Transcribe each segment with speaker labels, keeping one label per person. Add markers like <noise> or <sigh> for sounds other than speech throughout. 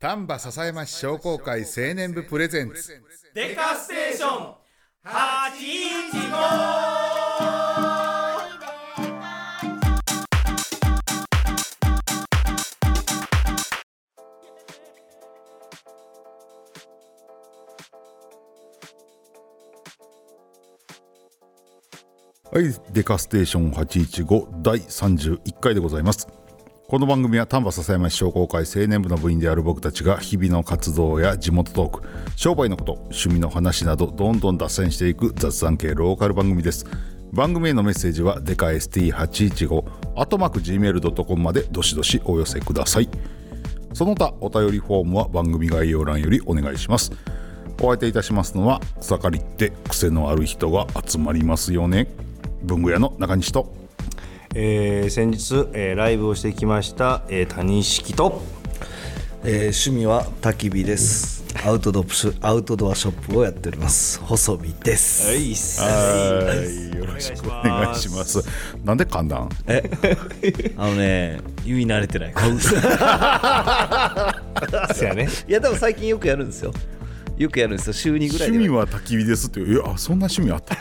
Speaker 1: 丹波篠山市商工会青年部プレゼンツ
Speaker 2: デカステーション8インチ
Speaker 1: はいデカステーション815第31回でございますこの番組は丹波篠山市商工会青年部の部員である僕たちが日々の活動や地元トーク商売のこと趣味の話などどんどん脱線していく雑談系ローカル番組です番組へのメッセージはデカ ST815 あとまく gmail.com までどしどしお寄せくださいその他お便りフォームは番組概要欄よりお願いしますお相手いたしますのは草刈りって癖のある人が集まりますよね文具屋の中西と
Speaker 3: えー先日、えーライブをしてきました、えー、谷式と
Speaker 4: えー趣味は焚き火ですアウトドアショアウトドアショップをやっております細見です、
Speaker 3: い
Speaker 1: はいよろしくお願いしますなんで寒暖
Speaker 4: あのね言い慣れ
Speaker 3: <laughs>
Speaker 4: てない感じ
Speaker 3: っすやね
Speaker 4: いやでも最近よくやるんですよよくやるんですよ週2ぐらい
Speaker 1: 趣
Speaker 4: で
Speaker 1: 味は焚き火ですっていやそんな趣味あったっ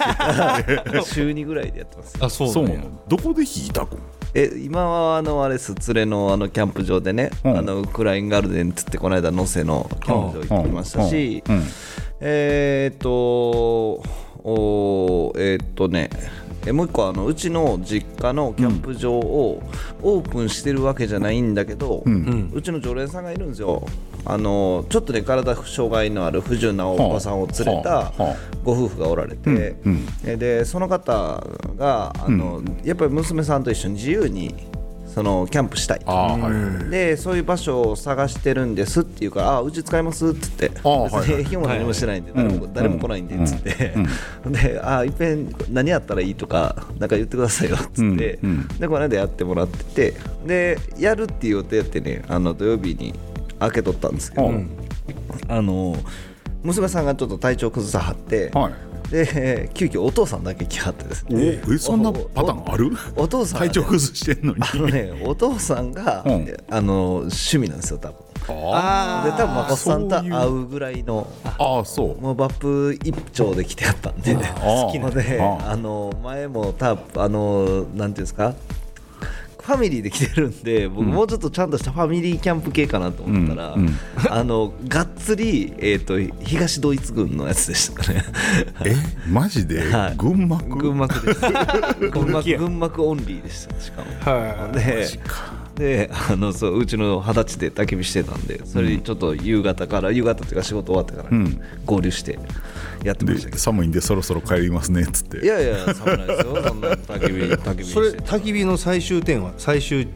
Speaker 4: 週2ぐらいでやってます
Speaker 3: あそ
Speaker 1: けそうなのどこで引いたく
Speaker 4: え今はあのあれすつれのあのキャンプ場でね、
Speaker 1: うん
Speaker 4: あのウクラインガルデンっつってこの間能勢のキャンプ場行ってきましたし、
Speaker 1: うんうんうん
Speaker 4: えーっとおーえーっとねえもう一個あのうちの実家のキャンプ場をオープンしてるわけじゃないんだけど、うちの常連さんがいるんですよあのちょっとね体障害のある不自由なおばさんを連れ
Speaker 1: は
Speaker 4: た
Speaker 1: あはあ
Speaker 4: ご夫婦がおられて、えでその方があの、やっぱり娘さんと一緒に自由にそのキャンプしたい
Speaker 1: ああはい
Speaker 4: でそういう場所を探してるんですっていうから「あうち使います」って言って「
Speaker 1: あはいはい
Speaker 4: 別に営業も何もしてないんで、誰も誰も来ないんで」っつって、 <laughs> で「あいっぺん何やったらいいとかなんか言ってくださいよ」っつって、でこの間やってもらっててでやるっていう予定やってねあの土曜日に開けとったんですけど、
Speaker 1: うん
Speaker 4: あの娘さんがちょっと体調崩さはって、
Speaker 1: はい
Speaker 4: で <laughs> 急遽お父さんだけ来はってですね
Speaker 1: えそんなパターンある
Speaker 4: おお父さんはね
Speaker 1: 体調崩してんのに
Speaker 4: あのね、お父さんが、
Speaker 1: うん
Speaker 4: あの趣味なんですよ多分
Speaker 1: あ
Speaker 4: で多分誠さんと
Speaker 1: そういう
Speaker 4: 会うぐらいの
Speaker 1: ああそう
Speaker 4: もうバップ一丁で来てあったんで <laughs>
Speaker 1: 好きなんだ
Speaker 4: で
Speaker 1: あ
Speaker 4: あの前も多分あのなんていうんですかファミリーで来てるんで僕もうちょっとちゃんとしたファミリーキャンプ系かなと思ったら、
Speaker 1: うんうん
Speaker 4: あのがっつり、えー、と東ドイツ軍のやつでしたかね
Speaker 1: えマジで
Speaker 4: は
Speaker 1: <laughs>
Speaker 4: い
Speaker 1: 群馬
Speaker 4: <laughs> 群馬区です
Speaker 1: <laughs>
Speaker 4: 群馬群馬区オンリーでしたしかも。
Speaker 2: は
Speaker 4: でであのそううちの二十歳で焚き火してたんでそれにちょっと夕方から、夕方っていうか仕事終わってから
Speaker 1: ん
Speaker 4: 合流してやってましたけ
Speaker 1: で
Speaker 4: ど、
Speaker 1: 寒いんでそろそろ帰りますねっつって
Speaker 4: いやいや寒ないです
Speaker 3: <laughs>
Speaker 4: よそんな焚き火焚き火
Speaker 3: それ
Speaker 4: して
Speaker 3: 焚き火の最終点は最終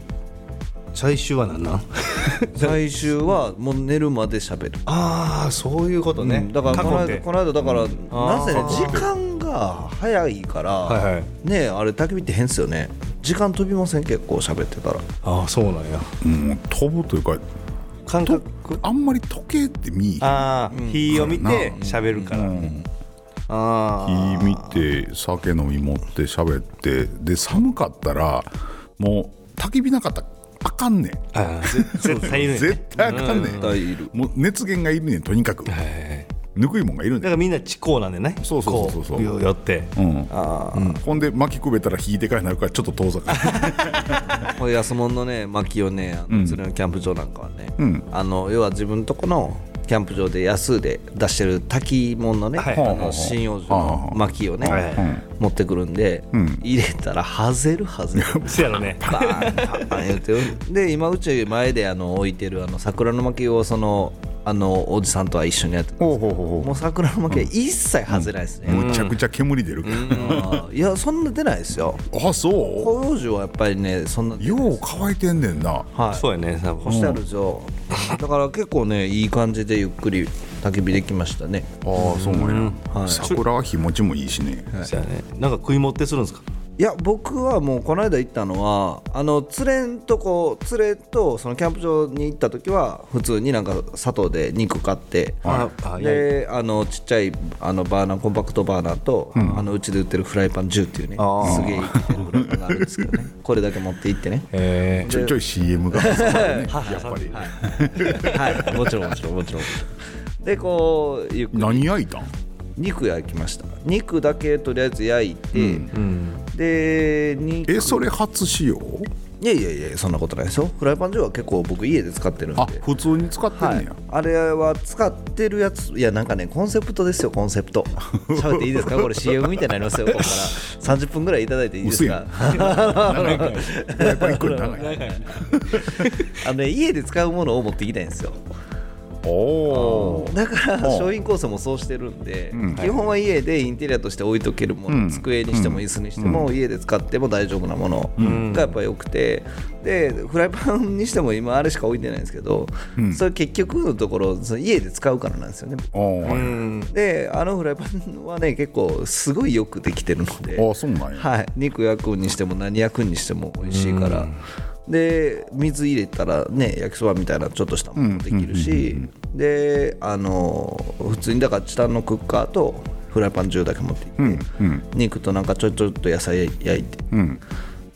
Speaker 3: 最終は何なん
Speaker 1: <laughs>
Speaker 4: 最終はもう寝るまで喋る、
Speaker 3: ああそういうことね、
Speaker 4: うんだからこの
Speaker 3: 囲んで
Speaker 4: 間この間だから、
Speaker 3: あー
Speaker 4: なぜね時間が早いから、
Speaker 3: はいはい
Speaker 4: ねあれ焚き火って変っすよね時間飛びません結構喋ってたら
Speaker 3: ああそうなんや
Speaker 1: うん飛ぶというか
Speaker 3: 感覚
Speaker 1: あんまり時計って見火
Speaker 3: ああ、火を見て喋るから、ああ
Speaker 1: 見て酒飲み持って喋ってで寒かったらもう焚き火なかったらあかんねん
Speaker 3: ああぜ絶対いるよね
Speaker 1: <laughs> 絶対あかんねん
Speaker 4: 絶対いる
Speaker 1: もう熱源がいるねんとにかくぬくいもんがいるね
Speaker 3: だか
Speaker 1: ん
Speaker 3: らみんな地高なんでね
Speaker 1: そうそうそうそう
Speaker 3: こう寄って
Speaker 1: うんうんほんで巻きくべたら火でかいなるからちょっと遠ざかる
Speaker 4: これ安物のね薪をねあのそれのキャンプ場なんかはね、
Speaker 1: ん
Speaker 4: あの要は自分とこのキャンプ場で安で出してる炊き物のね、
Speaker 3: はい
Speaker 4: あ
Speaker 3: はい
Speaker 1: はい
Speaker 4: の針葉樹の薪をね、
Speaker 3: はいはい
Speaker 1: うん
Speaker 4: 持ってくるんで、
Speaker 1: ん
Speaker 4: 入れたらハゼるハゼる
Speaker 3: そうやろね
Speaker 4: パーンパーンパーン言ってるで今うち前であの置いてるあの桜の薪をそのあのおじさんとは一緒にやって
Speaker 1: ほうほうほう
Speaker 4: も
Speaker 1: ほ
Speaker 4: う桜の薪は一切外れないですね、
Speaker 1: うむちゃくちゃ煙出るけど
Speaker 4: あーいやそんな出ないですよ
Speaker 1: あそう
Speaker 4: 広葉樹はやっぱりねそんな出ない
Speaker 1: よう乾いてんねんな
Speaker 4: はい
Speaker 3: そうやね多分
Speaker 4: 干してあるんですよ、だから結構ねいい感じでゆっくり焚き火できましたね
Speaker 1: ああそうなんや、桜は日持ちもいいしね、
Speaker 3: そうやねなんか食い持ってするんですか
Speaker 4: いいや僕はもうこの間行ったのはあの連れんとこ連れとそのキャンプ場に行った時は普通になんか砂糖で肉買って、
Speaker 3: あ
Speaker 4: であのちっちゃいあのバーナーコンパクトバーナーと、あのうちで売ってるフライパン10っていうね
Speaker 3: あー
Speaker 4: すげえ生きてるフライパンがあるんですけどねこれだけ持って行ってね
Speaker 3: え
Speaker 1: ちょいちょい CM が挟まるねやっぱり、
Speaker 4: はいもちろんもちろんもちろんでこうゆっくり
Speaker 1: 何焼いたん
Speaker 4: 肉焼きました肉だけとりあえず焼いて、で肉
Speaker 1: えそれ初使用
Speaker 4: いやいやいやそんなことないですよフライパン中は結構僕家で使ってるんで
Speaker 1: あ
Speaker 4: あ
Speaker 1: 普通に使ってん
Speaker 4: は
Speaker 1: ね
Speaker 4: い
Speaker 1: や、、
Speaker 4: あれは使ってるやついやなんかねコンセプトですよコンセプト <laughs> 喋っていいですかこれ CM みたいになりますよここ <laughs> から30分ぐらいいただいていいですか
Speaker 1: フライパン一個に長い
Speaker 4: <laughs> あの、ね、家で使うものを持っていきたいんですよ
Speaker 1: おお
Speaker 4: だから
Speaker 1: うん
Speaker 4: 商品構成もそうしてるんで、
Speaker 1: うん
Speaker 4: 基本は家でインテリアとして置いとけるもの、
Speaker 1: うん
Speaker 4: 机にしても椅子にしても、家で使っても大丈夫なものがやっぱり良くてでフライパンにしても今あれしか置いてないんですけど、
Speaker 1: うん
Speaker 4: それ結局のところその家で使うからなんですよね
Speaker 1: お
Speaker 3: ーう
Speaker 1: ー
Speaker 3: ん
Speaker 4: であのフライパンはね結構すごいよくできてるので
Speaker 1: ああそうなんや、
Speaker 4: はい、肉焼くにしても何焼くにしても美味しいから、で水入れたらね焼きそばみたいなちょっとしたものもできるし、であの普通にだからチタンのクッカーとフライパン10だけ持っていって、
Speaker 1: うんうん
Speaker 4: 肉となんかちょちょっと野菜焼いて
Speaker 1: うん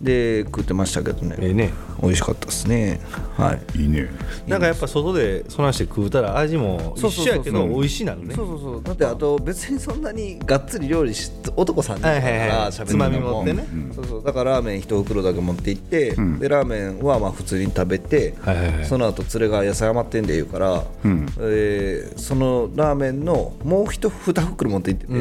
Speaker 4: で食ってましたけどね、
Speaker 3: ええね
Speaker 4: 美味しかったですねはい
Speaker 1: いい
Speaker 4: <laughs>
Speaker 1: ね
Speaker 3: なんかやっぱ外でそらして食うたら味も一緒やけど美味しいなのね
Speaker 4: そうそうそうだってあと別にそんなにがっつり料理し男さん
Speaker 3: はい
Speaker 4: だ
Speaker 3: は
Speaker 4: か
Speaker 3: いはい
Speaker 4: らしゃべるの
Speaker 3: つまみ持
Speaker 4: も
Speaker 3: ってね
Speaker 4: うんそうそうだからラーメン一袋だけ持って行って、
Speaker 1: ん
Speaker 4: でラーメンはまあ普通に食べて、
Speaker 3: はいはいはい
Speaker 4: その後連れが野菜余ってんで言うから、
Speaker 1: うん
Speaker 4: えーそのラーメンのもう一二袋持って行ってて、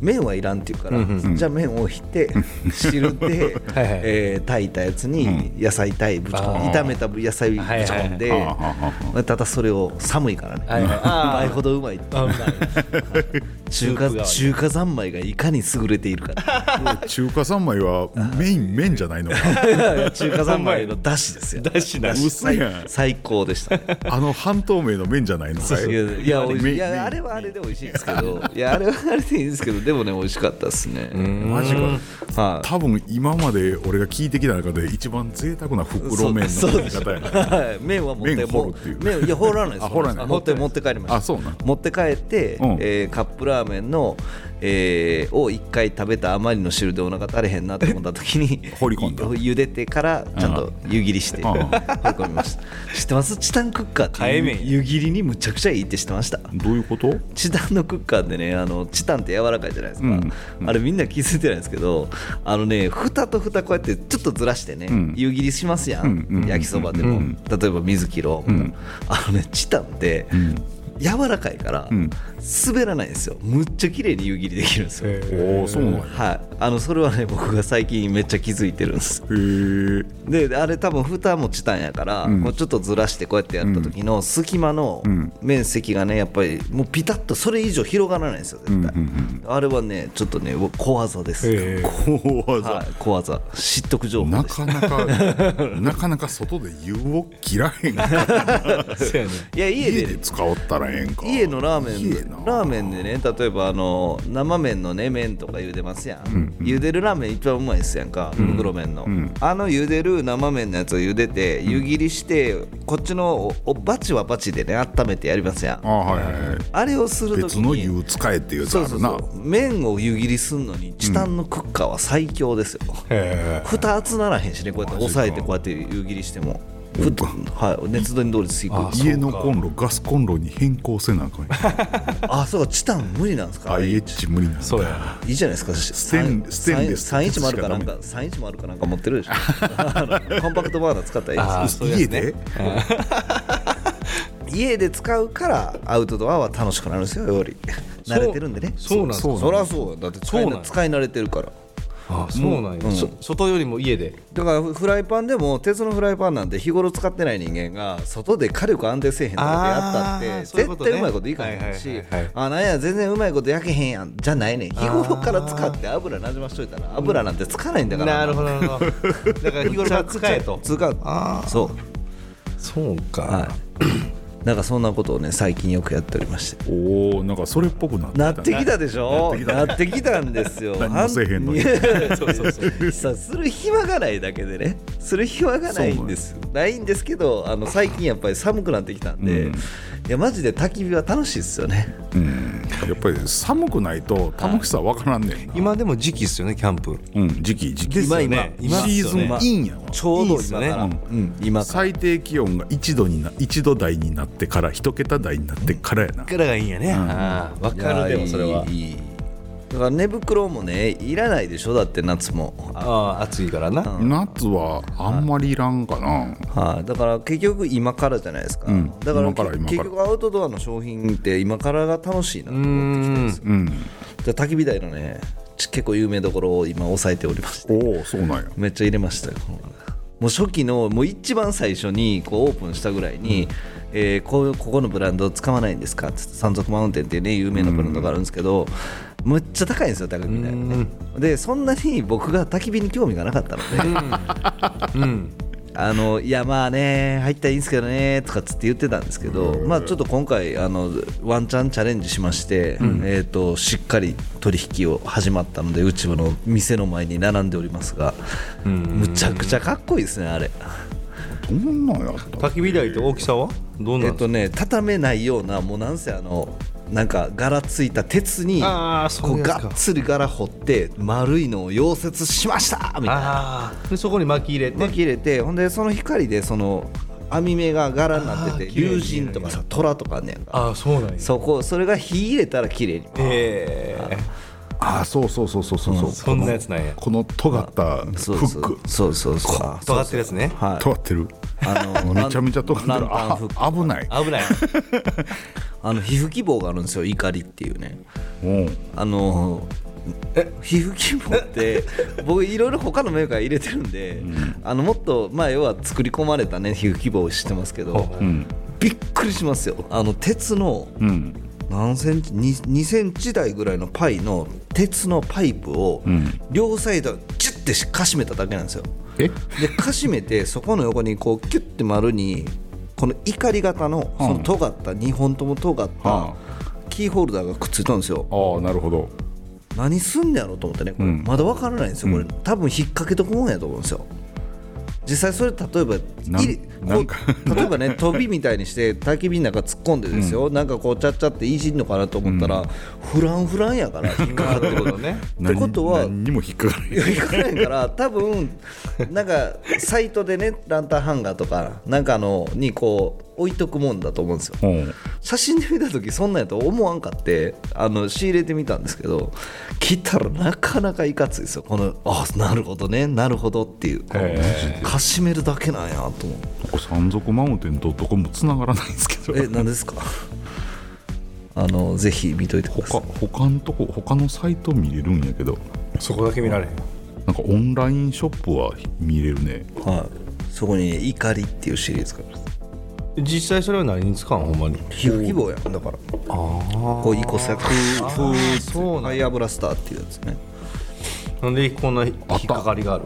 Speaker 4: 麺はいらんって言うから、じゃあ麺をひって汁で
Speaker 3: <laughs> はいはい
Speaker 4: えー炊いたやつに野菜炊いぶち込ん
Speaker 3: あー
Speaker 4: で炒めた野菜ぶち込んで、
Speaker 1: はいはいはいあーは
Speaker 4: ただそれを寒いからね、
Speaker 3: はいはいあー
Speaker 4: <laughs> 倍ほどうまいって
Speaker 3: あうまいスープ代わり
Speaker 4: 中華中華三昧がいかに優れているか
Speaker 1: 中華三昧はメイ
Speaker 4: <laughs>
Speaker 1: ン麺じゃないのか
Speaker 4: 中華三昧のだしですよ
Speaker 3: だしなし
Speaker 1: 薄いやん
Speaker 4: 最高でした、ね、
Speaker 1: あの半透明の麺じゃないのか
Speaker 4: いや
Speaker 1: い
Speaker 4: いや美味しい
Speaker 1: め
Speaker 4: いやあれはあれで美味しいですけどいやあれはあれでいいんですけどでもね美味しかったですね
Speaker 1: マジか
Speaker 4: はい
Speaker 1: 多分今まで俺が聞いてきた中で一番贅沢な袋麺の
Speaker 4: そう
Speaker 1: 食べ方やな
Speaker 4: はい麺は持って
Speaker 1: 麺掘るっていう
Speaker 4: 麺いや掘らないです
Speaker 1: あ掘らない
Speaker 4: 持って持って帰りました
Speaker 1: あそうなん
Speaker 4: 持って帰って、
Speaker 1: うん
Speaker 4: えーカップラーメンの、えーを1回食べたあまりの汁でお腹足れへんなと思った時に
Speaker 1: 放り込
Speaker 4: <laughs>
Speaker 1: んだ
Speaker 4: 茹でてからちゃんと湯切りして
Speaker 1: うん
Speaker 4: <laughs> 放り込みました知ってますチタンクッカーって
Speaker 3: 替え
Speaker 4: いう
Speaker 3: 麺
Speaker 4: 湯切りにむちゃくちゃいいって知ってました
Speaker 1: どういうこと
Speaker 4: チタンのクッカーってねあのチタンって柔らかいじゃないですか、
Speaker 1: うん
Speaker 4: あれみんな気づいてないんですけどあのね蓋と蓋こうやってちょっとずらしてね、
Speaker 1: ん
Speaker 4: 湯切りしますやん、
Speaker 1: うんうん
Speaker 4: 焼きそばでも、
Speaker 1: うん
Speaker 4: 例えば水切ろう、あのねチタンって、柔らかいから、
Speaker 1: ん
Speaker 4: 滑らないんですよむっちゃ綺麗に湯切りできるんですよ、
Speaker 1: おおそうなんやへ
Speaker 4: はいあのそれはね僕が最近めっちゃ気づいてるんです
Speaker 1: え
Speaker 4: であれ多分蓋もチタンやから、
Speaker 1: ん
Speaker 4: こうちょっとずらしてこうやってやった時の隙間の
Speaker 1: ん
Speaker 4: 面積がねやっぱりもうピタッとそれ以上広がらないんですよ絶対、
Speaker 1: うん
Speaker 4: あれはねちょっとね小技です、
Speaker 3: へえ
Speaker 1: 小技、
Speaker 4: はい、小技知得情報
Speaker 1: な
Speaker 4: でした
Speaker 1: かなかなかなか外で湯を切らへんから
Speaker 3: そうやね
Speaker 4: いや家
Speaker 1: 家
Speaker 4: で
Speaker 1: で使おったらええんか
Speaker 4: 家のラーメ
Speaker 1: 家な
Speaker 4: ンラーメンでね例えばあの生麺のね麺とか茹でますやん、茹でるラーメン一番うまいっすやんか袋麺の、あの茹でる生麺のやつを茹でて湯切りしてこっちのおおバチはバチでね温めてやりますやん
Speaker 1: あはいはいはい
Speaker 4: あれをするとき
Speaker 1: 別の
Speaker 4: に
Speaker 1: 湯を使えっていうやつあ
Speaker 4: そう
Speaker 1: るな
Speaker 4: そうそう麺を湯切りすんのにチタンのクッカーは最強ですよ、
Speaker 3: へ
Speaker 4: 蓋熱ならへんしねこうやって押さえてこうやって湯切りしてもふっはい、熱伝通り吸い込む
Speaker 1: 家のコンロガスコンロに変更せなあかんやん
Speaker 4: <laughs> あそうかチタン無理なんですか
Speaker 1: IH 無理なんだ
Speaker 3: そうや
Speaker 4: いいじゃないですか。
Speaker 1: テンステンレス
Speaker 4: 三一もあるかなんか、三一もあるかなんか持ってるでしょ。 <laughs> あのコンパクトバーナー使ったらいい
Speaker 3: あ
Speaker 4: で
Speaker 3: ー
Speaker 4: す
Speaker 3: そうや
Speaker 1: 家
Speaker 3: ね
Speaker 1: で
Speaker 4: よ。家で使うからアウトドアは楽しくなるんですよ。より慣れてるんでね。
Speaker 3: そうそうなんですか
Speaker 4: そりゃそうよだって使い
Speaker 3: そうなんです
Speaker 4: 使い慣れてるから。
Speaker 3: あそうなんやそ外よりも家で
Speaker 4: だからフライパンでも鉄のフライパンなんて日頃使ってない人間が外で火力安定せえへんとかでや
Speaker 3: あ
Speaker 4: ったって
Speaker 3: ーそういうこと
Speaker 4: 絶
Speaker 3: ね
Speaker 4: 対うまいこといかへんし、
Speaker 3: はいはいはいはい
Speaker 4: あなんや全然うまいこと焼けへんやんじゃないねん日頃から使って油なじましといたら油なんてつかないんだから
Speaker 3: なるほどなるほどだから日頃から使えと
Speaker 4: 使う
Speaker 3: あ
Speaker 4: そう
Speaker 3: そうか、
Speaker 4: はいなんかそんなことをね最近よくやっておりまして
Speaker 1: おおなんかそれっぽくなってきた
Speaker 4: な
Speaker 1: ね
Speaker 4: ってきたでしょ
Speaker 1: な
Speaker 4: なってきたんです
Speaker 1: <laughs>
Speaker 4: よ
Speaker 1: 何もせえへんの
Speaker 4: <laughs>
Speaker 1: に
Speaker 4: いやそうそうそうさあする暇がないだけでねする暇がないんですないんですけどあの最近やっぱり寒くなってきたんで、
Speaker 1: うん
Speaker 4: いやマジで焚き火は楽しいですよね
Speaker 1: うんやっぱり寒くないと楽しさわからんねんな
Speaker 3: 今でも時期っすよねキャンプ
Speaker 1: うん時期時期
Speaker 3: ですよね
Speaker 1: 今今シーズン
Speaker 4: 今
Speaker 1: インやわ
Speaker 4: ちょうど今
Speaker 3: いいっす
Speaker 4: か
Speaker 3: よ
Speaker 4: ら
Speaker 3: ね
Speaker 4: うん今から
Speaker 1: 最低気温が1度にな1度台になってから1桁台になってからやな
Speaker 3: からがいいんやね、ああ分かる
Speaker 4: いや
Speaker 3: でもそれはい
Speaker 4: いいいだから寝袋もねいらないでしょだって夏も
Speaker 3: ああ暑いからな、
Speaker 1: 夏はあんまりいらんかな
Speaker 4: はい、だから結局今からじゃないですか、
Speaker 1: ん
Speaker 4: だから
Speaker 1: 今から今から
Speaker 4: 結局アウトドアの商品って今からが楽しいなと思ってきてるんですよ
Speaker 1: うん
Speaker 4: じゃあ焚き火台のねち結構有名どころを今抑えておりまして
Speaker 1: おおそうなんや
Speaker 4: めっちゃ入れましたよもう初期のもう一番最初にこうオープンしたぐらいに、えーこうここのブランド使わないんですかって言って山賊マウンテンっていうね有名なブランドがあるんですけど、むっちゃ高いんですよ焚き火台ねでそんなに僕が焚き火に興味がなかったので
Speaker 3: うん、
Speaker 4: あのいやまあね入ったらいいんですけどねとかつって言ってたんですけど、まあ、ちょっと今回あのワンチャンチャレンジしまして、えー、としっかり取引を始まったのでうちの店の前に並んでおりますが、むちゃくちゃかっこいいですねあれ。
Speaker 1: どんなんやった
Speaker 3: 焚き火台って大きさはどうな
Speaker 4: えっ
Speaker 3: んですか、
Speaker 4: とね畳めないようなもうなんせあのなんか柄ついた鉄に
Speaker 3: あーそう
Speaker 4: こう
Speaker 3: ですか
Speaker 4: がっつり柄掘って丸いのを溶接しましたみたいな。
Speaker 3: ああでそこに巻き入れて、
Speaker 4: 巻き入れてほんでその光でその網目が柄になって
Speaker 3: あー
Speaker 4: て
Speaker 3: 綺麗に
Speaker 4: 竜神とかさ虎とかあんねやんか
Speaker 3: ああそうなんや
Speaker 4: そこそれが火入れたら綺麗に
Speaker 3: ええ
Speaker 1: ああそうそうそうそうそうそう
Speaker 3: そんなやつなんや
Speaker 1: この尖ったフ
Speaker 4: そうそう
Speaker 1: ック
Speaker 4: そうそうそう
Speaker 3: 尖ってるやつね
Speaker 4: はい
Speaker 1: 尖ってる
Speaker 4: あ
Speaker 1: <laughs>
Speaker 4: の
Speaker 1: めちゃめちゃ尖って
Speaker 4: ラ
Speaker 1: る
Speaker 4: ンタンフック
Speaker 1: あ危ない
Speaker 3: 危ない
Speaker 4: あの皮膚希望があるんですよ怒りっていうね
Speaker 1: うん
Speaker 4: あの皮膚希望って僕いろいろ他のメーカー入れてるんで、あのもっとまあ要は作り込まれたね皮膚希望を知ってますけど、
Speaker 1: うん
Speaker 4: びっくりしますよあの鉄の
Speaker 1: うん
Speaker 4: 何センチ 2, 2センチ台ぐらいのパイの鉄のパイプを
Speaker 1: ん
Speaker 4: 両サイドキュッてしかしめただけなんですよ
Speaker 1: え
Speaker 4: でかし
Speaker 1: <laughs>
Speaker 4: めてそこの横にこうキュッて丸にこの怒り型のその尖った2本とも尖っ
Speaker 1: は
Speaker 4: たキーホルダーがくっついたんですよ
Speaker 1: ああなるほど
Speaker 4: 何すんねやろと思ってねこれ
Speaker 1: うん
Speaker 4: まだ分からないんですよこれ多分引っ掛けとくもんやと思うんですよ実際それ例えば
Speaker 1: なん
Speaker 4: 入れ
Speaker 1: なん
Speaker 4: こ
Speaker 1: か
Speaker 4: う例え
Speaker 1: <laughs>
Speaker 4: ばね飛びみたいにして焚き火の中突っ込んでですよ、なんかこうちゃっちゃっていじんのかなと思ったら、フランフランやから引っかかって
Speaker 3: なるほ
Speaker 4: こと
Speaker 3: どね
Speaker 4: ってこと
Speaker 1: <laughs>
Speaker 4: は
Speaker 1: 何何にも引っかからない
Speaker 4: いや行かないから多分なんかサイトでねランタンハンガーとかなんかあのにこう置いとくもんだと思うんですよ
Speaker 1: うん
Speaker 4: 写真で見た時そんなんやと思わんかってあの仕入れてみたんですけど切ったらなかなかいかついですよこのあなるほどねなるほどっていう
Speaker 3: へ
Speaker 4: かしめるだけなんやと思って
Speaker 1: ここ山賊マウンテンとどこもつながらないんですけど
Speaker 4: え何ですかあのぜひ見といてくださ
Speaker 1: 他
Speaker 4: い
Speaker 1: 他のとこ他のサイト見れるんやけど
Speaker 3: <laughs> そこだけ見られへん
Speaker 1: なんかオンラインショップは見れるね
Speaker 4: はいそこに、ね「怒り」っていうシリーズがある
Speaker 3: 実際それは何に使うんほんまに
Speaker 4: 皮膚希望やんだから
Speaker 3: あ
Speaker 4: こうイコサク風
Speaker 3: そう
Speaker 4: フ
Speaker 3: な
Speaker 4: ァ
Speaker 3: ん
Speaker 4: イヤーブラスターっていうやつね
Speaker 3: なんでこんな引っかかりがある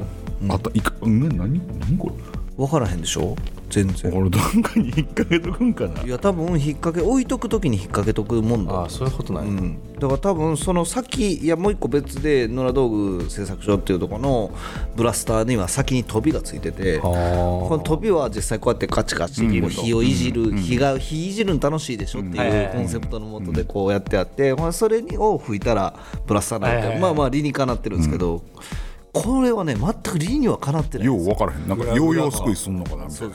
Speaker 1: あといかうん何何こ
Speaker 4: 分からへんでしょ全
Speaker 1: れ
Speaker 4: 然
Speaker 1: 俺どんかに引っ掛けとくんかない
Speaker 4: や多分引っ掛け置いとく時に引っ掛けとくもん
Speaker 3: ああ
Speaker 4: だ
Speaker 3: そういうことな
Speaker 4: うん
Speaker 3: や、
Speaker 4: ん、だから多分その先いやもう一個別で野良道具製作所っていうところのブラスターには先に飛びがついててこ
Speaker 3: あ
Speaker 4: の飛びは実際こうやってカチカチこう火をいじる火が火いじるの楽しいでしょっていうコンセプトのもとでこうやってあってほなそれを吹いたらブラスターにな
Speaker 3: はい
Speaker 4: っ
Speaker 3: はいは
Speaker 4: て
Speaker 3: い
Speaker 4: まあまあ理にかなってるんですけどこれはね全く理にはかなってないん
Speaker 1: よ
Speaker 4: です
Speaker 1: う分からへんなんかヨーヨーすくいすんのかなみたいな
Speaker 3: あ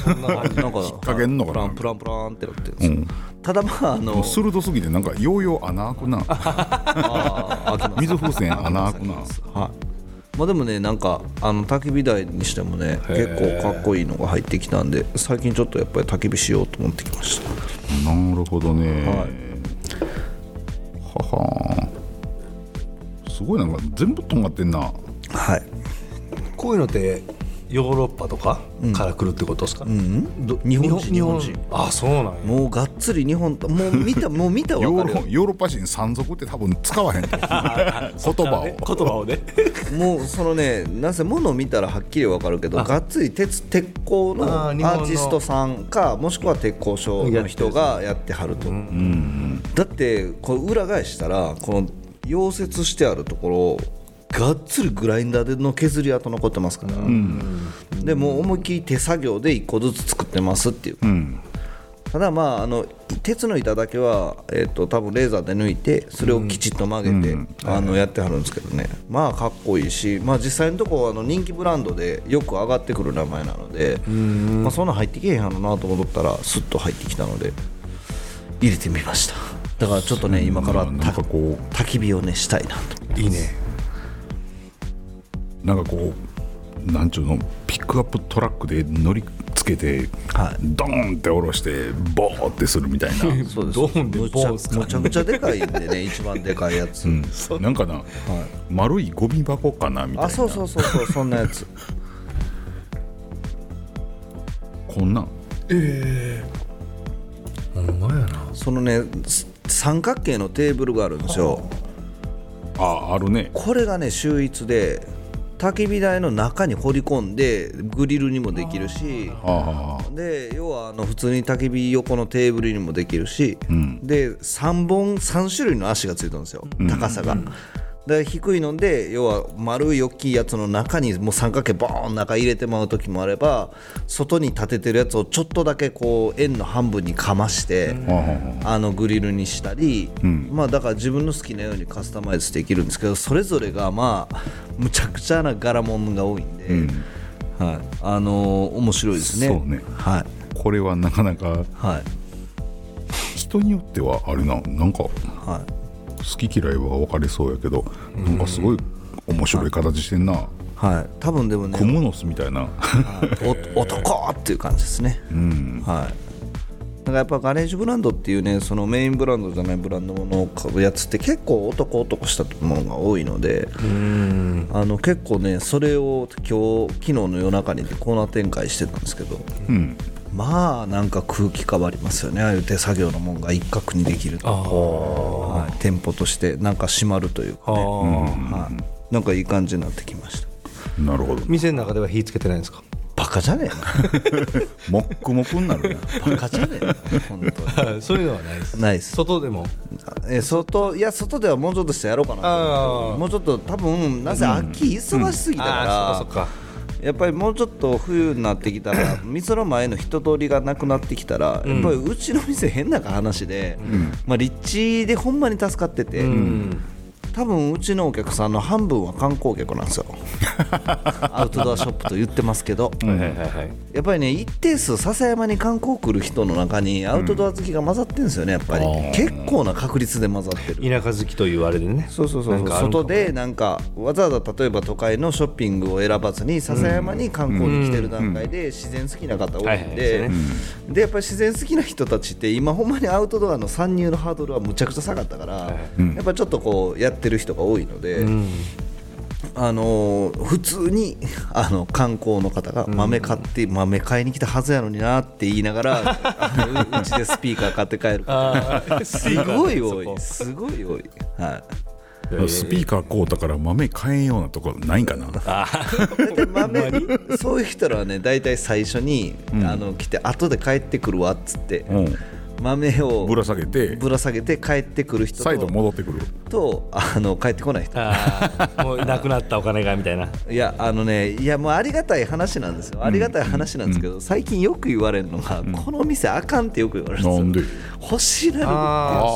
Speaker 3: そんな感じ <laughs>
Speaker 4: なんか
Speaker 1: 掛けんのかな
Speaker 4: プランプランプランってなってるんですよ、ただまああ
Speaker 1: も
Speaker 4: の
Speaker 1: う鋭すぎてなんかヨーヨー穴開くな
Speaker 4: あー
Speaker 1: 水風船穴開くな
Speaker 4: はいまあでもねなんかあの焚き火台にしてもね結構かっこいいのが入ってきたんで最近ちょっとやっぱり焚き火しようと思ってきました
Speaker 1: なるほどねは
Speaker 4: はい
Speaker 1: はーすごいなんか全部とんがってんな
Speaker 4: はい
Speaker 3: こういうのってヨーロッパとかから来るってことですか、
Speaker 4: うん
Speaker 3: ど
Speaker 4: 日本人
Speaker 3: 日本
Speaker 4: 日本
Speaker 3: 人あそうなんや
Speaker 4: もうがっつり日本ともう見たもう見た
Speaker 1: ヨ
Speaker 4: わ
Speaker 1: ー
Speaker 4: かる
Speaker 1: ロヨーロッパ人山賊って多分使わへんと思う言葉を
Speaker 3: 言葉をね
Speaker 4: もうそのねなんせ物を見たらはっきりわかるけど
Speaker 3: あ
Speaker 4: がっつり鉄鉄鋼の
Speaker 3: あ
Speaker 4: ア
Speaker 3: ー日本の
Speaker 4: ーティストさんかもしくは鉄鋼所の人がやってはると、だってこう裏返したらこの溶接してあるところをがっつりグラインダーでの削り跡残ってますから、でもう思いっきり手作業で一個ずつ作ってますっていう、ただまああの鉄の板だけは、えっと多分レーザーで抜いてそれをきちっと曲げて、あのやってはるんですけどねまあかっこいいし、まあ、実際のとこあの人気ブランドでよく上がってくる名前なので、まあ、そんなん入ってけえへんやろなと思ったらスッと入ってきたので入れてみましただからちょっとね今から
Speaker 1: うんなん
Speaker 4: た
Speaker 1: かこう
Speaker 4: 焚き火をねしたいな
Speaker 3: <laughs>
Speaker 4: と
Speaker 3: いい <laughs> ね
Speaker 1: なんかこうなんちゅうのピックアップトラックで乗りつけて、
Speaker 4: はい
Speaker 1: ドーンって下ろしてボーってするみたいな
Speaker 3: <laughs>
Speaker 4: そうです
Speaker 3: ドーンでボーンっすか
Speaker 4: むちゃくちゃでかいんでね一番でかいやつ、
Speaker 1: なんかな、丸いゴミ箱かなみたいな
Speaker 4: あそうそうそうそうそんなやつ
Speaker 1: こんなん
Speaker 3: ほんまやな
Speaker 4: そのねす三角形のテーブルがあるんですよ
Speaker 1: ああるね
Speaker 4: これがね秀逸で焚き火台の中に掘り込んでグリルにもできるし
Speaker 1: あ
Speaker 4: で要はあの普通に焚き火横のテーブルにもできるし、で3本3種類の足がついてるんですよ、高さが。で低いので要は丸い大きいやつの中にもう三角形ボーン中入れてまう時もあれば外に立ててるやつをちょっとだけこう円の半分にかまして、
Speaker 1: あはあは
Speaker 4: あのグリルにしたり、まあだから自分の好きなようにカスタマイズできるんですけどそれぞれがまあむちゃくちゃな柄物が多いんで、はい、あのー面白いですね。
Speaker 1: そうね
Speaker 4: はい
Speaker 1: あこれはなかなか
Speaker 4: はい
Speaker 1: 人によってはあれななんか
Speaker 4: は
Speaker 1: 好き嫌いは分かれそうやけどなんかすごい面白い形してんな、
Speaker 4: い、はい、多分でも
Speaker 1: ク
Speaker 4: ね
Speaker 1: モの巣みたいな
Speaker 4: お男っていう感じですね、はいだからやっぱガレージブランドっていうねそのメインブランドじゃないブランドのやつって結構男男したものが多いのであの結構ねそれを今日昨日の夜中にコーナー展開してたんですけど、まあなんか空気変わりますよねああいう手作業のもんが一角にできると、はい、店舗としてなんか閉まるというかね、はい、なんかいい感じになってきました
Speaker 1: なるほど
Speaker 3: 店の中では火つけてないんです <laughs> か
Speaker 4: バカじゃねえな
Speaker 1: モックモクになるやん
Speaker 4: バカじゃねえな本当に
Speaker 3: そういうのはないです
Speaker 4: ないです
Speaker 3: 外でも
Speaker 4: え外いや外ではもうちょっとしてやろうかなと思っ
Speaker 3: あー
Speaker 4: てもうちょっと多分なぜ秋忙しすぎたから、やっぱりもうちょっと冬になってきた <clears throat> ら店の前の人通りがなくなってきたら、やっぱりうちの店変な話で、まあ、立地でほんまに助かってて、多分うちのお客さんの半分は観光客なん <laughs> ですよアウトドアショップと言ってますけ
Speaker 3: は
Speaker 4: ど、
Speaker 3: いはいはいはい
Speaker 4: やっぱりね一定数笹山に観光来る人の中にアウトドア好きが混ざってるんですよねやっぱり、結構な確率で混ざってる
Speaker 3: 田舎好きというあれでね
Speaker 4: そうそうそう
Speaker 3: なん
Speaker 4: そう
Speaker 3: かあるんかも
Speaker 4: 外でなんかわざわざ例えば都会のショッピングを選ばずに笹山に観光に来てる段階で自然好きな方多いん
Speaker 3: うんはい
Speaker 4: で
Speaker 3: はい
Speaker 4: でやっぱり自然好きな人たちって今ほんまにアウトドアの参入のハードルはむちゃくちゃ下がったからやっぱちょっとこうやってる人が多いので。あのー普通にあの観光の方が豆買って、豆買いに来たはずやのになって言いな
Speaker 3: <laughs>
Speaker 4: がらあのううちでスピーカー買って帰る方すごい多いすごい多い、はい、
Speaker 1: スピーカーこうたから豆買えんようなとこないんかな
Speaker 4: 大体豆そういう人らはね大体最初に、あの来て後で帰ってくるわっつって、
Speaker 1: うん
Speaker 4: 豆を
Speaker 1: ぶら下げて
Speaker 4: ぶら下げて帰ってくる人
Speaker 1: 再度
Speaker 4: と
Speaker 1: 戻ってくる
Speaker 4: とあの帰ってこない人
Speaker 3: あーもうなくなったお金がみたいない
Speaker 4: やあのねいやもうありがたい話なんですよありがたい話なんですけど、最近よく言われるのが、この店あかんってよく言われるんですよ
Speaker 1: なんで
Speaker 4: 欲しいなる
Speaker 1: ー
Speaker 3: あ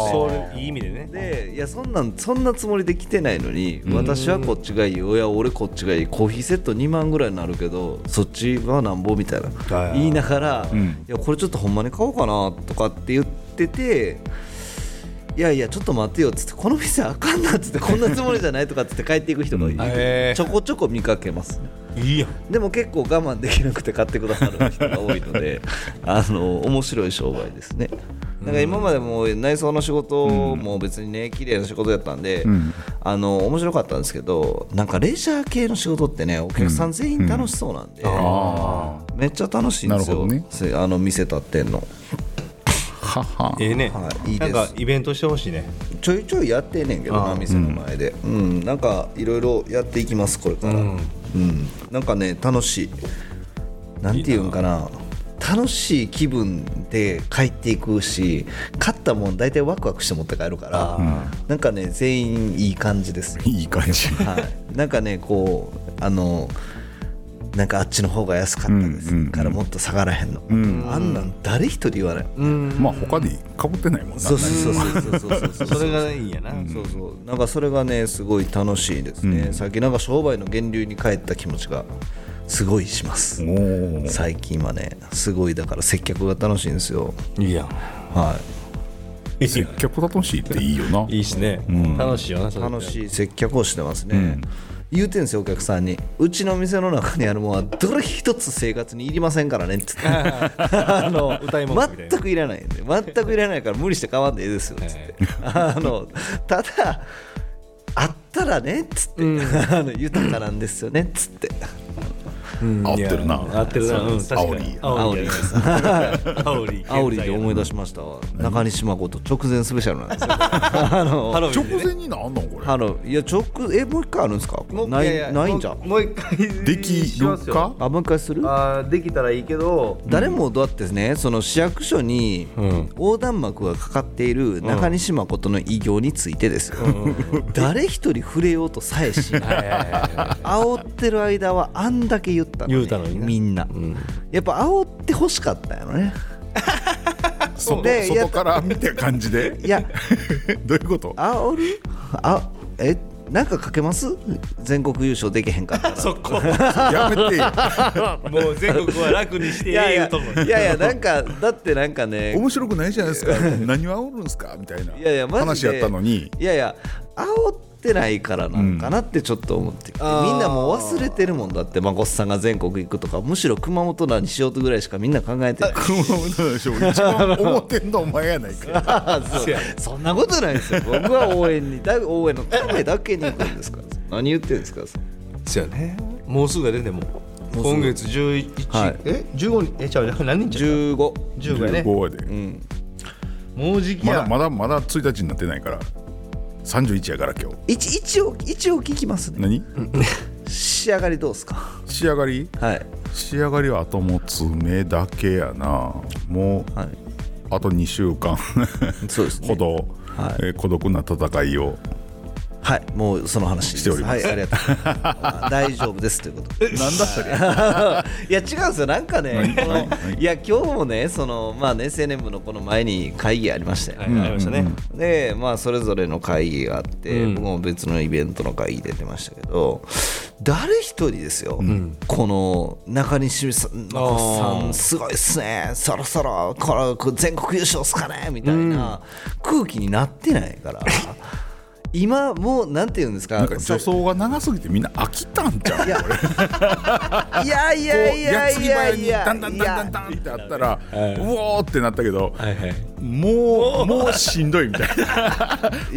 Speaker 3: あそういう意味でね
Speaker 4: でいやそんなんそんなつもりで来てないのに私はこっちがいいおや俺こっちがいいコーヒーセット2万ぐらいになるけどそっちはなんぼみたいな
Speaker 3: ー
Speaker 4: 言いながら、いやこれちょっとほんまに買おうかなとかって言ってて。いやいやちょっと待ってよっつってこの店あかんなっつってこんなつもりじゃないとかっつって帰っていく人がいる
Speaker 3: へー
Speaker 4: ちょこちょこ見かけますね
Speaker 3: いいやん
Speaker 4: でも結構我 <laughs> 慢できなくて買ってくださる人が多いのであの面白い商売ですねなんか今までもう内装の仕事も別にね綺麗な仕事やったんで、あの面白かったんですけどなんかレジャー系の仕事ってねお客さん全員楽しそうなんで、めっちゃ楽しいんですよ、
Speaker 1: なるほ
Speaker 4: せあの店立ってんの
Speaker 1: はは
Speaker 3: ええね、
Speaker 4: はいいいで
Speaker 3: な
Speaker 4: す
Speaker 3: んかイベントしてほしいね
Speaker 4: ちょいちょいやってんねんけどな店の前で、うんなんかいろいろやっていきますこれから、うんなんかね楽しいなんていうんかな楽しい気分で帰っていくし勝ったもん大体ワクワクして持って帰るから、なんかね全員いい感じです、
Speaker 1: いい感じ
Speaker 4: はい、なんかねこうあのなんかあっちの方が安かったです、からもっと下がらへんの、あんなん誰一人言わない、
Speaker 1: まあ他にかぶってないもんな
Speaker 4: そうそうそうそうそう <laughs> そう
Speaker 3: それがいいんやな、
Speaker 4: そうそうなんかそれがねすごい楽しいですね、さっきなんか商売の源流に帰った気持ちがすごいします
Speaker 1: おー
Speaker 4: 最近はねすごいだから接客が楽しいんですよ
Speaker 3: いいやん
Speaker 4: は
Speaker 1: 接客楽しいっていいよない
Speaker 3: いしね、楽しいよない楽
Speaker 4: 楽しい接客をしてますね、言うてんすよお客さんにうちの店の中にあるものはどれ一つ生活にいりませんからねって言ってあの
Speaker 3: 歌い文句みたいな
Speaker 4: 全くいらないんで全くいらないから無理して買わんでいいですよっつって、あのただあったらねっつって、あの豊かなんですよねっつって
Speaker 1: 合ってるな
Speaker 3: 合ってるな、うん、確かに
Speaker 4: 煽りです
Speaker 3: <laughs> 煽り
Speaker 4: 煽りで思い出しましたわ中西誠直前スペシャルなんですよあの
Speaker 3: ハロウィ
Speaker 1: 直
Speaker 3: ンでね
Speaker 1: 前になんなんこれ
Speaker 4: あのいや直えもう一回あるんですか
Speaker 5: もう
Speaker 4: ない
Speaker 5: やや
Speaker 4: ないんじゃん
Speaker 5: もうもう一回
Speaker 1: でき
Speaker 5: し
Speaker 1: る
Speaker 5: ます
Speaker 1: か
Speaker 5: よ
Speaker 4: あもう一回する
Speaker 5: あーできたらいいけど
Speaker 4: 誰もだってねその市役所に横断幕がかかっている中西誠の偉業についてですよ、誰一人触れようとさえし
Speaker 3: <laughs>
Speaker 4: ない煽ってる間はあんだけ言ったの,、
Speaker 3: 言うたのにね
Speaker 4: みんな、やっぱ煽ってほしかったよ
Speaker 3: <laughs>
Speaker 4: ね
Speaker 1: 外
Speaker 4: でや
Speaker 1: 外
Speaker 4: っ
Speaker 1: から見た感じで <laughs>
Speaker 4: いや
Speaker 1: どういうこと
Speaker 4: 煽るあえなんかかけます全国優勝できへんかったら
Speaker 3: そこ
Speaker 1: やめてよ
Speaker 3: <laughs> もう全国は楽にして
Speaker 4: いやい
Speaker 3: い
Speaker 4: や
Speaker 3: いと思う
Speaker 4: いやいやなんかだってなん
Speaker 3: <laughs>
Speaker 4: かね
Speaker 1: 面白くないじゃないですか何を煽るんですかみたいない
Speaker 4: やいやマジ
Speaker 1: 話や
Speaker 4: で
Speaker 1: ったのに
Speaker 4: <laughs> いやいや煽ってないからなのかなってちょっと思ってて、みんなもう忘れてるもんだってまこっさんが全国行くとかむしろ熊本なんにしようとぐらいしかみんな考えてない
Speaker 1: 熊本でしょ一番思ってんのお前やないか
Speaker 4: <laughs> そんなことないですよ僕は応援にだ応援のためだけに行くんですから何言ってるんですか
Speaker 3: ですよねもうすぐやででも
Speaker 4: うすぐ
Speaker 3: 今月11、
Speaker 4: はい
Speaker 5: え15日えちゃうじゃ何日や
Speaker 4: 15
Speaker 5: 15やね
Speaker 1: 15話で
Speaker 5: もうじき
Speaker 1: ま
Speaker 5: や
Speaker 1: だまだまだ1日になってないから31やから今日
Speaker 4: 一一応一応聞きますね
Speaker 1: 何
Speaker 4: 仕上がりどうですか
Speaker 1: 仕上がり
Speaker 4: はい
Speaker 1: 仕上がりは後もつめだけやなもう、
Speaker 4: はい
Speaker 1: あと2週 <laughs> 間
Speaker 4: そうです
Speaker 1: ほ
Speaker 4: ね
Speaker 1: ど、えー孤独な戦いを
Speaker 4: はいもうその話
Speaker 1: しております
Speaker 4: はいありがとうございます大丈夫です <laughs> ということで
Speaker 1: なんだそれ
Speaker 4: いや違うんですよなんかねこの
Speaker 1: 何
Speaker 4: いや今日もねそのまあね青年部のこの前に会議ありましたよ、
Speaker 3: はい、ありましたね、
Speaker 4: でまあそれぞれの会議があって、
Speaker 3: うん
Speaker 4: 僕も別のイベントの会議出てましたけど誰一人ですよ、この中西さん中西さんすごいっすねそろそろこの全国優勝っすかねみたいな空気になってないから今もうなんて言うんですか
Speaker 1: なんか助走が長すぎてみんな飽きたんじゃんこれ
Speaker 4: いやいやいや
Speaker 1: やつ
Speaker 4: い
Speaker 1: ぎ
Speaker 4: や
Speaker 1: 早
Speaker 4: い
Speaker 1: に
Speaker 4: や
Speaker 1: ダンダンダンダンダンってあったらうおーってなったけど
Speaker 3: はいはい
Speaker 1: もうもうしんどいみたいな
Speaker 4: い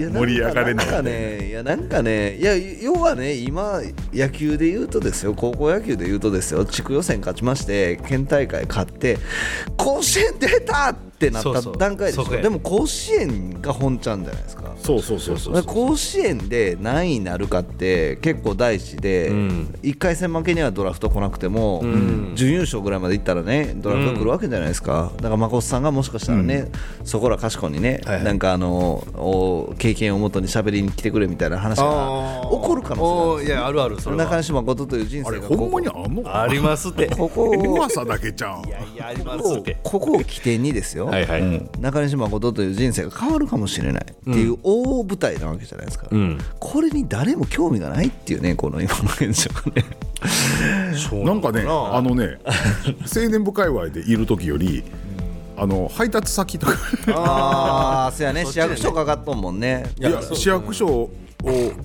Speaker 4: や
Speaker 1: 盛り上がれない
Speaker 4: んかねいやなんかねいや要はね今野球で言うとですよ高校野球で言うとですよ地区予選勝ちまして県大会勝って甲子園出たってなっ
Speaker 3: そ
Speaker 4: た
Speaker 3: うそう
Speaker 4: 段階でしょ
Speaker 3: そこや
Speaker 4: でも甲子園が本ちゃんじゃないですか
Speaker 1: <laughs> そうそうそうそう
Speaker 4: 甲子園で何位になるかって結構大事で、
Speaker 3: ん
Speaker 4: 1回戦負けにはドラフト来なくても、準優勝ぐらいまでいったらねドラフト来るわけじゃないですか、だから誠さんがもしかしたらね、そこらかしこにね、なんかあのお経験をもとに喋りに来てくれみたいな話が起こる可能
Speaker 5: おー
Speaker 4: 性
Speaker 5: いやあるあるそ
Speaker 4: がある
Speaker 5: れ
Speaker 4: 中
Speaker 5: は
Speaker 4: 西誠という人
Speaker 1: あれ
Speaker 4: 生が
Speaker 1: ほん
Speaker 4: こ
Speaker 1: ま
Speaker 4: こ
Speaker 1: にあんの
Speaker 3: あります <laughs> って
Speaker 4: ここを
Speaker 1: 噂だけじゃん
Speaker 5: いやありま
Speaker 4: ここ
Speaker 5: す
Speaker 4: を
Speaker 5: って
Speaker 4: ここを起点にですよ、
Speaker 3: はいはい、
Speaker 4: 中西誠という人生が変わるかもしれないっていう大舞台なわけじゃないですか、
Speaker 3: ん
Speaker 4: これに誰も興味がないっていうねこの今の現象がね
Speaker 1: なんかねあの <laughs> ね青年部界隈でいる時よりあの配達先とか
Speaker 4: <laughs> ああそうやね
Speaker 5: そっ
Speaker 4: 市
Speaker 5: ちでね
Speaker 4: 役所かかっとんもんね
Speaker 1: いや市役所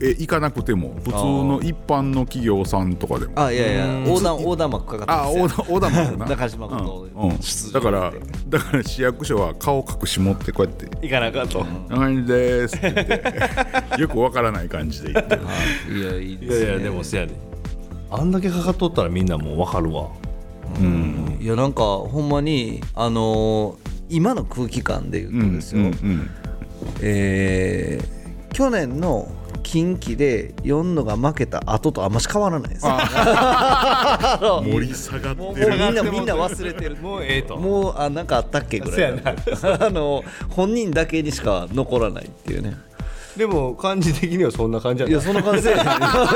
Speaker 1: え行かなくても普通の一般の企業さんとかでも
Speaker 4: あいやいや横断横断幕かかって
Speaker 1: あ
Speaker 4: ますよ
Speaker 1: 横断横断幕だな
Speaker 4: <laughs> 中島こと
Speaker 1: うんうん
Speaker 4: 出
Speaker 1: だか
Speaker 4: 場
Speaker 1: らだから市役所は顔隠し持ってこうやって
Speaker 3: いかなあかんと。
Speaker 1: 「長いです」って言
Speaker 4: <laughs>
Speaker 1: ってよくわからない感じで言ってる
Speaker 4: いやいい
Speaker 3: い
Speaker 4: で
Speaker 3: や
Speaker 4: すね
Speaker 3: いや、でもせやで。あんだけかかっとったらみんなもうわかるわ。
Speaker 4: いやなんかほんまにあのー今の空気感で言うとですよ、
Speaker 1: うん
Speaker 4: えー去年の近畿で4のが負けた後とあんまし変わらないです <laughs>
Speaker 1: うん盛り下がっ
Speaker 4: もう
Speaker 1: て
Speaker 4: みん
Speaker 1: る
Speaker 4: なみんな忘れてる
Speaker 3: もうええと
Speaker 4: もうあなんかあったっけぐらいの <laughs> あの本人だけにしか残らないっていうね
Speaker 3: でも、感じ的にはそんな感じ
Speaker 4: いやその感
Speaker 3: <laughs>
Speaker 4: じやねい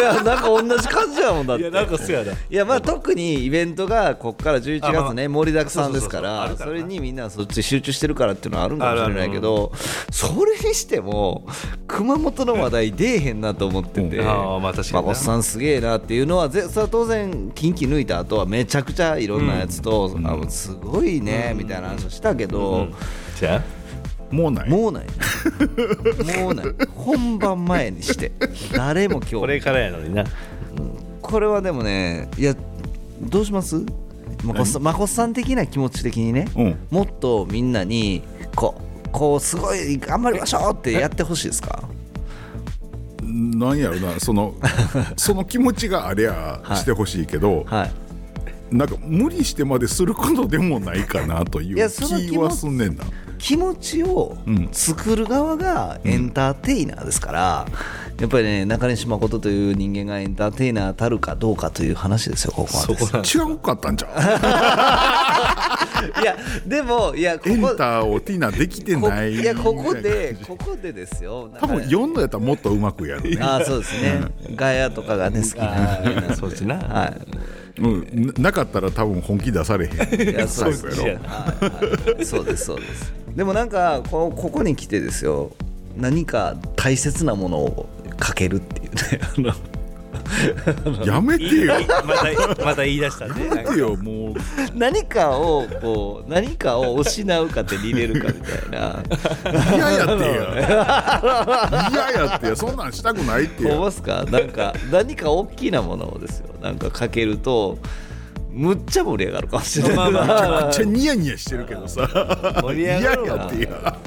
Speaker 4: やなんか同じ感じやもんだ
Speaker 3: い
Speaker 4: って
Speaker 3: や、なんかせやだ。
Speaker 4: いやまあ特にイベントがここから11
Speaker 3: あまあ
Speaker 4: 月ね盛りだくさんですか
Speaker 3: そう
Speaker 4: ら
Speaker 3: そうそうそうあるから
Speaker 4: そ
Speaker 3: な
Speaker 4: れにみんなそっち集中してるからっていうのはあるんかもしれないけどそれにしても熊本の話題出えへんなと思ってて
Speaker 3: うん <laughs> ああまあ確かにな
Speaker 4: おっさんすげえなっていうのはぜそれは当然近畿抜いた後はめちゃくちゃいろんなやつとあのすごいねみたいな話をしたけど
Speaker 3: じゃあ
Speaker 1: もうない
Speaker 4: もうないもうない本番前にして誰も
Speaker 3: こ
Speaker 4: 今日
Speaker 3: れからやのにな。
Speaker 4: これはでもねいやどうしますまこさんまこさん的な気持ち的にね、
Speaker 1: うん
Speaker 4: もっとみんなにこうこうすごい頑張りましょうってやってほしいですか
Speaker 1: なんやろなそ
Speaker 4: <laughs>
Speaker 1: のその気持ちがありゃ
Speaker 4: はい
Speaker 1: してほしいけど、
Speaker 4: はい
Speaker 1: なんか無理してまですることでもないかなとい
Speaker 4: いうや
Speaker 1: 気
Speaker 4: その気も
Speaker 1: はすんねんな。
Speaker 4: 気持ちを
Speaker 1: うん
Speaker 4: 作る側がエンターテイナーですから、やっぱりね中西誠という人間がエンターテイナーたるかどうかという話ですよここはです
Speaker 1: 違うかったん
Speaker 4: <laughs>
Speaker 1: じゃ
Speaker 4: いやでもいやこ
Speaker 1: うエン
Speaker 4: こ
Speaker 1: ターをティーナできて
Speaker 4: こ
Speaker 1: ない
Speaker 4: いやここ
Speaker 1: みたい
Speaker 4: で
Speaker 1: な
Speaker 4: ここでですよ
Speaker 1: 多分4のやったらもっとうまくやるね、
Speaker 4: ああそうですね、ガヤとかがね好きな人間なんで
Speaker 3: そっちな
Speaker 4: はい
Speaker 1: うん、ななかったら多分本気出されへ
Speaker 3: <laughs>
Speaker 1: ん
Speaker 4: いやそうです
Speaker 1: そ
Speaker 4: よ
Speaker 1: うですよ
Speaker 4: はいはいそうですそうですでもなんかこここに来てですよ何か大切なものをかけるっていうね <laughs> あの
Speaker 1: やめてよや
Speaker 3: また、また言い出したね。
Speaker 1: めてよもう
Speaker 4: 何かをこう何かを失うか手に入れるかみたいな
Speaker 1: 嫌やってよ嫌やってよそんなんしたくないって
Speaker 4: 思い
Speaker 1: よ
Speaker 4: ますかなんか何か大きなものをですよなんかかけるとむっちゃ盛り上がるかもしれない、
Speaker 3: まあま
Speaker 1: めち
Speaker 3: あ
Speaker 1: ゃくちゃニヤニヤしてるけどさ
Speaker 3: 盛り
Speaker 1: 嫌
Speaker 3: 上がる
Speaker 1: や
Speaker 3: わ
Speaker 1: ってよ
Speaker 4: <laughs>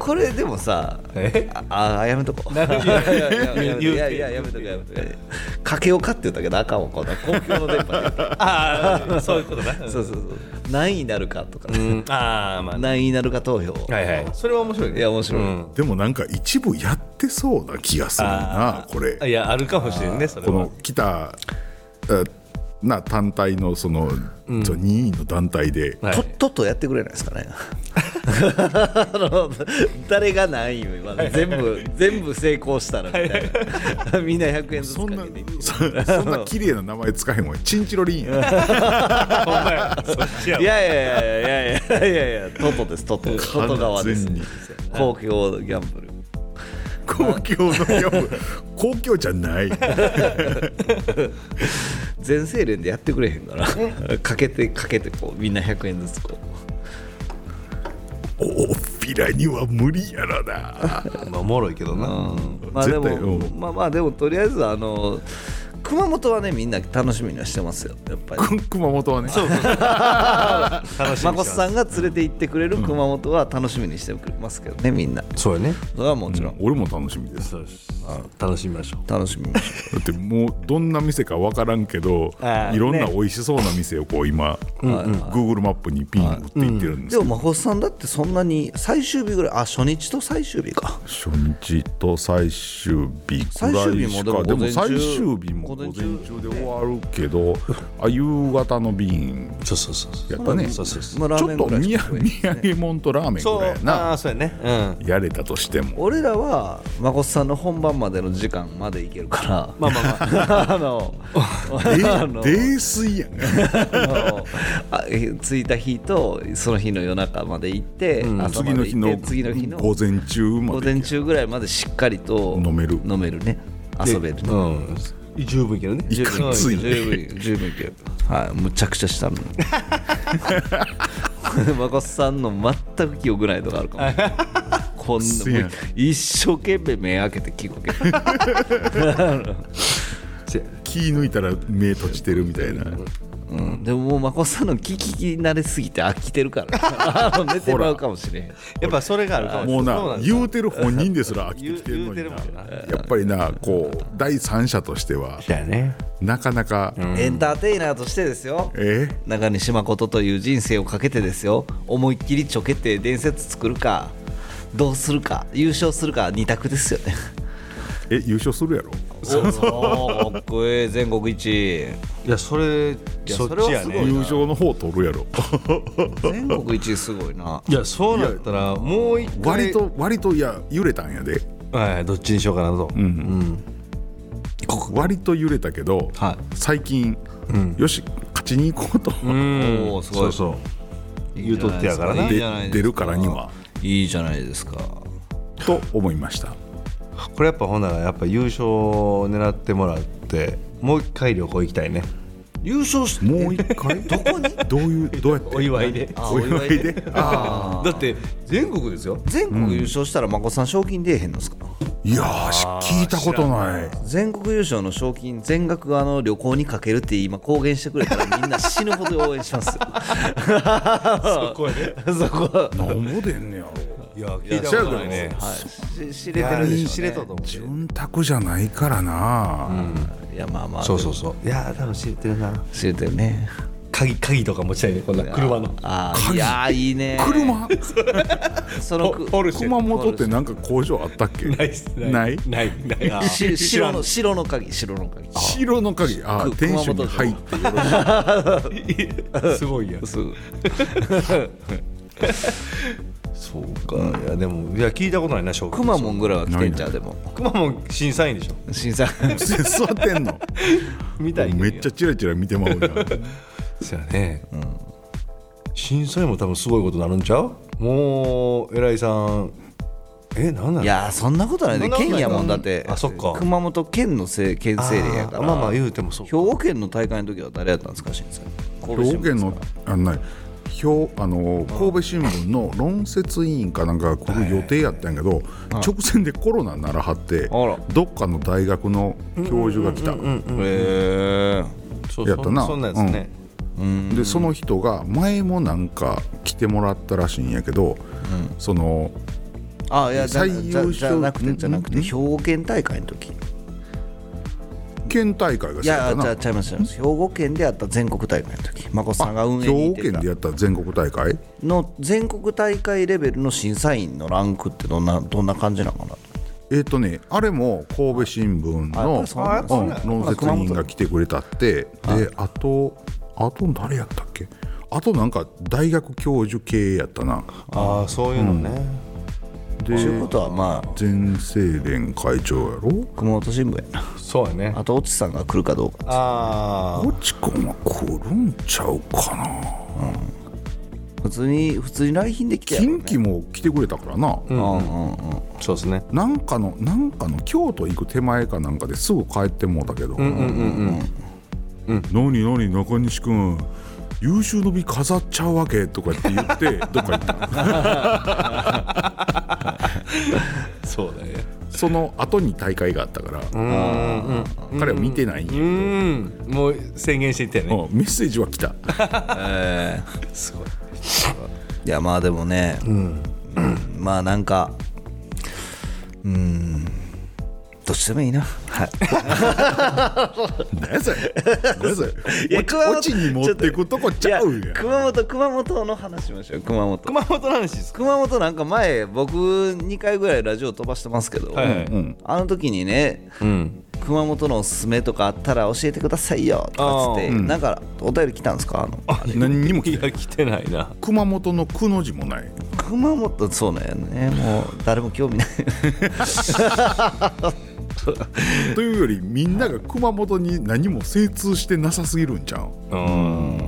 Speaker 4: これでもさ
Speaker 3: え
Speaker 4: ああやめとこういやいやいやいややめとこうやめとこうかけようかって言ったけどあかんわこんな公共の電波で
Speaker 3: ああ、そういうことな。
Speaker 4: そうそうそう何位になるかとか、
Speaker 3: うんああ、まあね。
Speaker 4: 何位になるか投票
Speaker 3: はいはい。
Speaker 5: それは面白いね
Speaker 4: いや面白い、
Speaker 3: うん
Speaker 1: でもなんか一部やってそうな気がするなこれ
Speaker 3: いや、あるかもしれんね、それ
Speaker 1: こ
Speaker 3: は
Speaker 1: の。来たえな単体のその,、その任意の団体で、
Speaker 3: はい
Speaker 4: ととっとやってくれないですかね <laughs> あの誰が何位を今全部全部成功したらみたいなみんな100円ずつ
Speaker 1: そんな
Speaker 4: かけていく
Speaker 1: そそんな綺麗な名前使えへんわチンチロリン
Speaker 3: <laughs>
Speaker 1: や
Speaker 3: ほんまやそっちやわ
Speaker 4: いやいやいやいやいやいやいやトトですトトトト側です
Speaker 1: 完全に
Speaker 4: 公共ギャンブル
Speaker 1: 公共の業務公共じゃない
Speaker 4: 全精錬でやってくれへんから <laughs> かけてかけてこうみんな100円ずつこ
Speaker 1: おおっぴらには無理やろな
Speaker 3: まあおもろいけど
Speaker 4: う、う
Speaker 3: な。
Speaker 4: ん、まあで
Speaker 1: 絶対う
Speaker 4: も
Speaker 1: ん
Speaker 4: まあまあでもとりあえずあの熊本はねみんな楽しみにはしてますよやっぱり
Speaker 1: く熊本はねそう
Speaker 3: 楽しみ
Speaker 4: ま
Speaker 3: に
Speaker 4: こ
Speaker 3: して
Speaker 4: さんが連れて行ってくれる熊本は楽しみにしてくれますけどねみんな
Speaker 3: そうやね。
Speaker 4: それはもちろん
Speaker 1: 俺も楽しみです
Speaker 3: そうです。楽しみましょう。
Speaker 4: 楽しみましょ
Speaker 1: だってもうどんな店か分からんけど
Speaker 3: あー
Speaker 1: いろんな美味しそうな店をこう今、Google マップにピン打っていってるんで
Speaker 4: う
Speaker 1: す
Speaker 4: で
Speaker 1: け
Speaker 4: もまこさんだってそんなに最終日ぐらいあ初日と最終日か
Speaker 1: ど、初日と最終日
Speaker 4: 最
Speaker 1: くら
Speaker 4: 終
Speaker 1: い
Speaker 4: 日
Speaker 1: し
Speaker 4: も
Speaker 1: かで
Speaker 4: でも午
Speaker 1: も
Speaker 4: 前中
Speaker 1: 最終日も午前中で終わるけどあ夕方の便
Speaker 3: そうそうそう。
Speaker 1: やったね
Speaker 3: そうそうそう。
Speaker 4: まあラ
Speaker 1: ち
Speaker 4: ー
Speaker 1: ょ
Speaker 4: メ
Speaker 1: っ
Speaker 4: ン
Speaker 1: と
Speaker 4: ぐらい
Speaker 1: 土
Speaker 4: しか食
Speaker 1: 産土
Speaker 4: えない
Speaker 1: 産物とラーメンぐらいや
Speaker 3: あ
Speaker 1: な
Speaker 3: あ、そうやね。うん。
Speaker 1: やれたとしても
Speaker 4: 俺らはまこさんの本番までの時間までいけるから
Speaker 3: まあまあまあ。
Speaker 4: <laughs> あの、
Speaker 1: え
Speaker 4: あの、
Speaker 1: 泥酔やん
Speaker 4: あのあえ着いた日とその日の夜中まで行って、朝
Speaker 1: 次
Speaker 4: ま
Speaker 1: の
Speaker 4: で
Speaker 1: 日
Speaker 4: 行っ
Speaker 1: の
Speaker 4: て次の日の
Speaker 1: 午前中ま
Speaker 4: 午
Speaker 1: で
Speaker 4: 前中ぐらいまでしっかりと
Speaker 1: 飲める
Speaker 4: 飲めるね遊べるね
Speaker 3: うん。十分いけるね。
Speaker 1: いかついね
Speaker 4: 十分十分いけるはいむちゃくちゃしたの <laughs> まこさんの全く記憶ないとかあるかもしれないこん
Speaker 1: すげ
Speaker 4: な
Speaker 1: え
Speaker 4: もう一生懸命目開けて聞くわけ
Speaker 1: 気抜いたら目閉じてるみたいな
Speaker 4: うん、でももうまこさんの聞き慣れすぎて飽きてるから
Speaker 1: <laughs>
Speaker 4: あの寝てまうかもしれん
Speaker 5: やっぱそれがあるかもしれ
Speaker 1: もう
Speaker 5: そう
Speaker 1: なん
Speaker 5: ですよ
Speaker 1: 言うてる本人ですら飽きてきてるのに
Speaker 5: 言う言うてるもんな
Speaker 1: なやっぱりなこう第三者としては
Speaker 3: だよね
Speaker 1: なかなか
Speaker 4: エンターテイナーとしてですよ
Speaker 1: え
Speaker 4: 中西誠という人生をかけてですよ思いっきりちょけて伝説作るかどうするか優勝するか二択ですよね
Speaker 1: え優勝するやろ
Speaker 4: そうそうかっこいい全国一位
Speaker 3: いやそれ
Speaker 4: や
Speaker 3: そっちや
Speaker 4: それはすごい
Speaker 1: 優
Speaker 3: ね
Speaker 1: 勝の方取るやろ
Speaker 4: 全国一位すごいない
Speaker 3: やそうなったらもう一回
Speaker 1: 割と割といや揺れたんやで
Speaker 3: はいどっちにしようかなと、
Speaker 1: 割と揺れたけど、
Speaker 4: は
Speaker 1: 最近、よし勝ちに行こうと、
Speaker 3: うん
Speaker 4: おーすごい
Speaker 3: そうそう言うとってやからない
Speaker 4: い
Speaker 1: で
Speaker 4: じゃないですか
Speaker 1: 出るからにはい
Speaker 4: いじゃないですか
Speaker 1: と思いました
Speaker 3: これやっぱほんならやっぱ優勝を狙ってもらってもう一回旅行行きたいね
Speaker 4: 優勝し
Speaker 1: もう一回どこにどういうどうやって
Speaker 3: 祝いで
Speaker 1: <laughs>
Speaker 4: あ
Speaker 1: お祝いで
Speaker 3: <laughs>
Speaker 4: あ
Speaker 3: だって全国ですよ
Speaker 4: ー全国優勝したらまこさん賞金出えへんのですか
Speaker 1: いやーし聞いたことない
Speaker 4: 全国優勝の賞金全額あの旅行にかけるって今公言してくれたらみんな死ぬほど応援し
Speaker 3: <laughs>
Speaker 4: ますよそこで <laughs> そこ
Speaker 1: なんぼでんねやろ
Speaker 3: いや聞いたことないね
Speaker 4: し知れてるでしょうね
Speaker 3: 知れたと思う
Speaker 1: 潤沢じゃないからな、
Speaker 4: いやまあまあ
Speaker 3: そうそうそういやー多分知れてるな
Speaker 4: 知れてるね
Speaker 3: 鍵鍵とか持ちたいねこんな車の
Speaker 4: ああいやーいいね
Speaker 3: <laughs>
Speaker 1: 車
Speaker 4: そのく
Speaker 3: ル
Speaker 1: 熊本ってなんか工場あったっけ
Speaker 3: ないっす
Speaker 1: ない
Speaker 3: ないない <laughs> ない
Speaker 4: し白の白の鍵白の鍵
Speaker 1: 白の鍵あー
Speaker 4: く
Speaker 1: 天
Speaker 4: 熊
Speaker 1: 守
Speaker 4: 本
Speaker 1: に
Speaker 4: で
Speaker 1: 入って
Speaker 3: すごいや
Speaker 4: すぐ
Speaker 3: そうかいやでもいや聞いたことないな証拠
Speaker 4: くまモンぐらいは来てんちゃうでも
Speaker 3: くまモン審査員でしょ
Speaker 4: 審査
Speaker 1: 座ってんの
Speaker 3: みたい
Speaker 1: めっちゃチラチラ見てまうじゃん
Speaker 3: そうやね、審査員も多分すごいことになるんちゃうもう偉いさんえなんないの
Speaker 4: やーそんなことない
Speaker 3: そ
Speaker 4: で
Speaker 3: んなことない
Speaker 4: 県やもんだって
Speaker 3: あそっか
Speaker 4: 熊本県のせい県
Speaker 3: あー
Speaker 4: 政令やから
Speaker 3: まあまあ言うてもそう
Speaker 4: 兵庫県の大会の時は誰やったんですか審査
Speaker 1: 兵庫県のあない表あの神戸新聞の論説委員かなんかが来る予定やったんやけど直前でコロナにならはって
Speaker 4: あら
Speaker 1: どっかの大学の教授が来た
Speaker 4: へえ
Speaker 3: そう
Speaker 1: やったな
Speaker 3: そんそんなんやつね、
Speaker 1: でその人が前もなんか来てもらったらしいんやけどその
Speaker 4: あいやじゃ
Speaker 1: 最優
Speaker 4: じゃ
Speaker 1: 秀
Speaker 4: じゃなくてじゃな
Speaker 1: ん
Speaker 4: くて
Speaker 1: ん
Speaker 4: 兵庫県大会の時
Speaker 1: 県大会がそ
Speaker 4: い
Speaker 1: う
Speaker 4: や
Speaker 1: やっ
Speaker 4: あじゃ
Speaker 1: た
Speaker 4: あ
Speaker 1: な
Speaker 4: ちゃいますちゃいます兵庫県でやった全国大会の時眞子さんが運営
Speaker 1: 兵
Speaker 4: に行
Speaker 1: 庫
Speaker 4: って
Speaker 1: 県
Speaker 4: た
Speaker 1: でやった全国大会
Speaker 4: の全国大会レベルの審査員のランクってどんなどんな感じなのかな
Speaker 1: えっ、とねあれも神戸新聞
Speaker 4: あや
Speaker 1: の
Speaker 4: っぱそうなんだ
Speaker 1: うん論説委員が来てくれたってであとあと誰やったっけあとなんか大学教授系やったな
Speaker 3: ああそういうのね、
Speaker 4: ということはまあ
Speaker 1: 全政連会長やろ
Speaker 4: 熊本新聞やな
Speaker 3: そうやね
Speaker 4: あと越智さんが来るかどうか
Speaker 3: あ
Speaker 1: 落ち込は来るんちゃうかな
Speaker 4: 普通に普通に来賓で来てやろう
Speaker 1: 近畿も来てくれたからな、
Speaker 4: うんうんうん
Speaker 3: あそうですね
Speaker 1: なんかのなんかの京都行く手前かなんかですぐ帰ってもうたけど、うんうんうんうん、何何中西君優秀の美飾っちゃうわけとかって言って <laughs> どっか行った
Speaker 3: そうだね
Speaker 1: その後に大会があったから彼は見てないんや
Speaker 3: うーんもう宣言していったよね
Speaker 1: うんメッセージは来 <laughs> た
Speaker 3: すごい
Speaker 4: いやまあでもね、うんまあなんかうんどっちでもいいなはい
Speaker 1: 何やそれ何やそれ
Speaker 4: いや
Speaker 1: 落ち
Speaker 4: 熊本
Speaker 1: 落ちに持ってくとこちゃうやん
Speaker 4: 熊本熊本の話しましょう熊本
Speaker 3: 熊本の話ですか
Speaker 4: 熊本なんか前僕2回ぐらいラジオ飛ばしてますけど、
Speaker 3: はいはい
Speaker 1: うん
Speaker 4: あの時にね
Speaker 3: うん
Speaker 4: 熊本のおすすめとかあったら教えてくださいよとかっつっ
Speaker 3: あ
Speaker 4: て、
Speaker 3: ー
Speaker 4: なんかお便り来たんですかあの
Speaker 1: 何にも
Speaker 3: い
Speaker 1: 来た
Speaker 3: や来てないな
Speaker 1: 熊本のくの字もない
Speaker 4: 熊本そうなんやねもう誰も興味ない
Speaker 3: <laughs>
Speaker 1: というよりみんなが熊本に何も精通してなさすぎるんちゃう
Speaker 3: うん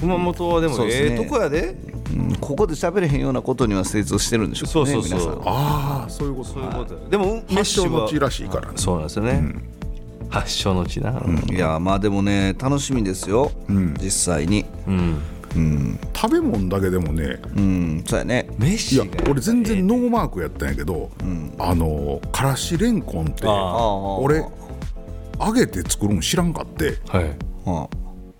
Speaker 3: 熊本はでも
Speaker 4: そうです
Speaker 3: え
Speaker 4: ね
Speaker 3: えとこやで
Speaker 4: うんここで喋れへんようなことには精通してるんでしょ
Speaker 3: そう
Speaker 4: ね
Speaker 3: そうそう
Speaker 4: 皆さん
Speaker 1: ああそういうこと
Speaker 3: そういうことやでもメッ
Speaker 1: 発
Speaker 3: シ
Speaker 1: 祥
Speaker 3: ュ
Speaker 1: の
Speaker 3: は
Speaker 1: 地らしいからね
Speaker 3: そうなんですよね、発祥の地なうん、
Speaker 4: いやまあでもね楽しみですよ、実際に
Speaker 3: うん
Speaker 4: うん
Speaker 1: 食べ物だけでもね
Speaker 4: うんそうやねメッ
Speaker 1: い
Speaker 4: シ
Speaker 1: や俺全然ノーマークやったんやけど、あのからしれんこんって
Speaker 3: あ
Speaker 1: 俺揚げて作るん知らんかって
Speaker 3: はい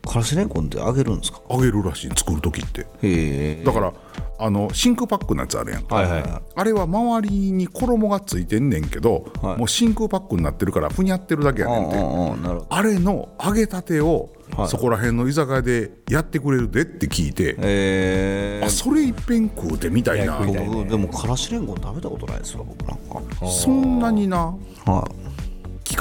Speaker 4: からしれんこんってあげるんですか
Speaker 1: 揚げるらしい作る時って
Speaker 4: へえ
Speaker 1: だからあの真空パックのやつあるやんか、
Speaker 3: はいは
Speaker 1: あれは周りに衣がついてんねんけど、
Speaker 4: はい
Speaker 1: もう真空パックになってるからふにゃってるだけや
Speaker 4: あああ
Speaker 1: ねんて
Speaker 4: あなるほど
Speaker 1: あれの揚げたてを
Speaker 4: はい
Speaker 1: そこら辺の居酒屋でやってくれるでって聞いて、
Speaker 4: ええ
Speaker 1: あそれいっぺん食うてみたいな
Speaker 3: 食いたい
Speaker 4: 僕でもからしれんこん食べたことないですわ僕なんか
Speaker 1: そんなにな
Speaker 4: は
Speaker 1: 効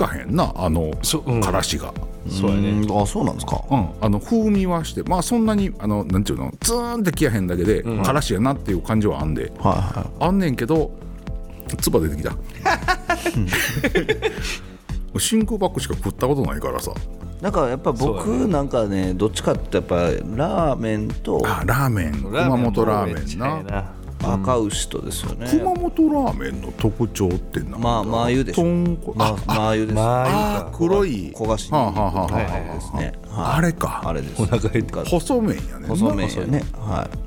Speaker 1: かへんなあの
Speaker 3: そうん
Speaker 1: からしが。
Speaker 4: いそうやねあそうなんですか
Speaker 1: うん、あの風味はしてまあそんなにあのなんていうのツーンってきやへんだけで、からしやなっていう感じはあんで、
Speaker 4: はいは
Speaker 1: あんねんけどつば出てきた真空パックしか食ったことないからさ
Speaker 4: いなんかやっぱ僕なんかねどっちかってやっぱラーメンと
Speaker 1: あラーメン
Speaker 5: ラーメ
Speaker 1: 熊
Speaker 5: ン
Speaker 1: 本ラ
Speaker 5: も
Speaker 1: ーメン
Speaker 5: 近
Speaker 1: ない
Speaker 5: な
Speaker 4: 赤牛とですよね
Speaker 1: 熊本ラーメンの特徴ってな
Speaker 4: まあ麻油でしょ
Speaker 1: 豚骨
Speaker 4: ま
Speaker 1: あ
Speaker 4: あ麻油です
Speaker 3: ま
Speaker 1: あー黒い
Speaker 4: 焦がし
Speaker 1: はあはあはあ
Speaker 4: はいはいはいですね
Speaker 1: あれか
Speaker 4: あれです
Speaker 3: お腹減って
Speaker 1: 細麺やねんな
Speaker 4: 細麺やねはい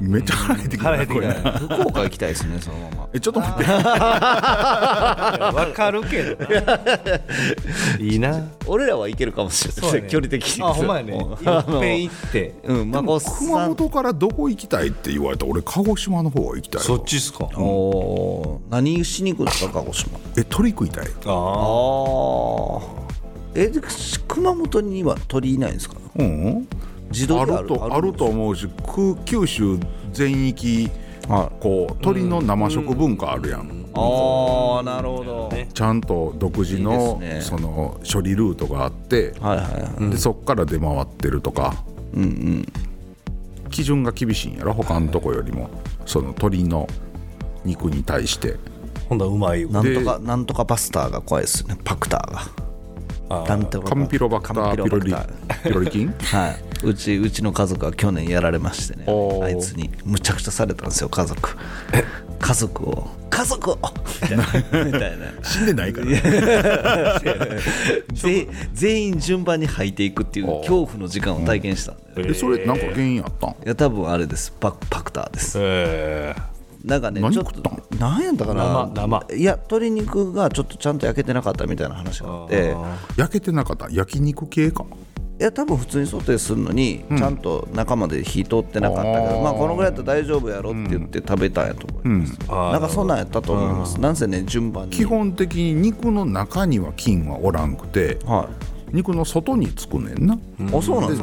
Speaker 1: めっちゃ腹減ってきた
Speaker 3: 腹
Speaker 1: な
Speaker 3: 減っ
Speaker 1: こ
Speaker 3: てき
Speaker 1: れ
Speaker 3: た
Speaker 1: な
Speaker 4: 福岡行きたいですねそのまま
Speaker 1: えちょっと待って
Speaker 5: わかるけどないいな
Speaker 4: <laughs> 俺らは行けるかもしれ
Speaker 5: そうやね
Speaker 4: 的
Speaker 5: あほんまやねい
Speaker 4: <laughs>
Speaker 5: っぺん行って
Speaker 4: うんまこ
Speaker 1: 熊
Speaker 4: さん
Speaker 1: 本からどこ行きたいって言われたら俺鹿児島の方が行きたいわ
Speaker 3: そっちっすか
Speaker 4: おー何しに行くんですか鹿児島
Speaker 1: え鳥食いたい
Speaker 3: あ
Speaker 4: ああえで熊本には鳥いないんですか
Speaker 1: うん
Speaker 4: 自動
Speaker 1: あ
Speaker 4: で
Speaker 1: るとあると思うしく九州全域
Speaker 4: は
Speaker 1: こう鳥の生食文化あるやん
Speaker 4: ああなるほど
Speaker 1: ちゃんと独自の
Speaker 4: いいです
Speaker 1: その処理ルートがあって
Speaker 4: はいはいはい
Speaker 1: でそっから出回ってるとか
Speaker 4: うんうん
Speaker 1: 基準が厳しいんやろ他のとこよりもその鳥の肉に対して
Speaker 3: あほんだらうまいよ
Speaker 4: なん
Speaker 1: で
Speaker 4: とかなんとかパスターが怖いですねパクター
Speaker 3: あ
Speaker 4: が
Speaker 3: ー
Speaker 4: なんとか
Speaker 1: カンピロバクタ
Speaker 4: カン
Speaker 1: ーピロリ
Speaker 4: バク
Speaker 1: ピロリ菌
Speaker 4: ターはいうちうちの家族は去年やられましてね
Speaker 1: おー
Speaker 4: あいつにむちゃくちゃされたんですよ家族家族を家族をみたいな
Speaker 1: 死んでないからね
Speaker 4: <laughs> ぜ全員順番に吐いていくっていう
Speaker 1: おー
Speaker 4: 恐怖の時間を体験したんで、い
Speaker 1: えそれなんか原因あったん
Speaker 4: や多分あれですパパクターです
Speaker 3: え
Speaker 4: なんかね
Speaker 1: 何
Speaker 4: ちょっ
Speaker 1: 食っ
Speaker 4: と
Speaker 1: た
Speaker 4: 何やったかな
Speaker 3: 生
Speaker 4: いや鶏肉がちょっとちゃんと焼けてなかったみたいな話があって
Speaker 1: 焼けてなかった焼肉系か
Speaker 4: いや多分普通にソテーするのに、ちゃんと中まで火通ってなかったけ
Speaker 1: あ
Speaker 4: ど
Speaker 1: ー
Speaker 4: まあこのぐらいだったら大丈夫やろって言って食べたんやと思います、
Speaker 3: あー
Speaker 4: なんかそんなんやったと思いますなんせね順番に
Speaker 1: 基本的に肉の中には菌はおらんくて
Speaker 4: は
Speaker 1: 肉の外につくねんな、
Speaker 4: い、あそうなんです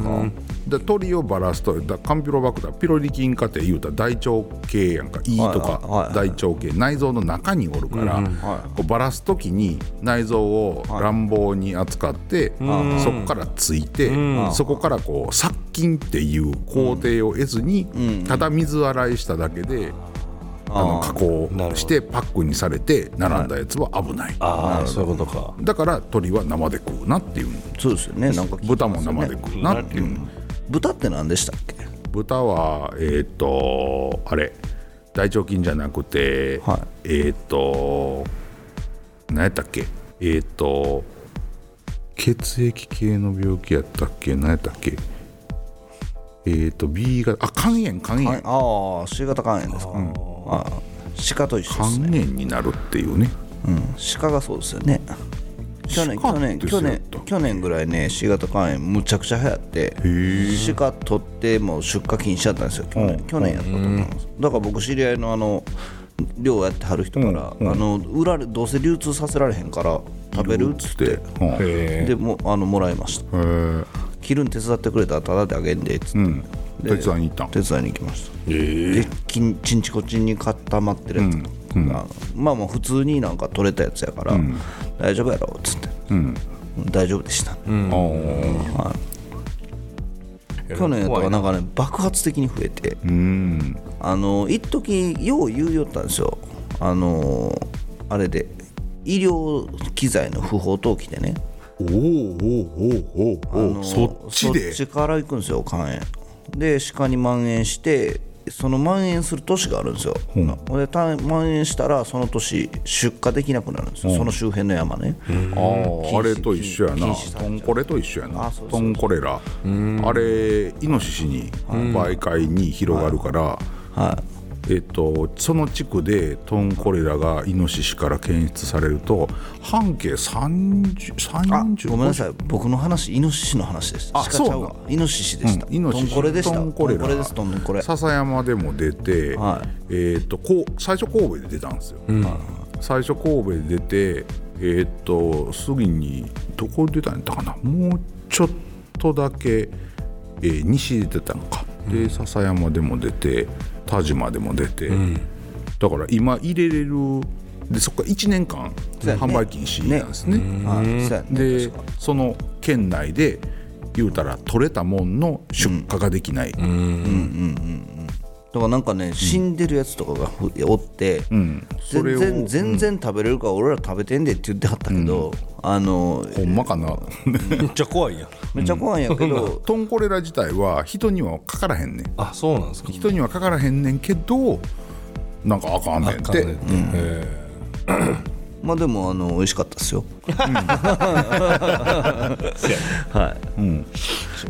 Speaker 1: で
Speaker 4: か、
Speaker 1: 鳥をばらすとだカンピロバクターピロリ菌化っていうたら大腸系やんか胃とか
Speaker 4: はいはいは
Speaker 1: 大腸系内臓の中におるから、
Speaker 4: は
Speaker 1: こうばらす時に内臓を乱暴に扱って、そこからついて、そこからこう殺菌っていう工程を得ずに、ただ水洗いしただけで、あの加工
Speaker 3: なるほど
Speaker 1: してパックにされて並んだやつは危ない。
Speaker 3: ああそういうことか
Speaker 1: だから鳥は生で食うなっていう
Speaker 4: そうですよねなんか聞き
Speaker 1: 豚
Speaker 4: ま
Speaker 1: も
Speaker 4: すよ
Speaker 1: 生
Speaker 4: ね
Speaker 1: で食うなっていう
Speaker 4: 豚って何でしたっけ
Speaker 1: 豚はえっ、とあれ大腸菌じゃなくて、
Speaker 4: は
Speaker 1: えっ、と何やったっけえっ、と血液系の病気やったっけ何やったっけえっ、と B があ肝炎肝炎、
Speaker 4: はい、ああ C 型肝炎ですか、あー鹿と一緒
Speaker 1: 肝
Speaker 4: ですね、
Speaker 1: 炎になるっていうね
Speaker 4: うん、鹿がそうですよね去年
Speaker 1: 鹿
Speaker 4: 去
Speaker 1: って
Speaker 4: 年去
Speaker 1: そうやっ
Speaker 4: 年
Speaker 1: た
Speaker 4: 去年ぐらいね C 型肝炎むちゃくちゃ流行って鹿取ってもう出荷禁止だったんですよ去年,、去年やったと思いますだから僕知り合いのあの漁やってはる人から、あの売られどうせ流通させられへんから食べるっつって
Speaker 1: で、うんへ
Speaker 3: え
Speaker 4: でもうあのもらいました
Speaker 1: え
Speaker 4: 切るん手伝ってくれたらただであげんでっつって、
Speaker 1: 手伝いに行ったん
Speaker 4: 手伝いに行きました
Speaker 3: ええ
Speaker 4: できんちんちこちんに固まってるやつが、まあもう普通になんか取れたやつやから、大丈夫やろっつって、大丈夫でした、去年とかなんかね爆発的に増えて、あの一時よう言うよったんですよあのあれで医療機材の不法投棄でね
Speaker 1: おおおおおおお
Speaker 4: あの
Speaker 1: そっちで
Speaker 4: そっちから行くんですよ肝炎で鹿に蔓延してその蔓延する年があるんですよ、
Speaker 1: う
Speaker 4: うんん、でた蔓延したらその年出荷できなくなるんですよ、その周辺の山ね、
Speaker 1: あーあれと一緒やなトンコレと一緒やな
Speaker 4: あそうそ
Speaker 1: ト
Speaker 4: う
Speaker 1: ンコレラあれイノシシに媒介に広がるから
Speaker 4: は
Speaker 1: えっと、その地区でトンコレラがイノシシから検出されると半径30
Speaker 4: い、あ
Speaker 1: 30
Speaker 4: ごめんなさい僕の話イノシシの話です
Speaker 1: あ
Speaker 4: 鹿ちゃ
Speaker 1: そう
Speaker 4: う
Speaker 1: な
Speaker 4: わイノシシでした、
Speaker 1: イノシシ
Speaker 4: トンコレでした
Speaker 1: トンコレラ
Speaker 4: トンですトンコレ
Speaker 1: 笹山でも出て、
Speaker 4: は
Speaker 1: えー、とこう最初神戸で出たんですよ、最初神戸で出てえーっ、と次にどこで出たんやったかなもうちょっとだけ、えー西で出たのかで笹山でも出て田島でも出て、だから今入れれるでそこから1年間
Speaker 4: そうやね
Speaker 1: 販売禁止なんですね
Speaker 4: はいそうやね
Speaker 1: で
Speaker 4: 確か
Speaker 1: その県内で言うたら取れたもんの出荷ができない、
Speaker 4: だからなんかね、死んでるやつとかがふおって、
Speaker 1: そ
Speaker 4: 全
Speaker 1: れを
Speaker 4: 然全然食べれるから俺ら食べてんでって言ってはったけど、あの
Speaker 1: ほんまかな <laughs>
Speaker 5: めっちゃ怖いやん
Speaker 4: めっちゃ怖いんやけど、
Speaker 1: トンコレラ自体は人にはかからへんねん
Speaker 3: あそうなんですか
Speaker 1: 人にはかからへんねんけどなんかあかんねんって
Speaker 3: あかんねんってえ
Speaker 4: まあでもあの美味しかったですよ。はい。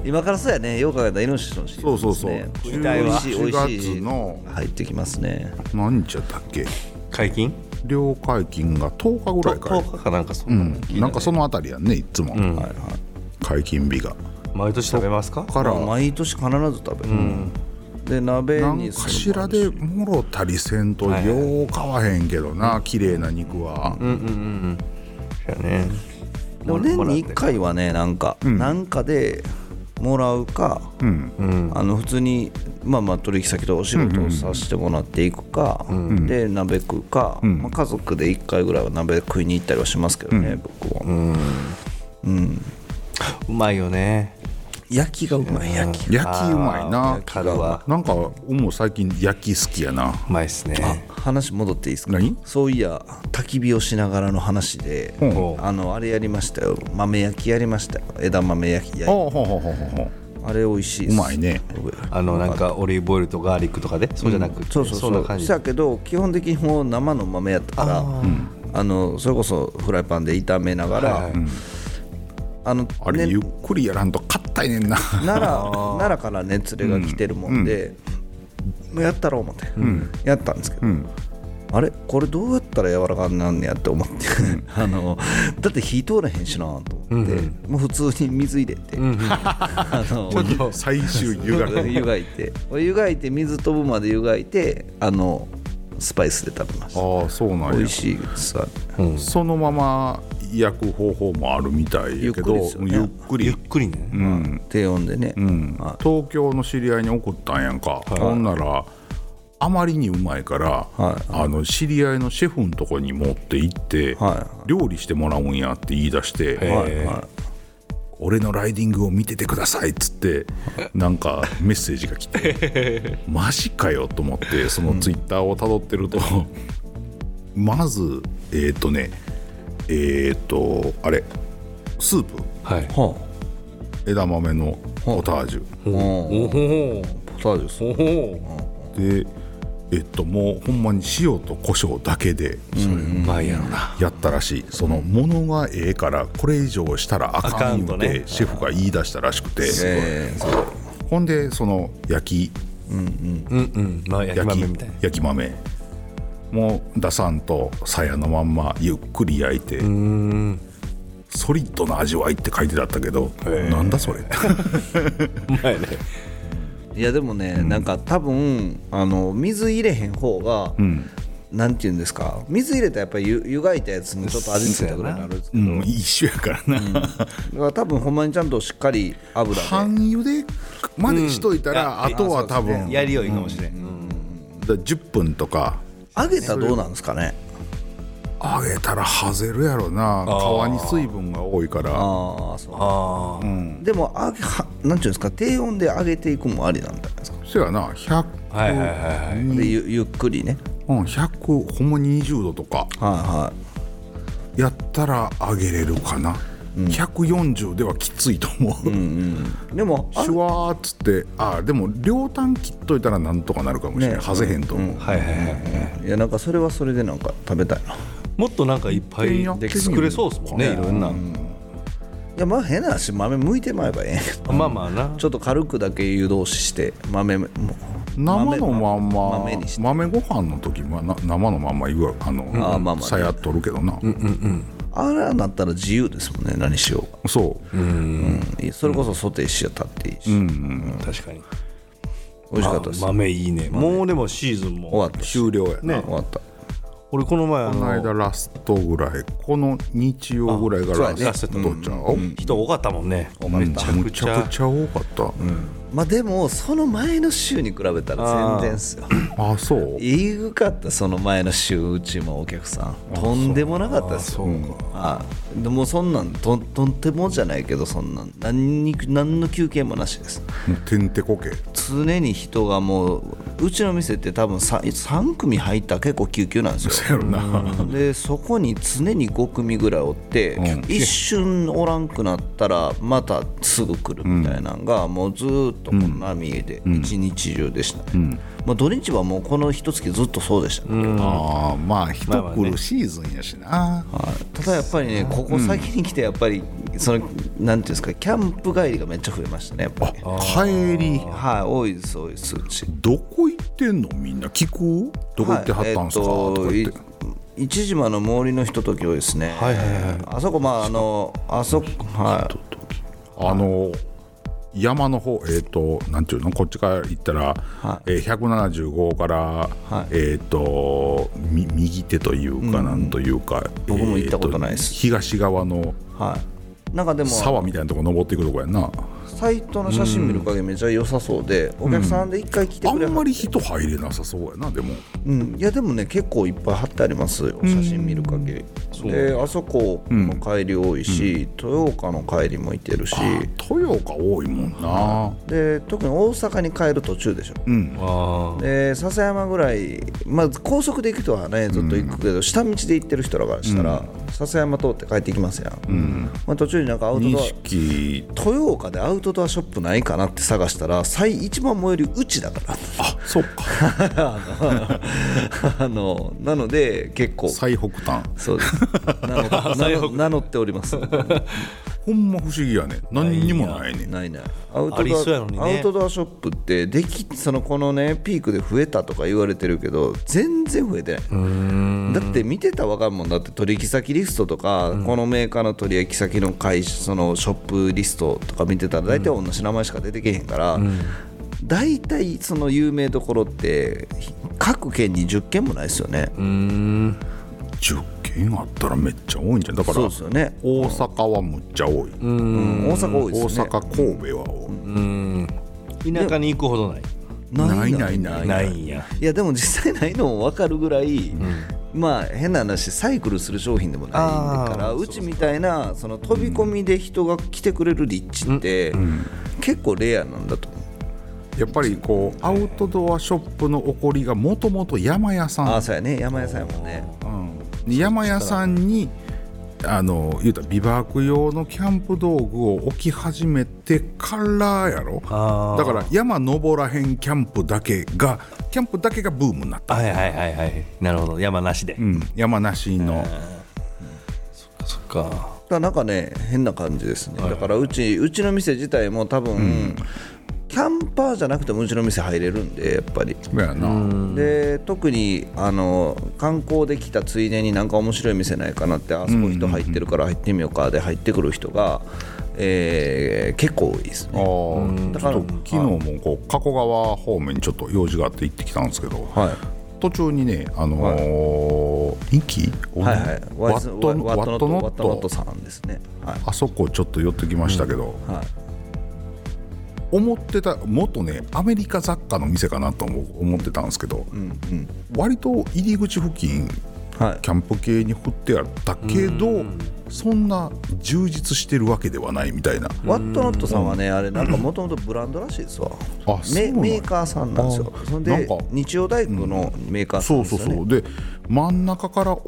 Speaker 4: 今からそうやね。よう考えたらイノシシのシーズン
Speaker 1: そうそうそう
Speaker 4: ですね
Speaker 1: 10
Speaker 4: 美味しい美味し
Speaker 1: 10月
Speaker 4: い
Speaker 1: の
Speaker 4: 入ってきますね。
Speaker 1: 何日やったっけ
Speaker 3: 解禁
Speaker 1: 領解禁が10日ぐらいから
Speaker 3: 10日かなんかそんなの聞いたね
Speaker 1: なんかそのあたりやんねいつも、
Speaker 4: はいはい。
Speaker 1: 解禁日が
Speaker 3: 毎年食べますか
Speaker 1: から
Speaker 4: 毎年必ず食べる。で鍋
Speaker 1: 何
Speaker 4: に
Speaker 1: か
Speaker 4: す
Speaker 1: し
Speaker 4: る
Speaker 1: らでもろたりせんとよう買わへんけどな綺麗な肉は、
Speaker 3: やね
Speaker 4: でも年に1回はねなんか、なんかでもらうか、あの普通に、まあ、まあ取引先とお仕事をさせてもらっていくか、で鍋食うか、まあ、家族で1回ぐらいは鍋食いに行ったりはしますけどね、僕は、
Speaker 3: うまいよね
Speaker 4: 焼きがうまい焼き、
Speaker 1: 焼きうまいな
Speaker 3: カルは
Speaker 1: なんかもう最近焼き好きやな
Speaker 3: うまいっすね
Speaker 4: 話戻っていいですか
Speaker 1: 何
Speaker 4: そういや焚き火をしながらの話で、
Speaker 3: ほう
Speaker 4: あのあれやりましたよ豆焼きやりましたよ枝豆焼き
Speaker 1: あ
Speaker 4: 焼き
Speaker 1: ほうほうほうほうほう
Speaker 4: あれ美味しいっす
Speaker 1: うまいね
Speaker 3: あのなんかオリーブオイルとガーリックとかでそうじゃなくて
Speaker 4: そうそうそ
Speaker 3: んな
Speaker 4: う
Speaker 3: 感じ
Speaker 4: そやけど基本的にもう生の豆やったからあ、のそれこそフライパンで炒めながら、あの
Speaker 1: あれ、
Speaker 4: ね
Speaker 1: ゆっくりやらんと硬いね
Speaker 4: <laughs>
Speaker 1: んな
Speaker 4: 奈良奈良からね連れが来てるもんで、もうやったろう思って、やったんですけど、あれこれどうやったら柔らかになんねやって思って <laughs> あのだって火通らへんしなと思って、もう普通に水入れて、 <laughs> あの
Speaker 1: 最終湯
Speaker 4: <laughs>
Speaker 1: が
Speaker 4: 湯がいて湯がいて水飛ぶまで湯がいてあのスパイスで食べました
Speaker 1: ああそうなん
Speaker 4: 美
Speaker 1: や
Speaker 4: 味しいです
Speaker 1: そのまま焼く方法もあるみたいやけど
Speaker 4: ゆっくりですよね
Speaker 1: ゆっくり
Speaker 3: ゆっくりね
Speaker 4: 低温でね、は
Speaker 1: 東京の知り合いに送ったんやんか、ほんならあまりにうまいから、
Speaker 4: はい
Speaker 1: あの知り合いのシェフのとこに持って行って、
Speaker 4: は
Speaker 1: 料理してもらうんやって言い出して、
Speaker 4: いはいは
Speaker 1: 俺のライディングを見ててくださいっつってなんかメッセージが来て
Speaker 4: <laughs>
Speaker 1: マジかよと思ってそのツイッターをたどってるとまずえっ、とねえっ、とあれスープ
Speaker 3: はい
Speaker 4: いは
Speaker 1: 枝豆のポタージ
Speaker 4: あうん
Speaker 3: おお
Speaker 4: ポタージュっす
Speaker 3: おお
Speaker 1: ュでえっともうほんまに塩と胡椒だけで
Speaker 3: それうまいやろな
Speaker 1: やったらしいそのものがええからこれ以上したらあ
Speaker 3: あ
Speaker 1: か
Speaker 3: か
Speaker 1: ん言
Speaker 3: んと
Speaker 1: う
Speaker 3: ね
Speaker 1: てシェフが言い出したらしくて
Speaker 4: えー
Speaker 1: ほんでその焼き
Speaker 3: うんうんまあ焼き
Speaker 1: 焼き
Speaker 3: 豆みたいな
Speaker 1: 焼き豆もう出さんとさやのまんまゆっくり焼いてソリッドな味わいって書いてあったけどなんだそれ
Speaker 3: うまいね
Speaker 4: いやでもね、なんか多分あの水入れへん方が、なんて言うんですか水入れたらやっぱり湯湯がいたやつにちょっと味付いたぐらいになるんですけ
Speaker 1: う
Speaker 4: ど、
Speaker 1: ん一緒やからな、
Speaker 4: だから多分ほんまにちゃんとしっかり油で
Speaker 1: 半湯でまでしといたら、あとは多分、
Speaker 5: やりよいかもしれん
Speaker 1: だ10分とか
Speaker 4: 揚げたらどうなんですかね
Speaker 1: 揚げたらはぜるやろな皮に水分が多いから
Speaker 4: ああそう
Speaker 3: ああ
Speaker 4: でも揚げはなんていうんですか低温で揚げていくもありなんじゃないですか
Speaker 1: そやな100、
Speaker 3: はいはいはいはい
Speaker 4: でゆゆっくりね
Speaker 1: うん、100ほんま20度とか
Speaker 4: はいは
Speaker 1: やったら揚げれるかな140ではきついと思う、
Speaker 4: でも
Speaker 1: <laughs>
Speaker 4: あ
Speaker 1: シュワーっつってああでも両端切っといたらなんとかなるかもしれない、
Speaker 4: ね
Speaker 1: 外せへんと思う、
Speaker 3: はいはいはいはい
Speaker 4: いやなんかそれはそれでなんか食べたいな
Speaker 3: もっとなんかいっぱい
Speaker 1: でき
Speaker 3: 作れそうですもんねいろんな、
Speaker 4: いやまあ変な話豆剥いてまえばええんやけど
Speaker 3: まあまあな
Speaker 4: ちょっと軽くだけ湯通しして豆も
Speaker 1: 生のまんま
Speaker 4: 豆
Speaker 1: 豆
Speaker 4: にして
Speaker 1: ご飯の時はな生のまんまいくわあの、
Speaker 4: ああまあまあ
Speaker 1: さやっとるけどな、
Speaker 4: あれなったら自由ですもんね何しよう
Speaker 1: そう、
Speaker 4: が、うんそれこそソテーしちゃったっていいし、
Speaker 3: 確かに
Speaker 4: 美味しかったです、
Speaker 3: あ豆いいねもうでもシーズンも
Speaker 4: 終わったし
Speaker 1: 終了やな、
Speaker 4: 終わった
Speaker 3: 俺この前あ
Speaker 1: この間
Speaker 3: の
Speaker 1: ラストぐらいこの日曜ぐらいがラストちゃう、
Speaker 3: 人多かったもんね
Speaker 4: かった
Speaker 3: めちゃく
Speaker 1: む
Speaker 3: ち
Speaker 1: ちゃ
Speaker 3: ゃ
Speaker 1: くちゃ多かった、
Speaker 4: まあでもその前の週に比べたら全然っすよ <laughs>
Speaker 1: あそう
Speaker 4: えぐかったその前の週うちもお客さんとんでもなかったですよああでもそんなんととんでもじゃないけどそんなん何に何の休憩もなしです
Speaker 1: もうてんてこけ
Speaker 4: 常に人がもううちの店って多分 3, 3組入ったら結構救急なんですよ
Speaker 1: やろな、
Speaker 4: でそこに常に5組ぐらいおって、
Speaker 1: うん
Speaker 4: 一瞬おらんくなったらまたすぐ来るみたいなのが、もうずーっとこの波で一日中でしたね、まあ、土日はもうこの一月ずっとそうでしたね、
Speaker 1: ああまあ人
Speaker 3: まあまあ
Speaker 1: 来るシーズンやしな、
Speaker 4: ただやっぱりねここ先に来てやっぱりそのなんていうんですかキャンプ帰りがめっちゃ増えましたねやっぱり
Speaker 1: 帰り
Speaker 4: はい多いです多いですうち
Speaker 1: どこ行ってんのみんな聞くどこ行ってはったんすか、とか
Speaker 4: はいえ
Speaker 1: 言
Speaker 4: っ
Speaker 1: っ
Speaker 4: と
Speaker 1: て
Speaker 4: い一島の森のひととき多いですね、
Speaker 3: はいはいはい
Speaker 4: あそこまああのあそこはい
Speaker 1: あの山の方えっ、となんていうのこっちから行ったら、えー、175から、えっ、とみ右手というかなんというか、
Speaker 4: 僕も行ったことないです
Speaker 1: えー東側の
Speaker 4: はい、なんかでも
Speaker 1: 沢みたいなとこ登っていくとこやな
Speaker 4: サイトの写真見る限りめちゃ良さそうで、お客さんで一回来て
Speaker 1: あ
Speaker 4: くれは
Speaker 1: んまり人入れなさそうやなでも
Speaker 4: うん、いやでもね結構いっぱい貼ってありますよ写真見る限り、であそこの帰り多いし、豊岡の帰りもいてるし、
Speaker 1: 豊岡多いもんな
Speaker 4: で特に大阪に帰る途中でしょ、
Speaker 3: あ
Speaker 4: で笹山ぐらい、まあ、高速で行くとはねずっと行くけど、下道で行ってる人らからしたら、笹山通って帰ってきますやん、まあ、途中になんかアウトドア
Speaker 1: 錦
Speaker 4: 豊岡でアウトドアショップないかなって探したら最一番最寄りうちだから <laughs>
Speaker 1: あそっ <laughs> か
Speaker 4: あのなので結構
Speaker 1: 最北端
Speaker 4: そうですなの名乗名乗っております
Speaker 1: ほんま不思議やね何にもないね
Speaker 4: ないないアウト
Speaker 3: ありそうや
Speaker 4: ド
Speaker 3: の
Speaker 4: ア、
Speaker 3: にね
Speaker 4: アウトドアショップってできそのこのねピークで増えたとか言われてるけど全然増えてないだって見てたらわかるもんだって取引先リストとか、このメーカーの取引先の会社そのショップリストとか見てたら大体同じ名前しか出てけへんから、大体その有名どころって各県に10件もないですよね、
Speaker 1: 10件あったらめっちゃ多いんじゃんだから
Speaker 4: そうですよね
Speaker 1: 大阪はむっちゃ多い、
Speaker 4: うん大阪多い
Speaker 1: 大
Speaker 4: ですね
Speaker 1: 阪神戸は多い、
Speaker 3: あ田舎に行くほどない
Speaker 1: ないないない
Speaker 3: ないんや
Speaker 4: いやでも実際ないのも分かるぐらい、まあ変な話サイクルする商品でもないんだからうちみたいなその飛び込みで人が来てくれる立地って、結構レアなんだと思う、
Speaker 1: やっぱりこうアウトドアショップの起こりがもともと山屋さん
Speaker 4: ああそうやね山屋さんやもんね
Speaker 1: で山屋さんにあの言うたらビバーク用のキャンプ道具を置き始めてからやろ
Speaker 3: あー
Speaker 1: だから山登らへんキャンプだけがキャンプだけがブームになった、
Speaker 3: はいはいはいはいなるほど山なしで、
Speaker 1: うん、山梨の
Speaker 3: そっか
Speaker 4: だからなんかね変な感じですね、だからうちうちの店自体も多分、キャンパーじゃなくてもうちの店入れるんでやっぱり
Speaker 1: そうやな、
Speaker 4: で特にあの観光で来たついでになんか面白い店ないかなってあそこ人入ってるから入ってみようかで入ってくる人が、えー結構多いです
Speaker 1: あ
Speaker 4: ね
Speaker 1: ー
Speaker 4: だ
Speaker 1: ちょ
Speaker 4: か
Speaker 1: っ
Speaker 4: ら
Speaker 1: と昨日もこう加古川方面にちょっと用事があって行ってきたんですけど、
Speaker 4: はい
Speaker 1: 途中にねあのー人気、
Speaker 4: はいはいワ
Speaker 1: ワ
Speaker 4: イズ
Speaker 1: ットの
Speaker 4: ワ
Speaker 1: ワ
Speaker 4: ワッ
Speaker 1: ッ
Speaker 4: ト
Speaker 1: ト
Speaker 4: ノ
Speaker 1: ノ
Speaker 4: ッ
Speaker 1: ッ
Speaker 4: トワットノッ
Speaker 1: ト
Speaker 4: トさんですねはい
Speaker 1: あそこちょっと寄ってきましたけど、
Speaker 4: はい
Speaker 1: 思ってた元ねアメリカ雑貨の店かなと思う思ってたんですけど、割と入り口付近
Speaker 4: はい
Speaker 1: キャンプ系に振ってあったけど、そんな充実してるわけではないみたいな、
Speaker 4: ワットノットさんはね、あれ、なんかもともとブランドらしいですわ、
Speaker 1: あそう
Speaker 4: メ
Speaker 1: なんや
Speaker 4: メーカーさんなんですよ、
Speaker 1: あ
Speaker 4: そん
Speaker 1: なん
Speaker 4: で
Speaker 1: か、
Speaker 4: 日曜大工のメーカーさん
Speaker 1: そう
Speaker 4: です
Speaker 1: そう
Speaker 4: よ
Speaker 1: そ
Speaker 4: ね
Speaker 1: う、で真ん中から奥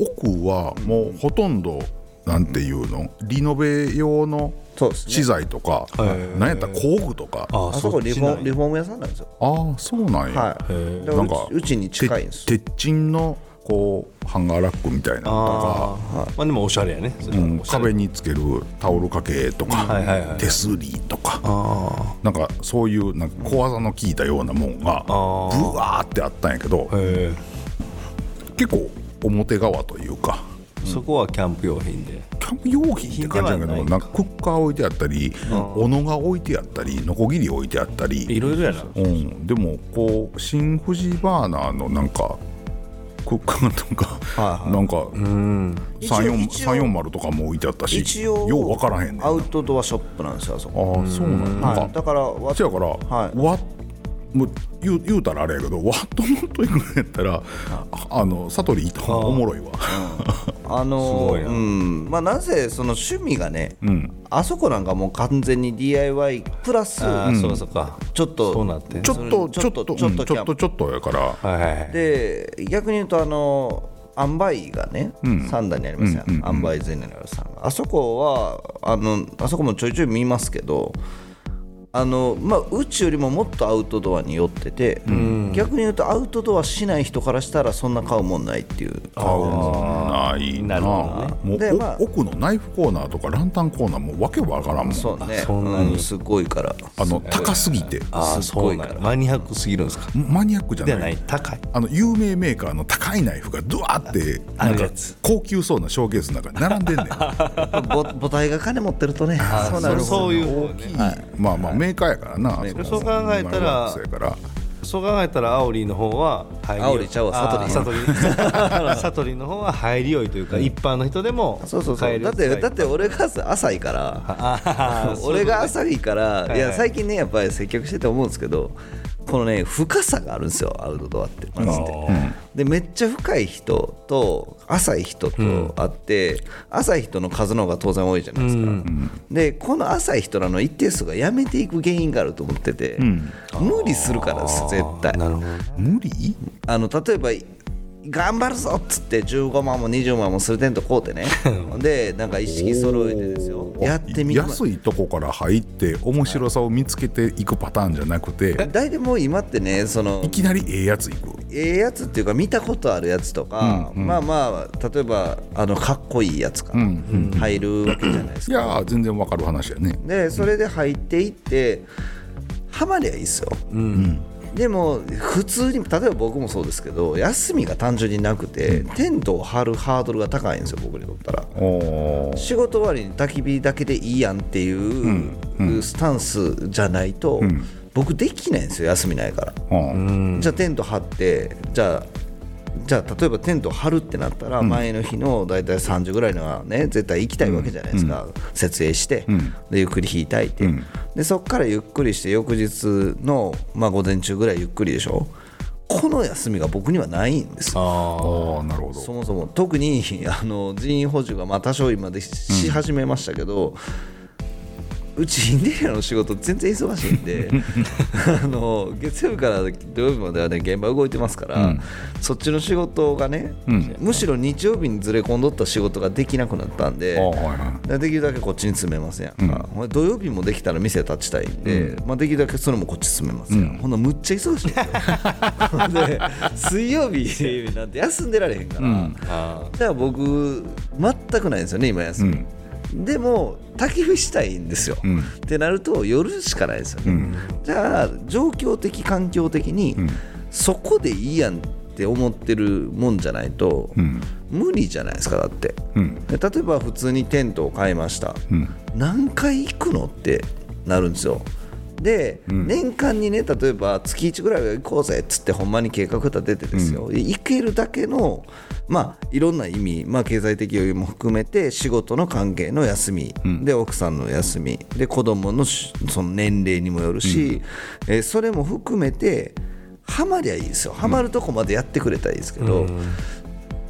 Speaker 1: はもうほとんどなんていうのリノベ用の
Speaker 4: そうですね
Speaker 1: 資材とか、
Speaker 3: はい
Speaker 1: なんやったら工具とかあ
Speaker 3: あ
Speaker 4: あそこリフォームリ
Speaker 3: ム
Speaker 4: フォーム屋さんなんですよ
Speaker 1: あーそうなんや、
Speaker 4: はい
Speaker 3: へえ
Speaker 4: だから
Speaker 1: なん
Speaker 4: う
Speaker 1: か
Speaker 4: ちうちに近いんです
Speaker 1: て鉄鎮のこうハンガーラックみたいなのとか
Speaker 3: ああ、まあでもおしゃれやね。それは
Speaker 1: うん
Speaker 3: おしゃれ
Speaker 1: 壁につけるタオル掛けとか、
Speaker 3: はいはいはい
Speaker 1: 手すりとか
Speaker 3: あ
Speaker 1: なんかそういうなんか小技の効いたようなもんが
Speaker 3: ー
Speaker 1: ぶわーってあったんやけど
Speaker 3: あ、へえ。
Speaker 1: 結構表側というか
Speaker 3: そこはキャンプ用品で。
Speaker 1: キャンプ用品って感じやけど
Speaker 3: 品では
Speaker 1: な
Speaker 3: ない
Speaker 1: ん
Speaker 3: か
Speaker 1: かクッカー置いてあったり斧が置いてあったりノコギリ置いてあった
Speaker 3: い
Speaker 1: り、
Speaker 3: ろいろやな。
Speaker 1: うん、でもこう新富士バーナーのなんかクッカーとか、なんか
Speaker 3: うん。
Speaker 1: 340
Speaker 4: 一応
Speaker 1: 340とかも置いてあったし
Speaker 4: 一応
Speaker 1: よう分からへんねんな
Speaker 4: アウトドアショップなんですよあそこ
Speaker 1: ああそうなんだ
Speaker 4: はいだからわ
Speaker 1: せやから、
Speaker 4: はい
Speaker 1: わもう言う言うたらあれやけどワットモント行くんやったらああの悟り行った方がおもろいわ
Speaker 4: あの
Speaker 3: すごいな
Speaker 4: うんまあなぜその趣味がね、
Speaker 1: うん
Speaker 4: あそこなんかもう完全に DIY プラス
Speaker 3: ああ、そうかそうか。
Speaker 4: ちょっと
Speaker 3: そうなってんね
Speaker 1: ちょ
Speaker 4: そ
Speaker 1: っ
Speaker 4: れ
Speaker 1: と
Speaker 4: に
Speaker 1: ちょっと
Speaker 4: ちょっ
Speaker 1: うん
Speaker 4: と
Speaker 1: ち
Speaker 4: キ
Speaker 1: ょ
Speaker 4: ャ
Speaker 1: っ
Speaker 4: ンプ
Speaker 1: とちょっとやから
Speaker 3: はいはいはい。
Speaker 4: で逆に言うとあのアンバイがね、三段にありますよ、アンバイゼネラルさんがあそこはあのあそこもちょいちょい見ますけどあのまあ、うちよりももっとアウトドアに寄ってて、逆に言うとアウトドアしない人からしたらそんな買うもんないっていう
Speaker 1: ないな
Speaker 3: なるほどね
Speaker 1: もう
Speaker 4: で
Speaker 1: お
Speaker 4: まあ
Speaker 1: 奥のナイフコーナーとかランタンコーナーもわけわからんもん
Speaker 4: そうね
Speaker 3: あそんなに
Speaker 4: うんすごいから
Speaker 1: あの高すぎて
Speaker 3: ああ、
Speaker 4: すっ
Speaker 3: そ
Speaker 4: ご
Speaker 3: う
Speaker 4: い
Speaker 3: な
Speaker 4: か
Speaker 3: んや
Speaker 4: ら
Speaker 3: マニアックすぎるんですか。
Speaker 1: マニアックじゃ
Speaker 3: で
Speaker 1: な
Speaker 3: はいない。高い。
Speaker 1: あの有名メーカーの高いナイフがドワーって
Speaker 3: あ
Speaker 1: なん
Speaker 3: ある
Speaker 1: か
Speaker 3: やつ
Speaker 1: 高級そうなショーケースの中に並んでんねん
Speaker 4: ぼ母体が金持ってるとねそうなるんですよ
Speaker 3: そういう方ね。
Speaker 1: まあまあメーカーやからな
Speaker 4: メーカー
Speaker 1: こ
Speaker 3: そう考えたら
Speaker 1: マイワークスやから
Speaker 3: そう考えたらアオリの方は入り
Speaker 4: アオリちゃうわ
Speaker 3: あーサ
Speaker 4: サ
Speaker 3: トリ
Speaker 4: <laughs>
Speaker 3: サトリの方は入りよいというか一般の人でも
Speaker 4: <laughs> そうそうそ
Speaker 3: 買え
Speaker 4: う
Speaker 3: る
Speaker 4: だってだって俺が浅いから
Speaker 3: あー
Speaker 4: 俺が浅いから、
Speaker 3: はい
Speaker 4: い
Speaker 3: は
Speaker 4: や
Speaker 3: い
Speaker 4: 最近ねやっぱり接客してて思うんですけどこのね深さがあるんですよアウトドアってマジで。でめっちゃ深い人と浅い人とあって、浅い人の数の方が当然多いじゃないですか、でこの浅い人らの一定数がやめていく原因があると思ってて、無理するからです絶対
Speaker 3: なるほど
Speaker 1: 無理
Speaker 4: あの例えば頑張るぞっつって15万も20万もするテント買
Speaker 1: <laughs>
Speaker 4: うてねでなんか一式揃えてですよやってみて
Speaker 1: 安いとこから入って面白さを見つけていくパターンじゃなくて
Speaker 4: 大体もう今ってねその
Speaker 1: いきなりええやついく
Speaker 4: ええやつっていうか見たことあるやつとか、まあまあ例えばあのかっこいいやつから入るわけじゃないです
Speaker 1: い
Speaker 4: か、
Speaker 1: やー全然わかる話やね
Speaker 4: でそれで入っていってハマりゃいいですよ、でも普通に例えば僕もそうですけど休みが単純になくてテントを張るハードルが高いんですよ僕にとったら
Speaker 1: お
Speaker 4: 仕事終わりに焚き火だけでいいやんっていうスタンスじゃないと、僕できないんですよ休みないから。じゃあテント張ってじゃあじゃあ例えばテント張るってなったら前の日の大体3時ぐらいにはね絶対行きたいわけじゃないですか、設営して、でゆっくり引いたいて、でそこからゆっくりして翌日の、まあ、午前中ぐらいゆっくりでしょこの休みが僕にはないんですよ
Speaker 1: あーなるほ
Speaker 4: そ
Speaker 1: ど
Speaker 4: もそも特に <laughs> あの人員補充がまあ多少今でしし始めましたけど、うちインテリアの仕事全然忙しいん
Speaker 1: <laughs>
Speaker 4: であの月曜日から土曜日まではね現場動いてますから、そっちの仕事がね、むしろ日曜日にずれ込んどった仕事ができなくなったんで。
Speaker 1: あーはいはい
Speaker 4: でできるだけこっちに詰めますやんか、ほんで土曜日もできたら店立ちたいんで、まあ、できるだけそれもこっち詰めますやん、ほんならむっちゃ忙しいんですよほ <laughs> んで水曜日なんて休んでられへんから、じゃあ僕全くないんですよね今休み、でも焚き火したいんですよ、ってなると夜しかないですよね、じゃあ状況的環境的に、そこでいいやんって思ってるもんじゃないと、無理じゃないですかだって、
Speaker 1: うん
Speaker 4: で例えば普通にテントを買いました、何回行くのってなるんですよで、年間にね例えば月1ぐらいは行こうぜっつってほんまに計画立ててですよ、行けるだけのまあいろんな意味、まあ、経済的余裕も含めて仕事の関係の休み、で奥さんの休みで子供のしその年齢にもよるし、えーそれも含めてハマりゃいいですよハマるとこまでやってくれたらいいですけど、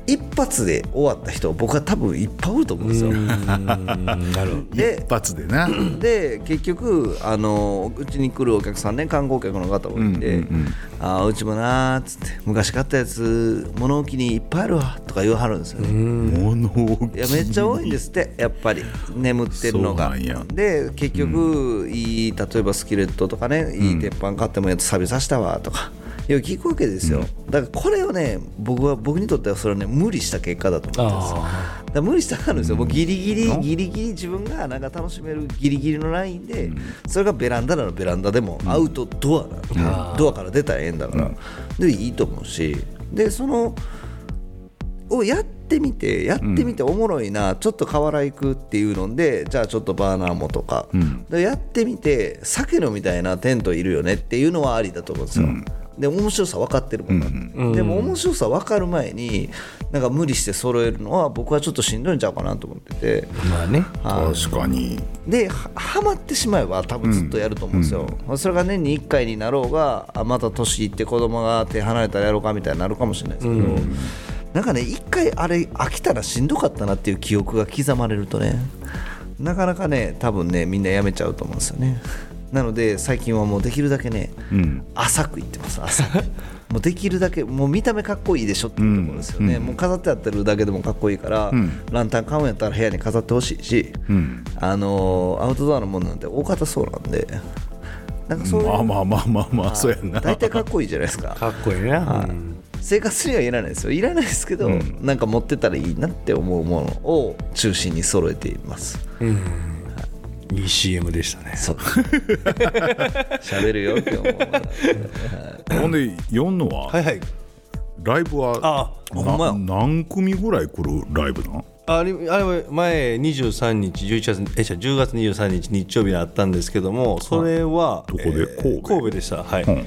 Speaker 4: 一発で終わった人僕は多分いっぱいおると思うんですよ。
Speaker 3: <laughs> なるほど
Speaker 4: で
Speaker 1: 一発でな
Speaker 4: で結局あのうちに来るお客さんね観光客の方もいて
Speaker 1: う
Speaker 4: 「
Speaker 1: んうんうん
Speaker 4: あーうちもな」っつって「昔買ったやつ物置にいっぱいあるわ」とか言わはるんですよね。
Speaker 1: 物置
Speaker 4: いやめっちゃ多いんですってやっぱり眠ってる
Speaker 1: そ
Speaker 4: の
Speaker 1: う
Speaker 4: が
Speaker 1: なんや
Speaker 4: で結局、いい例えばスキレットとかねいい鉄板買ってもやつ錆びさせたわとかよく聞くわけですよ、だからこれをね僕は僕にとってはそれはね無理した結果だと思ってるんですよだから無理したらあかんですよ、もうギリギリギリギリ自分がなんか楽しめるギリギリのラインで、それがベランダならベランダでもアウトドアなの、ドアから出たらええんだから、でいいと思うしでそのをやってみてやってみておもろいな、ちょっと河原行くっていうのでじゃあちょっとバーナーもとか、でやってみて酒飲みたいなテントいるよねっていうのはありだと思うんですよ。で面白さ分かってるもんだって、でも面白さ分かる前になんか無理して揃えるのは僕はちょっとしんどいんちゃうかなと思ってて
Speaker 5: まあね
Speaker 1: 確かに
Speaker 4: でははまってしまえば多分ずっとやると思うんですよ、それが年に1回になろうがあまた年いって子供が手離れたらやろうかみたいになるかもしれないですけど、なんかね1回あれ飽きたらしんどかったなっていう記憶が刻まれるとねなかなかね多分ねみんなやめちゃうと思うんですよねなので最近はもうできるだけね、浅くいってます浅 <laughs> くもうできるだけもう見た目かっこいいでしょっていうところですよね、もう飾ってあってるだけでもかっこいいから、ランタン買うんやったら部屋に飾ってほしいし、あのーアウトドアのものなんて大方そうなんでなんかそういう、
Speaker 1: まあまあまあまあまあそうやんな
Speaker 4: 大体かっこいいじゃないです <laughs> か
Speaker 5: かっこいいな、
Speaker 4: 生活にはいらないですよいらないですけど、なんか持ってたらいいなって思うものを中心に揃えています
Speaker 5: いい CM でしたね
Speaker 4: そう喋るよって思う
Speaker 1: ほんで4のは、
Speaker 3: はいはい
Speaker 1: ライブは
Speaker 3: あ
Speaker 1: な
Speaker 4: ほんまや
Speaker 1: 何組ぐらい来るライブなん
Speaker 3: あれあれは前23日11月えじゃあ10月23日日曜日にあったんですけどもそれは
Speaker 1: どこで
Speaker 3: えー
Speaker 1: 神戸
Speaker 3: でしたはい、
Speaker 1: ん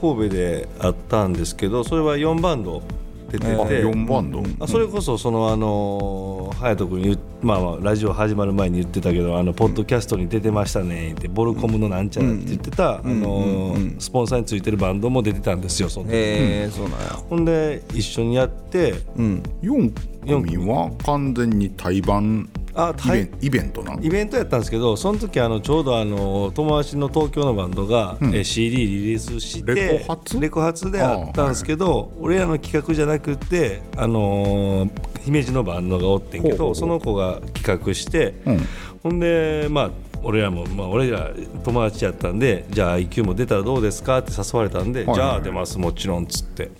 Speaker 3: 神戸であったんですけどそれは4バンド出てて、
Speaker 1: あ4バンド、
Speaker 3: あそれこそそのあのー隼人君言う、まあ、まあラジオ始まる前に言ってたけどあのポッドキャストに出てましたねってボルコムのなんちゃらって言ってた、あのースポンサーについてるバンドも出てたんですよその時
Speaker 4: えー、そうなんや
Speaker 3: ほんで一緒にやって
Speaker 4: うん
Speaker 1: 4組は完全に対バン
Speaker 3: あ
Speaker 1: イベ
Speaker 3: 対
Speaker 1: ンイベントなん
Speaker 3: イベントやったんですけどその時あのちょうどあの友達の東京のバンドが、えー CD リリースして
Speaker 1: レコ発
Speaker 3: レコ発であったんですけど、俺らの企画じゃなくて、あのー姫路のバンドがおってんけど
Speaker 1: ほうほうほう
Speaker 3: その子が企画して、
Speaker 1: ん
Speaker 3: ほんでまあ俺らも、まあ、俺ら友達やったんでじゃあ IQ も出たらどうですかって誘われたんで、
Speaker 1: はいはい
Speaker 3: じゃあ出ますもちろんっつって。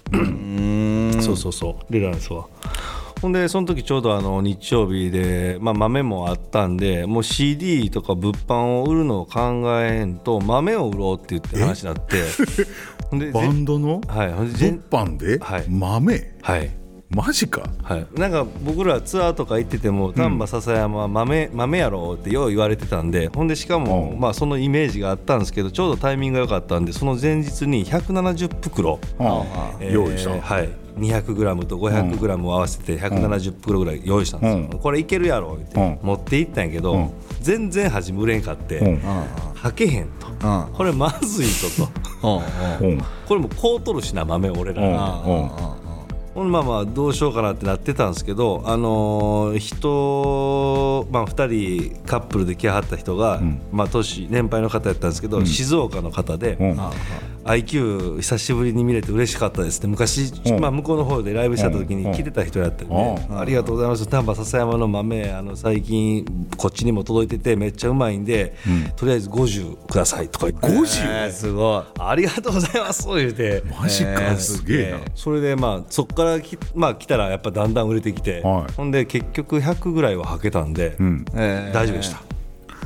Speaker 3: そうそうそう出たんですわほんでその時ちょうどあの日曜日で、まあ、豆もあったんでもう CD とか物販を売るのを考えんと豆を売ろうって言って話になってほんでぜ
Speaker 1: バンドの
Speaker 3: はいほんでぜ
Speaker 1: 物販で
Speaker 3: はい
Speaker 1: 豆
Speaker 3: はい
Speaker 1: マジか
Speaker 3: はい、なんか僕らツアーとか行ってても丹波篠山は豆,、豆やろってよう言われてたんでほんでしかも、
Speaker 1: うん
Speaker 3: まあ、そのイメージがあったんですけどちょうどタイミングが良かったんでその前日に170袋
Speaker 1: ああ
Speaker 3: えー
Speaker 1: 用意した、
Speaker 3: はい、200g と 500g を合わせて170袋ぐらい用意したんですよ、
Speaker 1: うん
Speaker 3: これいけるやろって、
Speaker 1: うん
Speaker 3: 持って行ったんやけど、
Speaker 1: うん
Speaker 3: 全然端むれんかって、
Speaker 1: うん
Speaker 3: はけへんと、
Speaker 4: うん
Speaker 3: これまずいぞと
Speaker 1: うん
Speaker 3: これもうこうとるしな豆俺ら、
Speaker 1: うん
Speaker 3: ほんまあまあどうしようかなってなってたんですけど、あのー人、まあ、2人カップルで来はった人が、
Speaker 1: ん
Speaker 3: まあ、年年配の方やったんですけど、静岡の方で、
Speaker 1: うん
Speaker 3: IQ 久しぶりに見れて嬉しかったですって昔、
Speaker 1: うん
Speaker 3: まあ、向こうの方でライブした時に来てた人やったんで、
Speaker 1: うん
Speaker 3: ありがとうございます丹波篠山の豆あの最近こっちにも届いててめっちゃうまいんで、とりあえず50くださいとか言って
Speaker 4: えー、すごい
Speaker 3: ありがとうございます言うて
Speaker 1: マジか、
Speaker 4: えー
Speaker 1: すげえな
Speaker 4: す
Speaker 3: それでまあそこからき、まあ、来たらやっぱだんだん売れてきて、
Speaker 1: はい
Speaker 3: ほんで結局100ぐらいははけたんで、
Speaker 1: うん
Speaker 4: えー
Speaker 3: 大丈夫でした、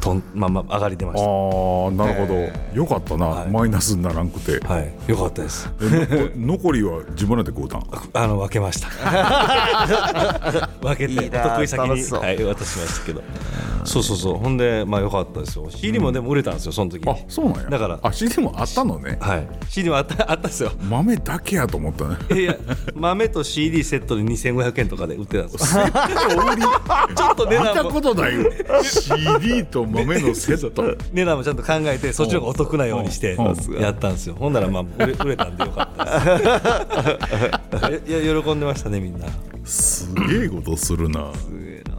Speaker 3: とんまあまあ上がり出ま
Speaker 1: あ
Speaker 3: し
Speaker 1: ーなるほど、よかったな、
Speaker 3: はい
Speaker 1: マイナスにならんくて
Speaker 3: たはいよかったです
Speaker 1: えのこ残りは自分らで買うたん
Speaker 3: あの分け
Speaker 1: <laughs>
Speaker 3: ました分けて
Speaker 4: いい
Speaker 3: お
Speaker 4: な
Speaker 3: 得意先
Speaker 4: 楽
Speaker 3: に
Speaker 4: しそう
Speaker 3: はい、渡しましたけどそうそうそうほんでまあよかったですよ CD もでも売れたんですよその時に
Speaker 1: あそうなんや
Speaker 3: だから
Speaker 1: あ CD もあったのね
Speaker 3: はい CD もあったあ <laughs> ったんですよ
Speaker 1: 豆だけやと思ったね
Speaker 3: いやいや豆と CD セットで2500円とかで売ってたん
Speaker 1: <laughs>
Speaker 3: ですよちょっと値
Speaker 1: 見
Speaker 3: 段
Speaker 1: た
Speaker 3: も
Speaker 1: ことないよ CD と豆のセット
Speaker 3: 値段もちゃんと考えてそっちの方がお得なようにして
Speaker 1: うん
Speaker 3: やったんですよほ
Speaker 1: <laughs>
Speaker 3: ん <laughs> ならまあ売れ売れたんでよかったですいやいや喜んでましたねみんな
Speaker 1: すげえことするな
Speaker 4: すげえな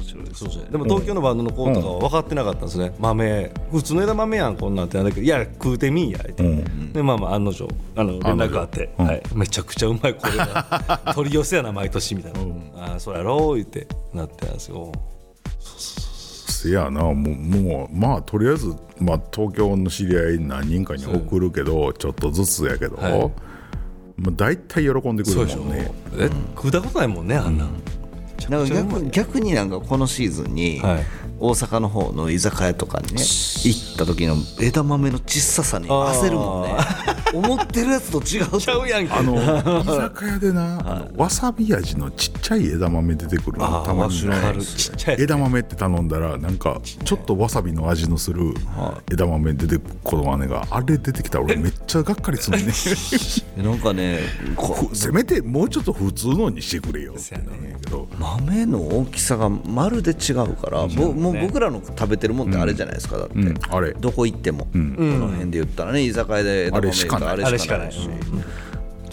Speaker 4: 面白いですね
Speaker 3: でも東京のバンドの子とかは分かってなかったんですね、豆普通の枝豆やんこんなんってなんだけどいや食うてみんや言って、でまあまあ案の定あの連絡あって、はい、めちゃくちゃうまいこれが取り寄せやな毎年みたいな、ああそうやろう言ってなってたんですよ
Speaker 1: せやなもうもうまあとりあえず、まあ、東京の知り合い何人かに送るけどちょっとずつやけど、
Speaker 3: はい
Speaker 1: まあ、大体喜んでく
Speaker 3: そうで
Speaker 1: る
Speaker 3: しょ
Speaker 1: もんね
Speaker 3: え食ったことないもんねあんな、
Speaker 4: なんか
Speaker 3: め
Speaker 4: 逆逆になんかこのシーズンに
Speaker 3: はい
Speaker 4: 大阪の方の居酒屋とかにね行った時の枝豆の小ささに焦るもんね思ってるやつと違う
Speaker 3: <laughs> ちゃうやんけ
Speaker 1: あの居酒屋でなあのわさび味のちっちゃい枝豆出てくるのたまに
Speaker 3: わかるちっちゃい
Speaker 1: <laughs>
Speaker 3: やつ
Speaker 1: 枝豆って頼んだらなんかちょっとわさびの味のする枝豆出てくる子の姉があれ出てきたら俺めっちゃがっかりする
Speaker 3: <laughs>
Speaker 1: ね
Speaker 4: <laughs> なんかねこう
Speaker 1: こせめてもうちょっと普通のにしてくれよってなんやけど
Speaker 4: 豆の大きさがまるで違うから、ぼもう僕らの食べてるもんってあれじゃないですか、だって、
Speaker 1: うんあれ
Speaker 4: どこ行っても、この辺で言ったらね居酒屋で枝豆
Speaker 1: あれしかない
Speaker 4: 言うとあれしかないし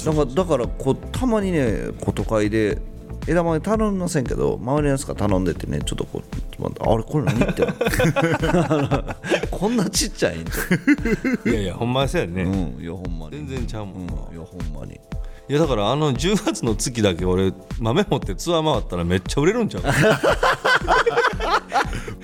Speaker 4: だからだからこうたまにねこう都会で枝豆頼みませんけど周りのやつが頼んでてねちょっとこうまああれこれ何ってあの <laughs> こんなちっちゃいんじ
Speaker 3: いやいやほんまそうやね、
Speaker 4: <laughs> ゃんうんいやほんまに
Speaker 3: 全然ちゃうもんな、
Speaker 4: うんいやほんまに
Speaker 3: いやだからあの10月の月だけ俺豆持ってツアー回ったらめっちゃ売れるんちゃう <laughs>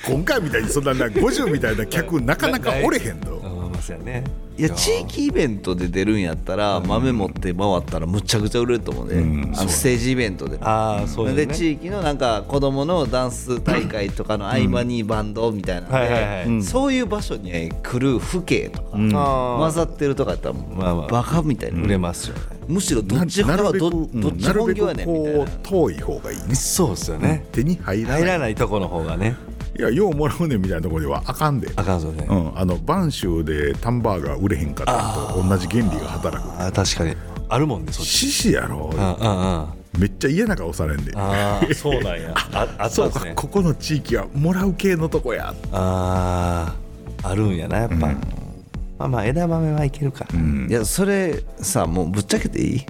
Speaker 1: 今回みたいにそんなな50みたいな客なかなかおれへんと
Speaker 3: あまあそうやね
Speaker 4: いや地域イベントで出るんやったら豆持って回ったらむちゃくちゃ売れると思うね、あのステージイベントで
Speaker 3: ああそうやね
Speaker 4: で地域のなんか子供のダンス大会とかの合間にバンドみたいな
Speaker 3: はいはいはい
Speaker 4: んでそういう場所に来る風景とか
Speaker 3: あー
Speaker 4: 混ざってるとかやったらもう
Speaker 3: まあまあ
Speaker 4: バカみたいな、
Speaker 3: 売れますよね
Speaker 4: むしろどっち派はどど
Speaker 1: うん
Speaker 4: っち
Speaker 1: な
Speaker 4: 本
Speaker 1: るべ
Speaker 4: 業や
Speaker 1: く
Speaker 4: ねんみたい
Speaker 1: こ
Speaker 4: な
Speaker 1: う遠い方がいいね
Speaker 3: そうっすよね、
Speaker 1: 手に入らない
Speaker 3: 入らないとこの方がね
Speaker 1: いやようもらうねんみたいなところではあかんで
Speaker 3: あかんぞね、
Speaker 1: うん、あの播州でタンバーガー売れへんかったのと同じ原理が働く
Speaker 3: あ確かにあるもんねそっち
Speaker 1: 獅子やろ
Speaker 3: うんうんうんあ
Speaker 1: めっちゃ嫌な顔されんで
Speaker 3: あーそうなんやああった
Speaker 1: そう
Speaker 3: んです
Speaker 1: か
Speaker 3: ね
Speaker 1: ここの地域はもらう系のとこや
Speaker 3: あああるんやなやっぱ、まあまあ枝豆はいけるかうん、
Speaker 4: いやそれさもうぶっちゃけていい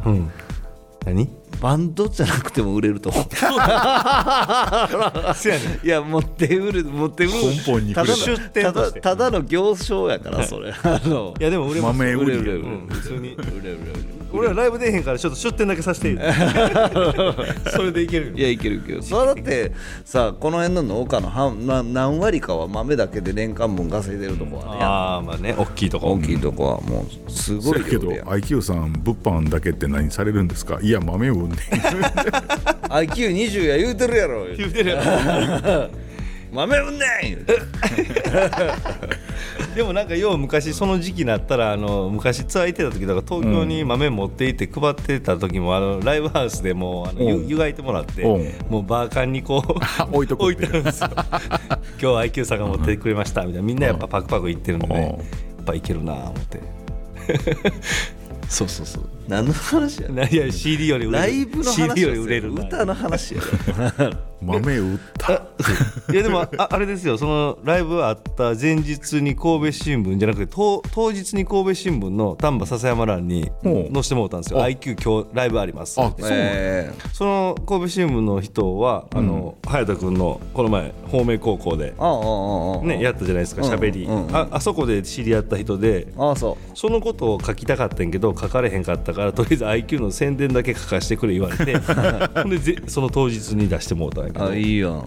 Speaker 3: 何
Speaker 4: バンドじゃなくても売れると思う
Speaker 3: そうやね <laughs>
Speaker 4: いや持って売る持って売る
Speaker 1: 根本に
Speaker 4: た
Speaker 1: 触れ
Speaker 4: だ
Speaker 1: た
Speaker 4: のただただの行商やからそれあの
Speaker 3: いやでも売れます
Speaker 1: 豆売り
Speaker 4: 売れる
Speaker 3: うん普通に
Speaker 4: 売れる売れる
Speaker 3: 俺はライブ出えへんからちょっと出店だけさせていい
Speaker 4: <laughs>
Speaker 3: それでいけるよ
Speaker 4: いやいけるけどそれだってさこの辺の農家の半な何割かは豆だけで年間分稼いでるとこはね
Speaker 3: ああまあね大きいとこ
Speaker 4: 大きいとこはもうす
Speaker 1: そ
Speaker 4: ご
Speaker 1: や
Speaker 4: い
Speaker 1: け
Speaker 4: 量
Speaker 1: ど
Speaker 4: でやん
Speaker 1: IQ さん物販だけって何されるんですかいや豆を売んねん
Speaker 4: <laughs> IQ20 や言うてるや <laughs> ろ言うてるやろ豆うんねん言うて
Speaker 3: でもなんかよう昔その時期になったらあの昔ツアー行ってた時とか東京に豆持って行って配ってた時もあの <laughs> ライブハウスでもうあの
Speaker 1: う
Speaker 3: ゆ
Speaker 1: ん
Speaker 3: 湯がいてもらって
Speaker 1: う
Speaker 3: もうバーカンにこう
Speaker 1: 置いとく
Speaker 3: 置いてあるんですよ今日は IQ さんが持ってくれましたみたいなみんなやっぱパクパク行ってるんで
Speaker 1: うん
Speaker 3: やっぱいけるなあ思ってそう <laughs> そうそう
Speaker 4: 何の話やねん
Speaker 3: いや CD より売れる
Speaker 4: <laughs> ライブの <laughs> 話を
Speaker 3: CD より売れるな
Speaker 4: 歌の話 <laughs> やろ
Speaker 1: 豆売った
Speaker 3: いやでもあ <laughs> あれですよそのライブあった前日に神戸新聞じゃなくて当当日に神戸新聞の丹波篠山欄に
Speaker 1: うん
Speaker 3: 載せてもらったんですよ「IQ 今日ライブあります」
Speaker 1: あそうなん
Speaker 4: ええ
Speaker 3: その神戸新聞の人はあの隼人君のこの前方明高校で、
Speaker 4: ああああああ
Speaker 3: ね、やったじゃないですかしゃべり
Speaker 4: うんうんうん
Speaker 3: ああそこで知り合った人で
Speaker 4: ああそ
Speaker 3: そのことを書きたかったんやけど書かれへんかったからとりあえず IQ の宣伝だけ書かしてくれ言われ
Speaker 4: <laughs>
Speaker 3: てほんでぜその当日に出してもらったんやけ
Speaker 4: う
Speaker 3: ど
Speaker 4: あいいやんよ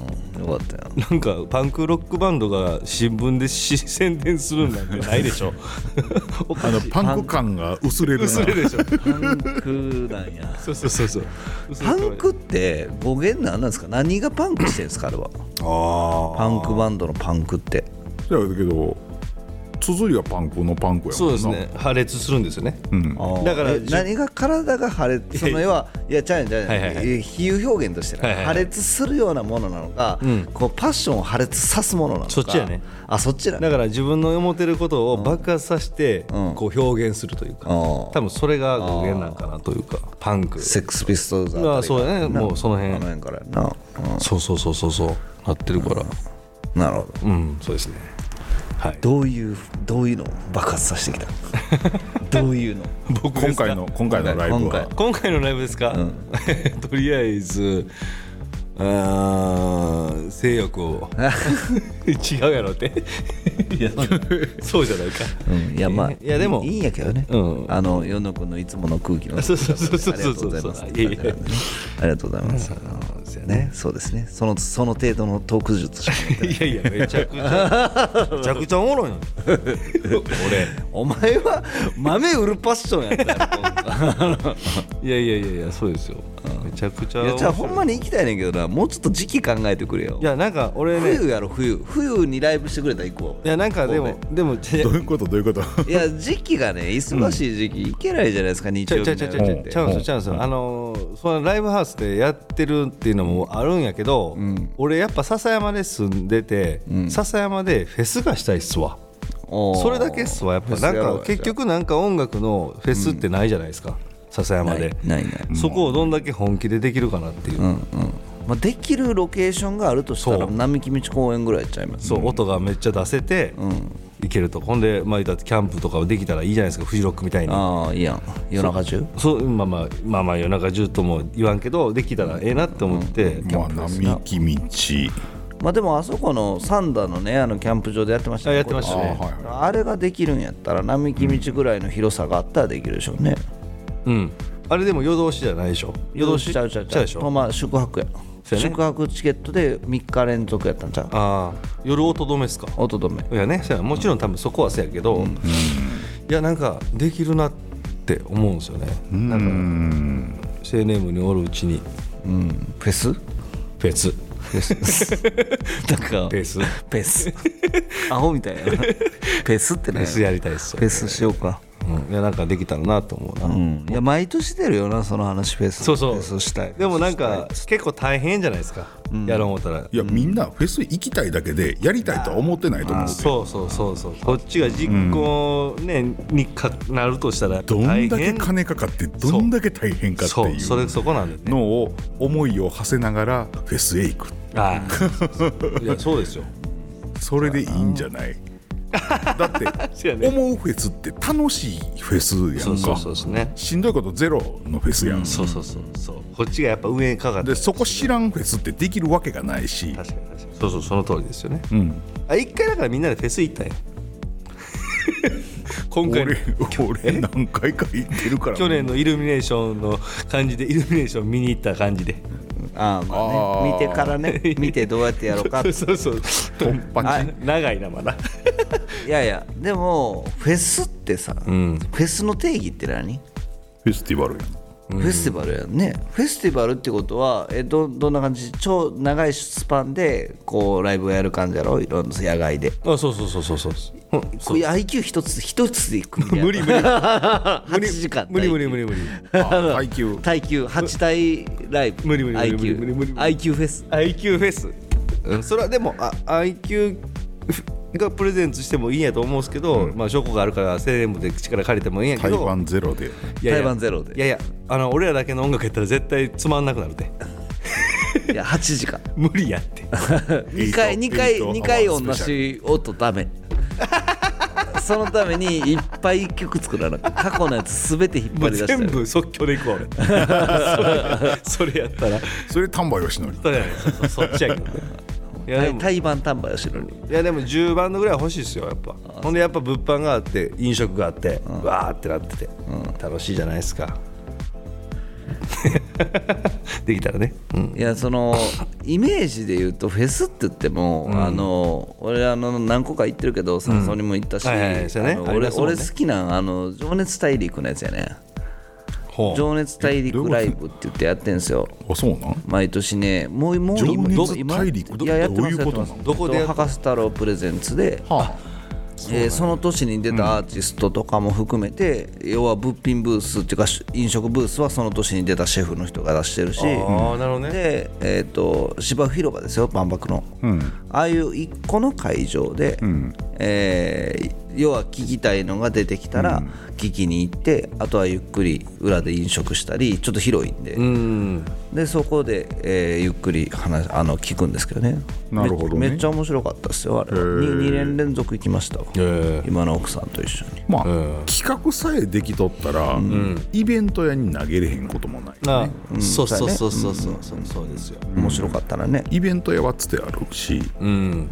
Speaker 4: かったやん
Speaker 3: なんかパンクロックバンドが新聞でし宣伝するなんてないでしょお
Speaker 1: あ
Speaker 3: か
Speaker 1: の
Speaker 3: しい
Speaker 1: パンク感が薄れるな
Speaker 3: 薄れでしょ
Speaker 4: パンクなんや
Speaker 3: そうそうそうそう薄れ
Speaker 4: <laughs> <laughs> パ
Speaker 3: て
Speaker 4: ンクって語源なんなんですか何がパンクしてんですかあれは
Speaker 3: ああ
Speaker 4: パンクバンドのパンクって
Speaker 1: そうやけど綴りはパンクのパンクやもんな
Speaker 3: そうですね破裂するんですよね
Speaker 1: うん
Speaker 3: だから
Speaker 4: え何が体が破
Speaker 3: <laughs>
Speaker 4: 裂その要はいやちゃうやんちゃうやん、
Speaker 3: はいはいはい
Speaker 4: えー比喩表現としてね、
Speaker 3: はいはいはい
Speaker 4: 破裂するようなものなのか、
Speaker 3: ん
Speaker 4: こうパッションを破裂さすものなのか
Speaker 3: そっちやね
Speaker 4: あそっちだ
Speaker 3: だ
Speaker 4: ね
Speaker 3: から自分の思ってることを爆発させて
Speaker 4: うん
Speaker 3: こう表現するというか
Speaker 4: う
Speaker 3: 多
Speaker 4: ん
Speaker 3: 分それが語源なんかなというかパンク
Speaker 4: セックスピストルズあたり
Speaker 3: あそうやね
Speaker 4: な
Speaker 3: もうその辺
Speaker 4: あの辺からやな、
Speaker 3: そうそうそうそうそうなってるから
Speaker 4: うんなるほど
Speaker 3: うんそうですねはい <laughs>
Speaker 4: どういうどういうのを爆発させてきたどういうの
Speaker 3: 僕
Speaker 1: 今回の今回のライブは
Speaker 3: 今回のライブですか、
Speaker 4: うん
Speaker 3: <laughs> とりあえずあー性欲 <laughs> を違うやろっていや <laughs> そうじゃないか
Speaker 4: うんいやまあ
Speaker 3: いやでも
Speaker 4: いいんやけどね、
Speaker 3: うん
Speaker 4: あの世の子のいつもの空気の
Speaker 3: そうそうそうそう
Speaker 4: ありがとうございます
Speaker 3: いやいや
Speaker 4: ありがとうございますねそうですねそのその程度のトーク術しか持ってない
Speaker 3: いやいやめちゃくち <laughs> ゃめちゃくちゃおもろいの俺
Speaker 4: お前は豆売るパッションやったや
Speaker 3: いやいやいやいやそうですよめちゃくちゃ
Speaker 4: ろいやじゃあほんま
Speaker 3: に
Speaker 4: に行きたいねんけどなもうちょっと時期考えてくれよ
Speaker 3: いやなんか俺ね
Speaker 4: 冬やろ冬冬にライブしてくれたら行こう
Speaker 3: いやなんかでもでもち
Speaker 1: ど
Speaker 3: ょ
Speaker 1: ういうことどういうこと
Speaker 4: いや時期がね忙しい時期行けないじゃないですか日
Speaker 3: ちゃ
Speaker 4: 曜
Speaker 3: うち
Speaker 4: 日
Speaker 3: ゃう
Speaker 4: の
Speaker 3: ちゃうち
Speaker 4: 夜
Speaker 3: ゃ
Speaker 1: う
Speaker 3: うんちゃうんですよちゃうんですよあのーそのライブハウスでやってるっていうのもあるんやけど俺やっぱ笹山で住んでて笹山でフェスがしたいっすわ
Speaker 4: おー
Speaker 3: それだけっすわやっぱなん
Speaker 4: フェスやろう
Speaker 3: か
Speaker 4: よ
Speaker 3: 結局なんか音楽のフェスってないじゃないですか笹山
Speaker 4: ない
Speaker 3: で
Speaker 4: ないない
Speaker 3: そこをどんだけ本気でできるかなっていう
Speaker 4: うんうんまあ、できるロケーションがあるとした
Speaker 3: そ
Speaker 4: ら
Speaker 3: う
Speaker 4: 並木道公園ぐらいちゃいます
Speaker 3: そう音がめっちゃ出せていけるとほんでまあ言ったらキャンプとかできたらいいじゃないですかフジロックみたいに
Speaker 4: ああいいやん夜中中
Speaker 3: そうまあまあまあまあ夜中中とも言わんけどできたらええなって思って
Speaker 1: まあ並木道
Speaker 4: まあでもあそこのサンダーのねあのキャンプ場でやってました
Speaker 3: あやってましたね
Speaker 1: あはい
Speaker 4: これあれができるんやったら並木道ぐらいの広さがあったらできるでしょうね
Speaker 3: うんあれでも夜通しじゃないでしょ夜通し
Speaker 4: ちゃうちゃうち
Speaker 3: ちゃ
Speaker 4: ゃ
Speaker 3: う
Speaker 4: う
Speaker 3: でし
Speaker 4: ほん
Speaker 3: ょ
Speaker 4: ま宿泊や
Speaker 3: そうやね
Speaker 4: 宿泊チケットで3日連続やったんちゃう
Speaker 3: ああ夜音止めっすか
Speaker 4: おとどめ
Speaker 3: いやねそうやもちろん多分そこはそうやけど、いやなんかできるなって思うんですよねなんか青年部におるうちに
Speaker 4: フ
Speaker 3: <laughs>
Speaker 4: ェス
Speaker 3: フェスフ
Speaker 4: なんか
Speaker 3: ェスフ
Speaker 4: ペス <laughs> アホみた
Speaker 3: <laughs>
Speaker 4: いなペスってね
Speaker 3: ェスやりたいっすよ
Speaker 4: フェスしようか
Speaker 3: うん、いやなんかできたらなと思うな、
Speaker 4: うんいや毎年出るよなその話フェス
Speaker 3: そうそう
Speaker 4: フェスしたい
Speaker 3: でもなんか結構大変じゃないですか、やろう思ったら
Speaker 1: いやみんなフェス行きたいだけでやりたいとは思ってないと思うんですよ
Speaker 3: そうそうそうそうこっちが実行、ねにかなるとしたら
Speaker 1: どん
Speaker 3: 大変
Speaker 1: だけ金かかってどんだけ大変かって
Speaker 3: そうそ
Speaker 1: いう
Speaker 3: れそこなんでね
Speaker 1: のを思いを馳せながらフェスへ行く
Speaker 3: ああ <laughs> いやそうですよ
Speaker 1: それでいいんじゃないだって
Speaker 3: <laughs> そうやね
Speaker 1: 思うフェスって楽しいフェスや
Speaker 3: そうんそう
Speaker 1: か
Speaker 3: そうですね
Speaker 1: しんどいことゼロのフェスやん
Speaker 3: そうそうそうそうこっちがやっぱ上にかかって
Speaker 1: でそこ知らんフェスってできるわけがないし
Speaker 3: 確かに確かにそうそうその通りですよね、
Speaker 1: ん
Speaker 3: あ一回だからみんなでフェス行 <laughs> ったんや今回の
Speaker 1: 俺俺何回か行ってるから
Speaker 3: 去年のイルミネーションの感じでイルミネーション見に行った感じで
Speaker 4: ああま
Speaker 3: <laughs>
Speaker 4: あね見てからね見てどうやってやろうかって
Speaker 3: そうそう
Speaker 1: トンパ
Speaker 3: あ長いな <laughs> まだ
Speaker 4: いやいやでもフェスってさ、
Speaker 3: ん
Speaker 4: フェスの定義って何
Speaker 1: フェスティバルやん
Speaker 4: フェスティバルやんね、フェスティバルってことはえどどんな感じ超長いスパンでこうライブをやる感じやろいろんな野外で
Speaker 3: あそうそうそうそうそう
Speaker 4: こういう IQ 一つ一つでいくみたいな
Speaker 3: 無理無理
Speaker 4: 8時間
Speaker 3: 無理無理無理無理
Speaker 1: あ階級
Speaker 4: 耐久8体ライブ
Speaker 3: 無理無理無理無
Speaker 4: IQ
Speaker 3: 理無理無理無理
Speaker 4: IQ フェス
Speaker 3: IQ フェス、うん、それはでもあ IQ がプレゼンツしてもいいんやと思うんですけど、まあ証拠があるからセレブで力借りてもいいんやけ
Speaker 1: 台
Speaker 3: ど
Speaker 1: 湾ゼロで
Speaker 3: いやいや
Speaker 4: 台湾ゼロで
Speaker 3: いやいやあの俺らだけの音楽やったら絶対つまんなくなるで
Speaker 4: いや8時間
Speaker 3: 無理やって
Speaker 4: <laughs> 2回
Speaker 1: エイ
Speaker 4: 2
Speaker 1: トエイ
Speaker 4: 回
Speaker 1: ト
Speaker 4: 二回
Speaker 1: アワー
Speaker 4: 同
Speaker 1: スペシャル
Speaker 4: じ音ダメ <laughs> そのためにいっぱい1曲作らなきゃ過去のやつ全て引っ
Speaker 3: も
Speaker 4: 張
Speaker 3: う
Speaker 4: り出して
Speaker 3: 全部即興でいくわ
Speaker 4: <laughs>
Speaker 3: 俺それそれやったら
Speaker 1: それ丹波よしのり
Speaker 3: そうやねそそっちやけどねいやでも
Speaker 4: 対バン丹波よしのり
Speaker 3: いやでも10バンドぐらいは欲しいですよやっぱほんでやっぱ物販があって飲食があって、わーってなってて、楽しいじゃないです <laughs> かできたらね、うん、
Speaker 4: いやそ
Speaker 3: <laughs>
Speaker 4: のイメージで言うとフェスって言っても、あの俺あの何個か行ってるけど山荘にも行ったし、
Speaker 3: はいはいはいそうやね
Speaker 4: あの
Speaker 3: あり
Speaker 4: 俺
Speaker 3: ますもんね
Speaker 4: 俺好きなんあの情熱大陸のやつやね
Speaker 3: ほう
Speaker 4: 情熱大
Speaker 1: どういう
Speaker 4: 陸
Speaker 1: こと
Speaker 4: ライブって言ってやってんすよ
Speaker 1: あそうなん
Speaker 4: 毎年ねもうもう
Speaker 1: 情
Speaker 4: 今
Speaker 1: 熱
Speaker 4: 今
Speaker 1: 大陸
Speaker 4: いややってます
Speaker 1: どういうこと
Speaker 4: やってます
Speaker 3: どこでやっ
Speaker 4: 博士太郎プレゼンツで、えーその年に出たアーティストとかも含めて、要は物品ブースっていうかし飲食ブースはその年に出たシェフの人が出してるし
Speaker 3: あーなるほどね
Speaker 4: で、えー、と芝生広場ですよ万博の、ああいう一個の会場で、えー要は聞きたいのが出てきたら聞きに行って、あとはゆっくり裏で飲食したりちょっと広いんで,、
Speaker 3: うん
Speaker 4: でそこで、えーゆっくり話あの聞くんですけどね
Speaker 1: なるほどね
Speaker 4: めめっちゃ面白かったですよあれ
Speaker 1: へー
Speaker 4: 2, 年連続行きましたわ、
Speaker 3: え
Speaker 4: 今の奥さんと一緒に
Speaker 1: まあ、
Speaker 3: うん
Speaker 1: 企画さえできとったら、イベント屋に投げれへんこともない
Speaker 3: な
Speaker 5: そうそうそうそうそうそうそうですよ
Speaker 4: 面白かったらね、
Speaker 1: イベント屋はつてあるし
Speaker 3: うん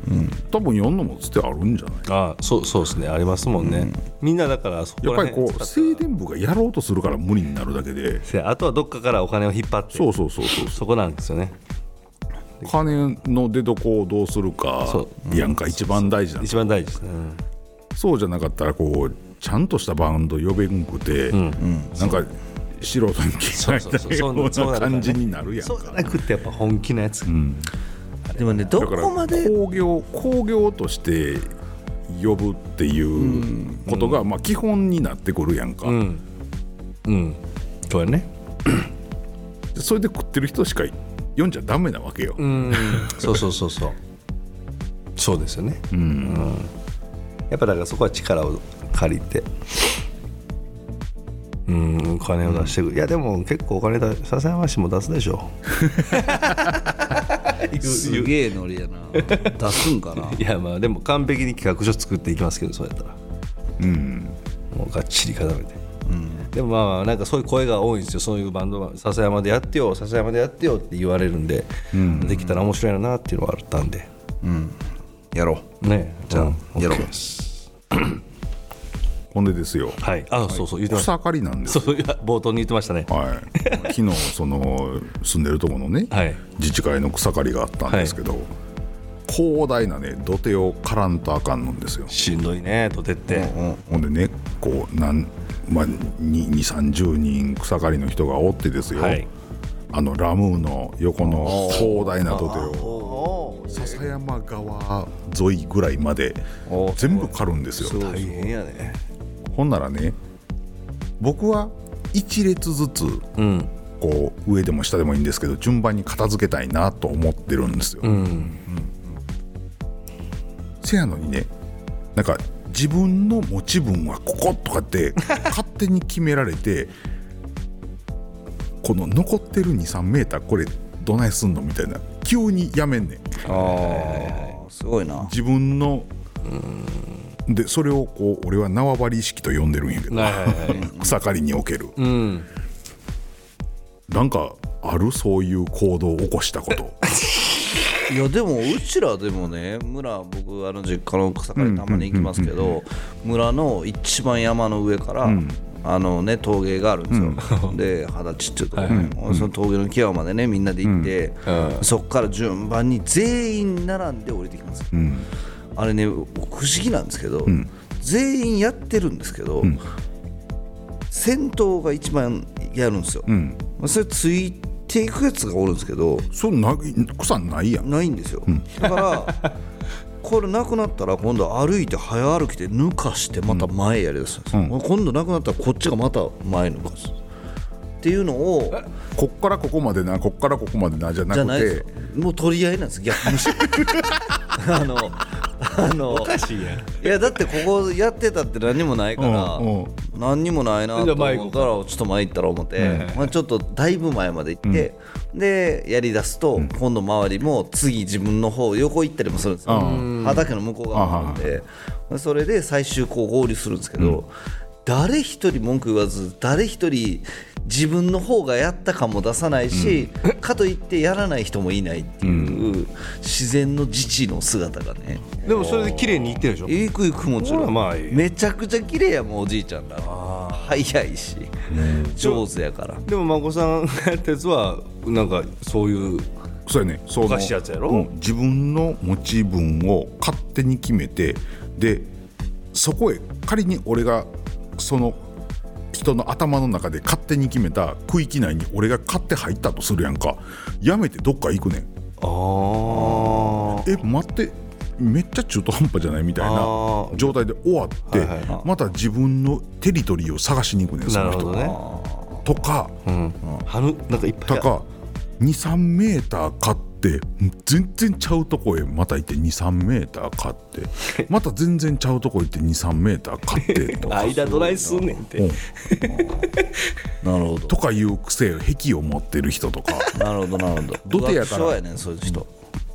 Speaker 1: 多分読んのもつてあるんじゃない
Speaker 3: あそうそうですねありますもんね、みんなだからそこ
Speaker 1: やっぱ
Speaker 3: ら
Speaker 1: りこ
Speaker 3: 辺
Speaker 1: う静電部がやろうとするから無理になるだけで
Speaker 3: せやあとはどっかからお金を引っ張って
Speaker 1: そうそうそうそう
Speaker 3: そこなんですよね
Speaker 1: 金の出所をどうするか
Speaker 3: そ
Speaker 1: やんか一番大事な
Speaker 3: 一番大事ですね、うん
Speaker 1: そうじゃなかったらこうちゃんとしたバンド呼べんくて、なんか素人に聞いたみたいな
Speaker 3: そうそうそう
Speaker 1: よ
Speaker 3: そう
Speaker 1: う
Speaker 3: な
Speaker 1: なん
Speaker 3: だね
Speaker 1: 感じになるやん
Speaker 3: そうじゃ
Speaker 1: か
Speaker 3: なくてやっぱ本気のやつ、
Speaker 4: でもねど
Speaker 1: だか
Speaker 4: こま
Speaker 1: ら
Speaker 4: で
Speaker 1: 工業工業として呼ぶっていうことがまあ基本になってくるやんか、
Speaker 3: うんうんそうやね
Speaker 1: それで食ってる人しか読んじゃダメなわけよ、
Speaker 3: うんそうそうそうそうそうですよねうん、やっぱだからそこは力を借りてうんお金を出してくる、いやでも結構お金だ笹山市も出すでし <laughs> ょ
Speaker 4: すげえノリやな出すんかない
Speaker 3: やまあでも完璧に企画書作っていきますけどそうやったらうんもうがっちり固めて、でもまあなんかそういう声が多いんですよそういうバンドは笹山でやってよ笹山でやってよって言われるんで、できたら面白いなっていうのはあったんで
Speaker 4: やろう
Speaker 3: ねじゃあ、
Speaker 4: やろう
Speaker 3: OK です
Speaker 1: ほんでですよ
Speaker 3: はいあ、そうそう言ってました
Speaker 1: 草刈りなんです
Speaker 3: <laughs> そ
Speaker 1: よ
Speaker 3: ういや冒頭に言ってましたね
Speaker 1: はい、昨日その住んでるとこのね、
Speaker 3: はい
Speaker 1: 自治会の草刈りがあったんですけど、広大なね土手を刈らんとあかんのんですよ
Speaker 3: しんどいねとてって、
Speaker 1: ほんでねこうなん、まあ、2 3 0人草刈りの人がおってですよ、
Speaker 3: はい
Speaker 1: あのラムーの横の広大な土手を笹山川沿いぐらいまで全部刈るんですよ
Speaker 3: 大変やね
Speaker 1: ほんならね僕は1列ずつ
Speaker 3: うん
Speaker 1: こう上でも下でもいいんですけど順番に片付けたいなと思ってるんですよ、
Speaker 3: うん
Speaker 1: せやのにねなんか自分の持ち分はこことかって勝手に決められて <laughs> この残ってる23メーターこれどないすんのみたいな急にやめんねん
Speaker 4: ああすごいな
Speaker 1: 自分のでそれをこう俺は縄張り意識と呼んでるんやけど
Speaker 3: はいはいはい
Speaker 1: 草刈りにおける
Speaker 3: うん
Speaker 1: なんかあるそういう行動を起こしたこと
Speaker 3: <laughs>
Speaker 4: いやでもうちらでもね村僕あの実家の草刈りたまに行きますけど村の一番山の上から、あのね陶芸があるんですよ、 <laughs> で肌ちっていうところね、その峠の際までねみんなで行って、そっから順番に全員並んで降りてきます、あれね不思議なんですけど、全員やってるんですけど、先頭が一番やるんですよ、それついていくやつがおるんですけど
Speaker 1: そんな草ないやん
Speaker 4: ないんですよ、だから <laughs> これなくなったら今度歩いて早歩きで抜かしてまた前やりだすんですよ、今度なくなったらこっちがまた前抜かすっていうのを
Speaker 1: こっからここまでなこっからここまでなじゃな
Speaker 4: じゃ
Speaker 1: く
Speaker 4: ないです
Speaker 1: て
Speaker 4: よもう取り合いなんです逆 <laughs> にあのあのおかしいやいやだってここやってたって何もないから、
Speaker 1: うんうん
Speaker 4: 何にもないなと思った
Speaker 3: じゃあ前
Speaker 4: ら
Speaker 3: 行
Speaker 4: ちょっと前行ったら思って、まあ、ちょっとだいぶ前まで行って、でやりだすと、今度周りも次自分の方横行ったりもするんですよ、畑の向こう側なんで、それで最終こう合流するんですけど、誰一人文句言わず誰一人自分の方がやった感も出さないし、かといってやらない人もいないっていう自然の自治の姿がね
Speaker 3: <laughs> でもそれで綺麗にいってるでしょ
Speaker 4: ゆくゆくもちろん、
Speaker 3: ほらまあいい
Speaker 4: めちゃくちゃ綺麗やもんおじいちゃんら早いし、上手やから
Speaker 3: でも孫さんがやったやつはなんかそういう
Speaker 1: そうやねその
Speaker 3: おかしいやつやろ
Speaker 1: うん自分の持ち分を勝手に決めてでそこへ仮に俺がその人の頭の中で勝手に決めた区域内に俺が勝手入ったとするやんかやめてどっか行くねん
Speaker 3: あ
Speaker 1: え待ってめっちゃ中途半端じゃないみたい
Speaker 3: あ
Speaker 1: な
Speaker 3: ー
Speaker 1: 状態で終わって、
Speaker 3: はいは
Speaker 1: また自分のテリトリーを探しに行くねんそ
Speaker 3: な
Speaker 1: の
Speaker 3: るほ
Speaker 1: 人が、
Speaker 3: どね
Speaker 1: とか
Speaker 3: うんはぬなんかいっぱ
Speaker 1: た
Speaker 3: い
Speaker 1: か23メーター買っって全然ちゃうとこへまた行って23メーター買
Speaker 3: <laughs>
Speaker 1: ってまた全然ちゃうとこ行って23メーター買ってと
Speaker 3: 間ドライすんねんて、うん、
Speaker 1: なるほどとかいう癖癖を持ってる人
Speaker 3: <laughs>
Speaker 1: とか
Speaker 4: なるほどなるほど
Speaker 1: どてやから
Speaker 4: そうやねんそういう人、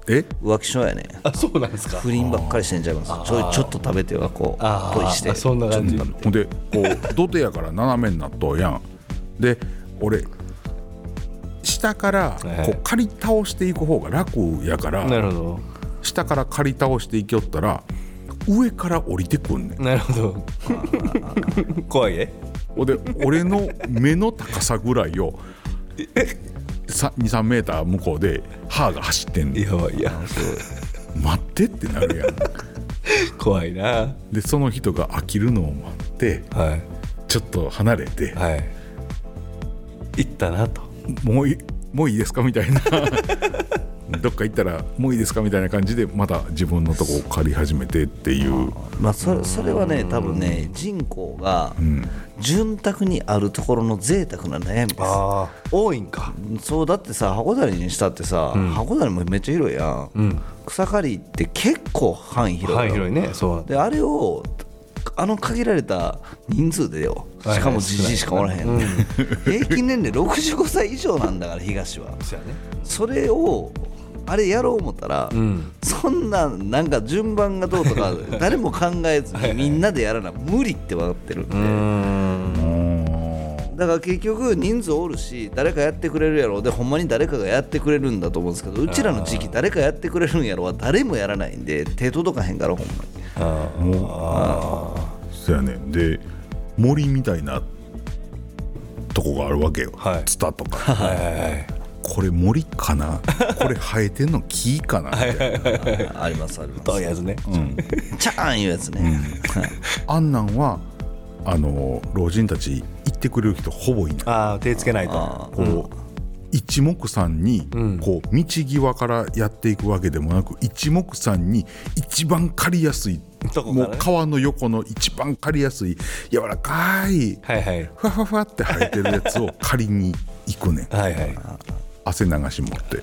Speaker 1: え
Speaker 4: 浮気症やね
Speaker 3: あそうなんですか
Speaker 4: 不倫ばっかりしてんちゃいますちょちょっと食べてはこう恋して
Speaker 3: そんな感じ
Speaker 1: ほんでこう土手やから斜めになっとうやんで俺下からこう借り倒していく方が楽やから、
Speaker 3: なるほど
Speaker 1: 下から借り倒していきよったら上から降りてくんねん
Speaker 3: なるほど <laughs> 怖いね
Speaker 1: ほんで俺の目の高さぐらいを23メーター向こうで歯が走ってんね
Speaker 3: やばいや
Speaker 1: 待ってってなるやん
Speaker 3: 怖いな
Speaker 1: でその人が飽きるのを待って、はい、ちょっと離れて、
Speaker 3: はい、行ったなと
Speaker 1: もういもういいですかみたいな <laughs> どっか行ったらもういいですかみたいな感じでまた自分のとこを借り始めてっていう、
Speaker 4: まあ、それそれはね多分ね人口が潤沢にあるところの贅沢な悩みです、あ
Speaker 3: 多いんか
Speaker 4: そうだってさ箱谷にしたってさ、うん、箱谷もめっちゃ広いやん、うん、草刈りって結構範囲広い範囲
Speaker 3: 広いねそう
Speaker 4: であれをあの限られた人数でよしかもじじいしかおらへん、はいはいねうん、平均年齢65歳以上なんだから東はそれをあれやろう思ったら、うん、そんななんか順番がどうと <laughs> か誰も考えずにみんなでやらな無理って分かってるんでだから結局人数おるし誰かやってくれるやろでほんまに誰かがやってくれるんだと思うんですけどうちらの時期誰かやってくれるんやろは誰もやらないんで手届かへんからほんまに。あ
Speaker 1: もうそうやねで森みたいなとこがあるわけよ、はい、ツタとか、はいはいはい、これ森か
Speaker 4: <laughs>
Speaker 1: なこれ生えてんの木かなみた
Speaker 4: いなありますあります
Speaker 3: というやつね、うん、
Speaker 4: チャーンいうやつね、
Speaker 1: うん、あんなんはあの老人たち行ってくれる人ほぼいない
Speaker 3: あ手つけないと
Speaker 1: こう、うん一目散にこう道際からやっていくわけでもなく、うん、一目散に一番刈りやすい、ね、もう川の横の一番刈りやすい柔らかい、はいはい、ふわふわふわって生えてるやつを刈りに行く <laughs> ねんはい、はい、汗流し持って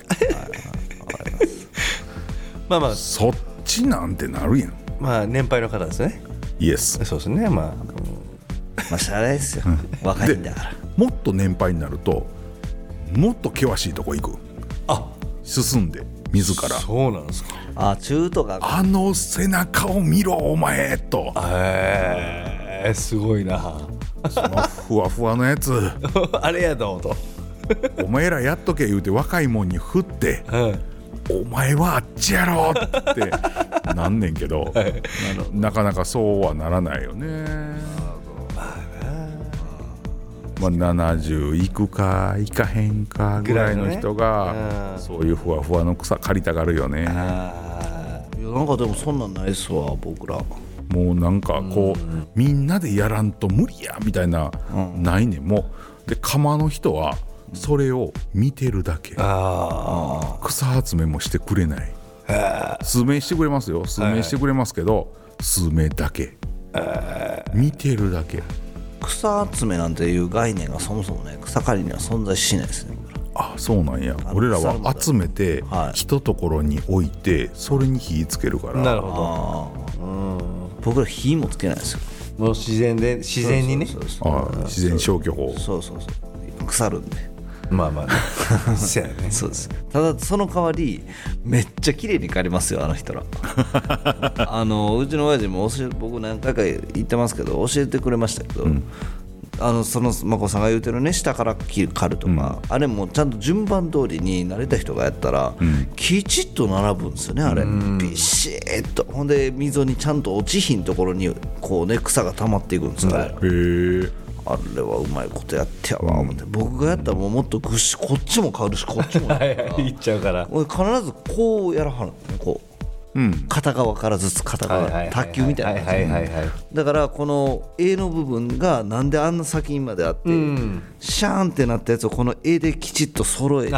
Speaker 3: まあまあ
Speaker 1: そっちなんてなるやん
Speaker 3: まあ年配の方ですね
Speaker 1: イエス
Speaker 3: そうですねまあ
Speaker 4: まあしゃあないですよ、うん、若いんだから
Speaker 1: もっと年配になるともっと険しいとこ行く
Speaker 3: あ
Speaker 1: 進んで自ら
Speaker 3: そうなんですか
Speaker 4: あ中とか
Speaker 1: あの背中を見ろお前と
Speaker 3: へえー、すごいな <laughs>
Speaker 1: そのふわふわのやつ
Speaker 3: あれやとと
Speaker 1: お前らやっとけ言うて若いもんに振って、うん、お前はあっちやろってなんねんけど, <laughs> はい、なかなかそうはならないよねまあ、70いくかいかへんかぐらいの人がそういうふわふわの草刈りたがるよねいや
Speaker 4: なんかでもそんなんないっすわ僕ら
Speaker 1: もうなんかこう、うん、みんなでやらんと無理やみたいな、うん、ないねもうで釜の人はそれを見てるだけ、うん、草集めもしてくれない数名してくれますよ数名してくれますけど数名だけ見てるだけ
Speaker 4: 草集めなんていう概念がそもそもね草刈りには存在しないですね
Speaker 1: あそうなんや俺らは集めてひとところに置いてそれに火つけるから、はい、
Speaker 3: なるほ
Speaker 4: ど、うん、僕ら火もつけないですよ
Speaker 3: もう自然で自然にね
Speaker 1: 自然消去法
Speaker 4: そうそうそう腐るんで
Speaker 3: まあまあ、ね、 <laughs> そうやね
Speaker 4: そうですただその代わりめっちゃ綺麗に刈りますよあの人 <laughs> らあのうちの親父も教え僕何回か言ってますけど教えてくれましたけど、うん、あのその眞子さんが言うてるね下から切る刈るとか、うん、あれもちゃんと順番通りに慣れた人がやったら、うん、きちっと並ぶんですよねあれ、ビシッとほんで溝にちゃんと落ちひんところにこうね草が溜まっていくんですよ、ね、
Speaker 1: へえ
Speaker 4: あれはうまいことやってやわ思って僕がやったらもうもっとぐしこっちも変わるしこっちも
Speaker 3: いっちゃうから
Speaker 4: 俺必ずこうやらはるこう、うん、片側からずつ片側、はいはい、卓球みたいな感じだからこの A の部分がなんであんな先にまであって、うん、シャーンってなったやつをこの A できちっと揃えてこ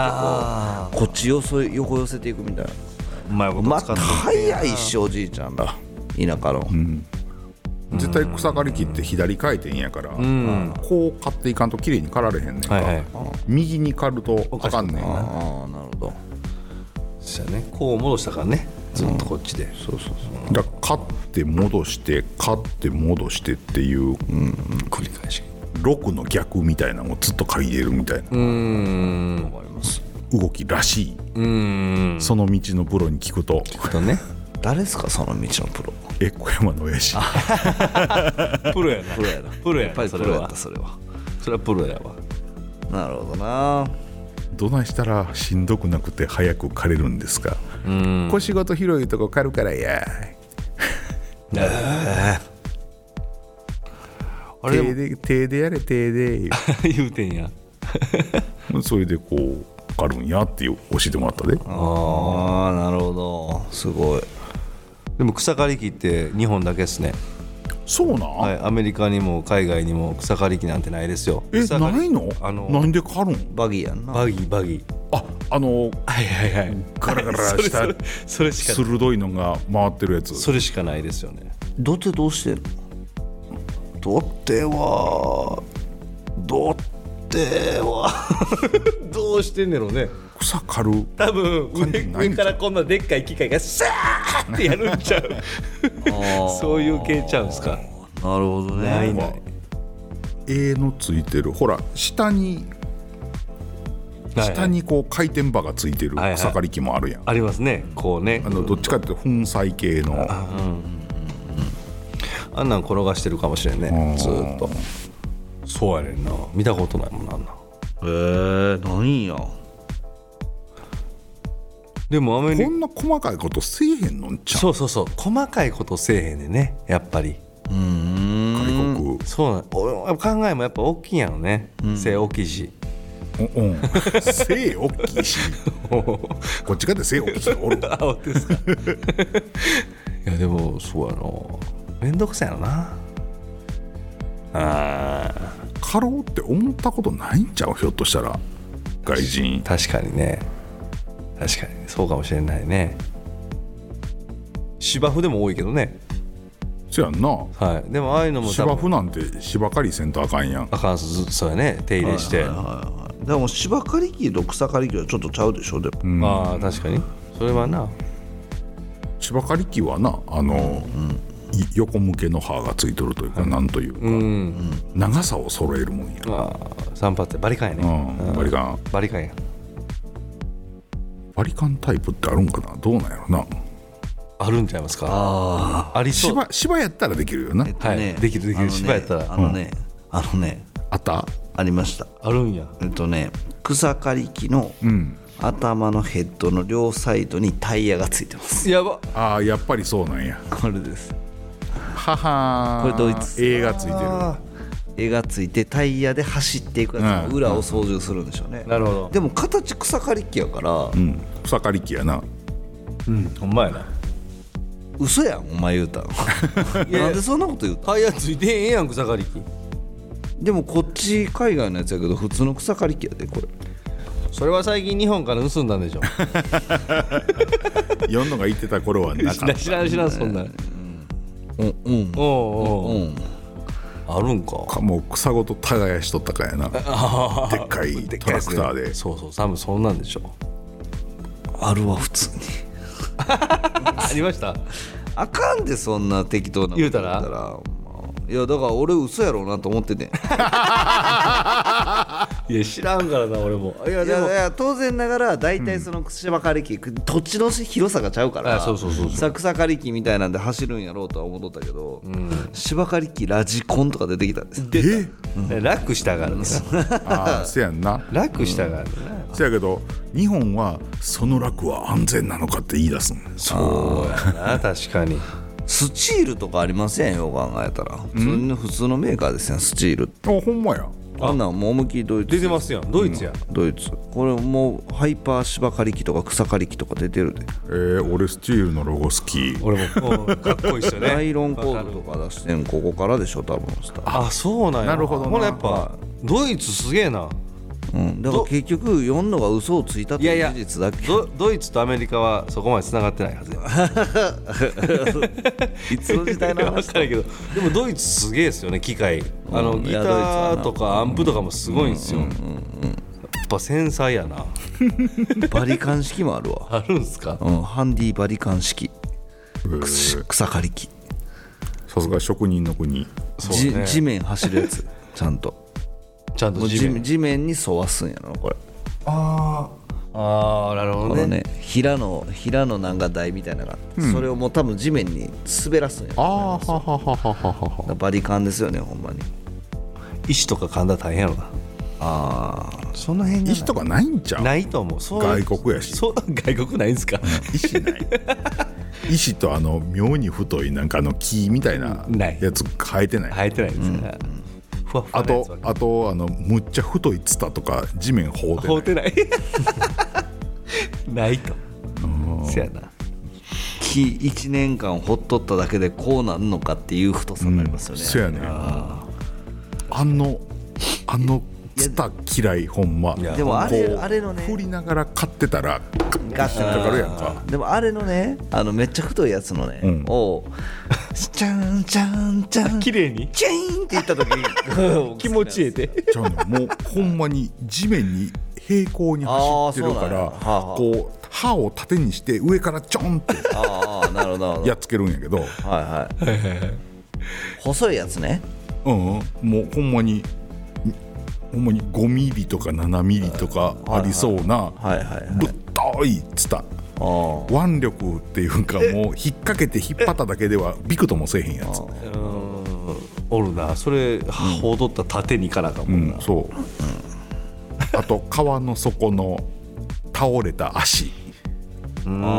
Speaker 4: こっちよそ横寄せていくみたいな
Speaker 3: うまいこと
Speaker 4: また早いしおじいちゃんら田舎の。うん
Speaker 1: 絶対草刈り機って左回転やから、うん、こう刈っていかんと綺麗に刈られへんねんか、はいはい、右に刈るとあかんねんあ
Speaker 4: あなるほど
Speaker 3: そうやねこう戻したからねずっとこっちで、
Speaker 1: そうそうそうだから勝って戻して勝って戻してっていう
Speaker 3: 繰り返し
Speaker 1: 6の逆みたいなのをずっと嗅いでるみたいな
Speaker 3: うんわかります
Speaker 1: 動きらしい
Speaker 3: うん
Speaker 1: その道のプロに聞く
Speaker 3: <laughs>
Speaker 1: と
Speaker 3: 聞くとね
Speaker 4: 誰ですかその道のプロ
Speaker 1: え小山の親父
Speaker 3: プロやな
Speaker 4: プロやな
Speaker 3: プロ
Speaker 4: や
Speaker 3: や
Speaker 4: っぱりプロやったそれは
Speaker 3: それはプロやわ
Speaker 4: なるほどな
Speaker 1: どないしたらしんどくなくて早く枯れるんですか
Speaker 3: うん
Speaker 1: 小仕事広いとこ狩るから
Speaker 3: <laughs>
Speaker 1: や
Speaker 3: あれ
Speaker 1: 手で
Speaker 3: でも
Speaker 1: 手でやれ手で
Speaker 3: <laughs> <laughs> 言うてんや
Speaker 1: それでこう狩るんやっていう教えてもらったで
Speaker 4: ああなるほどすごい
Speaker 3: でも草刈り機って日本だけですね、
Speaker 1: そうなん、
Speaker 3: はい、アメリカにも海外にも草刈り機なんてないですよ
Speaker 1: え
Speaker 3: 草刈り
Speaker 1: ないの
Speaker 3: あの
Speaker 1: なんで狩るん
Speaker 4: バギーやんな
Speaker 3: バギーバギー
Speaker 1: ああ
Speaker 3: <laughs>
Speaker 1: の
Speaker 3: はいはいはい
Speaker 1: ガラガラし
Speaker 3: そ
Speaker 1: た
Speaker 3: れそれしか
Speaker 1: 鋭いのが回ってるやつ
Speaker 3: それしかないですよね
Speaker 4: 土手どうしてる
Speaker 3: 土手は土手 <laughs> はどうしてんねやろね
Speaker 1: 草狩る
Speaker 3: 多分
Speaker 1: じない
Speaker 3: 上上からこんなでっかい機械がシャーってやるん <laughs> ちゃうそういう系ちゃうんすか
Speaker 4: なるほどね
Speaker 3: ない
Speaker 1: な
Speaker 3: ない
Speaker 1: 絵のついてるほら下に下にこう回転場がついてる
Speaker 3: はいはい
Speaker 1: 草刈り機もあるやん、
Speaker 3: ありますねこうね
Speaker 1: あのどっちかっていうと粉砕系の
Speaker 3: あんなん転がしてるかもしれんね
Speaker 1: ん
Speaker 3: ずーっとそうやねんな見たことないもんなあんな
Speaker 4: えー、ないんや
Speaker 3: でもアメリ
Speaker 1: こ
Speaker 3: カ
Speaker 1: んな細かいことせえへんのんちゃう
Speaker 3: そうそうそう細かいことせえへんでねやっぱり
Speaker 1: 外国
Speaker 3: そうなんおやっぱ考えもやっぱ大きいんやろね、背大きいし
Speaker 1: うんうん背大き <laughs> いしこっちかって背大きい人おる
Speaker 3: <laughs> あ本当です <laughs> かいやでもそうやな面倒くさいやろなあ
Speaker 1: 過労って思ったことないんちゃうひょっとしたら外人
Speaker 3: ー確かにね確かにそうかもしれないね芝生でも多いけどね
Speaker 1: そやんな
Speaker 3: はいでもああいうのも多
Speaker 1: 芝生
Speaker 3: 分
Speaker 1: なんて芝刈りせんとあかんやん
Speaker 3: あかんすずそうやね手入れして、
Speaker 4: でも芝刈り機と草刈り機はちょっとちゃうでしょでも、
Speaker 3: まあ確かにそれはな
Speaker 1: 芝刈り機はなあの、い横向けの刃がついとるというか、なんというか、長さを揃えるもんや、
Speaker 3: まあ散髪ってバリカンやね、
Speaker 1: うん、バリカン
Speaker 3: バリカンや
Speaker 1: バリカンタイプってあるんかなどうなんやろな
Speaker 3: あるんちゃいますかありそう
Speaker 1: 芝芝やったらできるよな
Speaker 4: えっと
Speaker 3: はい
Speaker 4: ね
Speaker 3: できるできる
Speaker 4: あのね
Speaker 3: 芝やったら
Speaker 4: あのね、あのね
Speaker 1: あった
Speaker 4: ありました
Speaker 3: あるんや
Speaker 4: えっとね草刈り機の頭のヘッドの両サイドにタイヤがついてます
Speaker 3: やば
Speaker 1: ああやっぱりそうなんや
Speaker 4: これです
Speaker 1: はは
Speaker 4: これドイツ
Speaker 1: 絵がついてる
Speaker 4: 絵がついてタイヤで走っていくやつ
Speaker 1: うん
Speaker 4: の裏を操縦するんでしょうね、
Speaker 3: なるほど
Speaker 4: でも形草刈り機やから、
Speaker 1: うん草刈り機やな
Speaker 3: うんほんまやな
Speaker 4: 嘘やんお前言う <laughs> たのなんでそんなこと言うた
Speaker 3: タイヤついてへんやん草刈り機
Speaker 4: でもこっち海外のやつやけど普通の草刈り機やでこれ
Speaker 3: それは最近日本から盗んだんで <laughs> しょ
Speaker 1: 世のが言ってた頃は
Speaker 4: <laughs>
Speaker 1: なかった
Speaker 3: 知らん知らんそんなん
Speaker 4: うんうん
Speaker 3: おうおう
Speaker 4: うん
Speaker 3: あるんか
Speaker 1: かもう草ごと耕しとったかやなでっかいトラクターで
Speaker 3: そうそう多分そんなんでしょ
Speaker 4: あるわ普通に
Speaker 3: <laughs> ありました
Speaker 4: あかんでそんな適当なこと
Speaker 3: 言うたら
Speaker 4: ほんまいやだから俺嘘やろうなと思ってて <laughs> い
Speaker 3: いや知らんからな俺もいや
Speaker 4: やい
Speaker 3: でも
Speaker 4: や当然ながら大体その芝刈り機、土地の広さがちゃうから
Speaker 3: あそうそうそうそう
Speaker 4: さ草刈り機みたいなんで走るんやろうとは思っとったけど、芝刈り機ラジコンとか出てきたんです
Speaker 1: え
Speaker 3: 楽したからね
Speaker 1: ああせやんな
Speaker 3: 楽したからね
Speaker 1: せやけど日本はその楽は安全なのかって言い出すん
Speaker 3: そうやな確かに
Speaker 4: スチールとかありませんよ考えたら普通の普通のメーカーですねスチール
Speaker 1: あほんまや
Speaker 4: あんなんもう思いっきりドイツ
Speaker 3: 出てますやんドイツやん
Speaker 4: ドイツこれもうハイパー芝刈り機とか草刈り機とか出てるで
Speaker 1: えー、俺スチールのロゴ好き
Speaker 3: <laughs> 俺もうんかっこいいっすよ
Speaker 4: ナ
Speaker 3: ね
Speaker 4: イロンコードとか出してんここからでしょ多分
Speaker 3: <laughs> あそうなんや
Speaker 1: なるほどな
Speaker 3: ほらやっぱドイツすげえな
Speaker 4: うん、だから結局読んのが嘘をついたと
Speaker 3: いやい
Speaker 4: いう
Speaker 3: や
Speaker 4: 事実だけ
Speaker 3: ドドイツとアメリカはそこまでつながってないはずや
Speaker 4: いつの時代の
Speaker 3: 分
Speaker 4: 話
Speaker 3: かるけどでもドイツすげえですよね機械あの
Speaker 4: うんい
Speaker 3: ギ
Speaker 4: や
Speaker 3: タ
Speaker 4: ドイツはな
Speaker 3: ーとかアンプとかもすごいんですよぱ繊細やな
Speaker 4: バリカン式もあるわ
Speaker 3: あるんすか、
Speaker 4: うん、ハンディバリカン式草刈り機
Speaker 1: さすが職人の国、
Speaker 4: じ地面走るやつちゃんと
Speaker 3: ちゃんと
Speaker 4: <laughs> 地面地面に沿わすんやろこれ
Speaker 3: あああなるほどね
Speaker 4: ね平の平のなんか台みたいなのが、うん、それをもう多分地面に滑らすんや
Speaker 1: ろああははははは
Speaker 4: バリカンですよねほんまに
Speaker 3: 石とか噛んだら大変やろな
Speaker 4: ああ
Speaker 3: その辺
Speaker 1: 石とかないんちゃう
Speaker 3: ないと思うそう
Speaker 1: 外国やし
Speaker 3: そう外国ないんすか
Speaker 1: 石ない <laughs> 石とあの妙に太いなんかあの木みたいなやつ生えてない
Speaker 3: 生えてないですね、うんうん
Speaker 1: あとあとあのむっちゃ太いツタとか地面放
Speaker 3: てない放てない <laughs> ないとせやな
Speaker 4: 木1年間ほっとっただけでこうなんのかっていう太さになりますよね、うん、
Speaker 1: そやねあのあのツタ嫌いほんま
Speaker 4: でもあれあれのね
Speaker 1: 振りながら買ってたらガッてかかるやんか
Speaker 4: でもあれのねあのめっちゃ太いやつのね、うん、をチャンチャンチャン
Speaker 3: 綺麗に
Speaker 4: チェーンっていった時に
Speaker 3: <laughs> 気持ちええで
Speaker 1: ちゃうのもうほんまに地面に平行に走ってるから、はあはあ、こう刃を縦にして上からちょんってやっつけるんやけどはい
Speaker 4: はい、細いやつね
Speaker 1: うん、もうほんまにほんまに5ミリとか7ミリとかありそうなぶっといツタ腕力っていうかもう引っ掛けて引っ張っただけではびくともせえへんやつ
Speaker 3: おるなそれほどった縦にからかもな、
Speaker 1: うん、そう、うん、あと川の底の倒れた足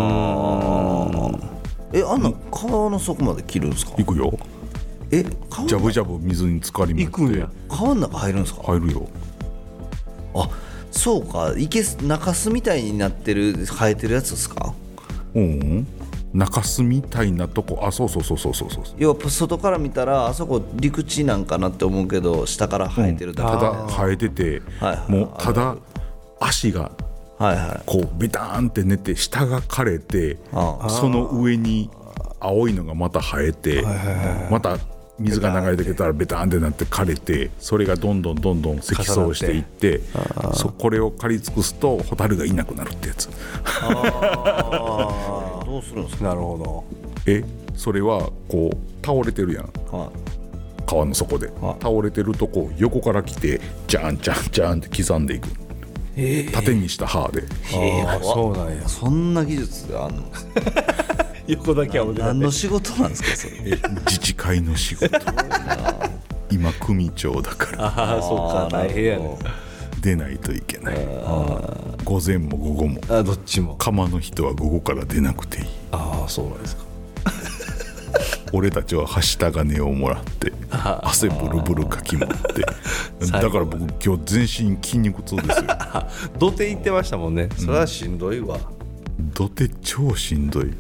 Speaker 4: あえあんな川の底まで切るんですか
Speaker 1: 行くよ
Speaker 4: え
Speaker 1: ジャブジャブ水に浸かりま
Speaker 4: くんや川の中入るんですか
Speaker 1: 入るよ
Speaker 4: あそうか池中洲みたいになってる生えてるやつですか
Speaker 1: うん中洲みたいなとこあそうそうそうそうそうそう
Speaker 4: 要は外から見たらあそこ陸地なんかなって思うけど下から生えてるだ
Speaker 1: け、うん、ただ生えてて、はいはい、もうただ足がはいはい、こうベターンって寝て下が枯れてその上に青いのがまた生えて、はいはい、また水が流れてきたらベタンってなって枯れてそれがどんどんどんどん積層していってそこれを刈り尽くすとホタルがいなくなるってやつ
Speaker 4: どうするんですか
Speaker 3: なるほど
Speaker 1: えそれはこう倒れてるやん、はあ、川の底で、はあ、倒れてるとこ横から来てジャンジャンジャンって刻んでいく、えー、縦にした歯で、
Speaker 3: えー、そうなんや
Speaker 4: そんな技術があんの
Speaker 3: 横だけは
Speaker 4: 何の仕事なんですか
Speaker 1: <laughs>
Speaker 4: それ
Speaker 1: 自治会の仕 <laughs> 事今組長だから
Speaker 3: ああそうか大変やね
Speaker 1: 出ないといけない午前も午後も
Speaker 3: あどっちも
Speaker 1: 釜の人は午後から出なくていい
Speaker 3: ああそうなんですか
Speaker 1: 俺たちははした金をもらって汗ブルブルかきま
Speaker 3: <laughs>
Speaker 1: ってだから僕今日全身筋肉痛ですよ
Speaker 3: 土手行ってましたもんね、うん、それはしんどいわ
Speaker 1: 土手超しんどい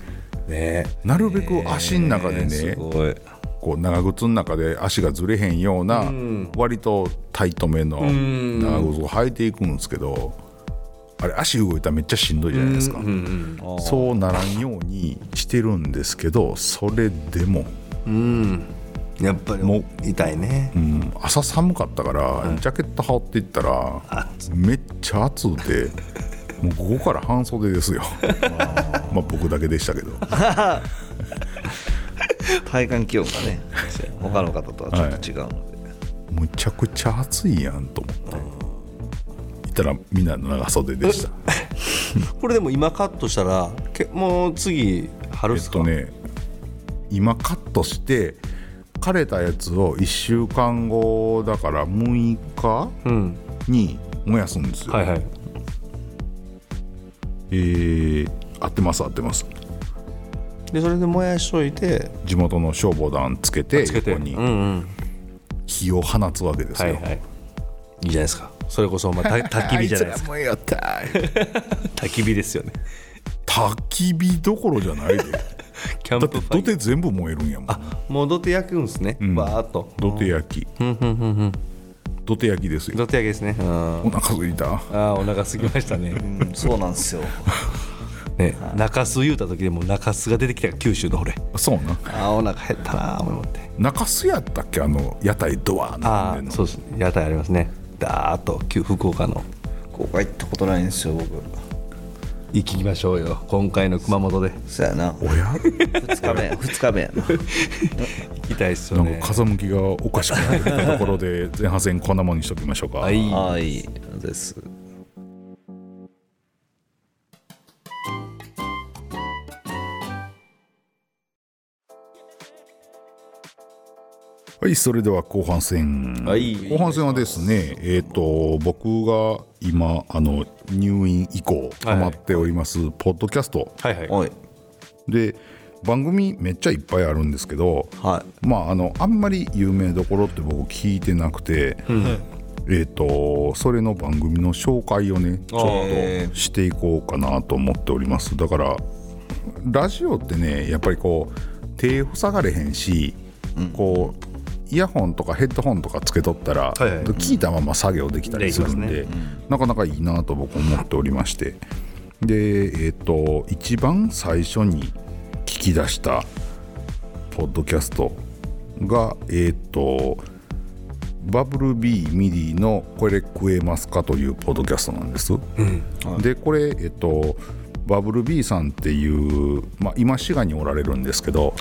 Speaker 3: ね、
Speaker 1: なるべく足の中でね、こう長靴の中で足がずれへんような、うん、割とタイトめの長靴を履いていくんですけど、あれ足動いたらめっちゃしんどいじゃないですか、うんうん、そうならんようにしてるんですけどそれでも。
Speaker 3: うんやっぱりもう痛いね、
Speaker 1: うん、朝寒かったから、ジャケット羽織っていったらめっちゃ暑うてもうここから半袖ですよまあ僕だけでしたけど、
Speaker 4: 体感気温がね他の方とはちょっと違うので、はい
Speaker 1: むちゃくちゃ暑いやんと思っていたらみんな長袖でした
Speaker 3: これでも今カットしたらけもう次春っす
Speaker 1: え
Speaker 3: か、
Speaker 1: っとね今カットして枯れたやつを1週間後だから6日、うん、に燃やすんですよ、
Speaker 3: はいはい
Speaker 1: えー、合ってます合ってます
Speaker 3: でそれで燃やしといて
Speaker 1: 地元の消防団つけて横に火を放つわけですよ、はいはい、
Speaker 3: いいじゃないですかそれこそ <laughs> まあ焚き火じゃないですか焚き火ですよね
Speaker 1: <laughs> 焚き火どころじゃ
Speaker 3: <laughs>
Speaker 1: ないでキャンプだって土手全部燃えるんやもん
Speaker 3: あもう土手焼くんですね、うん、バーっと
Speaker 1: 土手焼き土手焼きですよ
Speaker 3: 土手焼きですね
Speaker 1: お腹すいた
Speaker 3: あお腹すきましたね、
Speaker 4: うん、そうなんですよ
Speaker 3: ね、はい、中洲言うた時でも中洲が出てきた九州の俺
Speaker 1: そうな
Speaker 3: あお腹減ったな思って
Speaker 1: 中洲やったっけあの屋台ドア
Speaker 3: なんでのそうですね屋台ありますねだーっと福岡の
Speaker 4: 福岡行ったことないんですよ僕
Speaker 3: 行きましょうよ今回の熊本で
Speaker 4: そうやな
Speaker 1: おや
Speaker 4: 2日目2日目やな
Speaker 3: 行きたいっす
Speaker 1: な
Speaker 3: よ
Speaker 1: んか
Speaker 3: ね
Speaker 1: 風向きがおかしくなってきたところで前半戦こんなもんにしときましょうか、
Speaker 3: はい
Speaker 4: はいです
Speaker 1: はい、それでは後半戦、
Speaker 3: はい
Speaker 1: 後半戦はですねえっ、と僕が今あの入院以降
Speaker 3: は
Speaker 1: ハ
Speaker 3: い
Speaker 1: マっておりますポッドキャスト、
Speaker 3: はいはい
Speaker 4: はい
Speaker 1: で番組めっちゃいっぱいあるんですけど、
Speaker 4: は
Speaker 1: まああのあんまり有名どころって僕聞いてなくて、えっ、とそれの番組の紹介をねちょっとしていこうかなと思っておりますだからラジオってねやっぱりこう手塞がれへんし、こうイヤホンとかヘッドホンとかつけとったら、
Speaker 3: はいはい
Speaker 1: 聞いたまま作業できたりするんで
Speaker 3: で
Speaker 1: なかなかいいなと僕思っておりましてでえっ、と一番最初に聞き出したポッドキャストがえっ、とバブル B ミディの「これ食えますか?」というポッドキャストなんです。でこれえっとバブル B さんっていう、まあ、今滋賀におられるんですけど、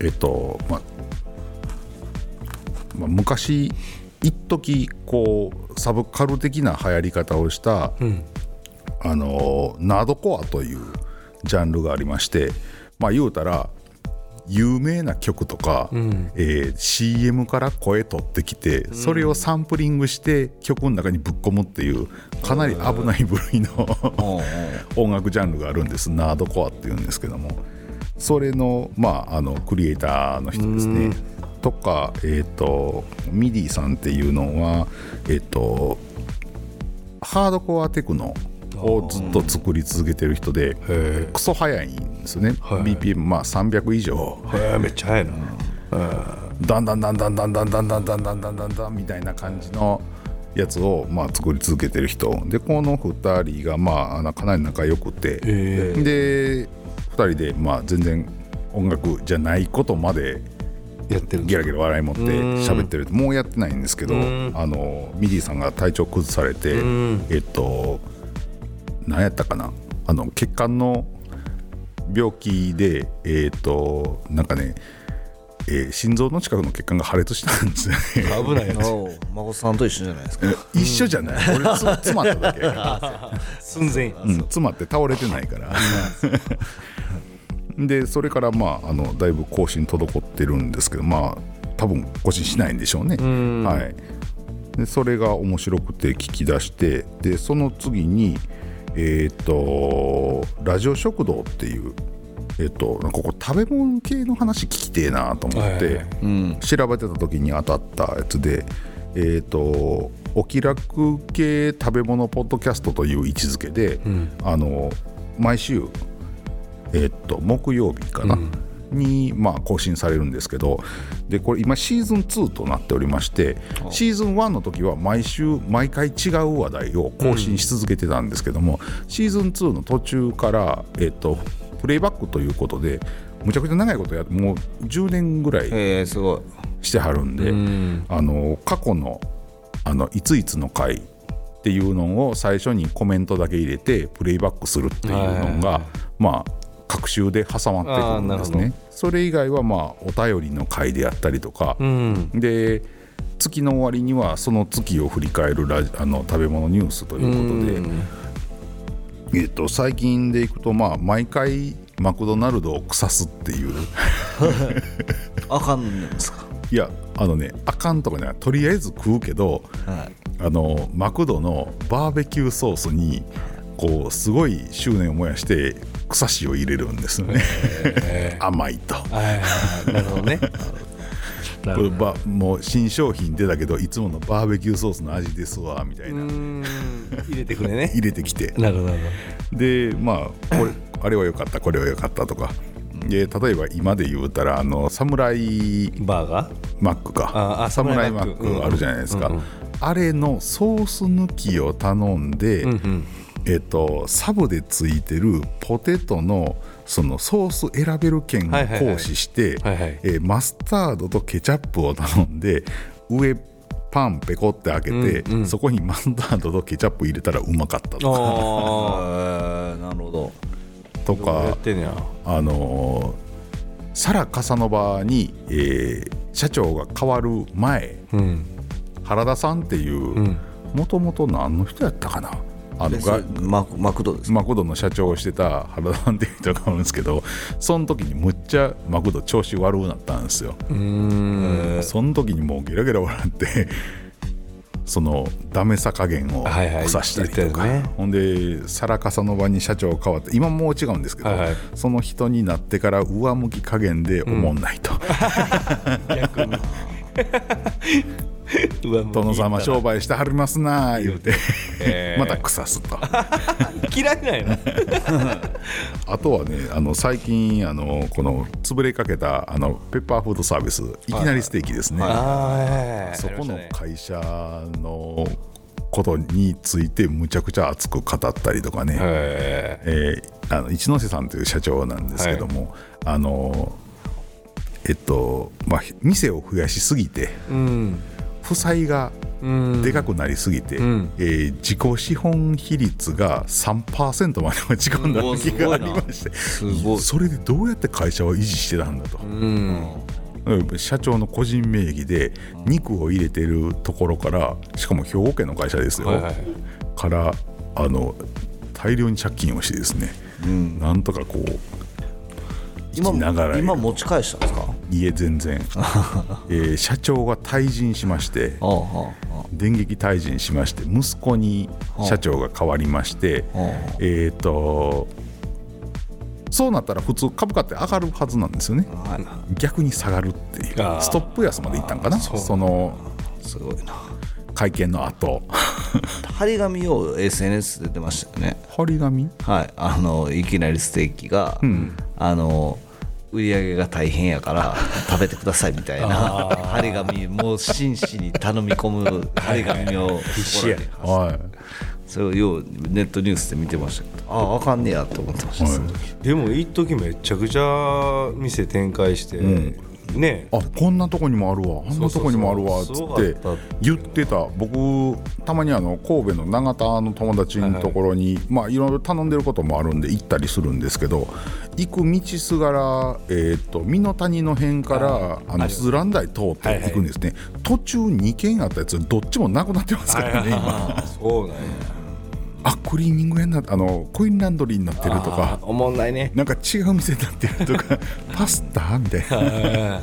Speaker 1: えっとまあまあ、昔一時こうサブカル的な流行り方をした、あのナードコアというジャンルがありましてまあ言うたら有名な曲とか、えー CM から声取ってきて、それをサンプリングして曲の中にぶっ込むっていうかなり危ない部類の、音楽ジャンルがあるんですナードコアっていうんですけどもそれの,、まあ、あのクリエイターの人ですねとか、えー、とミディさんっていうのは、えー、とハードコアテクノをずっと作り続けてる人でクソ早いんですよね、BPM、まあ、300以上
Speaker 3: へえめっちゃ早いな
Speaker 1: だんだんだんだんだんだんだんだんだんだんだんだんみたいな感じのやつをまあ作り続けてる人でこの2人がまああのかなり仲良くてで2人でまあ全然音楽じゃないことまで
Speaker 3: やってる
Speaker 1: ギラギラ笑い持って喋ってるもうやってないんですけどあのミディさんが体調崩されてえっと何やったかなあの血管の病気でえっとなんかねえー心臓の近くの血管が破裂したんですよ <laughs> ね
Speaker 3: 危ないな
Speaker 4: お孫さんと一緒じゃないですか
Speaker 1: 一緒じゃない俺つ詰まっただけやから <laughs>
Speaker 3: 寸前
Speaker 1: うん、詰まって倒れてないから。でそれからまああのだいぶ更新滞ってるんですけどまあ多分更新しないんでしょうね。はい、でそれが面白くて聞き出してでその次にえっ、とラジオ食堂っていう。えっと、なんかここ食べ物系の話聞きてえなと思って、
Speaker 3: はいはい
Speaker 1: 調べてた時に当たったやつで「えー、とお気楽系食べ物ポッドキャスト」という位置づけで、あの毎週、えー、と木曜日かな、に、まあ、更新されるんですけどでこれ今シーズン2となっておりましてシーズン1の時は毎週毎回違う話題を更新し続けてたんですけども、シーズン2の途中から、えー、とプレイバックということでむちゃくちゃ長いことやってもう10年ぐらい
Speaker 4: ええすごい
Speaker 1: してはるんで、あの過去のあのいついつの回っていうのを最初にコメントだけ入れてプレイバックするっていうのが、まあ各週で挟まってくるんです
Speaker 3: あーなる
Speaker 1: ね。それ以外はまあお便りの回であったりとか、
Speaker 3: うん
Speaker 1: で月の終わりにはその月を振り返るラジあの食べ物ニュースということで。えっと最近でいくと、まあ、毎回マクドナルドを腐すっていう
Speaker 4: あかんなんですか
Speaker 1: いやあのねあかんとかねとりあえず食うけど
Speaker 4: はい
Speaker 1: あのマクドのバーベキューソースにこうすごい執念を燃やして草しを入れるんですよね、 <laughs> 甘いと
Speaker 3: はいなるほどね <laughs>
Speaker 1: これ
Speaker 3: なるほど
Speaker 1: ばもう新商品出たけどいつものバーベキューソースの味ですわみたいうな
Speaker 3: ーん入れてくれね
Speaker 1: 入れてきて
Speaker 3: なるほどなる
Speaker 1: でまあこれあれは良かったこれは良かったとかで例えば今で言うたらあの侍
Speaker 3: ほどバーガー
Speaker 1: マックか
Speaker 3: ああ
Speaker 1: サムライ
Speaker 3: サ
Speaker 1: マ
Speaker 3: ムライマッ
Speaker 1: ッ
Speaker 3: ク
Speaker 1: クあるじゃないですか、
Speaker 3: うんうん
Speaker 1: あれのソース抜きを頼んで、
Speaker 3: ん
Speaker 1: えっと、サブでついてるポテトのそのソース選べる券を
Speaker 3: はいはいはい
Speaker 1: 行使して
Speaker 3: はいはい
Speaker 1: えーマスタードとケチャップを頼んで上パンペコって開けて、
Speaker 3: うんうん
Speaker 1: そこにマスタードとケチャップ入れたらうまかったとか
Speaker 3: あ
Speaker 4: あなるほど
Speaker 1: と
Speaker 3: あや
Speaker 1: か
Speaker 3: ってんねや
Speaker 1: あのー、サラ・カサノバに、えー社長が変わる前
Speaker 3: うん
Speaker 1: 原田さんってい
Speaker 3: うん
Speaker 1: うもともと何の人やったかなあの
Speaker 4: でそ
Speaker 1: が
Speaker 4: れマクマクドですか
Speaker 1: マクドの社長をしてた原田さんっていう人がおるんですけどその時にむっちゃマクド調子悪くなったんですよ、
Speaker 3: うーん
Speaker 1: その時にもうゲラゲラ笑ってそのダメさ加減を
Speaker 3: はいはい
Speaker 1: こさしたりとか、
Speaker 3: 言ってたよね
Speaker 1: ほんでサラカサの場に社長変わって今もう違うんですけど、
Speaker 3: はいはい
Speaker 1: その人になってから上向き加減でおもんないと、
Speaker 3: <laughs>
Speaker 1: 殿様商売してはりますなあ言うて、
Speaker 3: え
Speaker 1: <laughs>
Speaker 3: ー
Speaker 1: また腐すと。
Speaker 3: <laughs> 嫌いなんやな
Speaker 1: あとはねあの最近あのこの潰れかけたあのペッパーフードサービスいきなりステーキですね、
Speaker 3: あー
Speaker 1: そこの会社のことについてむちゃくちゃ熱く語ったりとかね、
Speaker 3: へ
Speaker 1: えーあの一ノ瀬さんという社長なんですけども、あのえっとまあ店を増やしすぎて
Speaker 3: ーうん
Speaker 1: 負債が
Speaker 3: うん
Speaker 1: でかくなりすぎて、
Speaker 3: ん
Speaker 1: えー自己資本比率が3%まで落ち込んだ時がありまして、
Speaker 4: ごい
Speaker 1: それでどうやって会社を維持してたんだと、うん社長の個人名義で肉を入れてるところからしかも兵庫県の会社ですよ、
Speaker 3: はいはい
Speaker 1: からあの大量に借金をしてですね、なんとかこう生きながら
Speaker 4: 今持ち返したんですか
Speaker 1: 家全然、えー社長が退陣しまして
Speaker 4: ああああ
Speaker 1: 電撃退陣しまして息子に社長が変わりまして、
Speaker 4: はあ
Speaker 1: えっ、とそうなったら普通株価って上がるはずなんですよね逆に下がるっていう
Speaker 3: あー
Speaker 1: ストップ安までいったんかなその
Speaker 4: すごいな
Speaker 1: 会見の後
Speaker 4: 張り紙を SNS で出てましたよね
Speaker 1: 張り紙
Speaker 4: はいあのいきなりステーキが、あの売り上げが大変やから食べてくださいみたいな張り紙もう真摯に頼み込む張り紙を必
Speaker 3: 死や
Speaker 1: はい
Speaker 4: それをようネットニュースで見てましたけどあああかんねやと思ってました、その時
Speaker 3: でも一時めちゃくちゃ店展開して、ね
Speaker 1: あこんなとこにもあるわあんなとこにもあるわっつ
Speaker 3: そうそう
Speaker 1: っ
Speaker 3: そう
Speaker 1: て
Speaker 3: すごかった
Speaker 1: 言ってた僕たまにあの神戸の永田の友達のところに、まあいろいろ頼んでることもあるんで行ったりするんですけど行く道すがら、えー、と美の谷の辺からあの鈴蘭台通って行くんですね、途中2軒あったやつどっちもなくなってますからね今
Speaker 3: そうなんや
Speaker 1: あクリーニング屋になってあのコインランドリーになってるとか
Speaker 3: おもんないね
Speaker 1: なんか違う店になってると <laughs> かパスタみたいな。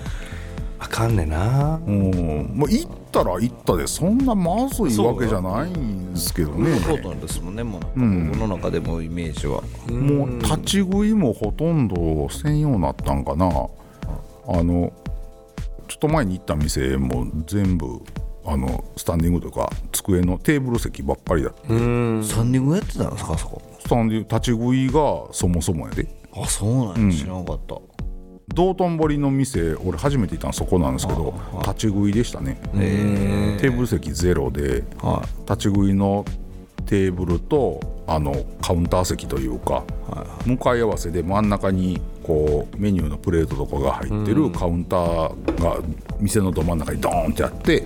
Speaker 3: あかんねんな
Speaker 1: うんまあ、行ったら行ったでそんなまずいわけじゃないんですけどね
Speaker 4: そうなんですもんねもう、世の中でもイメージは
Speaker 1: もう立ち食いもほとんどせんようになったんかなあのちょっと前に行った店も全部あのスタンディングとか机のテーブル席ばっかりだった
Speaker 3: うん
Speaker 4: 3人ぐらいやってたんですかそこ
Speaker 1: スタンディング立ち食いがそもそもやで
Speaker 4: あそうなんや知らなかった、
Speaker 1: 道頓堀の店俺初めて行ったのそこなんですけど立ち食いでしたねテーブル席ゼロで
Speaker 4: はい
Speaker 1: 立ち食いのテーブルとあのカウンター席というか、向かい合わせで真ん中にこうメニューのプレートとかが入ってるカウンターが店のど真ん中にドーンってあって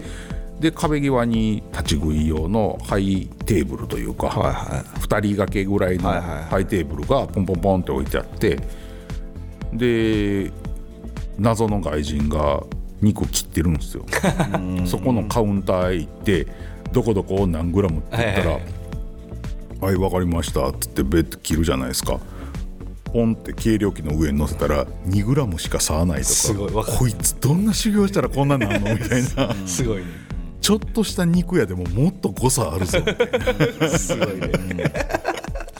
Speaker 1: で壁際に立ち食い用のハイテーブルというか、2人掛けぐらいの
Speaker 4: はいはい
Speaker 1: ハイテーブルがポンポンポンって置いてあってで謎の外人が肉を切ってるんですよ。そこのカウンターへ行ってどこどこを何グラムって言ったら「はいわかりました」っつってベッて切るじゃないですかポンって計量器の上に乗せたら2グラムしか差はないとか
Speaker 3: すごいわかる
Speaker 1: こいつどんな修行したらこんなんなんのみたい
Speaker 3: <laughs>
Speaker 1: な
Speaker 3: すごいね
Speaker 1: ちょっとした肉やでももっと誤差あるぞみたいな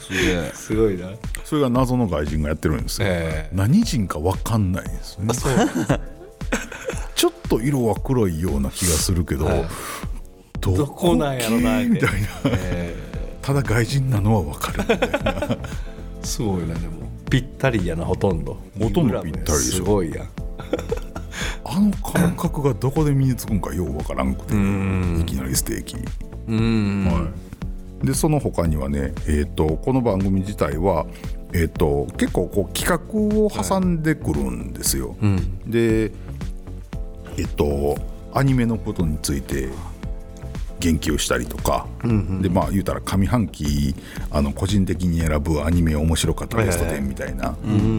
Speaker 4: すげえ
Speaker 3: すごいな
Speaker 1: それが謎の外人がやってるんですよ、
Speaker 3: ええ
Speaker 1: 何人か分かんないですね
Speaker 3: そう
Speaker 1: ちょっと色は黒いような気がするけど、
Speaker 3: どこなんやろなって
Speaker 1: みたいな、ただ外人なのは分かるみたいな
Speaker 3: すごいなでもぴったりやなほとんど
Speaker 1: ほとんどぴったりでしょ
Speaker 3: すごいやん
Speaker 1: あの感覚がどこで身につくんかようわからんくていきなりステーキ、
Speaker 3: うん
Speaker 1: はい、でその他にはね、えー、とこの番組自体は、えー、と結構こう企画を挟んでくるんですよ、でえっ、とアニメのことについて言及したりとか、でまあ言うたら上半期あの個人的に選ぶアニメ面白かったベスト10みたいなを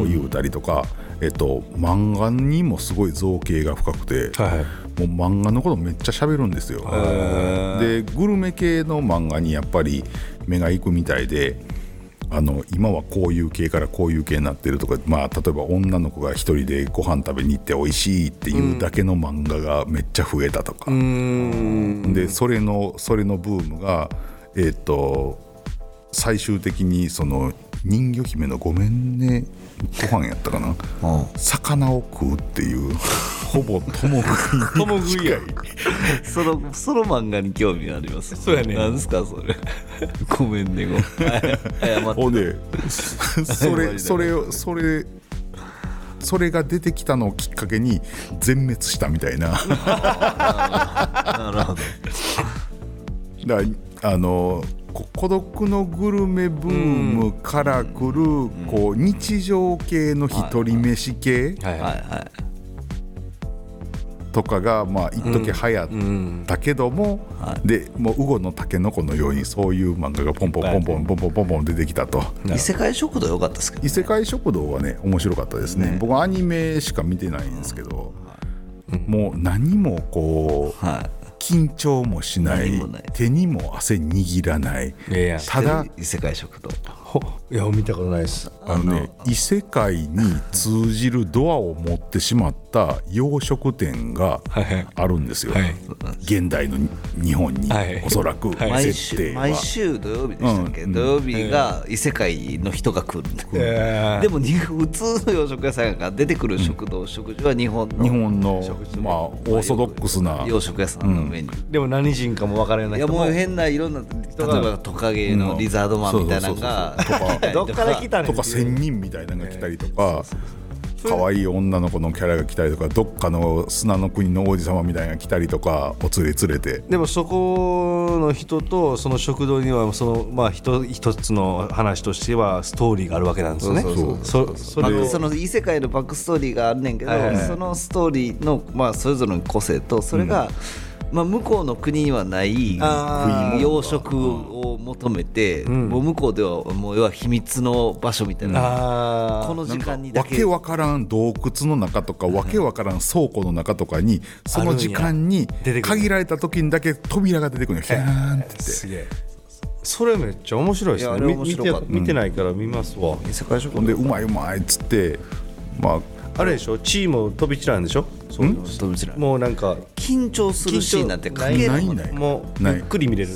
Speaker 1: 言うたりとか、えっと、漫画にもすごい造形が深くて、もう漫画のことめっちゃ喋るんですよ。でグルメ系の漫画にやっぱり目がいくみたいで。あの今はこういう系からこういう系になってるとか、まあ、例えば女の子が1人でご飯食べに行って美味しいっていうだけの漫画がめっちゃ増えたとか、でそれのそれのブームが、えーと、と最終的にその人魚姫の「ごめんね」ご飯やったかな、うん、魚を食うっていうほぼ共食い
Speaker 3: <laughs> 共食いや
Speaker 4: そのその漫画に興味あります
Speaker 3: そうやね
Speaker 4: なんですかそれ <laughs> ごめんねごめん
Speaker 1: <laughs> ほんでそれそれそれそれが出てきたのをきっかけに全滅したみたいな <laughs>
Speaker 4: なるほ
Speaker 1: どだあの孤独のグルメブームからくる、うん、こう日常系の一人飯系とかがまあ一時流行ったけども、でもう「ウゴのたけのこ」のようにそういう漫画がポンポンポンポンポンポンポンポン出てきたと
Speaker 4: 異世界食堂良かったですけど、
Speaker 1: 異世界食堂はね面白かったですね僕アニメしか見てないんですけど、もう何もこう、はい緊張もしない手にも汗握らないただ
Speaker 4: 異世界食堂
Speaker 3: いや見たことないです
Speaker 1: あのね異世界に通じるドアを持ってしまった洋食店があるんですよ、はいはい、現代の日本に、はい、おそらく
Speaker 4: 設定は毎週土曜日でしたっけ、うん、土曜日が異世界の人が来る、うん、でも普通の洋食屋さんが出てくる食堂、うん、食事は日本の
Speaker 1: 日本の、まあ、オーソドックスな
Speaker 4: 洋食屋さんのメニュー、
Speaker 3: でも何人かも分からない
Speaker 4: いやもう変ないろんな例えばトカゲのリザードマンみたいなの
Speaker 3: <laughs>
Speaker 4: が
Speaker 3: どっから来た
Speaker 1: とか仙人みたいなのが来たりとか。可愛い女の子のキャラが来たりとかどっかの砂の国の王子様みたいなのが来たりとかお連れ連れて
Speaker 3: でもそこの人とその食堂にはそのまあ一一つの話としてはストーリーがあるわけなんですね
Speaker 4: そうそれその異世界のバックストーリーがあるねんけど、そのストーリーのまあそれぞれの個性とそれが、まあ、向こうの国にはない養殖を求めて、もう向こうではもう要は秘密の場所みたいなこの時間にだ
Speaker 1: けわけわからん洞窟の中とかわけわからん倉庫の中とかにその時間に限られた時にだけ扉が出てくるのひゃーんって
Speaker 3: すげえそれめっちゃ面白いですね見て見てないから見ますわ、
Speaker 1: うん、世界食でうまいうまいっつってまあ
Speaker 3: あれでしょチーム飛び散らんでしょ
Speaker 4: そう飛び散ら
Speaker 3: もうなんか
Speaker 4: 緊張するシーンなんてかけ
Speaker 1: ないない
Speaker 3: もうゆっくり見れる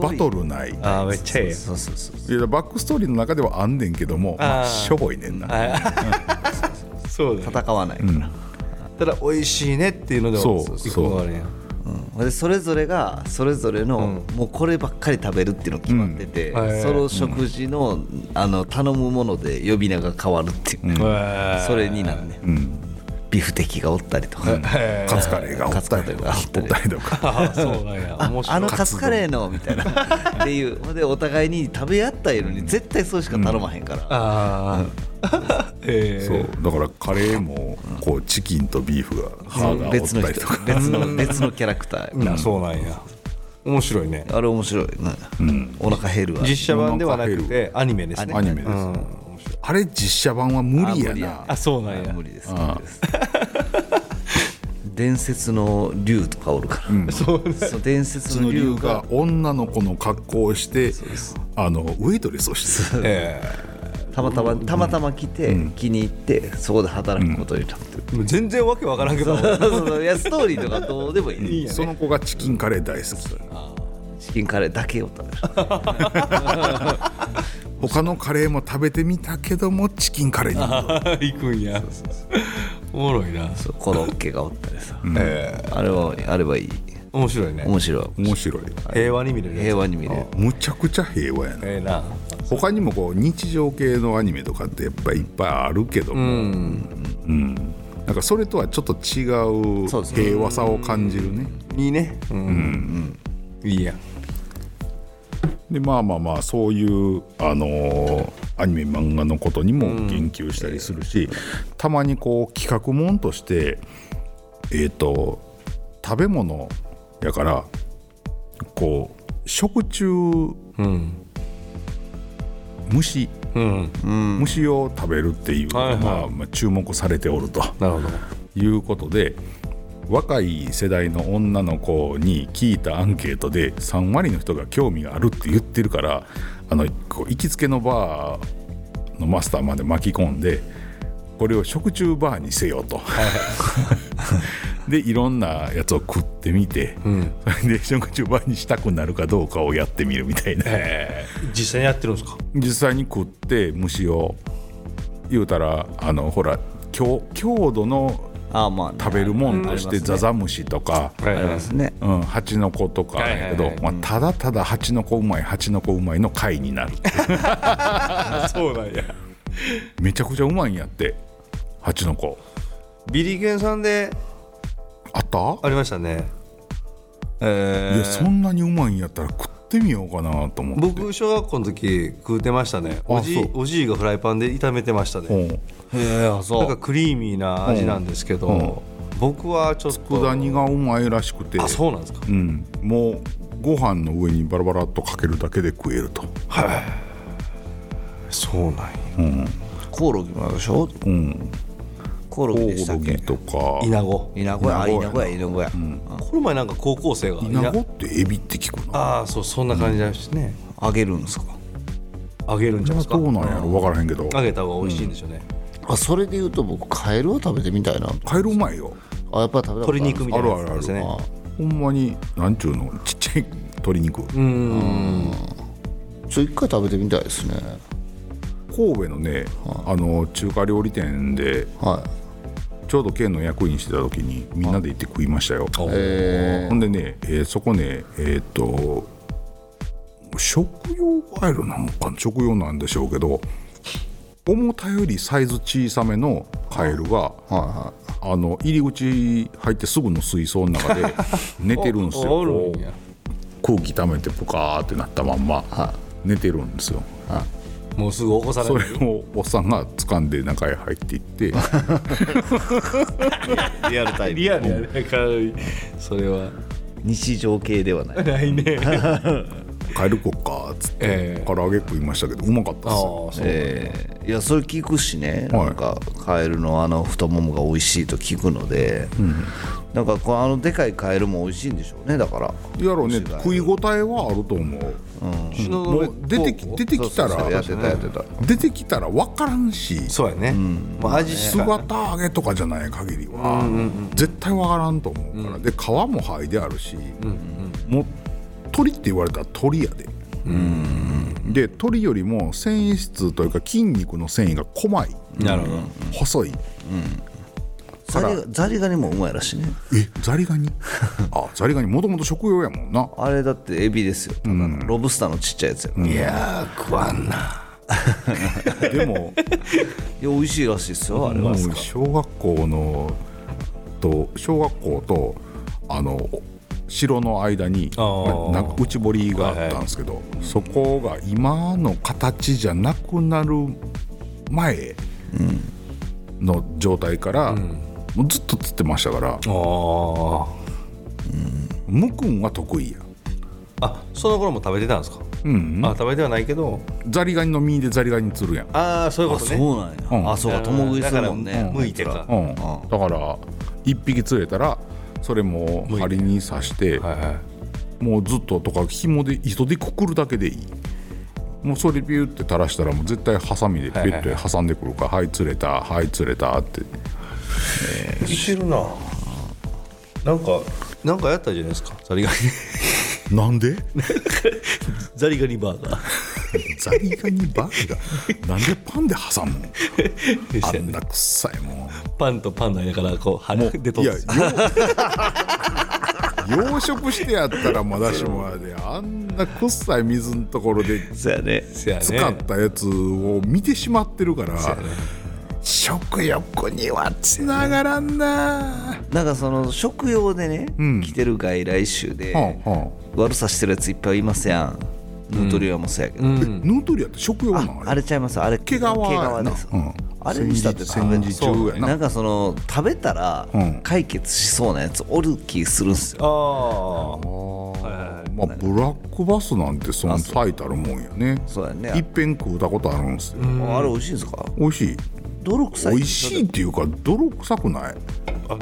Speaker 1: バトルない
Speaker 3: あめっちゃええ
Speaker 4: そうそうそう
Speaker 1: いやバックストーリーの中ではあんねんけどもまあ、しょぼいねんな
Speaker 3: <laughs> そう
Speaker 4: 戦わないから、
Speaker 3: ただ美味しいねっていうので
Speaker 1: そうそう
Speaker 4: うん、それぞれがそれぞれの、もうこればっかり食べるっていうの決まってて、その食事の,、あの頼むもので呼び名が変わるっていう、それになるね、ビフテキがおったりとか、
Speaker 1: カツカレーがおったりとか
Speaker 3: <laughs>
Speaker 4: あのカツカレーのみたいなっていうでお互いに食べ合ったいのに絶対そうしか頼まへんから。
Speaker 3: <laughs>
Speaker 1: えー、そうだからカレーもこうチキンとビーフが歯が折ったりとか
Speaker 4: 別の別のキャラクター、
Speaker 3: うん、そうなんや面白いね
Speaker 4: あれ面白いね、うん、お腹減るわ
Speaker 3: 実写版ではなくてアニメですね
Speaker 1: アニメです、あれ実写版は無理やな
Speaker 3: あそうなんや
Speaker 4: 無理です無理です伝説の竜とかおるから、そう伝説の竜が
Speaker 1: 女の子の格好をしてあのウェイトレスをしてえ
Speaker 4: えたまたまたまたま来て、気に入ってそこで働くことになって
Speaker 3: る、全然わけわからんけど
Speaker 4: そういやストーリーとかどうでもい
Speaker 1: いその子がチキンカレー大好
Speaker 4: きチキンカレーだけを食べる
Speaker 1: 他のカレーも食べてみたけどもチキンカレー
Speaker 3: <laughs> に行くんやおもろいな
Speaker 4: コロッケがおったりさ、あれはあればいい
Speaker 3: 面白いね
Speaker 4: 面白
Speaker 1: い面白い
Speaker 3: 平和に見れる
Speaker 4: 平和に見れる
Speaker 1: むちゃくちゃ平和やな,、
Speaker 3: えな
Speaker 1: 他にもこう日常系のアニメとかってやっぱりいっぱいあるけども、うん、なんかそれとはちょっと違う平和さを感じるね
Speaker 3: いいねうん、いいや
Speaker 1: でまあまあまあそういうあのアニメ漫画のことにも言及したりするし、たまにこう企画もんとしてえっ、と食べ物やからこう食中、
Speaker 3: うん
Speaker 1: 虫、
Speaker 3: うん
Speaker 5: うん
Speaker 1: 虫を食べるっていうのが、
Speaker 3: はいはい
Speaker 1: まあまあ、注目されておると
Speaker 3: なるほど
Speaker 1: いうことで若い世代の女の子に聞いたアンケートで3割の人が興味があるって言ってるからあのこう行きつけのバーのマスターまで巻き込んでこれを食中バーにせよと。でいろんなやつを食ってみて、
Speaker 3: うん
Speaker 1: それで食中バーにしたくなるかどうかをやってみるみたいな。
Speaker 3: 実際にやってるんですか
Speaker 1: 実際に食って虫を言うたらあのほら強強度の
Speaker 4: ああまあね、
Speaker 1: 食べるもんとし
Speaker 4: あ
Speaker 1: て
Speaker 4: ります
Speaker 1: ザ
Speaker 4: ね
Speaker 1: ザムシとか、
Speaker 3: はい
Speaker 4: ありますね
Speaker 1: うん、ハチノコとかやけど、
Speaker 3: はいはいは
Speaker 1: まあ、ただただハチノコうまいハチノコうまいの回に
Speaker 3: <laughs>
Speaker 1: なる
Speaker 3: そうなんや
Speaker 1: めちゃくちゃうまいんやってハチノコ
Speaker 3: ビリケンさんで
Speaker 1: あった
Speaker 3: ありましたね
Speaker 1: い
Speaker 3: え
Speaker 1: やそんなにうまいんやったら食ってみようかなと思って
Speaker 3: 僕小学校の時食うてましたね
Speaker 1: あ
Speaker 3: おじ
Speaker 1: そう
Speaker 3: いおじいがフライパンで炒めてました
Speaker 1: う
Speaker 3: ね
Speaker 1: ん
Speaker 4: へえそ
Speaker 3: なんかクリーミーな味なんですけど、
Speaker 1: うんうん
Speaker 3: 僕はちょっと
Speaker 1: 佃煮がうまいらしくて
Speaker 3: あそうなんですか
Speaker 1: うん、もうご飯の上にバラバラっとかけるだけで食えると、
Speaker 3: そうなんや
Speaker 1: うん
Speaker 4: コオロギもあるでしょ
Speaker 1: うん、
Speaker 4: コオロ
Speaker 1: コ
Speaker 4: ギ
Speaker 1: オ
Speaker 4: でした
Speaker 1: ロ
Speaker 4: っ
Speaker 1: ギ
Speaker 4: け
Speaker 1: とか
Speaker 3: イナゴ
Speaker 4: イナゴやあ
Speaker 1: イ
Speaker 4: イ
Speaker 1: ナ
Speaker 4: ナ
Speaker 1: ゴ
Speaker 4: ゴ
Speaker 1: や
Speaker 4: やイナゴや、
Speaker 3: この前なんか高校生が
Speaker 1: イナゴってエビって聞くな
Speaker 3: ああそうそんな感じだしね、
Speaker 4: あげるんですか
Speaker 3: 揚げるんじゃないですか
Speaker 1: どうなんやろ分からへんけど
Speaker 3: 揚げた方が美味しいんでしょうね、
Speaker 5: あそれで言うと僕カエルを食べてみたいな
Speaker 1: カエルうまいよ
Speaker 5: あやっぱり食べたことある
Speaker 3: 鶏肉みたいな
Speaker 1: あるあるあ
Speaker 3: や
Speaker 1: る
Speaker 3: つですね
Speaker 5: あ
Speaker 1: ほんまになんちゅうのちっちゃい鶏肉
Speaker 3: うーん
Speaker 5: ちょ一回食べてみたいですね
Speaker 1: 神戸のねあの中華料理店で
Speaker 5: はい
Speaker 1: ちょうど県の役員してた時にみんなで行って食いましたよ
Speaker 5: え
Speaker 1: ほんでね、えーそこねえーっと食用カエルなのかな食用なんでしょうけど重たよりサイズ小さめのカエルが
Speaker 5: ー、はいはい
Speaker 1: あの入り口入ってすぐの水槽の中で寝てるんですよ
Speaker 3: おるんや
Speaker 1: 空気溜めてプカーってなったまんま、寝てるんですよ
Speaker 3: もうすぐ起こされ
Speaker 1: そ
Speaker 3: る
Speaker 1: れをおっさんが掴んで中へ入っていって <laughs>
Speaker 4: リアルタ
Speaker 3: <laughs>
Speaker 4: イ
Speaker 3: リアルやね軽いそれは
Speaker 4: 日常系ではない
Speaker 3: ないね
Speaker 1: 「帰るこっか」っつって、
Speaker 3: ええ
Speaker 1: 唐揚げ食いましたけどうまかった
Speaker 3: あ
Speaker 1: っ
Speaker 3: あ
Speaker 1: すよ
Speaker 3: そう、
Speaker 4: えーいやそれ聞くしね、
Speaker 1: はい
Speaker 4: なんかカエルのあの太ももが美味しいと聞くので、なんかこうあのでかいカエルも美味しいんでしょうねだから
Speaker 1: やろうね食い応えはあると思う、
Speaker 3: うん
Speaker 1: もう出てき出てきた
Speaker 4: そうそうそうや
Speaker 1: ら
Speaker 4: ってたやってた
Speaker 1: 出てきたら分からんし
Speaker 3: そうやね、まあ、味しか
Speaker 1: 姿揚げとかじゃない限りは、絶対分からんと思うから、で皮も剥いであるし、もう鳥って言われたら鳥やで。で鳥よりも繊維質というか筋肉の繊維が細い
Speaker 3: なるほど
Speaker 1: 細い
Speaker 4: ザリガザリガニもうまいらしいね
Speaker 1: えザリガ <laughs> ニあザリガニもともと食用やもんな
Speaker 4: あれだってエビですよただのロブスターのちっちゃいやつやから、いや
Speaker 3: 食わんな
Speaker 1: <laughs> でも
Speaker 4: 美味しいらしいですよあれ
Speaker 1: も
Speaker 4: は、
Speaker 1: う小学校のと小学校とあの城の間に
Speaker 3: あー
Speaker 1: な内堀があったんですけど、そこが今の形じゃなくなる前の状態から、もうずっと釣ってましたから
Speaker 3: あ
Speaker 1: むくんは得意や
Speaker 3: ああその頃も食べてたんですか、
Speaker 1: うん
Speaker 3: あ食べてはないけど
Speaker 1: ザリガニの身でザリガニ釣るやん
Speaker 3: ああそういう
Speaker 4: あ
Speaker 3: ことね
Speaker 4: そうなんや、
Speaker 1: うん
Speaker 4: あそうか共食いするもん
Speaker 3: だか
Speaker 4: ね
Speaker 3: ら向いてた
Speaker 1: うん、だから一匹釣れたらそれも針に刺して、
Speaker 3: はいはい
Speaker 1: もうずっととか紐で糸でくくるだけでいいもうそれビューって垂らしたらもう絶対ハサミでピュッて挟んでくるから「はい釣れたはい釣れた」って
Speaker 3: いけるななんかなんかやったじゃないですかザリガニ
Speaker 1: なんで
Speaker 3: <laughs> ザリガニバーガー
Speaker 1: ザリガニバー <laughs> ガーなんでパンで挟むのあんな臭いもん
Speaker 3: パンとパンの間からこう
Speaker 1: も
Speaker 3: 羽
Speaker 1: う
Speaker 3: 出と
Speaker 1: い
Speaker 3: っ
Speaker 1: や
Speaker 3: て
Speaker 1: 養養殖してやったらまだしもあれあんな臭い水のところで
Speaker 4: そうやね
Speaker 3: せやね
Speaker 1: 使ったやつを見てしまってるから、食欲にはつながらんな、
Speaker 4: なんかその食用でね、
Speaker 1: ん
Speaker 4: 来てる外来種で、
Speaker 1: はあは
Speaker 4: 悪さしてるやついっぱいいますやんヌートリアもそうやけ
Speaker 1: あ
Speaker 4: ど、
Speaker 1: えヌートリアって食用な
Speaker 4: あ
Speaker 1: のあれ
Speaker 4: あれちゃいますあれ
Speaker 1: 毛皮
Speaker 4: 毛皮です、
Speaker 1: うん
Speaker 4: あれにしたって
Speaker 1: 戦時中やな
Speaker 4: なんかその食べたら解決しそうなやつおる気するんすよ、
Speaker 3: あ
Speaker 1: あまあブラックバスなんてその最たるもんやね
Speaker 4: そうやね
Speaker 1: いっぺん食うたことあるんですよ
Speaker 4: あれ美味しいんですか
Speaker 1: 美味しい
Speaker 4: 泥臭い
Speaker 1: 美味しいっていうか泥臭くない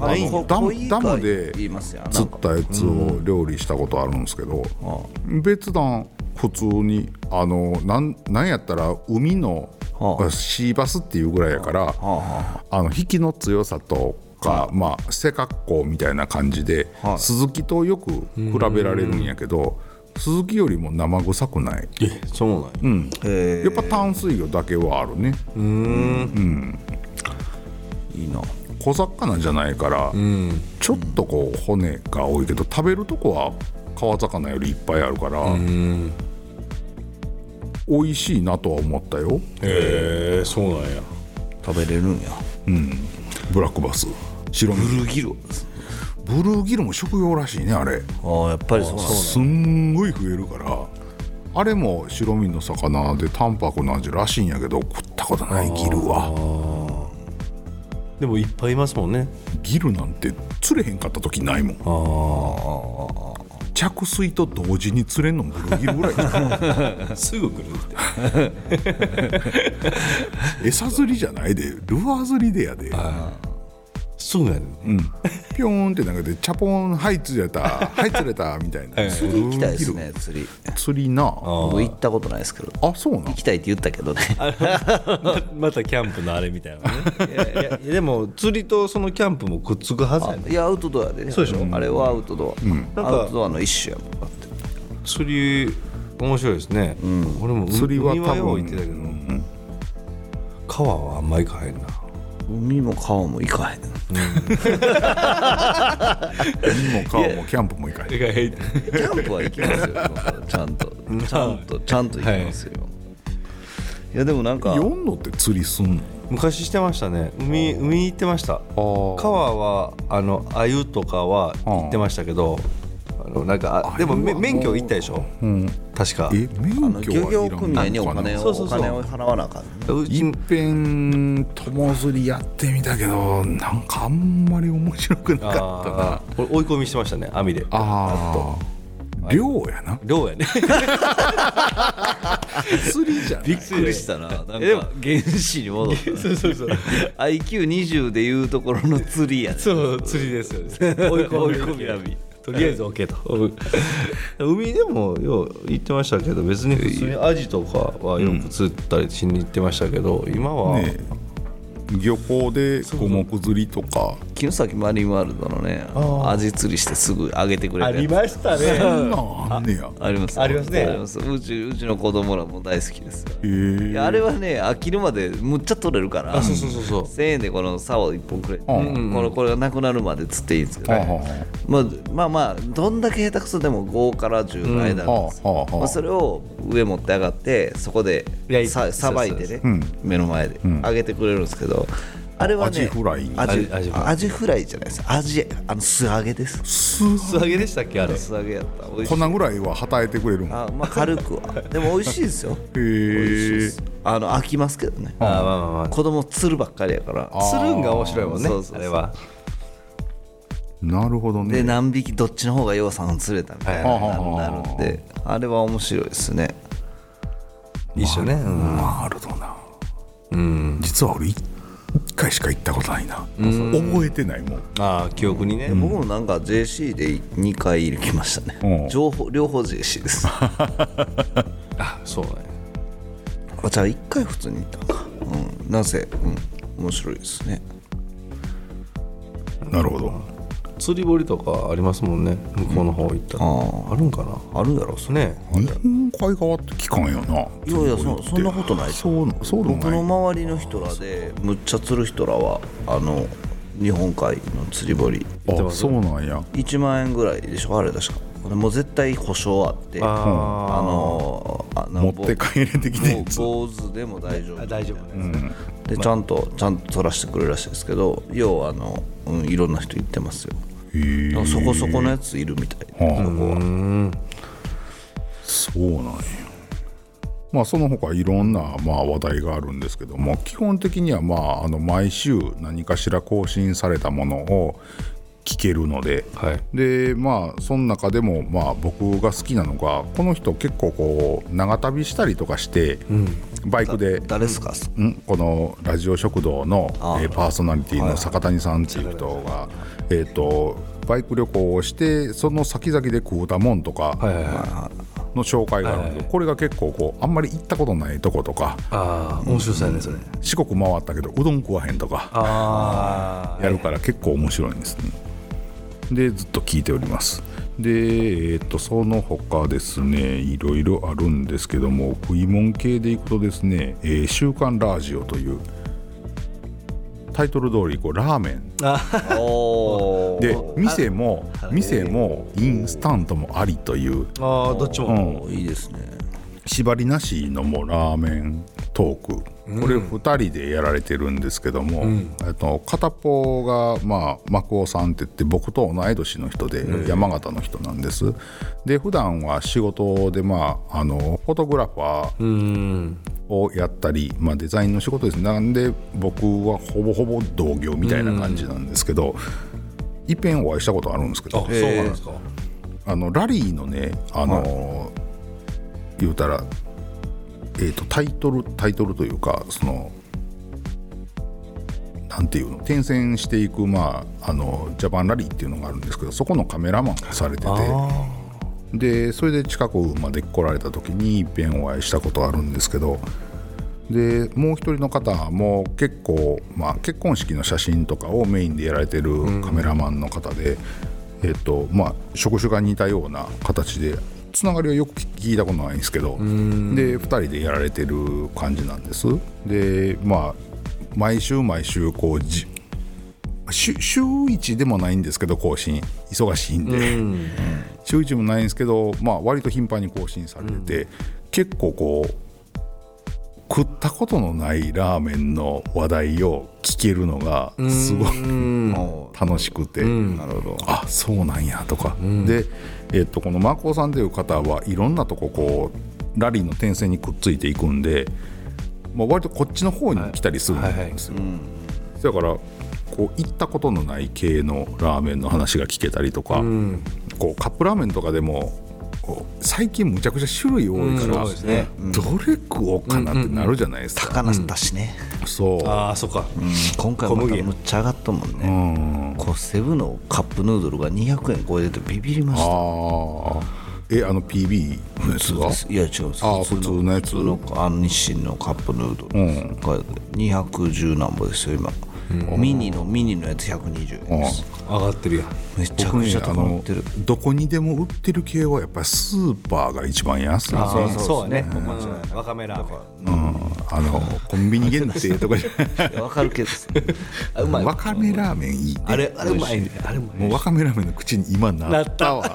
Speaker 4: ない
Speaker 1: ダムダムで
Speaker 4: 言いますやん
Speaker 1: 釣ったやつを料理したことあるんですけど別段普通にあのなんなんやったら海の
Speaker 4: はあ
Speaker 1: シーバスっていうぐらいやからあの引きの強さとかまあ背格好みたいな感じで
Speaker 4: はい
Speaker 1: 鈴木とよく比べられるんやけど鈴木よりも生臭くない
Speaker 3: えそうなんや、
Speaker 1: やっぱ淡水魚だけはあるね
Speaker 4: いいな
Speaker 1: 小魚じゃないから、ちょっとこう骨が多いけど食べるとこは川魚よりいっぱいあるから、美味しいなとは思ったよ
Speaker 3: へえそうなんや
Speaker 4: 食べれるんや
Speaker 1: ブラックバス白身
Speaker 4: ブルーギル
Speaker 1: ブルーギルも食用らしいねあれ
Speaker 4: ああやっぱりそうなんです
Speaker 1: すんごい増えるからあれも白身の魚で淡白な味らしいんやけど食ったことないギルは
Speaker 3: でもいっぱいいますもんね
Speaker 1: ギルなんて釣れへんかった時ないもん着水と同時に釣れんのもブルーギルぐらいだ <laughs> よ
Speaker 3: <laughs> すぐ来るって
Speaker 1: 餌釣りじゃないでルアー釣りでやで
Speaker 3: すぐやる
Speaker 1: ピョーンってなんかでチャポンはい釣れたはい釣れたみたいな
Speaker 4: 釣り行きたいですね釣り
Speaker 1: 釣りなあ
Speaker 4: 僕行ったことないですけど
Speaker 1: そうなん
Speaker 4: 行きたいって言ったけどね
Speaker 3: ままたキャンプのあれみたいなねいやいやいやでも釣りとそのキャンプもくっつくはずやね
Speaker 4: いやアウトドアでね
Speaker 3: そうでしょ
Speaker 4: あれはアウトドア
Speaker 3: なん
Speaker 4: ア
Speaker 3: か
Speaker 4: ウトドアの一種やもんだって
Speaker 3: 釣り面白いですね、俺も
Speaker 1: 釣りは多分
Speaker 3: 海よう行ってたけど、川はあんま行かへんな
Speaker 4: 海も川も行かへん
Speaker 1: 海も川もキャンプも行かへん
Speaker 3: 行かへん
Speaker 4: キャンプは行きますよちゃんとちゃんとちゃんと行きますよ、い、やでもなんか
Speaker 1: 読んのって釣りすんの
Speaker 3: 昔してましたね海海行ってました川はあの鮎とかは行ってましたけどあのなんかあでもめ免許行ったでしょ、確か
Speaker 1: え
Speaker 4: あ
Speaker 1: 免
Speaker 4: の
Speaker 1: 許
Speaker 4: 漁
Speaker 1: はい
Speaker 4: 業
Speaker 1: ら
Speaker 4: 組合に
Speaker 1: ん
Speaker 4: お
Speaker 1: のか
Speaker 4: 金
Speaker 1: な
Speaker 4: を
Speaker 3: そうそうそう
Speaker 4: お金を払わなあかんね
Speaker 3: う
Speaker 1: い
Speaker 3: ち
Speaker 1: っぺん友釣りやってみたけどなんかあんまり面白くなかったな
Speaker 3: あー俺追い込みしてましたね網で
Speaker 1: ああ漁やな
Speaker 3: 量 <laughs> やね
Speaker 1: 釣りじゃない
Speaker 4: びっくりしたななんか
Speaker 3: でも
Speaker 4: 原始に戻った
Speaker 3: <laughs> そうそうそう
Speaker 4: IQ20 でいうところの釣りやね
Speaker 3: そう釣りですよね追い込み網とりあえず OK と海でもよう行ってましたけど別に普通にアジとかはよく釣ったりしに行ってましたけど、今は、
Speaker 1: ね漁港で五目釣りとか
Speaker 4: 木崎マリンワールドのねアジ釣りしてすぐあげてくれるやつ
Speaker 3: ましたね
Speaker 1: そんなんあんねや
Speaker 4: あります
Speaker 3: ありますね
Speaker 4: ありますうちうちの子供らも大好きですよ
Speaker 1: へえ
Speaker 4: いやあれはね飽きるまでむっちゃ取れるから
Speaker 3: そうそうそうそう
Speaker 4: 1000円でこの竿一本くれて、
Speaker 1: うん
Speaker 4: このこれがなくなるまで釣っていいんですけど、
Speaker 1: はあはあ
Speaker 4: まあ、まあまあどんだけ下手くそでも5から10の間なんですよ、
Speaker 1: うんはあはあはあ
Speaker 4: まあ、それを上持って上がってそこで
Speaker 3: 焼いて
Speaker 4: ささばいてね目の前で上げてくれるんですけど、あれ
Speaker 1: ア
Speaker 4: はね
Speaker 1: ジフライ
Speaker 4: アジ
Speaker 3: アジフライ
Speaker 4: アジフライじゃないですアジあの素揚げです
Speaker 3: 素揚げでしたっけあれ
Speaker 4: 素揚げやった美味し
Speaker 1: 粉
Speaker 4: い
Speaker 1: ぐらいははたえてくれるもん
Speaker 4: あまあ軽くはでも美味しいですよ
Speaker 1: へえ
Speaker 4: あの飽きますけどね
Speaker 3: あーまあまあまあ
Speaker 4: 子供釣るばっかりやから
Speaker 3: 釣るんが面白いもんね
Speaker 4: そうそうそう
Speaker 3: あれは
Speaker 1: なるほど
Speaker 4: で
Speaker 1: ね
Speaker 4: 何匹どっちの方がようさん釣れたみたいなのになるんであれは面白いですね
Speaker 3: 一緒ね、うん
Speaker 1: なるほどな実は俺一回しか行ったことないな覚えてないもん
Speaker 3: ああ記憶にね、
Speaker 4: 僕もなんか JC で2回行きました
Speaker 1: うん
Speaker 4: ね情報両方 JC ですあ
Speaker 3: あそうね
Speaker 4: じゃあ1回普通に行ったのかうんなぜうん面白いですね
Speaker 1: なるほど
Speaker 3: 釣り堀とかありますもんね向こうの方行ったら、
Speaker 4: あ
Speaker 3: あるんかな
Speaker 4: あるやろそ
Speaker 3: ね
Speaker 1: 日本海側って聞かんよない
Speaker 4: やいやそそんなことないです
Speaker 1: そうそうでも
Speaker 4: 僕
Speaker 1: な
Speaker 4: の
Speaker 1: い
Speaker 4: 周りの人らでむっちゃ釣る人らはあの日本海の釣り堀
Speaker 1: あそうなんや
Speaker 4: 1万円ぐらいでしょあれ確かもう絶対保証あってあのーあな
Speaker 1: 持
Speaker 4: ん
Speaker 1: っ
Speaker 4: ぼ
Speaker 1: て帰れてきて
Speaker 4: もう坊主でも大丈夫
Speaker 3: 大丈夫
Speaker 4: でちゃんとちゃんと取らせてくれるらしいですけど要はあの、うん、いろんな人行ってますよだからそこそこのやついるみたい
Speaker 1: はあそうなんやまあ、その他いろんなまあ話題があるんですけども基本的にはまああの毎週何かしら更新されたものを聞けるので、
Speaker 3: はい
Speaker 1: でまあその中でもまあ僕が好きなのがこの人結構こう長旅したりとかして、バイクで
Speaker 4: 誰ですか、
Speaker 1: んこのラジオ食堂の、えーパーソナリティの坂谷さんっていう人が、えー、とバイク旅行をしてその先々で食うたもんとか
Speaker 3: はいはいはい
Speaker 1: の紹介があるんですよこれが結構こうあんまり行ったことないとことか
Speaker 3: ああ面白そうやねそれ
Speaker 1: 四国回ったけどうどん食わへんとか
Speaker 3: ああ
Speaker 1: やるから結構面白いんですね。でずっと聞いております。で、えーっとその他ですねいろいろあるんですけども食い物系でいくとですね「えー週刊ラジオ」というタイトル通りこうラーメン
Speaker 4: お
Speaker 1: で店も店もインスタントもありという
Speaker 3: ああどっちも
Speaker 4: いいですね
Speaker 1: 縛りなしのもうラーメントークこれ2人でやられてるんですけども、えっと片方が、まあ、マクオさんって言って僕と同い年の人で山形の人なんです、で普段は仕事で、まあ、あのフォトグラファー、
Speaker 3: うん
Speaker 1: をやったり、まあ、デザインの仕事ですなんで僕はほぼほぼ同業みたいな感じなんですけど、いっぺんお会いしたことあるんですけ
Speaker 3: あ
Speaker 1: ど
Speaker 3: そうなんですか
Speaker 1: あのラリーのねあの、言うたら、えー、とタイトルタイトルというかそのなんていうの転戦していく、まあ、あのジャパンラリーっていうのがあるんですけどそこのカメラマンをされてて。でそれで近くまで来られた時にいっぺんお会いしたことあるんですけどでもう一人の方も結構、まあ、結婚式の写真とかをメインでやられてるカメラマンの方で、えっとまあ、職種が似たような形でつながりはよく聞いたことないんですけどで2人でやられてる感じなんです。でまあ毎週毎週こうじ週週1でもないんですけど更新忙しいんで、週1もないんですけど、まあ、割と頻繁に更新されてて、結構こう食ったことのないラーメンの話題を聞けるのがすごく楽しくて、
Speaker 4: なるほど
Speaker 1: あそうなんやとか、で、えっとこのマーコーさんという方はいろんなとここうラリーの転生にくっついていくんで、まあ、割とこっちの方に来たりするんですよ。だからこう行ったことのない系のラーメンの話が聞けたりとか、こうカップラーメンとかでもこう最近むちゃくちゃ種類多いから、
Speaker 3: うんそうですね
Speaker 1: どれ食おうかなってなるじゃないですか、
Speaker 4: 高梨だしね、
Speaker 1: そう
Speaker 3: ああそっか
Speaker 4: 今回
Speaker 3: 小
Speaker 4: ま
Speaker 3: 麦
Speaker 4: た
Speaker 3: や
Speaker 4: むっちゃ上がったもんね、
Speaker 1: うん
Speaker 4: こうセブのカップヌードルが200円超えててビビりました
Speaker 1: ああえあの PB のやつが
Speaker 4: いや違うんです
Speaker 1: あー普通のやつ
Speaker 4: 普通のあの日清のカップヌードルが210何本ですよ今、ミニのミニのやつ120円です、
Speaker 3: 上がってるやん
Speaker 4: めちゃ
Speaker 1: 僕
Speaker 4: く
Speaker 1: ね
Speaker 4: ちゃ
Speaker 1: あ
Speaker 4: 高まっ
Speaker 1: の
Speaker 4: てる
Speaker 1: どこにでも売ってる系はやっぱりスーパーが一番安いですね
Speaker 3: そうやねうんわかめラーメン
Speaker 1: あのコンビニ限定とかじゃ
Speaker 4: いやわかるけどあうま
Speaker 1: ないいわかめラーメンいいね
Speaker 4: あれあれうまいね
Speaker 3: あれも
Speaker 1: もうわかめラーメンの口に今なったわ
Speaker 4: わ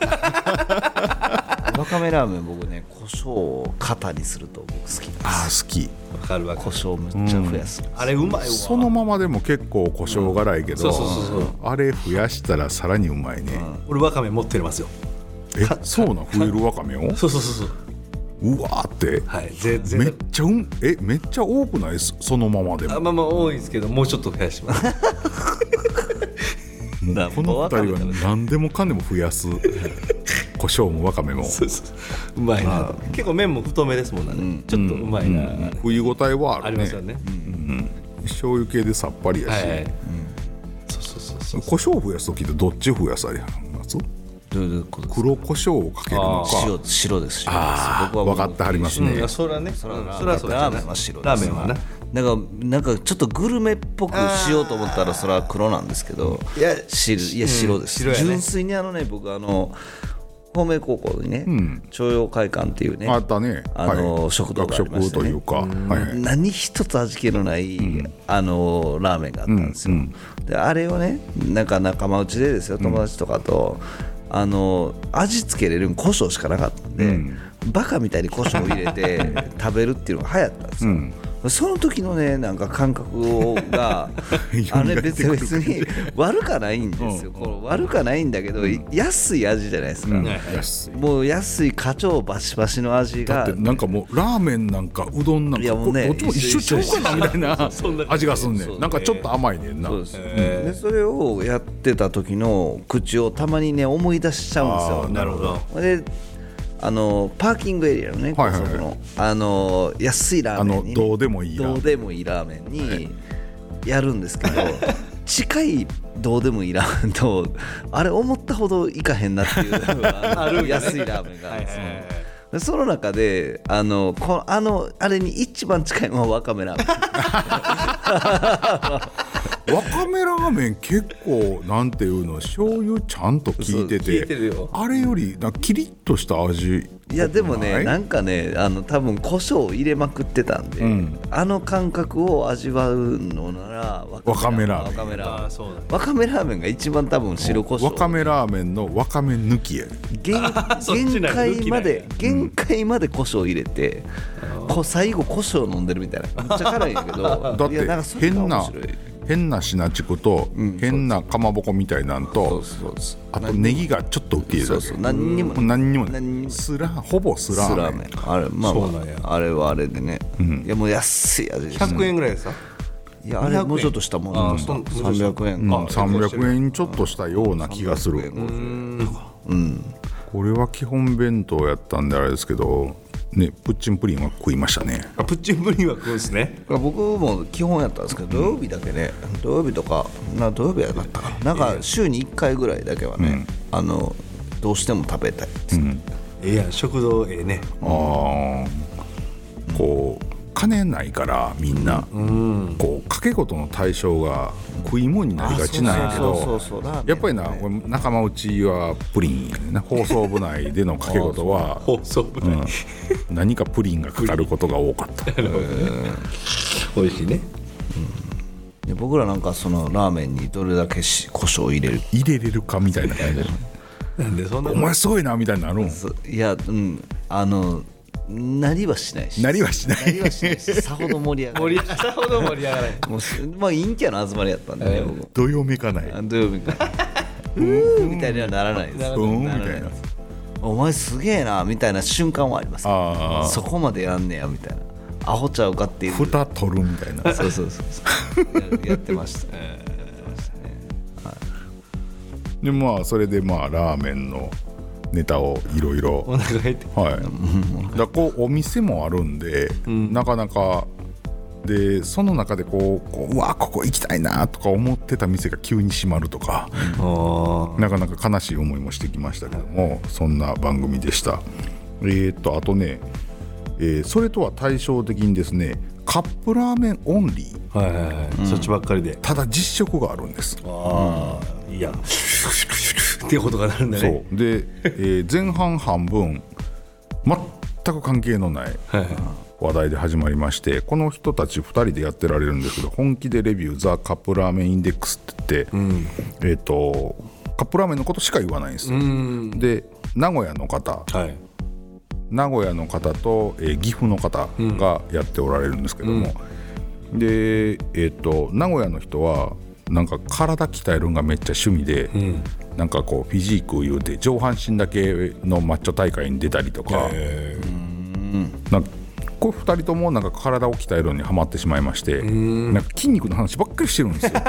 Speaker 4: かめラーメン僕ね胡椒を肩にすると僕好きなんで
Speaker 1: あー好き
Speaker 3: わかるわ
Speaker 4: す胡椒めっちゃ増やす、
Speaker 3: あれうまいわ
Speaker 1: そのままでも結構胡椒辛いけど、
Speaker 3: うんそうそうそうそう
Speaker 1: あれ増やしたらさらにうまいね、
Speaker 3: 俺わかめ持ってますよ
Speaker 1: えそうなんフえるわかめを
Speaker 3: そうそうそうそう
Speaker 1: うわーって、
Speaker 3: はいぜぜ
Speaker 1: めっちゃうんえめっちゃ多くないそそのままで
Speaker 3: あ
Speaker 1: も
Speaker 3: まあまあ多いですけどもうちょっと増やします
Speaker 4: だ
Speaker 1: この二人は何でもかんでも増や
Speaker 3: <laughs>
Speaker 1: す胡椒もわかめも
Speaker 3: <laughs> そうそうそううまいな結構麺も太めですもんね、ちょっとうまいな、
Speaker 1: 食い応えはあ
Speaker 3: あ
Speaker 1: る
Speaker 3: り
Speaker 1: ね
Speaker 3: ますよね、
Speaker 1: 醤油系でさっぱりや
Speaker 3: は
Speaker 1: し、
Speaker 3: いはい、そうそうそうそう
Speaker 1: 胡椒増やす時ってどっち増やされはんの
Speaker 4: どういうことですか
Speaker 1: 黒胡椒をかけるのか
Speaker 4: 白白です白
Speaker 1: あ
Speaker 4: です
Speaker 1: ー
Speaker 4: 僕は
Speaker 1: 分かってはりますね、
Speaker 3: いやそれはねそれはそれはそう
Speaker 4: ラーメンは白です
Speaker 3: ラーメンはな
Speaker 4: なんかなんかちょっとグルメっぽくしようと思ったらそれは黒なんですけどいや白いや白です、
Speaker 3: 白やね
Speaker 4: 純粋にあのね僕あの方明高校にね、徴用会館っていうね
Speaker 1: あったね
Speaker 4: あの食堂がありま
Speaker 1: 学
Speaker 4: し
Speaker 1: 食
Speaker 4: たね
Speaker 1: というか、はいはい
Speaker 4: 何一つ味気のない、あのラーメンがあったんですよ、であれをねなんか仲間内でですよ友達とかと、あの味付けれる胡 <laughs> 椒しかなかったんで、バカみたいに胡椒を入れて食べるっていうのが流行ったんですよ、その時のねなんか感覚 <laughs> があれ別に別に悪かないんですよ、こう悪かないんだけど、安い味じゃないですか、もう安い課長バシバシの味
Speaker 1: だっ
Speaker 4: が
Speaker 1: てなんかもうラーメンなんかうどんなん
Speaker 4: い
Speaker 1: か
Speaker 4: や
Speaker 1: こ
Speaker 4: もう
Speaker 1: れ
Speaker 4: ね
Speaker 1: どっちも一緒ちゃうかなみたいな
Speaker 3: そんな
Speaker 1: 味がすんねんなんかちょっと甘いねんな
Speaker 4: そうです、でそれをやってた時の口をたまにね思い出しちゃうんですよ
Speaker 1: あーなるほど
Speaker 4: であのパーキングエリアのね
Speaker 1: はいはい
Speaker 4: 高
Speaker 1: はい
Speaker 4: 速のあの安いラーメン
Speaker 1: あの
Speaker 4: に
Speaker 1: どうでもいいラーメン
Speaker 4: どうでもいいラーメンにやるんで
Speaker 1: <laughs>
Speaker 4: すけど近いどうでもいいラーメンとあれ思ったほどいかへんなっ
Speaker 1: <laughs>
Speaker 4: ていうあの安いラーメンがあるんですよでその中であのこあのあれに一番近いのはわかめラーメン
Speaker 1: わかめラーメン結構なんていうの醤油ちゃんと効いて
Speaker 3: そう効いてる
Speaker 1: て
Speaker 3: よ
Speaker 1: あれよりなんかキリッとした味
Speaker 4: いやでも
Speaker 1: な
Speaker 4: ね
Speaker 1: い
Speaker 4: なんかねあの多分胡椒を入れまくってたんで、あの感覚を味わうのならわ
Speaker 1: わか
Speaker 4: わかめラ
Speaker 3: あー
Speaker 4: ー
Speaker 3: そうだ
Speaker 4: メンわかめラーメンが一番多分白胡椒
Speaker 1: わかめラーメンのわかめ抜きや
Speaker 4: 限
Speaker 3: そっち
Speaker 4: 限
Speaker 3: なんや抜
Speaker 4: 界
Speaker 3: きな
Speaker 4: ま
Speaker 3: んや
Speaker 4: で限界まで胡椒入れて、こ最後胡椒飲んでるみたいなめっちゃ辛いんやけど
Speaker 1: <laughs> だっ
Speaker 4: いやなんか
Speaker 1: て
Speaker 4: それが
Speaker 1: 変な
Speaker 4: 面白い
Speaker 1: 変なしなちくと変なかまぼこみたいなんと
Speaker 4: そうです
Speaker 1: あとネギがちょっと浮き出
Speaker 4: そう
Speaker 1: す
Speaker 4: そう何にも
Speaker 1: 何にもない
Speaker 4: 何にも
Speaker 1: スラほぼス
Speaker 4: ス
Speaker 1: ラー
Speaker 4: ラー
Speaker 1: メ
Speaker 4: メ
Speaker 1: ン
Speaker 4: ンあれまあ、
Speaker 3: そうなんや
Speaker 4: あれはあれでね、いやもう安い味でした
Speaker 3: 100円ぐらいですか
Speaker 4: いやあれもうちょっとしたもの
Speaker 3: あそう
Speaker 4: 300円
Speaker 1: うん
Speaker 4: か、
Speaker 1: 300円ちょっとしたような気がするこれは基本弁当やったんであれですけどねプッチンプリンは食いましたね
Speaker 3: あプッチンプリンは食うんですね
Speaker 4: 僕も基本やったんですけど土曜日だけね土曜日とかな土曜日やだったかななんか週に1回ぐらいだけはね、あのどうしても食べたいっつって、
Speaker 3: ええやん食堂ええね
Speaker 1: あーこう金ないからみんな、こう賭け事の対象が食い物になりがちなんやけ
Speaker 4: あそう
Speaker 1: ど
Speaker 4: そうそうそうラーメン
Speaker 1: やっぱりなこれ仲間内はプリンやねんな放送部内での賭け事
Speaker 4: <laughs>
Speaker 1: は
Speaker 3: 放送部
Speaker 1: うん何かプリンがかかることが多かった
Speaker 3: 美味しいね
Speaker 4: で僕らなんかそのラーメンにどれだけし胡椒を入れる
Speaker 1: 入れれるかみたいな感じで
Speaker 3: なんでそんな
Speaker 1: お前すごいなみたいになるん
Speaker 4: そいやうんあのなりはしないし
Speaker 1: なりはしない
Speaker 4: なりはしないしさほど盛り上が <laughs>
Speaker 3: 盛り
Speaker 4: る
Speaker 3: 上がったほど盛り上がらない
Speaker 4: もうすまあ陰キャの集まりやったんでね、僕
Speaker 1: どよめかない
Speaker 4: あ土曜日 <laughs> かうーみたいにはならないです
Speaker 1: うんみ
Speaker 4: なら
Speaker 1: た
Speaker 4: ない
Speaker 1: いな
Speaker 4: お前すげえなみたいな瞬間はあります
Speaker 1: あー
Speaker 4: そこまでやんねやみたいなアホちゃうかっていう
Speaker 1: 蓋取るみたい
Speaker 4: <laughs>
Speaker 1: な
Speaker 4: そうそうそうそうややってました
Speaker 1: でまあそれでまあラーメンのネタをいろいろ
Speaker 3: お腹減って
Speaker 1: はい、だこうお店もあるんで、なかなかでその中でこうこううわここ行きたいなとか思ってた店が急に閉まるとか、
Speaker 3: あ
Speaker 1: なかなか悲しい思いもしてきましたけどもそんな番組でしたえー、っとあとね、えーそれとは対照的にですねカップラーメンオンリー
Speaker 3: あはいはいはい、そっちばっかりで
Speaker 1: ただ実食があるんです
Speaker 3: ああいやっていうことがなるんだね
Speaker 1: そうで、えー前半半分全く関係のない
Speaker 3: はいはい
Speaker 1: 話題で始まりましてこの人たち2人でやってられるんですけど本気でレビュー「ザ・カップラーメンインデックス」って言って、えっ、とカップラーメンのことしか言わないんですよ。で名古屋の方
Speaker 3: はい
Speaker 1: 名古屋の方と、えー岐阜の方がやっておられるんですけども、でえっ、と名古屋の人はなんか体鍛えるのがめっちゃ趣味で、なんかこうフィジークを言うて上半身だけのマッチョ大会に出たりとか。なんかこれ2人ともなんか体を鍛えるのにハマってしまいましてなんか筋肉の話ばっかりしてるんです <laughs> よ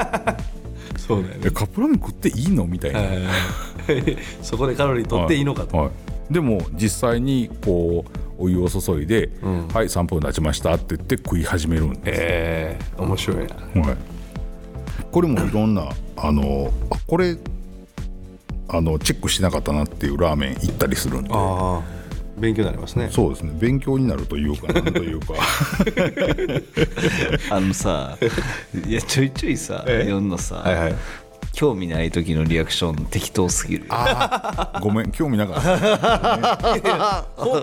Speaker 3: そうだよ
Speaker 1: え
Speaker 3: ね
Speaker 1: カップラーメン食っていいのみたいな、
Speaker 3: はいはいはいそこでカロリー取っていいのかと、
Speaker 1: はいはいでも実際にこうお湯を注いで「はい3分経ちました」って言って食い始めるんで
Speaker 3: ええ面白いな
Speaker 1: す、はい、これもいろんなあのあこれあのチェックしてなかったなっていうラーメン行ったりするんで
Speaker 3: ああ勉強になりますね
Speaker 1: そうですね勉強になるというかなんという
Speaker 3: <laughs>
Speaker 1: か
Speaker 4: あのさいやちょいちょいさ
Speaker 3: え
Speaker 4: 読んのさ、
Speaker 3: はい <laughs> はい
Speaker 4: 興味ない時のリアクション適当すぎる
Speaker 1: ごめん興味なか
Speaker 3: <laughs>
Speaker 1: ったも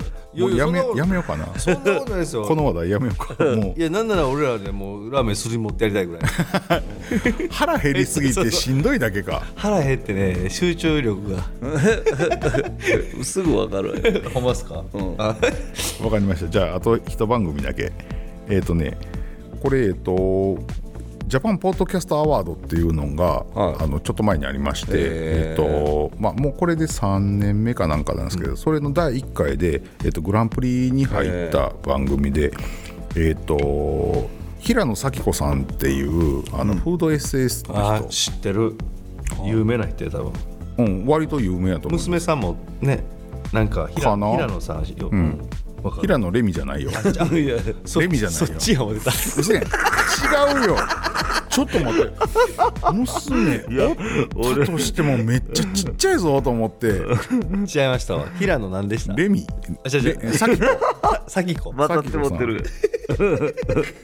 Speaker 1: うやめやめようかな
Speaker 3: そんなことないですよ
Speaker 1: この話題やめようかもう
Speaker 3: <laughs> いやなんなら俺らでもうラーメンすり持ってやりた <laughs> いぐらい
Speaker 1: 腹減りすぎてしんどいだけか
Speaker 3: 腹減ってね集中力が
Speaker 4: すぐわかるわよ <laughs>
Speaker 3: ほんますか、
Speaker 4: ん
Speaker 3: あ
Speaker 1: わかりましたじゃああと一番組だけえっ、とねこれえっとジャパンポッドキャストアワードっていうのが、はい、あのちょっと前にありまして、えー、えっとまあ、もうこれで3年目かなんかなんですけど、うん、それの第1回で、えっと、グランプリに入った番組で、えー、っと平野咲子さんっていうあの、フードエッセイストの
Speaker 3: 人、うん、知ってる有名な人や多分、
Speaker 1: うん、割と有名やと思う
Speaker 3: 娘さんもねなんか平野さんよ、うん
Speaker 1: 平野レミじゃないよ。レミじゃないよ。
Speaker 5: 違
Speaker 1: うよ。ちょっと待って。娘。俺としてもめっちゃちっちゃいぞと思って。違い
Speaker 3: ましたわ。平野なんでした。
Speaker 1: レミ。
Speaker 3: あ、違う違う。さきこ。 <laughs> さきこ。
Speaker 4: またって持ってる。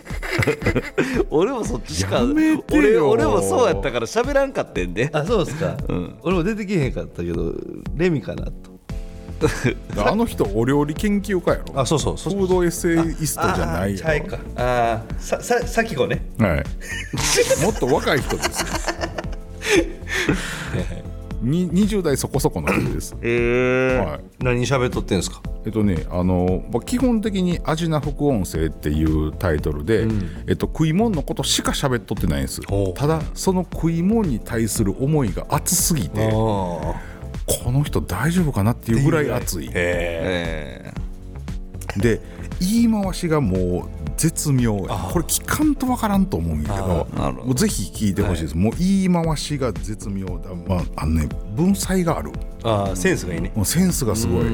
Speaker 4: <laughs> 俺もそっちしか
Speaker 1: 俺
Speaker 4: 俺もそうやったから喋らんかってんで
Speaker 3: あそうですか、うん、俺も出てけへんかったけどレミかなと
Speaker 1: あの人お料理研究家やろ
Speaker 3: あそうそう
Speaker 1: フードエッセイストじゃない
Speaker 5: やろああさささきこね
Speaker 1: はいもっと若い人ですよに20代そこそこの人です
Speaker 3: ええー、はい、何喋っとってんですか
Speaker 1: えっとねあの、まあ、基本的に「アジナ副音声」っていうタイトルで、うん、えっと、食い物のことしか喋っとってないんですただその食い物に対する思いが熱すぎてこの人大丈夫かなっていうぐらい熱い。で言い回しがもう絶妙これ聞かんと分からんと思うんやけどどぜひ聞いてほしいです、はい、もう言い回しが絶妙だ、まああのね、文才がある
Speaker 3: あセンスがいいね
Speaker 1: もうセンスがすごい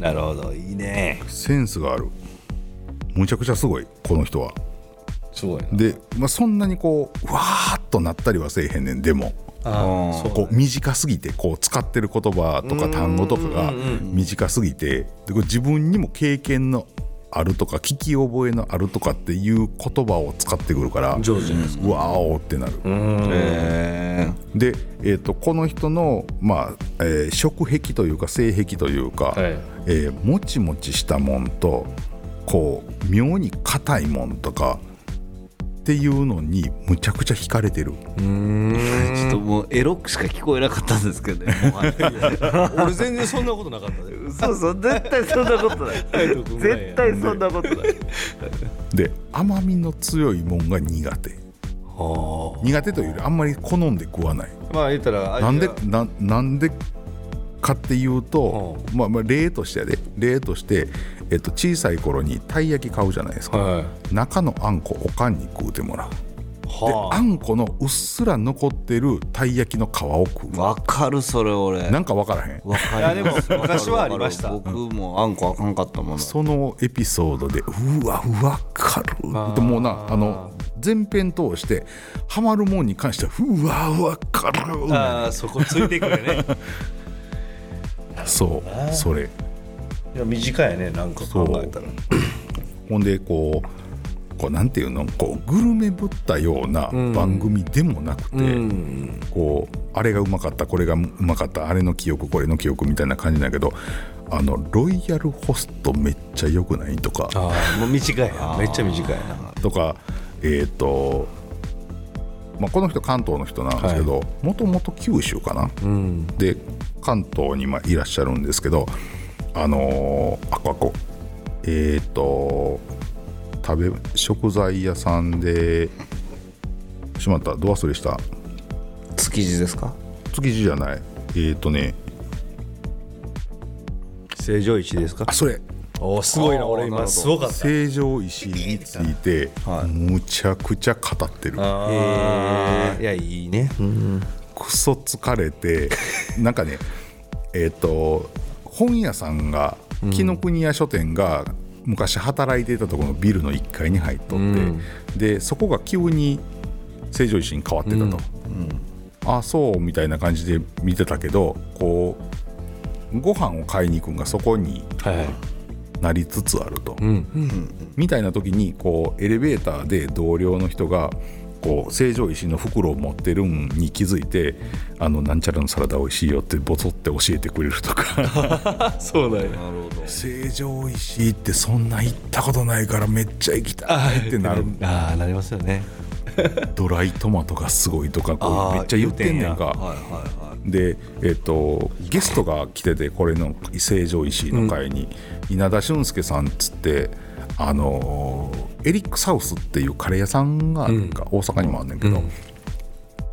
Speaker 3: なるほどいいね
Speaker 1: センスがあるむちゃくちゃすごいこの人は
Speaker 3: すごい
Speaker 1: で、まあ、そんなにこうわーっとなったりはせえへんねんでもあこう短すぎてこう使ってる言葉とか単語とかが短すぎてでこれ自分にも経験のあるとか聞き覚えのあるとかっていう言葉を使ってくるから
Speaker 3: 上手です
Speaker 1: わおってなる。で、えーと、とこの人の、まあえー、食癖というか性癖というか、はい、えー、もちもちしたもんとこう妙に硬いもんとか。っていうのにむちゃくちゃ惹かれてる
Speaker 4: うんちょっともうエロくしか聞こえなかったんですけどね
Speaker 3: 俺全然そんなことなかったで
Speaker 4: そうそう絶対そんなことない絶対そんなことない
Speaker 1: で甘みの強いもんが苦手苦手というよりあんまり好んで食わない
Speaker 3: まあ言ったら
Speaker 1: なんでななんでかっていうと、まあ、まあ例としてやで例として、えっと、小さい頃にたい焼き買うじゃないですか、はい、中のあんこおかんに食うてもらう。はあ、であんこのうっすら残ってるたい焼きの皮を食う
Speaker 4: わかるそれ俺
Speaker 1: なんか分からへん
Speaker 4: 分か
Speaker 3: るいやでも昔はありました
Speaker 4: 僕もあんこあかんかったもの
Speaker 1: そのエピソードでうわ分かるともうなあの前編通してハマるもんに関してはうわ分かる
Speaker 3: ああそこついてくるね
Speaker 1: そうそれ
Speaker 3: いや短いねなんか考えたら
Speaker 1: ほんでこうこうなんていうのこうグルメぶったような番組でもなくて、うん、こうあれがうまかったこれがうまかったあれの記憶これの記憶みたいな感じだけどあのロイヤルホストめっちゃよくないとか
Speaker 3: あもう短いなめっちゃ短いな
Speaker 1: とかえっ、ー、とまあ、この人関東の人なんですけどもともと九州かな、うん、で関東にまいらっしゃるんですけどあのー、あこあこえっ、ー、と食べ食材屋さんでしまったど忘れした
Speaker 4: 築地ですか
Speaker 1: 築地じゃないえっ、ー、とね
Speaker 3: 成城石ですか
Speaker 1: あそれ
Speaker 3: おすごいな俺今すごかった
Speaker 1: 成城石についてむちゃくちゃ語ってる、
Speaker 3: はい、いやいいね、うん、
Speaker 1: クソ疲れ <laughs> てなんかねえっ、ー、と本屋さんが紀ノ国屋書店が昔働いていたところのビルの1階に入っとって、うん、でそこが急に成城石に変わってたと、うんうん、あそうみたいな感じで見てたけどこうご飯を買いに行くんがそこに、はい、はいなりつつあると、みたいな時にこうエレベーターで同僚の人がこう成城石の袋を持ってるんに気づいてあのなんちゃらのサラダ美味しいよってボソって教えてくれるとか
Speaker 3: そうだよ
Speaker 1: 成城石ってそんな行ったことないからめっちゃ行きたいってなる
Speaker 3: ああなりますよね
Speaker 1: <laughs> ドライトマトがすごいとかこうめっちゃ言ってんねんか、で、えーと、とゲストが来ててこれの成城石井の会に、うん、稲田俊介さんっつってあのエリック・サウスっていうカレー屋さんがあるんか、大阪にもあんねんけど、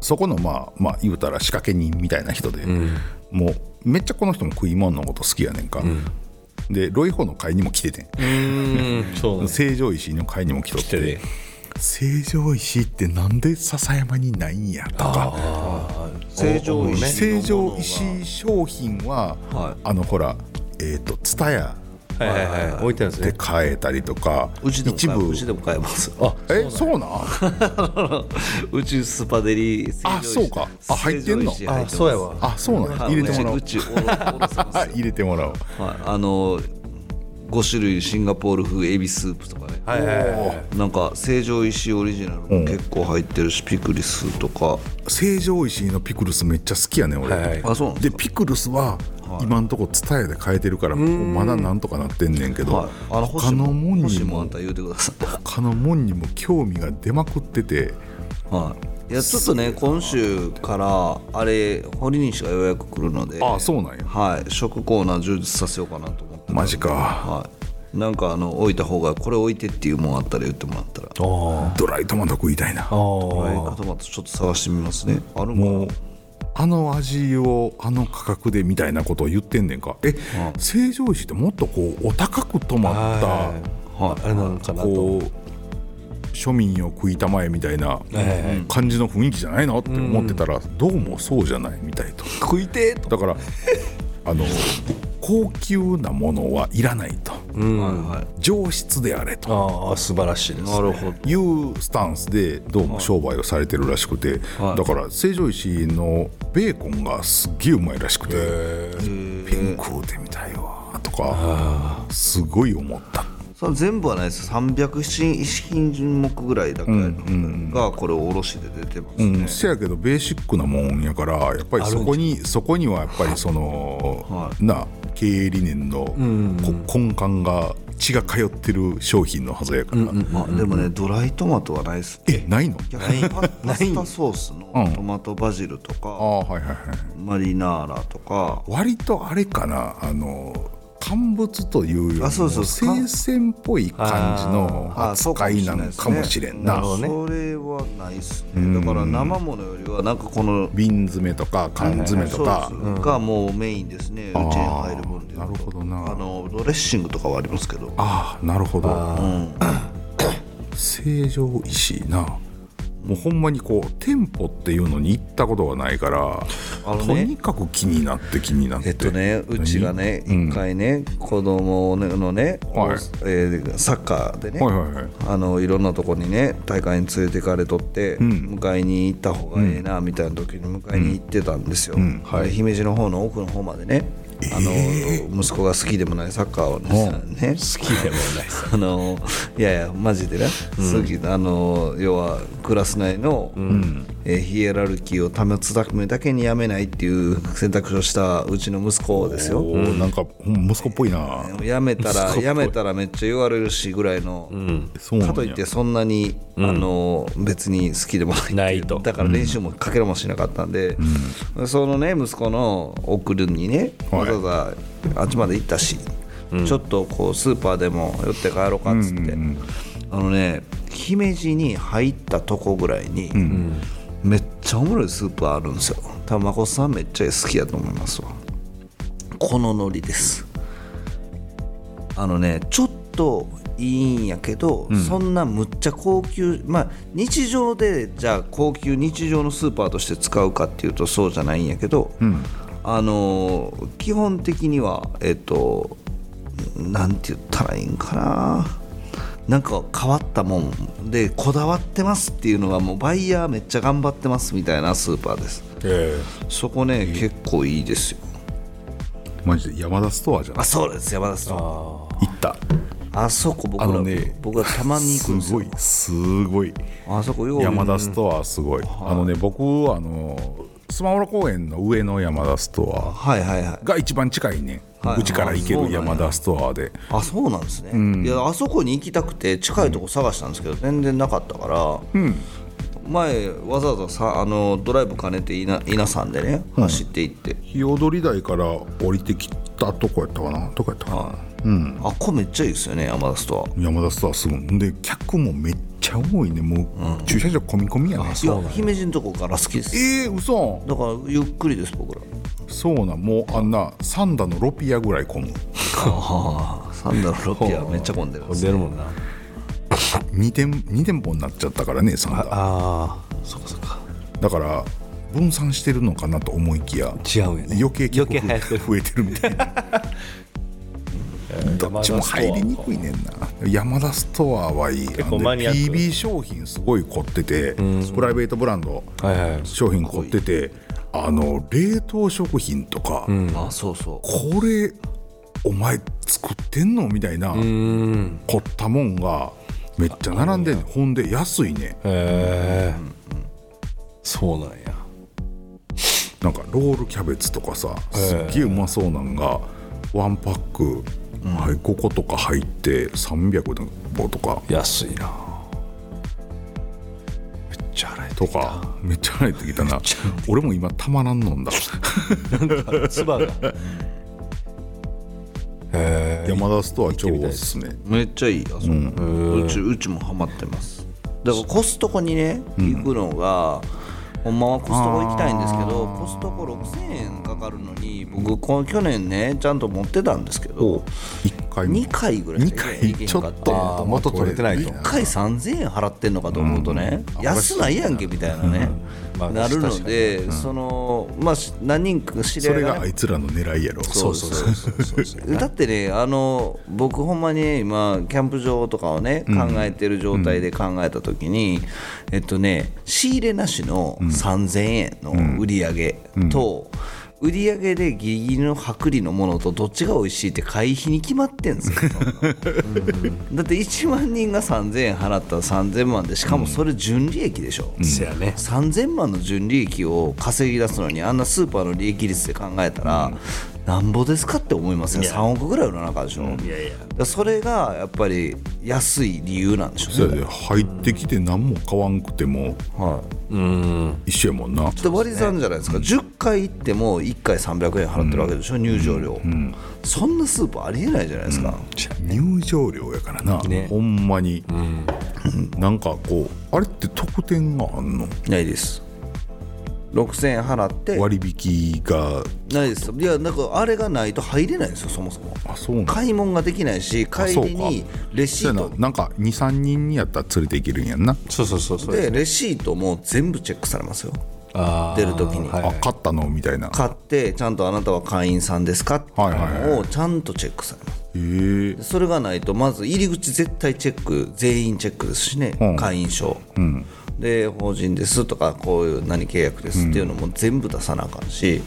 Speaker 1: そこのまあまあ言うたら仕掛け人みたいな人で、もうめっちゃこの人も食い物のこと好きやねんか、でロイホの会にも来てて
Speaker 3: うんそうなん
Speaker 1: 成城石井の会にも来とっ
Speaker 3: 来て
Speaker 1: て
Speaker 3: ね
Speaker 1: 成城石井ってなんで笹山にないんやとか
Speaker 4: 成城石
Speaker 1: 成城石井商品は、
Speaker 4: はい
Speaker 1: あのほらえっ、ー、と蔦屋
Speaker 3: はいはいはい置いてあるんです
Speaker 1: で
Speaker 3: ね
Speaker 1: 買えたりとか
Speaker 4: うちでも
Speaker 1: 一
Speaker 4: 買え
Speaker 1: 部
Speaker 4: うちでも買えます
Speaker 1: えそうなん
Speaker 4: うちスパデリ
Speaker 1: あそうかあ入ってんの
Speaker 3: あそうやわ
Speaker 1: あそうなんや入れてもらおう
Speaker 4: うちうちおろおろせます
Speaker 1: あ入れてもらおう
Speaker 4: はいあの5種類シンガポール風エビスープとかね
Speaker 3: はいはいはい
Speaker 4: なんか成城石井オリジナルも結構入ってるし、ピクリスとか
Speaker 1: 成城石井のピクルスめっちゃ好きやねん俺、
Speaker 3: はい
Speaker 4: あそうなん
Speaker 1: でピクルスは今んとこ蔦屋で買えてるからまだなんとかなってんねんけど、
Speaker 4: はい、あの
Speaker 1: 他
Speaker 4: 星
Speaker 1: のも
Speaker 4: も
Speaker 1: んに
Speaker 4: 星もあ
Speaker 1: も
Speaker 4: んた言うてください
Speaker 1: 他のもんにも興味が出まくってて
Speaker 4: はい、いやちょっとね今週からあれ堀西がようやく来るので
Speaker 1: ああそうなんや
Speaker 4: はい、食コーナー充実させようかなと思って
Speaker 1: マジか
Speaker 4: はい、なんかあの置いた方がこれ置いてっていうもんあったら言ってもらったらド
Speaker 1: ドライトマト食いたいな
Speaker 4: ライトマトちょっと探してみますねある
Speaker 1: も
Speaker 4: も
Speaker 1: うんあの味をあの価格でみたいなことを言ってんねんかえ成城石井ってもっとこうお高く泊まっ
Speaker 3: は
Speaker 1: た
Speaker 4: はい
Speaker 3: あれなのかなと
Speaker 1: こう庶民を食いたまえみたいな感じの雰囲気じゃないのって思ってたらどうもそうじゃないみたいと
Speaker 4: 食いてーと
Speaker 1: だからあの高級なものはいらないと
Speaker 4: はいはい
Speaker 1: 上質であれと
Speaker 3: ああ素晴らしいです、ね、なるほど
Speaker 1: いうスタンスでどうも商売をされてるらしくて、だから成城石井のベーコンがすっげえうまいらしくて「一品食うてみたいわ」とかすごい思った
Speaker 4: それ全部はないです300品品目ぐらいだけがこれおろしで出てますね、
Speaker 1: うん、せやけどベーシックなもんやからやっぱりそこにそこにはやっぱりその、な経営理念のこ根幹が血が通ってる商品のはずやから、
Speaker 4: まあ、でもねドライトマトはないです
Speaker 1: え <laughs> ないの
Speaker 4: 逆にパパスタソースのトマトバジルと
Speaker 1: あ
Speaker 4: か、
Speaker 1: あはいはいはい
Speaker 4: マリナーラとか
Speaker 1: 割とあれかなあの乾物というよりも
Speaker 4: あそうそう
Speaker 1: 生鮮っぽい感じの
Speaker 4: あそう
Speaker 1: 扱いなんかもしれんな
Speaker 3: るほどね
Speaker 4: それはないっすねだから生ものよりはなんかこの
Speaker 1: 瓶詰めとか缶詰と
Speaker 4: ソ
Speaker 1: か、
Speaker 4: ースがもうメインですねうちに入る分で言うと
Speaker 1: なるほどな
Speaker 4: あのドレッシングとかはありますけど
Speaker 1: ああなるほど、 <coughs> 成城石井なもうほんまにこう店舗っていうのに行ったことがないから、
Speaker 4: の
Speaker 1: と
Speaker 4: ね
Speaker 1: にかく気になって気になって
Speaker 4: えっとねうちがね一回ね子供のね
Speaker 1: はい
Speaker 4: えーサッカーでね
Speaker 1: はいはいはい
Speaker 4: あのいろんなとこにね大会に連れてかれとって、迎えに行った方がええなみたいな時に迎えに行ってたんですよ、で姫路の方の奥の方までね、あの息子が好きでもないサッカーをねね好きでもないあのいやいやマジでね、好きあの要はクラス内の、えーヒエラルキーを保つためだけにやめないっていう選択肢をしたうちの息子ですよ
Speaker 1: おーなんかほんま息子っぽいな、
Speaker 4: やめたらやめたらめっちゃ言われるしぐらいの、
Speaker 1: そうなんや
Speaker 4: かといってそんなに、あの別に好きでもないってう
Speaker 3: ないと
Speaker 4: だから練習もかけらもしなかったんで、そのね息子の送るにね、
Speaker 1: はい
Speaker 4: わざわざあっちまで行ったし、ちょっとこうスーパーでも寄って帰ろうかっつって、あのね姫路に入ったとこぐらいに、めっちゃおもろいスーパーあるんですよ多分まこさんめっちゃ好きやと思いますわこの海苔ですあのねちょっといいんやけど、そんなむっちゃ高級まあ日常でじゃあ高級日常のスーパーとして使うかっていうとそうじゃないんやけど、あのー基本的にはえっ、となんて言ったらいいんかななんか変わったもんでこだわってますっていうのがもうバイヤーめっちゃ頑張ってますみたいなスーパーです
Speaker 1: え
Speaker 4: そこね結構いいですよ
Speaker 1: ーマジで山田ストアじゃな
Speaker 4: あ
Speaker 1: い
Speaker 4: そうです山田さん
Speaker 1: 行った
Speaker 4: あそこ僕
Speaker 1: あ
Speaker 4: ら、
Speaker 1: のね
Speaker 4: 僕はたまに行くんで
Speaker 1: す
Speaker 4: すよ
Speaker 1: ごいすごい
Speaker 4: あそこよう
Speaker 1: 山田ストアすごい、あのね僕あのスマホラ公園の上の山田ストア
Speaker 4: はいはいはい
Speaker 1: が一番近いね
Speaker 4: はいう
Speaker 1: ちから行け
Speaker 4: あそう
Speaker 1: る
Speaker 4: なんや
Speaker 1: 山田ストアで
Speaker 4: あそうなんですね、いやあそこに行きたくて近いとこ探したんですけど、全然なかったから、前わざわざさあのドライブ兼ねて稲稲さんでね走って行って、、
Speaker 1: 日踊り台から降りてきたとこやったかなとこやったかな、
Speaker 4: あここめっちゃいいですよね山田ストア
Speaker 1: 山田ストアすごいで客もめっちゃ多いねもう、駐車場込み込みやね
Speaker 4: いや姫路のとこから好きです
Speaker 1: えー、嘘
Speaker 4: だからゆっくりです僕ら
Speaker 1: そうなんもうあんなサンダのロピアぐらい混む
Speaker 4: サンダのロピアめっちゃ混んでるん
Speaker 3: です、ね、混んでるもんな
Speaker 1: 2店 ,2 店舗になっちゃったからねサンダあ
Speaker 3: あそっかそっか
Speaker 1: だから分散してるのかなと思いきや
Speaker 3: 違うよ、ね、
Speaker 1: 余計余計増えてるみ <laughs> たいなどっちも入りにくいねんな山田ストアはいい PB 商品すごい凝ってて、プライベートブランド商品凝ってて、あの冷凍食品とか、うん、
Speaker 4: あそうそう
Speaker 1: これお前作ってんのみたいな凝ったもんがめっちゃ並んでんねほんで安いね
Speaker 3: へえ、そうなんや
Speaker 1: なんかロールキャベツとかさすっげえうまそうなんがワンパック、はい、5個とか入って300本とか
Speaker 3: 安いなめっちゃ洗え
Speaker 1: とかめっちゃ腹減ってきたな俺も今たまらん飲んだ
Speaker 3: なんかつばが <laughs>
Speaker 1: 山田ストア超おすすめ
Speaker 4: めっちゃいいあそ、うん、うちうちもハマってますだからコストコにね行くのが、うん、ほんまはコストコ行きたいんですけどコストコ6000円かかるのに僕この去年ねちゃんと持ってたんですけど
Speaker 1: 1回
Speaker 4: 2回ぐらい
Speaker 1: 2回ちょっと
Speaker 3: 元取れてないと
Speaker 4: 1回3000円払ってんのかと思うとね、うん、安ないやんけみたいなね、まあ、なるので、うん、そのまあ何人か知り合い、ね、
Speaker 1: それがあいつらの狙いやろ
Speaker 4: そうそうそうそうだってねあの僕ほんまに今キャンプ場とかをね考えてる状態で考えた時に、うん、えっとね仕入れなしの3000円の売り上げと、売り上げでギリギリの薄利のものとどっちが美味しいって会費に決まってんですよ <laughs> うん、だって1万人が3000円払ったら3000万でしかもそれ純利益でしょ、うん、3000万の純利益を稼ぎ出すのにあんなスーパーの利益率で考えたら、うんなんぼですかって思いますね3億ぐらい売らなかでしょ、うん、いやいやそれがやっぱり安い理由なんでしょ
Speaker 1: うね入ってきて何も買わんくても、はい、うん一緒やもんな
Speaker 4: で割り算じゃないですか、うん、10回行っても1回300円払ってるわけでしょ、うん、入場料、うん、そんなスーパーありえないじゃないですか、
Speaker 1: 入場料やからな、ね、ほんまに、うん、なんかこうあれって特典があんの
Speaker 4: ないです6000円払って
Speaker 1: 割引が
Speaker 4: ないですいやなんかあれがないと入れないんですよそもそも
Speaker 1: あそう
Speaker 4: 買い物ができないし帰りにレシート
Speaker 1: なんか23人にやったら連れていけるんやんな
Speaker 3: そうそうそうそう
Speaker 4: で、ね、レシートも全部チェックされますよ出る時に、
Speaker 1: はいはい、あ買ったのみたいな
Speaker 4: 買ってちゃんとあなたは会員さんですかっていうのをちゃんとチェックされます、
Speaker 1: へ
Speaker 4: それがないとまず入り口絶対チェック全員チェックですしね、うん、会員証、うん、で法人ですとかこういう何契約ですっていうのも全部出さなあかんし、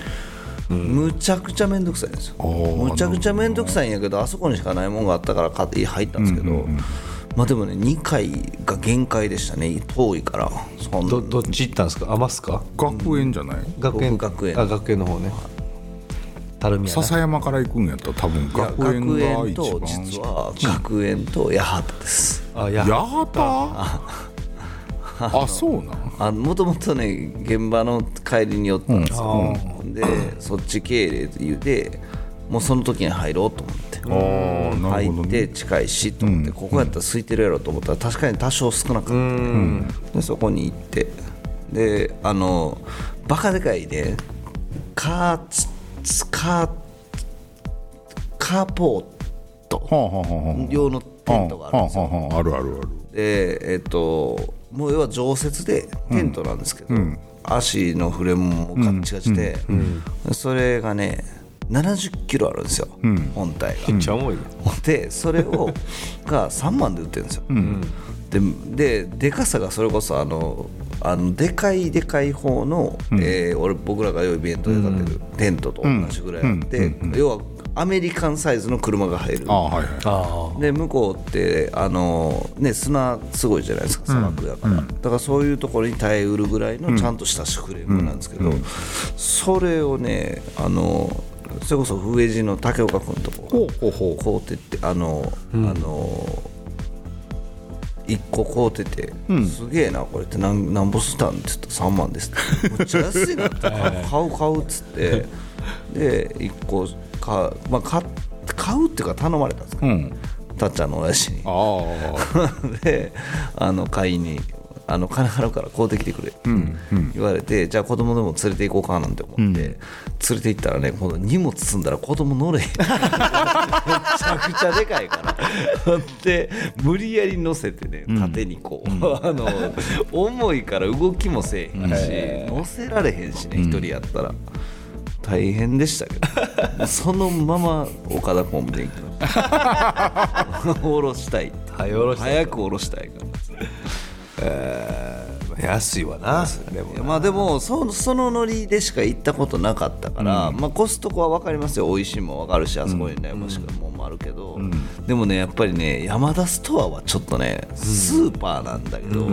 Speaker 4: うん、むちゃくちゃ面倒くさいんですよむちゃくちゃ面倒くさいんやけどあそこにしかないもんがあったから買って入ったんですけど、うんうんうん、まあでもね2回が限界でしたね遠いから
Speaker 3: そんどどっち行ったんですか余すか
Speaker 1: 学園じゃない、
Speaker 3: 学園
Speaker 4: 学園
Speaker 3: あ学園の方ね、
Speaker 1: 笹山から行くんやったら多分学園が一
Speaker 4: 番と実は学園と八幡です
Speaker 1: あ八
Speaker 4: <laughs>
Speaker 1: 幡あそう
Speaker 4: なんもともとね現場の帰りに寄ったんですよ、うん、でそっち経営で言うてもうその時に入ろうと思って、ね、入って近いしと思って、うん、ここやったら空いてるやろと思ったら確かに多少少なかった、ねうん、でそこに行ってであのバカでかいねカーカーカーポート用のテントがあるんですよ
Speaker 1: あるあるある
Speaker 4: でえっともう要は常設でテントなんですけど、うん、足のフレームもガッチガチで、うんうん、それがね70キロあるんですよ、本体が。
Speaker 3: めっちゃ重い
Speaker 4: でそれをが3万で売ってるんですよ。でででかさがそれこそあのあのでかいでかい方の、えー、俺僕らがイベントで建てるテントと同じぐらいあって、要はアメリカンサイズの車が入る、、
Speaker 1: はい
Speaker 4: で向こうってあの、ね、砂すごいじゃないですか砂漠だから、うん、だからそういうところに耐えうるぐらいのちゃんとしたシフレームなんですけど、うん、それをねあのそれこそ上地の竹岡君とここうってってあの、うん、あの1個買うてて、うん、すげえなこれってなんなんぼしたんって言ったら3万ですってめっちゃ安いなって <laughs> 買う買うっつってで1個か、まあ、買買うっていうか頼まれたんですか、ね、うん、たっちゃんの親父にあ <laughs> であの買いにあの金払うから買うてきてくれって言われて、うんうん、じゃあ子供でも連れて行こうかなんて思って、うん、連れて行ったらね今度荷物積んだら子供乗れへんめちゃくちゃでかいからで無理やり乗せてね縦にこう、うん、あの重いから動きもせえへんし、えー、乗せられへんしね一人やったら。大変でしたけどそのまま岡田コンビで行き <laughs> ました下ろしたい早く下ろしたいから
Speaker 3: えー、安いわな
Speaker 4: でもまあでもそそのノリでしか行ったことなかったから、うん、まあ、コストコは分かりますよ美味しいも分かるしあそこにね、うん、もしくはもんもあるけど、うん、でもねやっぱりね山田ストアはちょっとねスーパーなんだけど、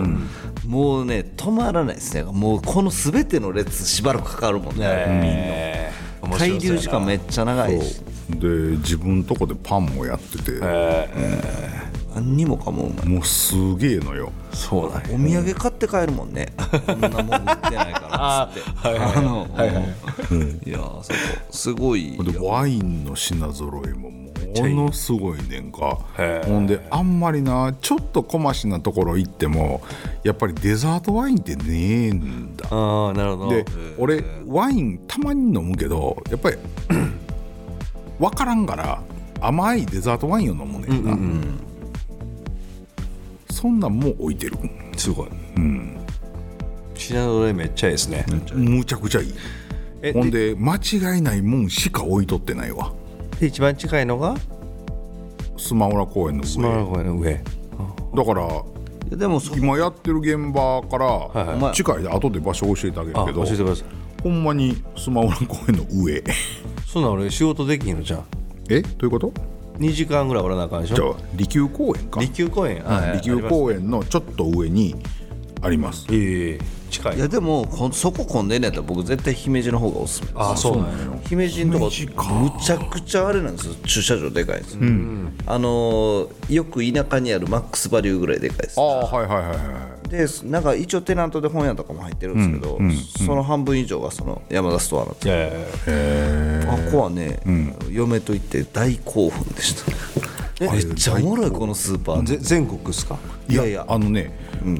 Speaker 4: もうね止まらないですねもうこの全ての列しばらくかかるもんね、えー、みんな滞留時間めっちゃ長いし
Speaker 1: で自分とこでパンもやってて、えー、
Speaker 4: えー何にもかも
Speaker 1: もうすげえのよ
Speaker 4: そうだ、ね、お土産買って帰るもんねこんなもん売ってないからっつってはいはい <laughs> 、あの、はいはい、いやそこすごい
Speaker 1: ワインの品揃えもものすごいねんかほんであんまりなちょっと小ましなところ行ってもやっぱりデザートワインってねえんだ
Speaker 3: あなるほど
Speaker 1: で俺ワインたまに飲むけどやっぱり <clears throat> 分からんから甘いデザートワインを飲むねんな、うんうんうんそんなも置いてる
Speaker 3: すごいうん品揃えめっちゃいいですね
Speaker 1: むちゃくちゃいいほんで間違いないもんしか置いとってないわ
Speaker 3: で一番近いのが
Speaker 1: スマオラ公園の上ス
Speaker 3: マオラ公園の上
Speaker 1: だからでも今やってる現場から近いで後で場所教えてあげるけど
Speaker 3: 教えてください
Speaker 1: ほんまにスマオラ公園の上 <laughs>
Speaker 3: そんな俺仕事できんのじゃん
Speaker 1: えどういうこと
Speaker 3: 2時間ぐらいおらなあかんでし
Speaker 1: ょ利休公園か
Speaker 3: 利休公園、
Speaker 1: はい、利休公園のちょっと上にあります、
Speaker 3: ええ近
Speaker 4: いいやでもそこ混んでんやったら僕絶対姫路の方がおすすめです
Speaker 3: あそうなんや
Speaker 4: 姫路のとこむちゃくちゃあれなんですよ駐車場でかいです、うん、あのー、よく田舎にあるマックスバリューぐらいでかいです
Speaker 1: ああはいはいはいはい
Speaker 4: でなんか一応テナントで本屋とかも入ってるんですけど、うんうん、その半分以上がその山田ストアなんですよあここはね、嫁と行って大興奮でしためっちゃおもろいこのスーパー
Speaker 3: 全国ですか
Speaker 1: いやいやあのね、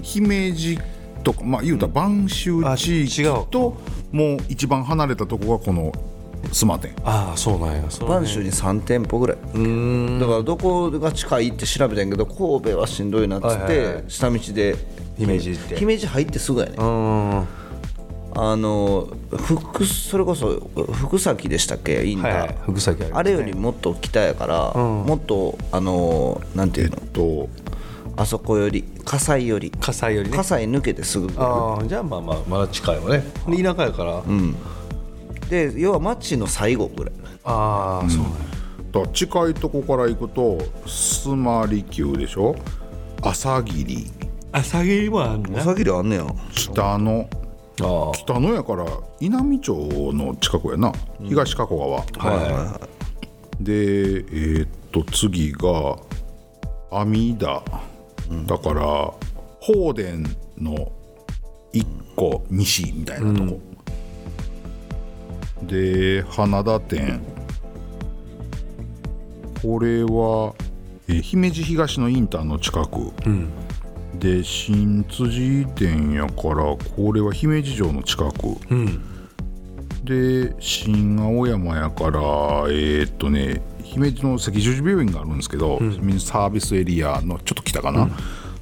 Speaker 1: 姫路とかまあ言うたら播州地域ともう一番離れたとこがこのスマ店
Speaker 3: ああそうなんや
Speaker 4: 播州に3店舗ぐらいだからどこが近いって調べたんやけど神戸はしんどいなっつって、はいはい、下道で
Speaker 3: 姫路って
Speaker 4: 姫路入ってすぐやねあの福それこそ福崎でしたっけインター、はいはい、
Speaker 3: 福崎あ,、ね、
Speaker 4: あれよりもっと北やから、うん、もっとあのなんていうの、えっとあそこより火災より
Speaker 3: 火災より、ね、
Speaker 4: 火災抜けてすぐ、
Speaker 3: ああじゃあまあまあまだ近いわねで田舎やから、うん
Speaker 4: で要は街の最後ぐらい
Speaker 3: ああ、うん、そう
Speaker 1: だだ近いとこから行くと須磨利休でしょ朝霧
Speaker 3: 朝霧もあん
Speaker 4: ね朝霧あんねや
Speaker 1: 北の北のやから稲美町の近くやな、うん、東加古川、はいはいはい、でえー、っと次が阿弥陀だから放電の一個西みたいなとこ、うん、で花田店これは、えー、姫路東のインターの近く、うん、で新辻店やからこれは姫路城の近く、うん、で新青山やからえー、っとね姫路の赤十字病院があるんですけど、うん、サービスエリアのちょっと北かな、うん、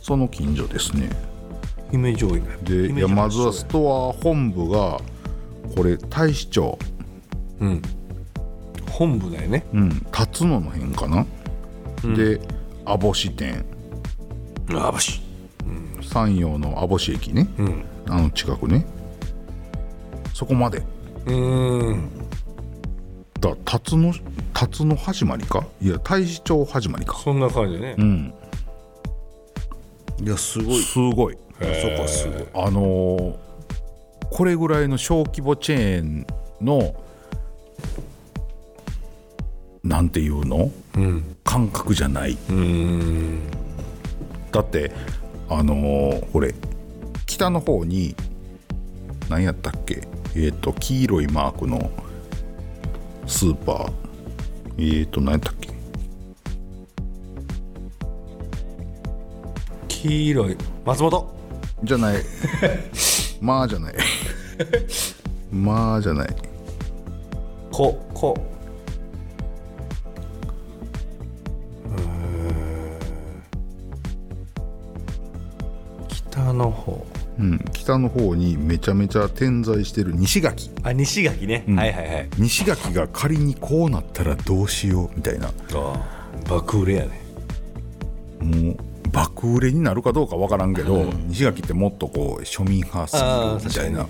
Speaker 1: その近所ですね
Speaker 3: 姫路多い
Speaker 1: で山津はストア本部がこれ大使町
Speaker 3: うん本部だよね
Speaker 1: うん辰野の辺かな、うん、で網干店
Speaker 3: 網干、
Speaker 1: うん、山陽の網干駅ね、うん、あの近くねそこまで
Speaker 3: うん
Speaker 1: だ辰野辰野始まりかいや太子町始まりか
Speaker 3: そんな感じね
Speaker 1: うん
Speaker 4: いやすごい
Speaker 1: すごい
Speaker 4: そこすごい
Speaker 1: あのー、これぐらいの小規模チェーンのなんていうの、うん、感覚じゃないだってあのー、これ北の方に何やったっけえっ、ー、と黄色いマークのスーパーえっ、ー、と何やったっけ
Speaker 3: 黄色い松本
Speaker 1: じゃないまあじゃないまあじゃない
Speaker 3: ここ北の方
Speaker 1: うん、北の方にめちゃめちゃ点在してる西垣、
Speaker 3: あ西垣ね、
Speaker 1: うん
Speaker 3: はいはいはい
Speaker 1: 西垣が仮にこうなったらどうしようみたいな
Speaker 3: ああ爆売れやね
Speaker 1: もう爆売れになるかどうかわからんけど、西垣ってもっとこう庶民派すぎるみたいな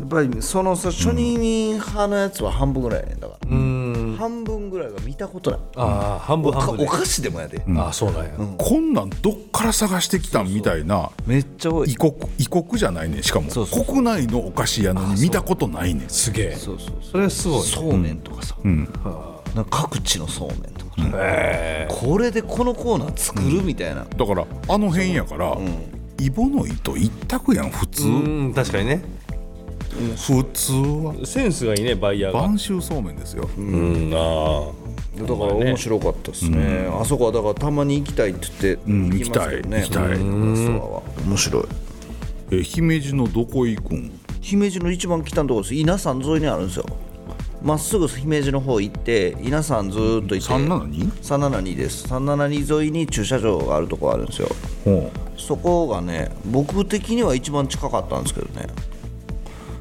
Speaker 4: やっぱりそのさ初任派のやつは半分ぐらいやねんだから、
Speaker 3: うん
Speaker 4: 半分ぐらいが見たことない
Speaker 3: ああ半分
Speaker 4: おか
Speaker 3: 半分
Speaker 4: お菓子でもやで、
Speaker 3: ああそうなんや、
Speaker 1: こんなんどっから探してきたんみたいな
Speaker 4: めっちゃ多い
Speaker 1: 異国異国じゃないねしかも
Speaker 4: そうそう
Speaker 1: 国内のお菓子やのに見たことないね
Speaker 3: すげえ
Speaker 4: そうそうそ
Speaker 3: それはすごいね
Speaker 4: そうめんとかさ、なんか各地のそうめんとか、これでこのコーナー作るみたいな、
Speaker 1: だからあの辺やから、イボの糸一択やん普通、
Speaker 3: うん確かにね
Speaker 1: 普通は
Speaker 5: センスがいいねバイヤーが
Speaker 1: 晩秋そうめんですよ、
Speaker 5: うんあ
Speaker 4: だから面白かったですね、あそこはだからたまに行きたいって言って、
Speaker 1: ん
Speaker 4: 行きますけどね
Speaker 1: 行きたい行きたい
Speaker 4: うんレストランは面白い
Speaker 1: え姫路のどこ行くん
Speaker 4: 姫路の一番北のところです稲山沿いにあるんですよまっすぐ姫路の方行って稲山ずーっと行って
Speaker 1: 372
Speaker 4: 372です372沿いに駐車場があるところあるんですよ
Speaker 1: ほ
Speaker 4: そこがね僕的には一番近かったんですけどね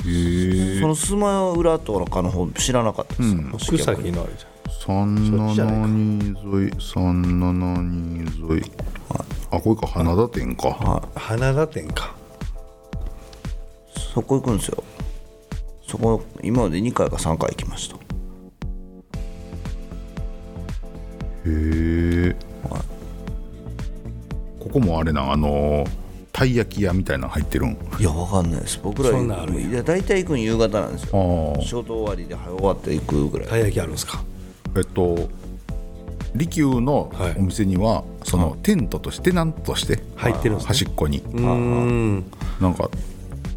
Speaker 1: うへえ
Speaker 4: その須磨浦とかの方知らなかったです、
Speaker 5: 福崎のあるじ
Speaker 1: 372沿い372沿いあこれか花田店か、
Speaker 3: 花田店か
Speaker 4: そこ行くんですよそこ今まで2回か3回行きました
Speaker 1: へえここもあれなんあのーたい焼き屋みたいなの入ってるん
Speaker 4: いやわかんないです僕ら
Speaker 3: そんなんあるんや
Speaker 4: いや大体行くん夕方なんですよ
Speaker 1: あ
Speaker 4: 仕事終わりで早終わって行くぐらい
Speaker 3: たい焼きあるんですか
Speaker 1: えっと利休の
Speaker 3: はい
Speaker 1: お店には、そのテントとしてなんとして
Speaker 3: 入ってるんですね
Speaker 1: 端っこに
Speaker 3: うん
Speaker 1: なんか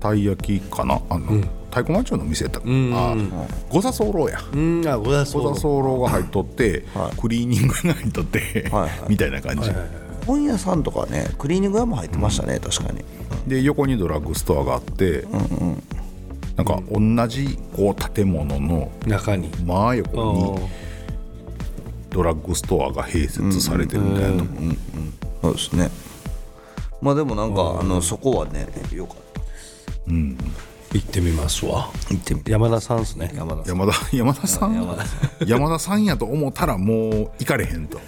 Speaker 1: たい焼きかなあの、太鼓町の店やったかなあごさそうろうや
Speaker 3: うんあござそ
Speaker 1: ご
Speaker 3: う
Speaker 1: さそうろうが入っとって、クリーニングが入っとって、
Speaker 4: はいはい
Speaker 1: <laughs> みたいな感じ、
Speaker 4: 本屋さんとかねクリーニング屋も入ってましたね、確かに
Speaker 1: で横にドラッグストアがあって、なんか同じこう建物の
Speaker 3: 中に
Speaker 1: 真
Speaker 3: あ
Speaker 1: 横に
Speaker 3: ー
Speaker 1: ドラッグストアが併設されてるみたいなとこ、
Speaker 4: そうですねまあでもなんかあのそこはねよかった
Speaker 3: 行ってみますわ
Speaker 4: 行ってみて
Speaker 3: 山田さんですね
Speaker 4: 山田さん
Speaker 1: 山田山田さん山田さんやと思ったらもう行かれへん <laughs> と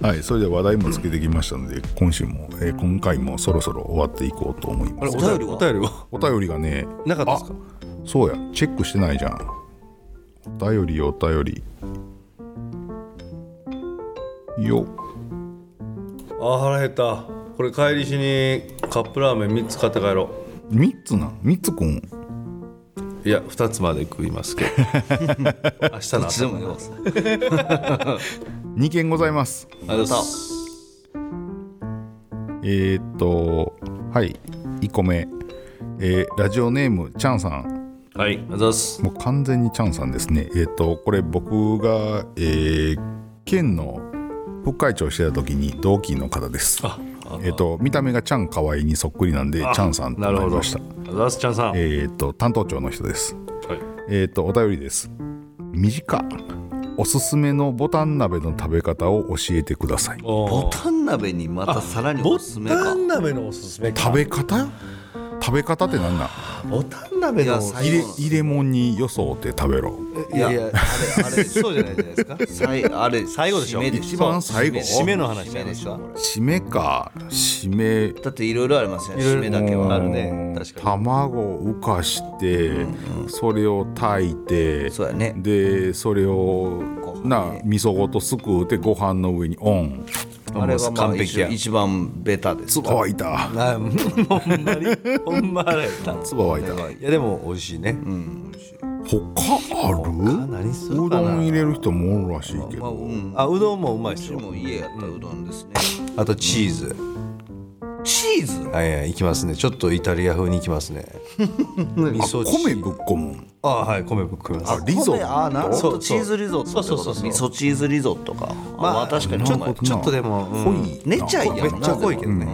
Speaker 1: はい、それで話題もつけてきましたので今週も、えー今回もそろそろ終わっていこうと思います
Speaker 4: お便りは
Speaker 3: お便りは
Speaker 1: お便りがね
Speaker 3: なかったですか
Speaker 1: そうやチェックしてないじゃんお便りお便りよ
Speaker 3: あ腹減ったこれ帰りしにカップラーメン3つ買って帰ろ
Speaker 1: 3つなん3つくん
Speaker 3: ういや2つまで食います <laughs> けど明日の朝
Speaker 4: でもよかった
Speaker 1: 2件ございます
Speaker 3: ありがとうございます
Speaker 1: えー、っとはい1個目、えーラジオネームチャンさん
Speaker 3: はいありがとうございます
Speaker 1: もう完全にチャンさんですねえーっとこれ僕が、えー県の副会長をしてた時に同期の方です
Speaker 3: あ
Speaker 1: えーっと見た目がチャンかわいにそっくりなんでチャンさんと
Speaker 3: なる
Speaker 1: な
Speaker 3: ほ
Speaker 1: り
Speaker 3: どあり
Speaker 1: ました
Speaker 3: がとうございますチャンさん、はい
Speaker 1: えー、っと担当長の人ですえー、とお便りです短おすすめのボタン鍋の食べ方を教えてください
Speaker 4: ボ
Speaker 3: おー
Speaker 4: タン鍋にまたさらにおすすめ
Speaker 5: ボタ
Speaker 4: か
Speaker 5: ン鍋のおすすめか
Speaker 1: 食べ方食べ方って何なん
Speaker 5: ボタン鍋
Speaker 4: いや
Speaker 5: の
Speaker 4: 最
Speaker 1: 入れ
Speaker 4: 後の
Speaker 1: 入れ物に装って食べろ
Speaker 4: いや
Speaker 5: いやいや
Speaker 4: あれあ <laughs> れそうじゃないじゃないですかあれ
Speaker 5: 最後でしょ
Speaker 4: 締め
Speaker 1: 一番最後
Speaker 4: 締
Speaker 3: めの話
Speaker 4: 締めでしょ
Speaker 1: 締めか締め
Speaker 4: だっていろいろありますよね締めだけは
Speaker 1: うん卵を浮かして、それを炊いて
Speaker 4: そうやね
Speaker 1: でそれを
Speaker 4: ご飯
Speaker 1: な味噌ごとすくうてご飯の上にオン
Speaker 4: あれがまあ
Speaker 3: 完璧
Speaker 4: 一
Speaker 3: や
Speaker 4: 一番ベタです
Speaker 1: つば湧いた
Speaker 3: あもうほんまに <laughs> ほんま腹減った
Speaker 1: つば湧いた
Speaker 3: いやでも美味しいね、
Speaker 1: 他ある
Speaker 3: 何す
Speaker 1: うどん入れる人もおるらしいけど、
Speaker 3: あうどんもうまいっす
Speaker 4: で
Speaker 3: よ
Speaker 4: も家やったらうどんですね
Speaker 3: あとチーズ、チーズはいはい行きますねちょっとイタリア風に行きます <laughs> ね味噌
Speaker 1: 米
Speaker 3: 汁
Speaker 1: ぶっ込む
Speaker 3: あはい米ぶっ込みます
Speaker 1: あリゾッ
Speaker 4: 米
Speaker 1: ト
Speaker 4: あなるほ
Speaker 3: そうそ
Speaker 4: ど
Speaker 3: う
Speaker 4: チーズリゾットってこと
Speaker 3: そうそうそうそう
Speaker 4: 味噌チーズリゾットかまあ確かに
Speaker 3: ち
Speaker 4: ち
Speaker 3: ょ
Speaker 4: ょ
Speaker 3: っ
Speaker 4: っ
Speaker 3: と
Speaker 4: と
Speaker 3: ちょっとでも、うん
Speaker 4: 寝ちゃい
Speaker 3: め
Speaker 4: や
Speaker 3: っちゃ濃いけどね、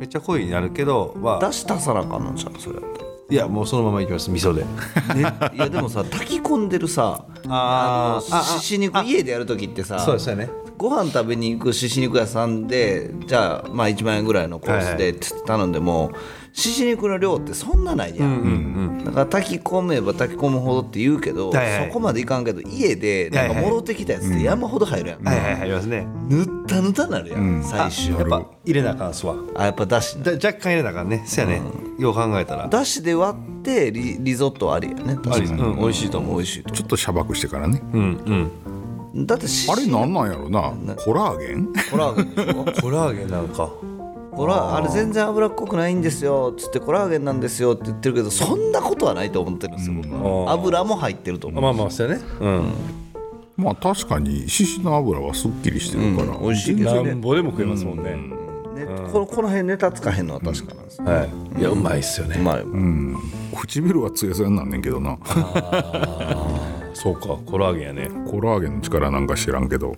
Speaker 3: めっちゃ濃いになるけどまあ
Speaker 4: 出したさなかなんじゃんそれね
Speaker 3: いやもうそのままいきます味噌 <laughs> で
Speaker 4: <laughs> いやでもさ炊き込んでるさ
Speaker 3: あー
Speaker 4: あのしし肉家でやる時ってさ
Speaker 3: よね
Speaker 4: ご飯食べに行くしし肉屋さんでじゃあまあ1万円ぐらいのコース
Speaker 3: は
Speaker 4: でつ頼んでもしし肉の量ってそんなないやん,、だから炊き込めば炊き込むほどって言うけど、
Speaker 3: はいはい
Speaker 4: そこまでいかんけど家でなんか戻ってきたやつって山ほど入るやん、
Speaker 3: はいはいはいありますね
Speaker 4: ぬったぬたなるやん、最終
Speaker 3: やっぱ入れなあかんっすわ
Speaker 4: あやっぱだしな
Speaker 3: だ若干入れなあかんねせやね、よう考えたら
Speaker 4: だしで割ってリリゾットありやね確かに、
Speaker 3: うん美味しいと思う
Speaker 4: 美味しいと
Speaker 1: ちょっとしゃばくしてからね
Speaker 3: うんうん
Speaker 4: だってし
Speaker 1: あれなんなんやろなコラーゲン
Speaker 4: コラーゲンでしょ
Speaker 3: コラーゲンなんか
Speaker 4: コラあれ全然脂っこくないんですよつってコラーゲンなんですよって言ってるけどそんなことはないと思ってるんですよ、僕は
Speaker 3: あー
Speaker 4: 油も入ってると思う、
Speaker 3: まあまあそうやねうん
Speaker 1: まあ確かに獅子の油はすっきりしてるから、
Speaker 4: 美味しいけどね
Speaker 3: ぼでも食えますもんね、
Speaker 4: ねこのこの辺ネタつかへんのは確かなんですよ、
Speaker 3: はいいやうまいっすよね
Speaker 4: うまい、
Speaker 1: 唇は強そうになんねんけどな <laughs>
Speaker 3: そうかコラーゲンやね
Speaker 1: コラーゲンの力なんか知らんけど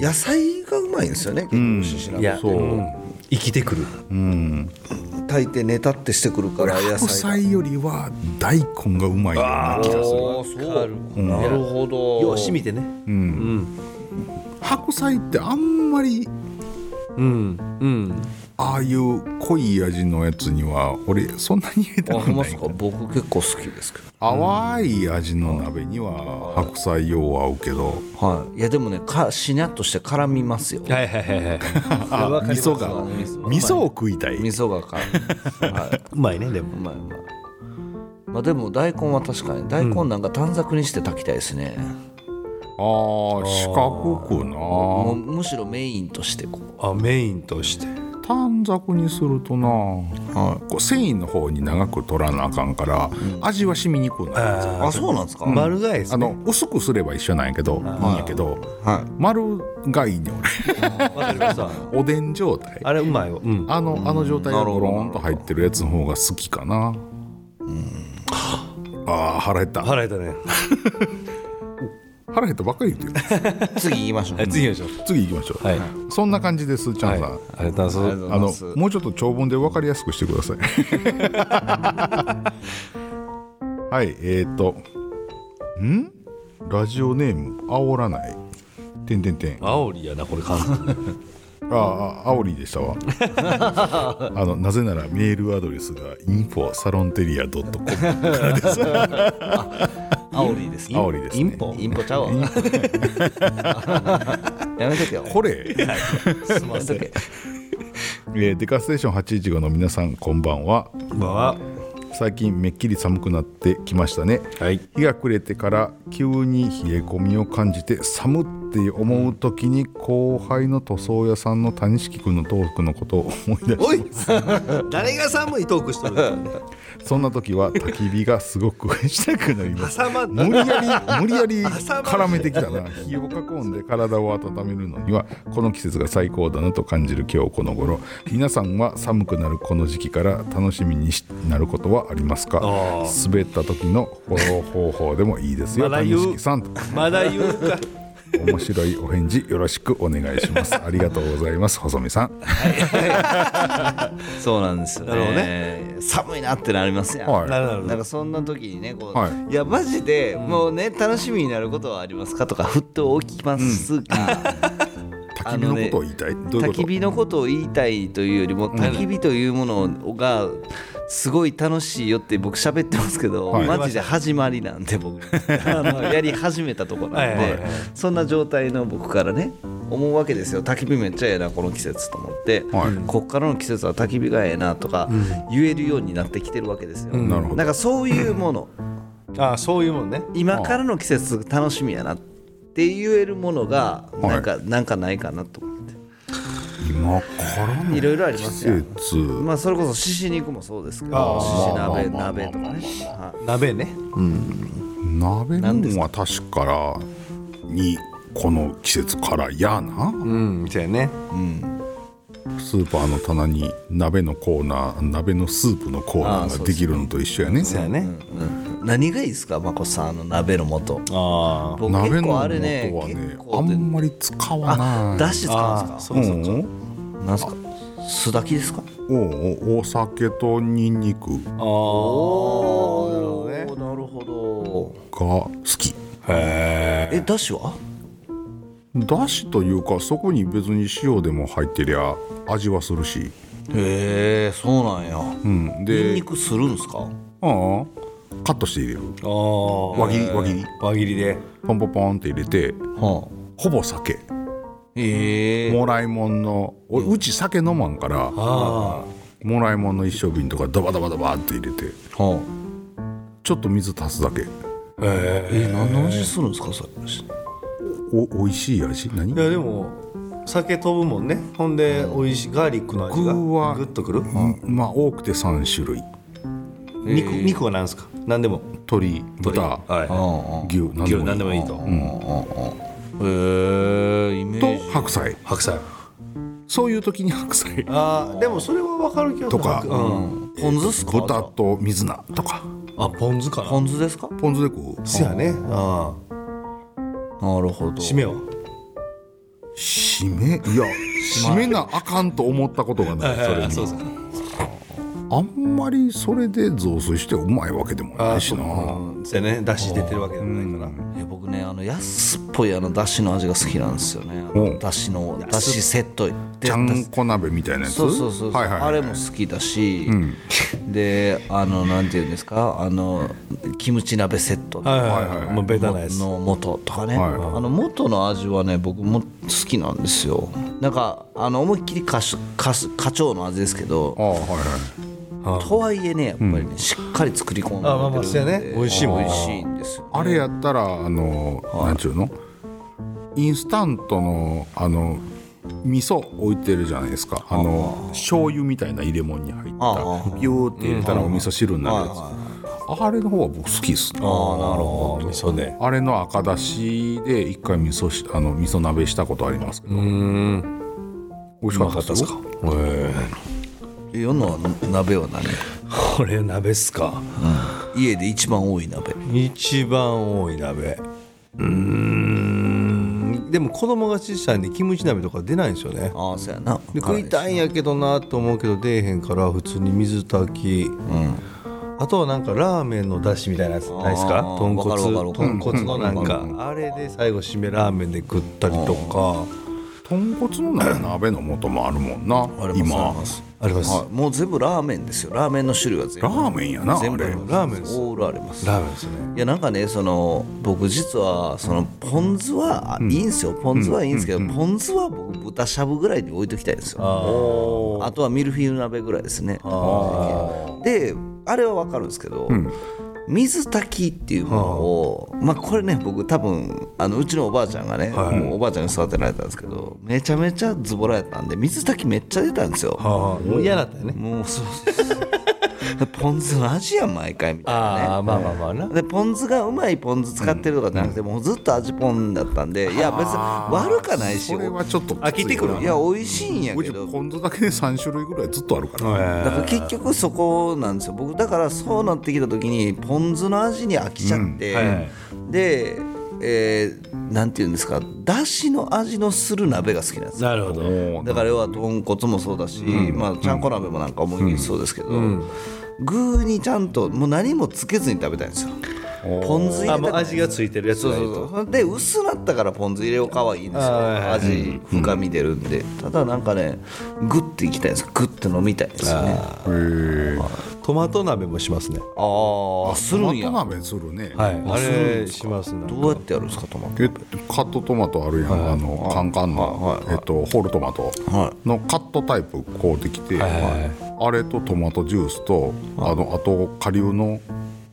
Speaker 4: 野菜がうまいんですよね結構ししながら
Speaker 3: そう、生きてくる
Speaker 4: 炊いてネタってしてくるから野
Speaker 1: 白
Speaker 4: 菜
Speaker 1: 菜よりは大根がうまいような気がする
Speaker 4: あそう、なるほど
Speaker 3: ようしみてね
Speaker 1: 白菜ってあんまり
Speaker 3: うんうん
Speaker 1: ああいう濃い味のやつには俺そんなに入れた
Speaker 4: あ
Speaker 1: く
Speaker 4: ほんま
Speaker 1: な
Speaker 4: っ
Speaker 1: い
Speaker 4: すか僕結構好きですけど
Speaker 1: 淡い味の鍋には白菜よう合うけど
Speaker 4: はい、いやでもねかしにゃっとして絡みますよ
Speaker 3: はいはい <laughs> はいは
Speaker 1: あ
Speaker 3: い
Speaker 1: 味噌が味噌を食いたい
Speaker 4: 味噌が絡みます、はい、
Speaker 3: うまいねでも
Speaker 4: うまいうまいまあでも大根は確かに大根なんか短冊にして炊きたいですね、
Speaker 1: あー四角く
Speaker 4: も
Speaker 1: な
Speaker 4: うむしろメインとしてこう
Speaker 3: あメインとして
Speaker 1: 短冊にするとな、こう繊維の方に長く取らなあかんから、味は染みにくいな
Speaker 4: あそうなんですか、
Speaker 3: 丸がいです
Speaker 1: あの薄くすれば一緒なんやけどいいんやけど、丸がいいね <laughs>
Speaker 3: わかりました
Speaker 1: 俺おでん状態
Speaker 3: あれうまいわうん
Speaker 1: あのあの状態がゴローンと入ってるやつの方が好きかな。ああ腹減った
Speaker 3: 腹減ったね
Speaker 1: 腹減ったばっかり言ってる
Speaker 4: 次行きましょう
Speaker 3: はい次行きましょ
Speaker 1: 次行きましょう、
Speaker 3: はい
Speaker 1: そんな感じですちゃん
Speaker 3: う
Speaker 1: さん、
Speaker 3: はいありがとうございます
Speaker 1: あのもうちょっと長文で分かりやすくしてくださいはいえー、とんラジオネーム煽らないてんてんてんあ
Speaker 3: あおりやな <laughs> これ完全に
Speaker 1: あ煽りでしたわあのなぜならメールアドレスが info サロンテリア .com からです
Speaker 4: <laughs> あおりです
Speaker 1: あおりですね
Speaker 4: インポインポちゃうわ <laughs> やめとけよ
Speaker 1: これ
Speaker 4: すみません
Speaker 1: えーデカステーション815の皆さんこんばんは
Speaker 3: ま
Speaker 1: 最近めっきり寒くなってきましたね、
Speaker 3: はい
Speaker 1: 日が暮れてから急に冷え込みを感じて寒って思う時に後輩の塗装屋さんの谷敷君のトークのことを思い出し
Speaker 3: おい誰が寒いトークしとる
Speaker 1: そんな時は焚き火がすごくしたくなります
Speaker 3: 挟まん
Speaker 1: 無理やり無理やり絡めてきたな火を囲んで体を温めるのにはこの季節が最高だなと感じる今日この頃皆さんは寒くなるこの時期から楽しみにしなることはありますか滑った時のフォロー方法でもいいですよ
Speaker 3: まだ言う
Speaker 1: 谷敷さんと
Speaker 3: まだ言うか
Speaker 1: 面白いお返事よろしくお願いし
Speaker 3: <laughs>
Speaker 1: ますありがとうございます細見さん
Speaker 4: そうなんですよ
Speaker 3: なるほど
Speaker 4: ね寒いなってなりますやん、
Speaker 1: はい
Speaker 3: なるほど
Speaker 4: なんかそんな時にねこう、、
Speaker 1: はい
Speaker 4: やマジで、もうね楽しみになることはありますかとかふっと置きますが、
Speaker 1: 焚き火のことを言いたいどういう
Speaker 4: 焚
Speaker 1: こと
Speaker 4: き火のことを言いたいというよりも焚き火というものがすごい楽しいよって僕喋ってますけど、
Speaker 1: はい
Speaker 4: マジで始まりなん
Speaker 1: <laughs>
Speaker 4: で僕あのやり始めたとこなんで、
Speaker 3: はいはいはい
Speaker 4: そんな状態の僕からね思うわけですよ焚き火めっちゃええなこの季節と思って、
Speaker 1: はい
Speaker 4: こっからの季節は焚き火がええなとか言えるようになってきてるわけですよ。
Speaker 1: なるほど
Speaker 4: なんかそういうもの
Speaker 3: ああそういうもんね
Speaker 4: 今からの季節楽しみやなって言えるものが
Speaker 1: い
Speaker 4: なんか,、なんかないかなと思って
Speaker 1: 今からの
Speaker 4: いろいろあり
Speaker 1: 季
Speaker 4: ますよ
Speaker 1: 節
Speaker 4: まあそれこそしし肉もそうですけ
Speaker 3: あ
Speaker 4: ど
Speaker 3: ー
Speaker 4: しし
Speaker 1: まあまあま
Speaker 4: 鍋
Speaker 1: あまあ
Speaker 4: 鍋とかねはい
Speaker 3: 鍋ね
Speaker 1: 鍋もんは確からにこの季節からやな、
Speaker 3: うんみたいね
Speaker 1: スーパーの棚に鍋のコーナー鍋のスープのコーナーができるのと一緒やね
Speaker 3: そうやね、
Speaker 4: うんうん、何がいいですかまこさんあの鍋の素
Speaker 3: あ
Speaker 4: 僕
Speaker 1: 鍋の素
Speaker 4: 結構あ
Speaker 1: は
Speaker 4: れね
Speaker 1: ね
Speaker 4: 結構
Speaker 1: あんまり使わない
Speaker 4: だし使うん
Speaker 3: あ
Speaker 4: です
Speaker 3: そ
Speaker 4: か
Speaker 3: うそうそううん
Speaker 4: なんすか酢炊きですか
Speaker 1: おうおうお酒とニンニク
Speaker 3: あーなるほどね
Speaker 4: なるほど
Speaker 1: が好き
Speaker 3: へ
Speaker 4: えだしは
Speaker 1: だしというかそこに別に塩でも入ってりゃ味はするし、
Speaker 4: へえそうなんや
Speaker 1: うん、
Speaker 4: ニン
Speaker 1: で
Speaker 4: ニクするんすか
Speaker 1: ああカットして入れる
Speaker 3: あー
Speaker 1: 輪切り輪切り
Speaker 3: 輪切りで
Speaker 1: ポンポンポンって入れて
Speaker 4: は
Speaker 1: ほぼ酒
Speaker 4: え
Speaker 1: もらいもんのおうち酒飲まんから
Speaker 3: あ
Speaker 1: もらいもんの一升瓶とかドバドバドバって入れて
Speaker 4: は
Speaker 1: ちょっと水足すだけ
Speaker 3: あへ
Speaker 4: え何の味するんですかそれ
Speaker 1: お美味しい味何
Speaker 3: えいやでも酒飛ぶもんねほんで美味しいガーリックの味が
Speaker 1: 具は
Speaker 3: グッとくる
Speaker 1: まあ多くて3種類
Speaker 3: 肉肉は何ですか何でも
Speaker 1: 鶏豚
Speaker 3: は
Speaker 1: 牛何
Speaker 3: い
Speaker 1: で
Speaker 3: 牛
Speaker 1: もい
Speaker 3: 何
Speaker 1: い
Speaker 3: でもいいと
Speaker 4: へえイメ
Speaker 1: と白菜
Speaker 3: 白菜
Speaker 1: そういう時に白菜
Speaker 3: あーでもそれは分かる気がする
Speaker 1: とか
Speaker 3: うん
Speaker 4: ポン酢っすか
Speaker 1: 豚と水菜とか
Speaker 3: あポン酢か
Speaker 4: ポン酢ですか
Speaker 1: ポン酢でこう
Speaker 3: 酢やねああ
Speaker 4: なるほど
Speaker 3: 締めは
Speaker 1: 締めいや締めなあかんと思ったことがないそれに
Speaker 3: ですか
Speaker 1: あんまりそれで雑炊してうまいわけでも
Speaker 3: あ
Speaker 1: な
Speaker 3: あ
Speaker 1: いしな
Speaker 3: そうやねだし出てるわけでもないから
Speaker 4: いや僕ねあの安っぽいあのだしの味が好きなんですよねあ
Speaker 1: うん
Speaker 4: のだしのだしセットで
Speaker 1: ちゃんこ鍋みたいなやつ
Speaker 4: そうそうそうそう
Speaker 1: はいはいはい
Speaker 4: あれも好きだし、であのなんていうんですかあのキムチ鍋セット
Speaker 3: はい
Speaker 4: の
Speaker 3: はいはいもうベタなやつ
Speaker 4: 元とかね、
Speaker 1: はい
Speaker 4: あの元の味はね僕も好きなんですよなんかあの思いっきりかしかし課長の味ですけ
Speaker 1: あ
Speaker 4: ど
Speaker 1: あはいはい
Speaker 4: とはいえねやっぱりね、しっかり作り込んで
Speaker 3: あまあまあ
Speaker 4: るん
Speaker 3: そうやね
Speaker 4: で
Speaker 3: 美味しいもん
Speaker 4: 美味しいんですよ
Speaker 1: あれやったらあのなんちゅうのインスタントのあの味噌置いてるじゃないですかあの醤油みたいな入れ物に入った
Speaker 4: あ
Speaker 1: ビューって入れたらお味噌汁になるやつあれの方が僕好きですね
Speaker 3: なるほど味噌で
Speaker 1: あれの赤だしで一回味噌しあの味噌鍋したことありますけど
Speaker 3: うん
Speaker 1: 美味しかったですよ
Speaker 3: え
Speaker 4: 世の鍋は何
Speaker 3: これ鍋っすか
Speaker 4: 家で一番多い鍋
Speaker 3: 一番多い鍋うーんでも子供が小さいんでキムチ鍋とか出ないんですよね
Speaker 4: ああそうやな
Speaker 3: で食いたいんやけどなと思うけど出えへんから普通に水炊き
Speaker 4: うん
Speaker 3: あとはなんかラーメンの出汁みたいなやつないですか
Speaker 4: あー
Speaker 3: 豚
Speaker 4: わ
Speaker 3: 骨
Speaker 4: かるわかる
Speaker 3: 豚骨のなん
Speaker 4: う
Speaker 3: かあれで最後締めラーメンで食ったりとか
Speaker 1: 豚骨の鍋の素もあるもんな
Speaker 4: ありますあ
Speaker 1: 今
Speaker 4: ります
Speaker 3: あります
Speaker 4: はい、もう全部ラーメンですよラーメンの種類は全部
Speaker 1: ラーメンやなあれ
Speaker 4: 全部あります
Speaker 3: ラーメンです
Speaker 4: オールあります
Speaker 3: ラーメンですね
Speaker 4: いやなんかねその僕実はそのポン酢はあいいんすよ、ポン酢はいいんですけど、ポン酢は僕豚しゃぶぐらいに置いときたいんですよあとはミルフィーユ鍋ぐらいですねであれは分かるんですけど、水炊きっていうものを、まあこれね僕多分あのうちのおばあちゃんがね、もうおばあちゃんに育てられたんですけどめちゃめちゃズボラやったんで水炊きめっちゃ出たんですよ、
Speaker 3: ああもう嫌だったよね
Speaker 4: もうそう <laughs> そうそうポン酢の味やん毎回みたいなね
Speaker 3: ああまあまあまあな
Speaker 4: でポン酢がうまいポン酢使ってるとかじゃなくて、もうずっと味ポンだったんでいや別に悪かないし
Speaker 1: それはちょっときついな
Speaker 3: 飽きてくる
Speaker 4: いや美味しいんや
Speaker 1: う
Speaker 4: け
Speaker 1: ち
Speaker 4: ど
Speaker 1: ポン酢だけで3種類ぐらいずっとあるから、
Speaker 4: だから結局そこなんですよ僕だからそうなってきた時にポン酢の味に飽きちゃって、
Speaker 3: うんはい
Speaker 4: で、えーなんていうんですかだしの味のする鍋が好きなんですよ
Speaker 3: なるほど
Speaker 4: だから要は豚骨もそうだし、まあ、ちゃんこ鍋もなんか思い切りそうですけど、具にちゃんともう何もつけずに食べたいんですよポン酢入れた
Speaker 3: あ
Speaker 4: く
Speaker 3: もう
Speaker 4: ない
Speaker 3: 味がついてるやつ
Speaker 4: そう
Speaker 3: がいい
Speaker 4: そ
Speaker 3: と
Speaker 4: うそうで薄なったからポン酢入れようかはいいんです
Speaker 3: はいはい
Speaker 4: よ味深み出るんで、ただなんかねグッていきたいんですよグッて飲みたいですよねあ
Speaker 3: トマト鍋もしますね
Speaker 4: あーするんや
Speaker 1: トマト鍋するね、
Speaker 3: はいあれしますね
Speaker 4: どうやってやるんですかトマト
Speaker 1: えっとカットトマトあるやん、あのカンカンの、えっと、ホールトマト
Speaker 4: は
Speaker 1: のカットタイプ買うてきて、あれとトマトジュースと、あのあと顆粒の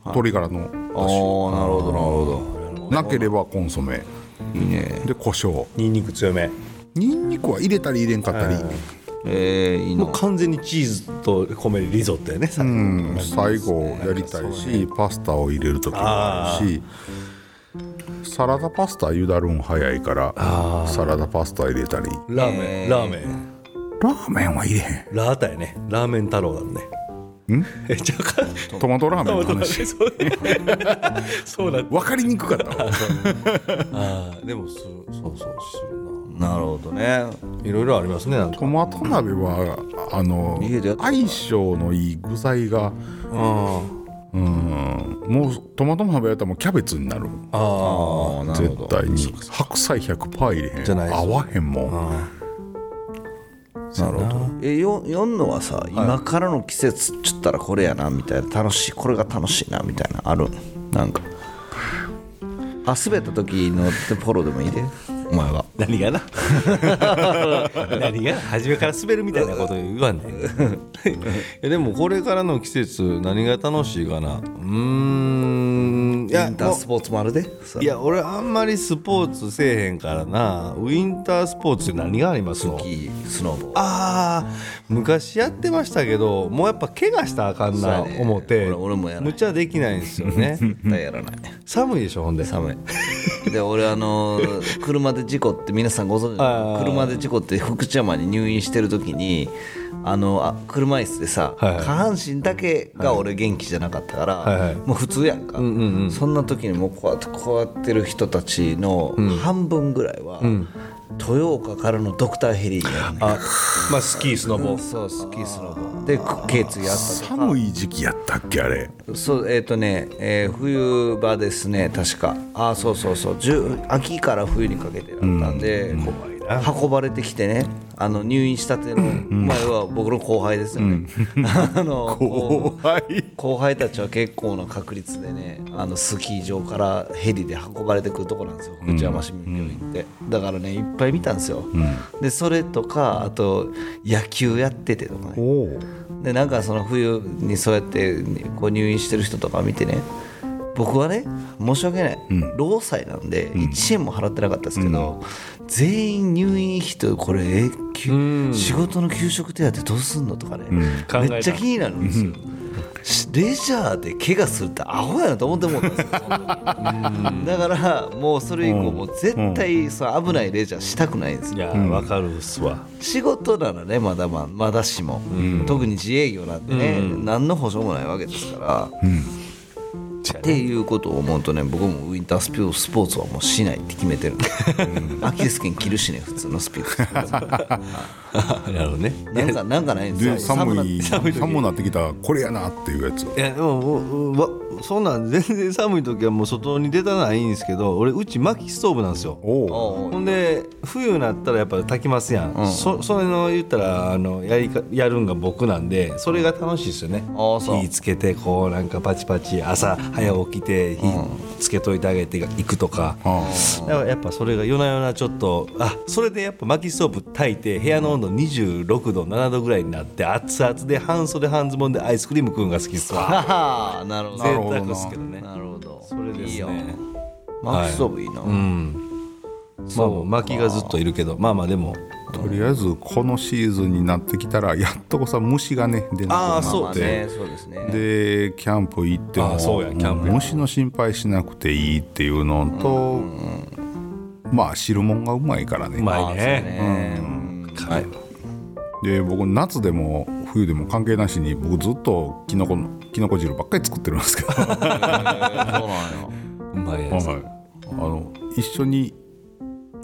Speaker 1: 鶏ガラの
Speaker 4: ああなるほどなるほ
Speaker 1: なければコンソメ
Speaker 4: どいいね
Speaker 1: で胡椒
Speaker 3: ニンニク強め
Speaker 1: にんにくは入れたり入れんかったり、
Speaker 4: えー、いい
Speaker 3: も
Speaker 4: の
Speaker 3: う完全にチーズと米でリゾットやね最後
Speaker 1: うん最後やりたいし、パスタを入れる時もあるしサラダパスタゆだるん早いからサラダパスタ入れたり
Speaker 3: ラーメンラーメン
Speaker 1: ラーメンは入れへん
Speaker 3: ラータやねラーメン太郎だね
Speaker 1: ん
Speaker 3: えちゃうか
Speaker 1: トマトラーメンの
Speaker 3: そうだね
Speaker 1: 話
Speaker 3: そう <laughs> だねそうだね
Speaker 1: 分かりにくかったわ
Speaker 3: あーでもすそうそうする
Speaker 4: なるほどね
Speaker 3: ないろいろありますねなんか
Speaker 1: トマト鍋はあの
Speaker 4: 家でやってた
Speaker 1: 相性のいい具材が
Speaker 3: あ
Speaker 1: うんもうトマト鍋やったらもうキャベツになる
Speaker 3: ああ
Speaker 4: ああなるほ
Speaker 1: 絶
Speaker 4: ど
Speaker 1: 対に白菜100%入れへん
Speaker 3: じゃない
Speaker 1: 合わへんもん
Speaker 3: あ
Speaker 4: なるほどえよ読んのはさ今からの季節っちゅったらこれやなみたいな楽しいこれが楽しいなみたいなあるなんかあ滑った時のってポロでもいいでお前は
Speaker 3: 何がな何が初めから滑るみたいなこと言わん <laughs> ねんえでもこれからの季節何が楽しいかなうーんい
Speaker 4: イ
Speaker 3: や
Speaker 4: ンター
Speaker 3: も
Speaker 4: スポーツもあるでさ
Speaker 3: ういや俺あんまりスポーツせえへんからなウィンタースポーツって何がありますの
Speaker 4: スキースノーボー
Speaker 3: あー昔やってましたけどもうやっぱ怪我したらあかんな
Speaker 4: そうやね
Speaker 3: 思って、
Speaker 4: 俺俺もやらない
Speaker 3: むちゃできないんですよね
Speaker 4: 絶対やらない
Speaker 3: 寒いでしょほんで
Speaker 4: 寒いで俺あ
Speaker 3: <laughs>
Speaker 4: のー車で事故って皆さんご存知の
Speaker 3: あー
Speaker 4: 車で事故って福知山に入院してる時にあのあ車椅子でさ、
Speaker 3: はいはい
Speaker 4: 下半身だけが俺元気じゃなかったから、
Speaker 3: はいはい
Speaker 4: もう普通やんか、
Speaker 3: んうんうん
Speaker 4: そんな時にもうこうやってこうやってる人たちの半分ぐらいは、豊岡からのドクターヘリにやるね
Speaker 3: あまあスキースノボ
Speaker 4: そうスキースノボで頸椎あったとか
Speaker 1: 寒い時期やったっけあれ
Speaker 4: そうえっ、とね、えー冬場ですね確かああそうそうそう10秋から冬にかけてだったんで、運ばれてきてねあの入院したての前は僕の後輩ですよね、 <laughs> あの
Speaker 1: 後輩
Speaker 4: 後輩たちは結構な確率でねあのスキー場からヘリで運ばれてくるとこなんですよ福知山市民病院って、だからねいっぱい見たんですよ、でそれとかあと野球やっててとかねでなんかその冬にそうやってこう入院してる人とか見てね僕はね申し訳ない、労災なんで1円も払ってなかったですけど、全員入院費とこれえき仕事の給食手当どうすんのとかね、
Speaker 3: た
Speaker 4: めっちゃ気になるんですよ。しレジャーで怪我するってアホやなと思ってもったんですよだからもうそれ以降もう絶対その危ないレジャーしたくないんですよ
Speaker 3: いやわかるっすわ
Speaker 4: 仕事ならねまだままだしも、特に自営業なんてね、何の保証もないわけですから、っていうことを思うとね僕もウィンタースピードスポーツはもうしないって決めてるんで、アキレス腱切るしね普通のスピードスポーツ
Speaker 3: なるほどね
Speaker 4: なんかなんかないんですよ
Speaker 1: で寒い
Speaker 4: 寒
Speaker 1: 寒くなってきたこれやなっていうやつ
Speaker 3: いやでももううわそんなん全然寒い時はもう外に出たないんですけど俺うち薪ストーブなんですよ
Speaker 1: お
Speaker 4: な
Speaker 1: お
Speaker 4: おうおう
Speaker 3: ほんで冬になったらやっぱ炊きますやん、そそれの言ったらあのやりかやるんが僕なんでそれが楽しいですよね
Speaker 4: ああそう
Speaker 3: 火つけてこうなんかパチパチ朝早起きて火つけといてあげていくとか、
Speaker 1: あ
Speaker 3: だからやっぱそれが夜な夜なちょっとあそれでやっぱ薪ストーブ炊いて部屋の温度26度7度ぐらいになって熱々で半袖半ズボンでアイスクリーム食うんが好きですわ
Speaker 4: ああなるほど
Speaker 1: なるほ
Speaker 3: 贅
Speaker 1: ど
Speaker 3: 沢っすけどね
Speaker 4: なるほど
Speaker 3: それですね
Speaker 4: いいよマックスオブいいな、
Speaker 3: うんまあもう薪がずっといるけどまあまあでも
Speaker 1: とりあえずこのシーズンになってきたらやっとこさ虫がね出なく
Speaker 3: あ
Speaker 1: な
Speaker 3: あ
Speaker 1: って
Speaker 3: そう
Speaker 4: まあねそうですね
Speaker 1: でキャンプ行って
Speaker 3: あ
Speaker 1: も
Speaker 3: そうやキャンプや
Speaker 1: 虫の心配しなくていいっていうのとまあ汁物がうまいからね
Speaker 3: うま
Speaker 4: ああ
Speaker 3: い
Speaker 4: そう
Speaker 3: ね
Speaker 4: ねうんはい
Speaker 1: で僕夏でも冬でも関係なしに僕ずっときのこのきのこ汁ばっかり作ってるん
Speaker 3: <laughs>
Speaker 1: ですけど、は
Speaker 4: そうなん
Speaker 3: うま
Speaker 4: や
Speaker 3: い
Speaker 1: い
Speaker 3: やつ
Speaker 1: あの一緒に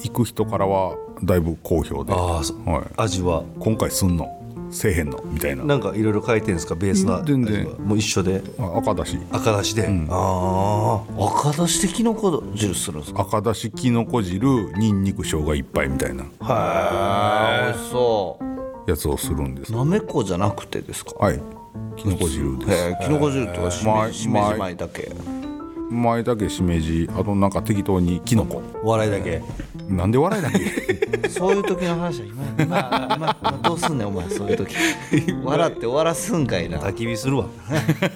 Speaker 1: 行く人からはだいぶ好評で、
Speaker 3: ああそう
Speaker 1: はい、
Speaker 3: 味は
Speaker 1: 今回すんのせえへんのみたいな
Speaker 3: なんかいろいろ書いてんですかベースは
Speaker 1: 全然
Speaker 3: 味はもう一緒で
Speaker 1: あ赤だし
Speaker 3: 赤だしで、ああ
Speaker 4: 赤だしでキノコ汁するんですか
Speaker 1: 赤だしきのこ汁にんにく生姜いっぱいみたいな
Speaker 4: あー美味しそう
Speaker 1: やつをするんです
Speaker 4: なめこじゃなくてですか
Speaker 1: はいきのこ汁です
Speaker 4: へえきのこ汁とかしめ
Speaker 1: ま
Speaker 4: しめじ
Speaker 1: ま
Speaker 4: 前だけ
Speaker 1: 前だけしめじあとなんか適当にきのこ
Speaker 3: 笑いだけ
Speaker 1: なんで笑いだけ
Speaker 4: そういう時の話は今今今今どうすんねんお前 <laughs> そういう時笑って終わらすんかいな
Speaker 3: 焚き火するわ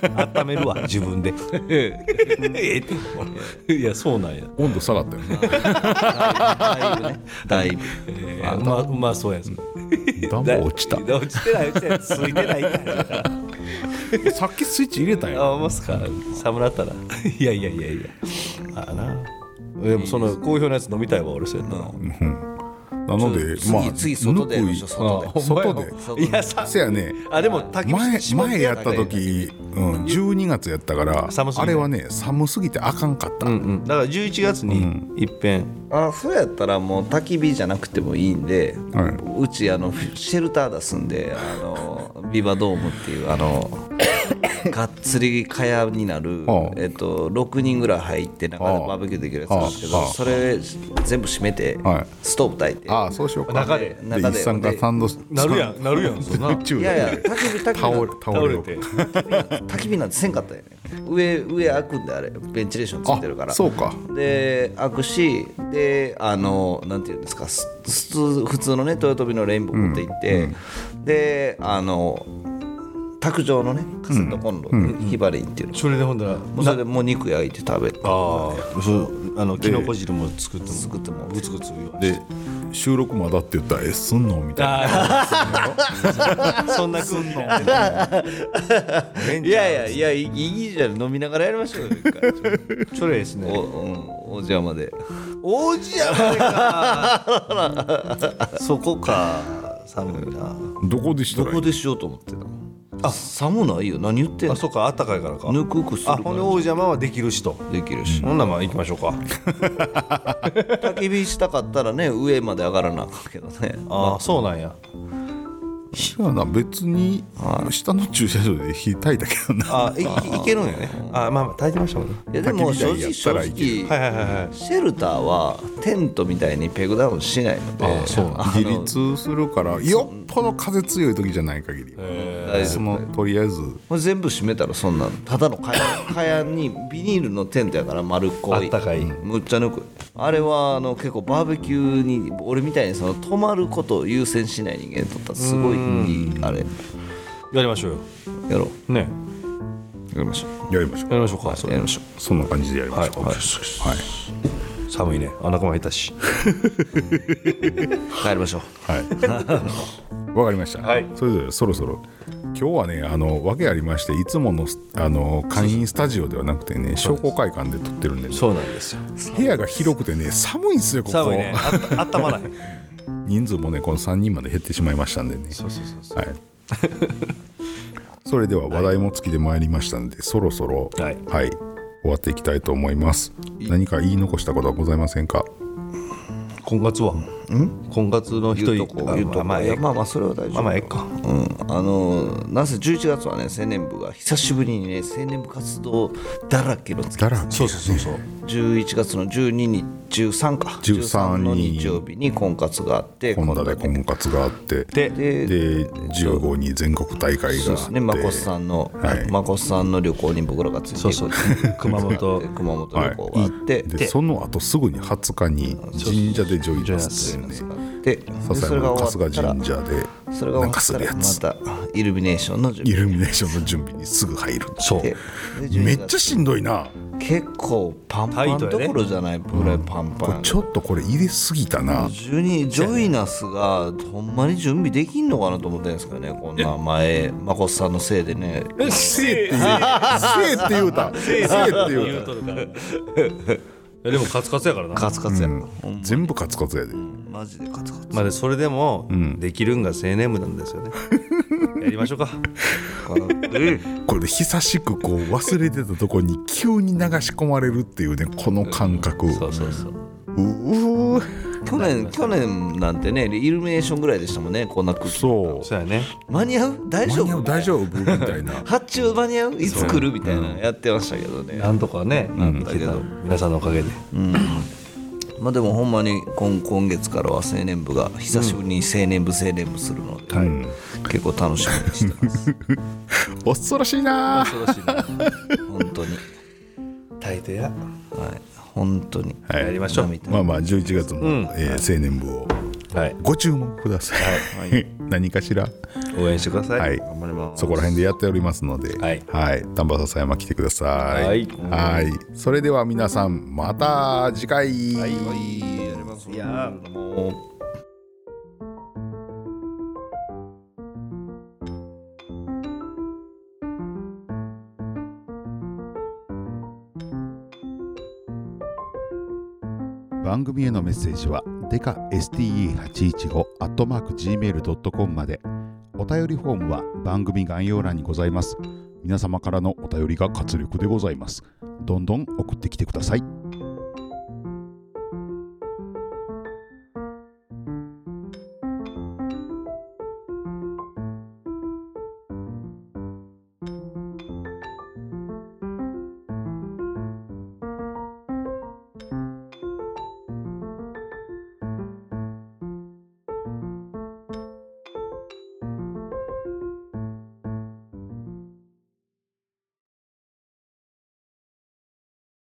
Speaker 3: <laughs> 温めるわ自分で <laughs> ええってお前いやそうなんや
Speaker 1: 温度下がったよね
Speaker 4: だいぶねだいぶ
Speaker 3: えーうまうまそうやつ
Speaker 1: 暖房落ち
Speaker 3: <laughs>
Speaker 1: た
Speaker 3: 落ちてない落ちてないついてないから
Speaker 1: さっきスイッチ入れたんや
Speaker 3: あますか寒なったら <laughs> いやいやいやいやああなでもその好評のやつ飲みたいわ俺そうやったら
Speaker 1: なので
Speaker 4: 次、
Speaker 1: まあ
Speaker 4: 次外でやりましょう
Speaker 1: ぬくい
Speaker 5: 外
Speaker 1: 外
Speaker 5: で
Speaker 1: で
Speaker 4: 外
Speaker 3: いやさ
Speaker 1: せやね
Speaker 3: あでも焚き火
Speaker 1: 前
Speaker 3: しま
Speaker 1: 前やった時、うん、12月やったから
Speaker 3: 寒すぎ
Speaker 1: あ
Speaker 3: て
Speaker 1: れはね寒すぎてあかんかった、
Speaker 3: うんうん、だから11月にいっぺん、
Speaker 4: あそうやったらもう焚き火じゃなくてもいいんで、
Speaker 1: は
Speaker 4: うちあのシェルター出すんであのビバドームっていう
Speaker 1: <coughs>
Speaker 4: あのがっつり蚊帳になる
Speaker 1: ああ、
Speaker 4: えっと、6人ぐらい入って中で
Speaker 1: ああ
Speaker 4: バーベキューできるやつなんですけ
Speaker 1: ああ
Speaker 4: ど
Speaker 1: ああ
Speaker 4: それ全部閉めて
Speaker 1: はい
Speaker 4: ストーブ焚いて
Speaker 1: ああそうしようか
Speaker 3: 中で
Speaker 1: で
Speaker 4: 中で
Speaker 1: 一酸化炭素
Speaker 3: なるやんなるやんそんな
Speaker 1: 宇
Speaker 3: <laughs>
Speaker 1: 宙
Speaker 4: いやいや焚き火焚き火
Speaker 1: 倒れ倒れよう
Speaker 4: 焚き火なんてせんかったよね上上開くんであれベンチレーションついてるから
Speaker 1: あそうか
Speaker 4: で開くしであのなんていうんですかす普通普通のね豊飛びのレインボー持って行って、であの卓上のねカセットコンロ、ヒバリンっていうの、
Speaker 3: それでほんだら
Speaker 4: もうそれでもう肉焼いて食べて
Speaker 5: ああそうあのきのこ汁も作っても
Speaker 4: 作っても
Speaker 5: グツグツ言われて
Speaker 1: で収録まだって言ったらえすんのみたいな
Speaker 3: <laughs> そんなくんの <laughs>
Speaker 4: いやいやいやいいいいじゃん飲みながらやりましょうよ一回
Speaker 3: チョレですね
Speaker 4: お、うん、お邪魔で
Speaker 3: 王子やばい
Speaker 4: <laughs> そこか寒いな
Speaker 1: どこでした
Speaker 4: ど
Speaker 1: らい
Speaker 4: こ
Speaker 1: い
Speaker 4: でしようと思ってたあ寒ないよ何言ってん
Speaker 3: あ
Speaker 4: の
Speaker 3: そっかあったかいからか
Speaker 4: ぬくくする
Speaker 3: あ
Speaker 4: か
Speaker 3: ほんで
Speaker 4: ら
Speaker 3: 王子邪魔はできるしと
Speaker 4: できるし
Speaker 3: ほんならまあ行きましょうか
Speaker 4: 焚き火したかったらね上まで上がらなあかんけどね
Speaker 3: ああそうなんや
Speaker 1: いやな別に下の駐車場で火焚いたけどな
Speaker 3: あいいいけるんやねあまあまあ炊いてましたもんね
Speaker 4: いやでも正
Speaker 1: 焚き
Speaker 4: 直
Speaker 1: 火台やった
Speaker 4: 正
Speaker 1: らいけ
Speaker 4: 直
Speaker 3: はいはいはいはい
Speaker 4: シェルターはテントみたいにペグダウンしないので
Speaker 3: あそうなん
Speaker 4: あの
Speaker 1: 自立するからよっぽど風強い時じゃない限り
Speaker 4: 大
Speaker 1: そ
Speaker 4: 丈夫
Speaker 1: のとりあえず
Speaker 4: もう全部閉めたらそんなのただの蚊帳蚊帳にビニールのテントやから丸っこい
Speaker 3: あったかい
Speaker 4: むっちゃぬくいあれはあの結構バーベキューに俺みたいにその泊まることを優先しない人間にとったらすごいいいあれ
Speaker 3: やりましょうよ
Speaker 4: やろう
Speaker 3: ね
Speaker 4: やりましょう
Speaker 1: やりましょ
Speaker 3: や
Speaker 1: う
Speaker 3: りましょうかそれ
Speaker 4: やりましょ
Speaker 1: そんな感じでやりましょう
Speaker 3: は
Speaker 1: は
Speaker 3: いはいい寒いねお腹も減った <laughs> し
Speaker 4: う帰りましょう
Speaker 1: はい。わかりました。それぞれそろそろ。今日はね、あの、わけありまして、いつものス、あの、会員スタジオではなくてね、商工会館で撮ってるんで、
Speaker 3: そうなんですよ
Speaker 1: 部屋が広くてね、寒いんですよ、ここ。
Speaker 3: 寒いねあったあった <laughs> まない
Speaker 1: 人数もね、この3人まで減ってしまいましたんでね。
Speaker 3: そうそうそうそう
Speaker 1: はい。それでは話題も尽きてまいりましたんで、そろそろ、
Speaker 3: はい
Speaker 1: 終わっていきたいと思います。何か言い残したことはございませんか
Speaker 3: 婚活は婚活の一
Speaker 4: 言
Speaker 3: 人
Speaker 4: うとこ
Speaker 3: あ
Speaker 4: 言うと
Speaker 3: まあ
Speaker 4: こ
Speaker 3: まあ
Speaker 4: い
Speaker 3: ええ
Speaker 4: や
Speaker 3: か
Speaker 4: まあまあそれは大丈夫
Speaker 3: まあまあええか
Speaker 4: うん、あのなんせ11月はね青年部が久しぶりにね青年部活動だらけの月
Speaker 1: だらけ
Speaker 3: そうそうそうそう
Speaker 4: 11月の12日13か
Speaker 1: 13
Speaker 4: 13の日曜日に婚活があって
Speaker 1: コンダで婚活があって
Speaker 3: で
Speaker 4: で
Speaker 1: で15に全国大会が
Speaker 4: そ
Speaker 1: あっ
Speaker 4: うです
Speaker 1: て、
Speaker 4: ねまこさんの、
Speaker 1: はい
Speaker 4: まこさんの旅行に僕らがついていくってい
Speaker 3: <laughs>
Speaker 4: う
Speaker 3: 熊 <laughs> 本
Speaker 4: 熊本旅行があって、
Speaker 1: でその後すぐに20日に神社でジョイナスっていうね
Speaker 4: で
Speaker 1: 笹
Speaker 4: それが
Speaker 1: 山の
Speaker 4: 終わ
Speaker 1: 春
Speaker 4: った
Speaker 1: 日
Speaker 4: ら
Speaker 1: 神社で
Speaker 4: それが
Speaker 1: なんかす
Speaker 4: 終
Speaker 1: る
Speaker 4: わ
Speaker 1: や
Speaker 4: っ
Speaker 1: つ
Speaker 4: たらまたイルミネーションの準
Speaker 1: イ
Speaker 4: 備
Speaker 1: ルミネーションの準備にすぐ入る
Speaker 3: そう
Speaker 4: でで12
Speaker 1: めっちゃ
Speaker 4: 月
Speaker 1: しんどいな
Speaker 4: 結構パンパンどころじゃないぐらいパンパン、
Speaker 1: これちょっとこれ入れすぎたな
Speaker 4: 12ジョイナスがほんまに準備できんのかなと思ってんですけどねこんな前まこさんのせいでね
Speaker 1: せえって言うせえって言うたせえって言うた
Speaker 3: <laughs> いやでもカツカツやからな
Speaker 4: カツカツやな、
Speaker 1: 全部カツカツやで
Speaker 4: マジでカツカツ
Speaker 3: まあでそれでもできるんが青年部なん <laughs> ですよねやりましょうか
Speaker 1: これ久しくこう忘れてたとこに急に流し込まれるっていうねこの感覚
Speaker 3: そうそうそう
Speaker 1: うう
Speaker 4: 去年去年なんてねイルミネーションぐらいでしたもんねこんな空気
Speaker 1: そう
Speaker 3: そうやね
Speaker 4: 間に合う大
Speaker 1: 間
Speaker 4: 丈
Speaker 1: に合
Speaker 4: 夫
Speaker 1: う大丈夫みたいな
Speaker 4: 発注間に合ういつ来るみたいなのやってましたけどね、
Speaker 3: なんとかね
Speaker 4: ん
Speaker 3: いけた皆さんのおかげで
Speaker 4: まあでもほんまに今今月からは青年部が久しぶりに青年部青年部するので、結構楽しみにしてます
Speaker 1: 恐ろしいな
Speaker 3: 恐ろしいな
Speaker 4: 本当に
Speaker 3: 大抵や
Speaker 4: はい本当に
Speaker 1: はい
Speaker 3: やりましょう
Speaker 4: みたい
Speaker 1: まあまあ11月も、えー青年部を
Speaker 3: はい
Speaker 1: ご注文ください、 <laughs> 何かしら、
Speaker 3: 応援してください
Speaker 1: はい、
Speaker 4: 頑張ります
Speaker 1: そこら辺でやっておりますので、
Speaker 3: はい
Speaker 1: 丹波篠山来てください
Speaker 3: はい
Speaker 1: はいそれでは皆さんまた次回、
Speaker 4: いやりますいやもう
Speaker 1: 番組へのメッセージはデカ STE815 アットマーク Gmail.com までお便りフォームは番組概要欄にございます皆様からのお便りが活力でございますどんどん送ってきてください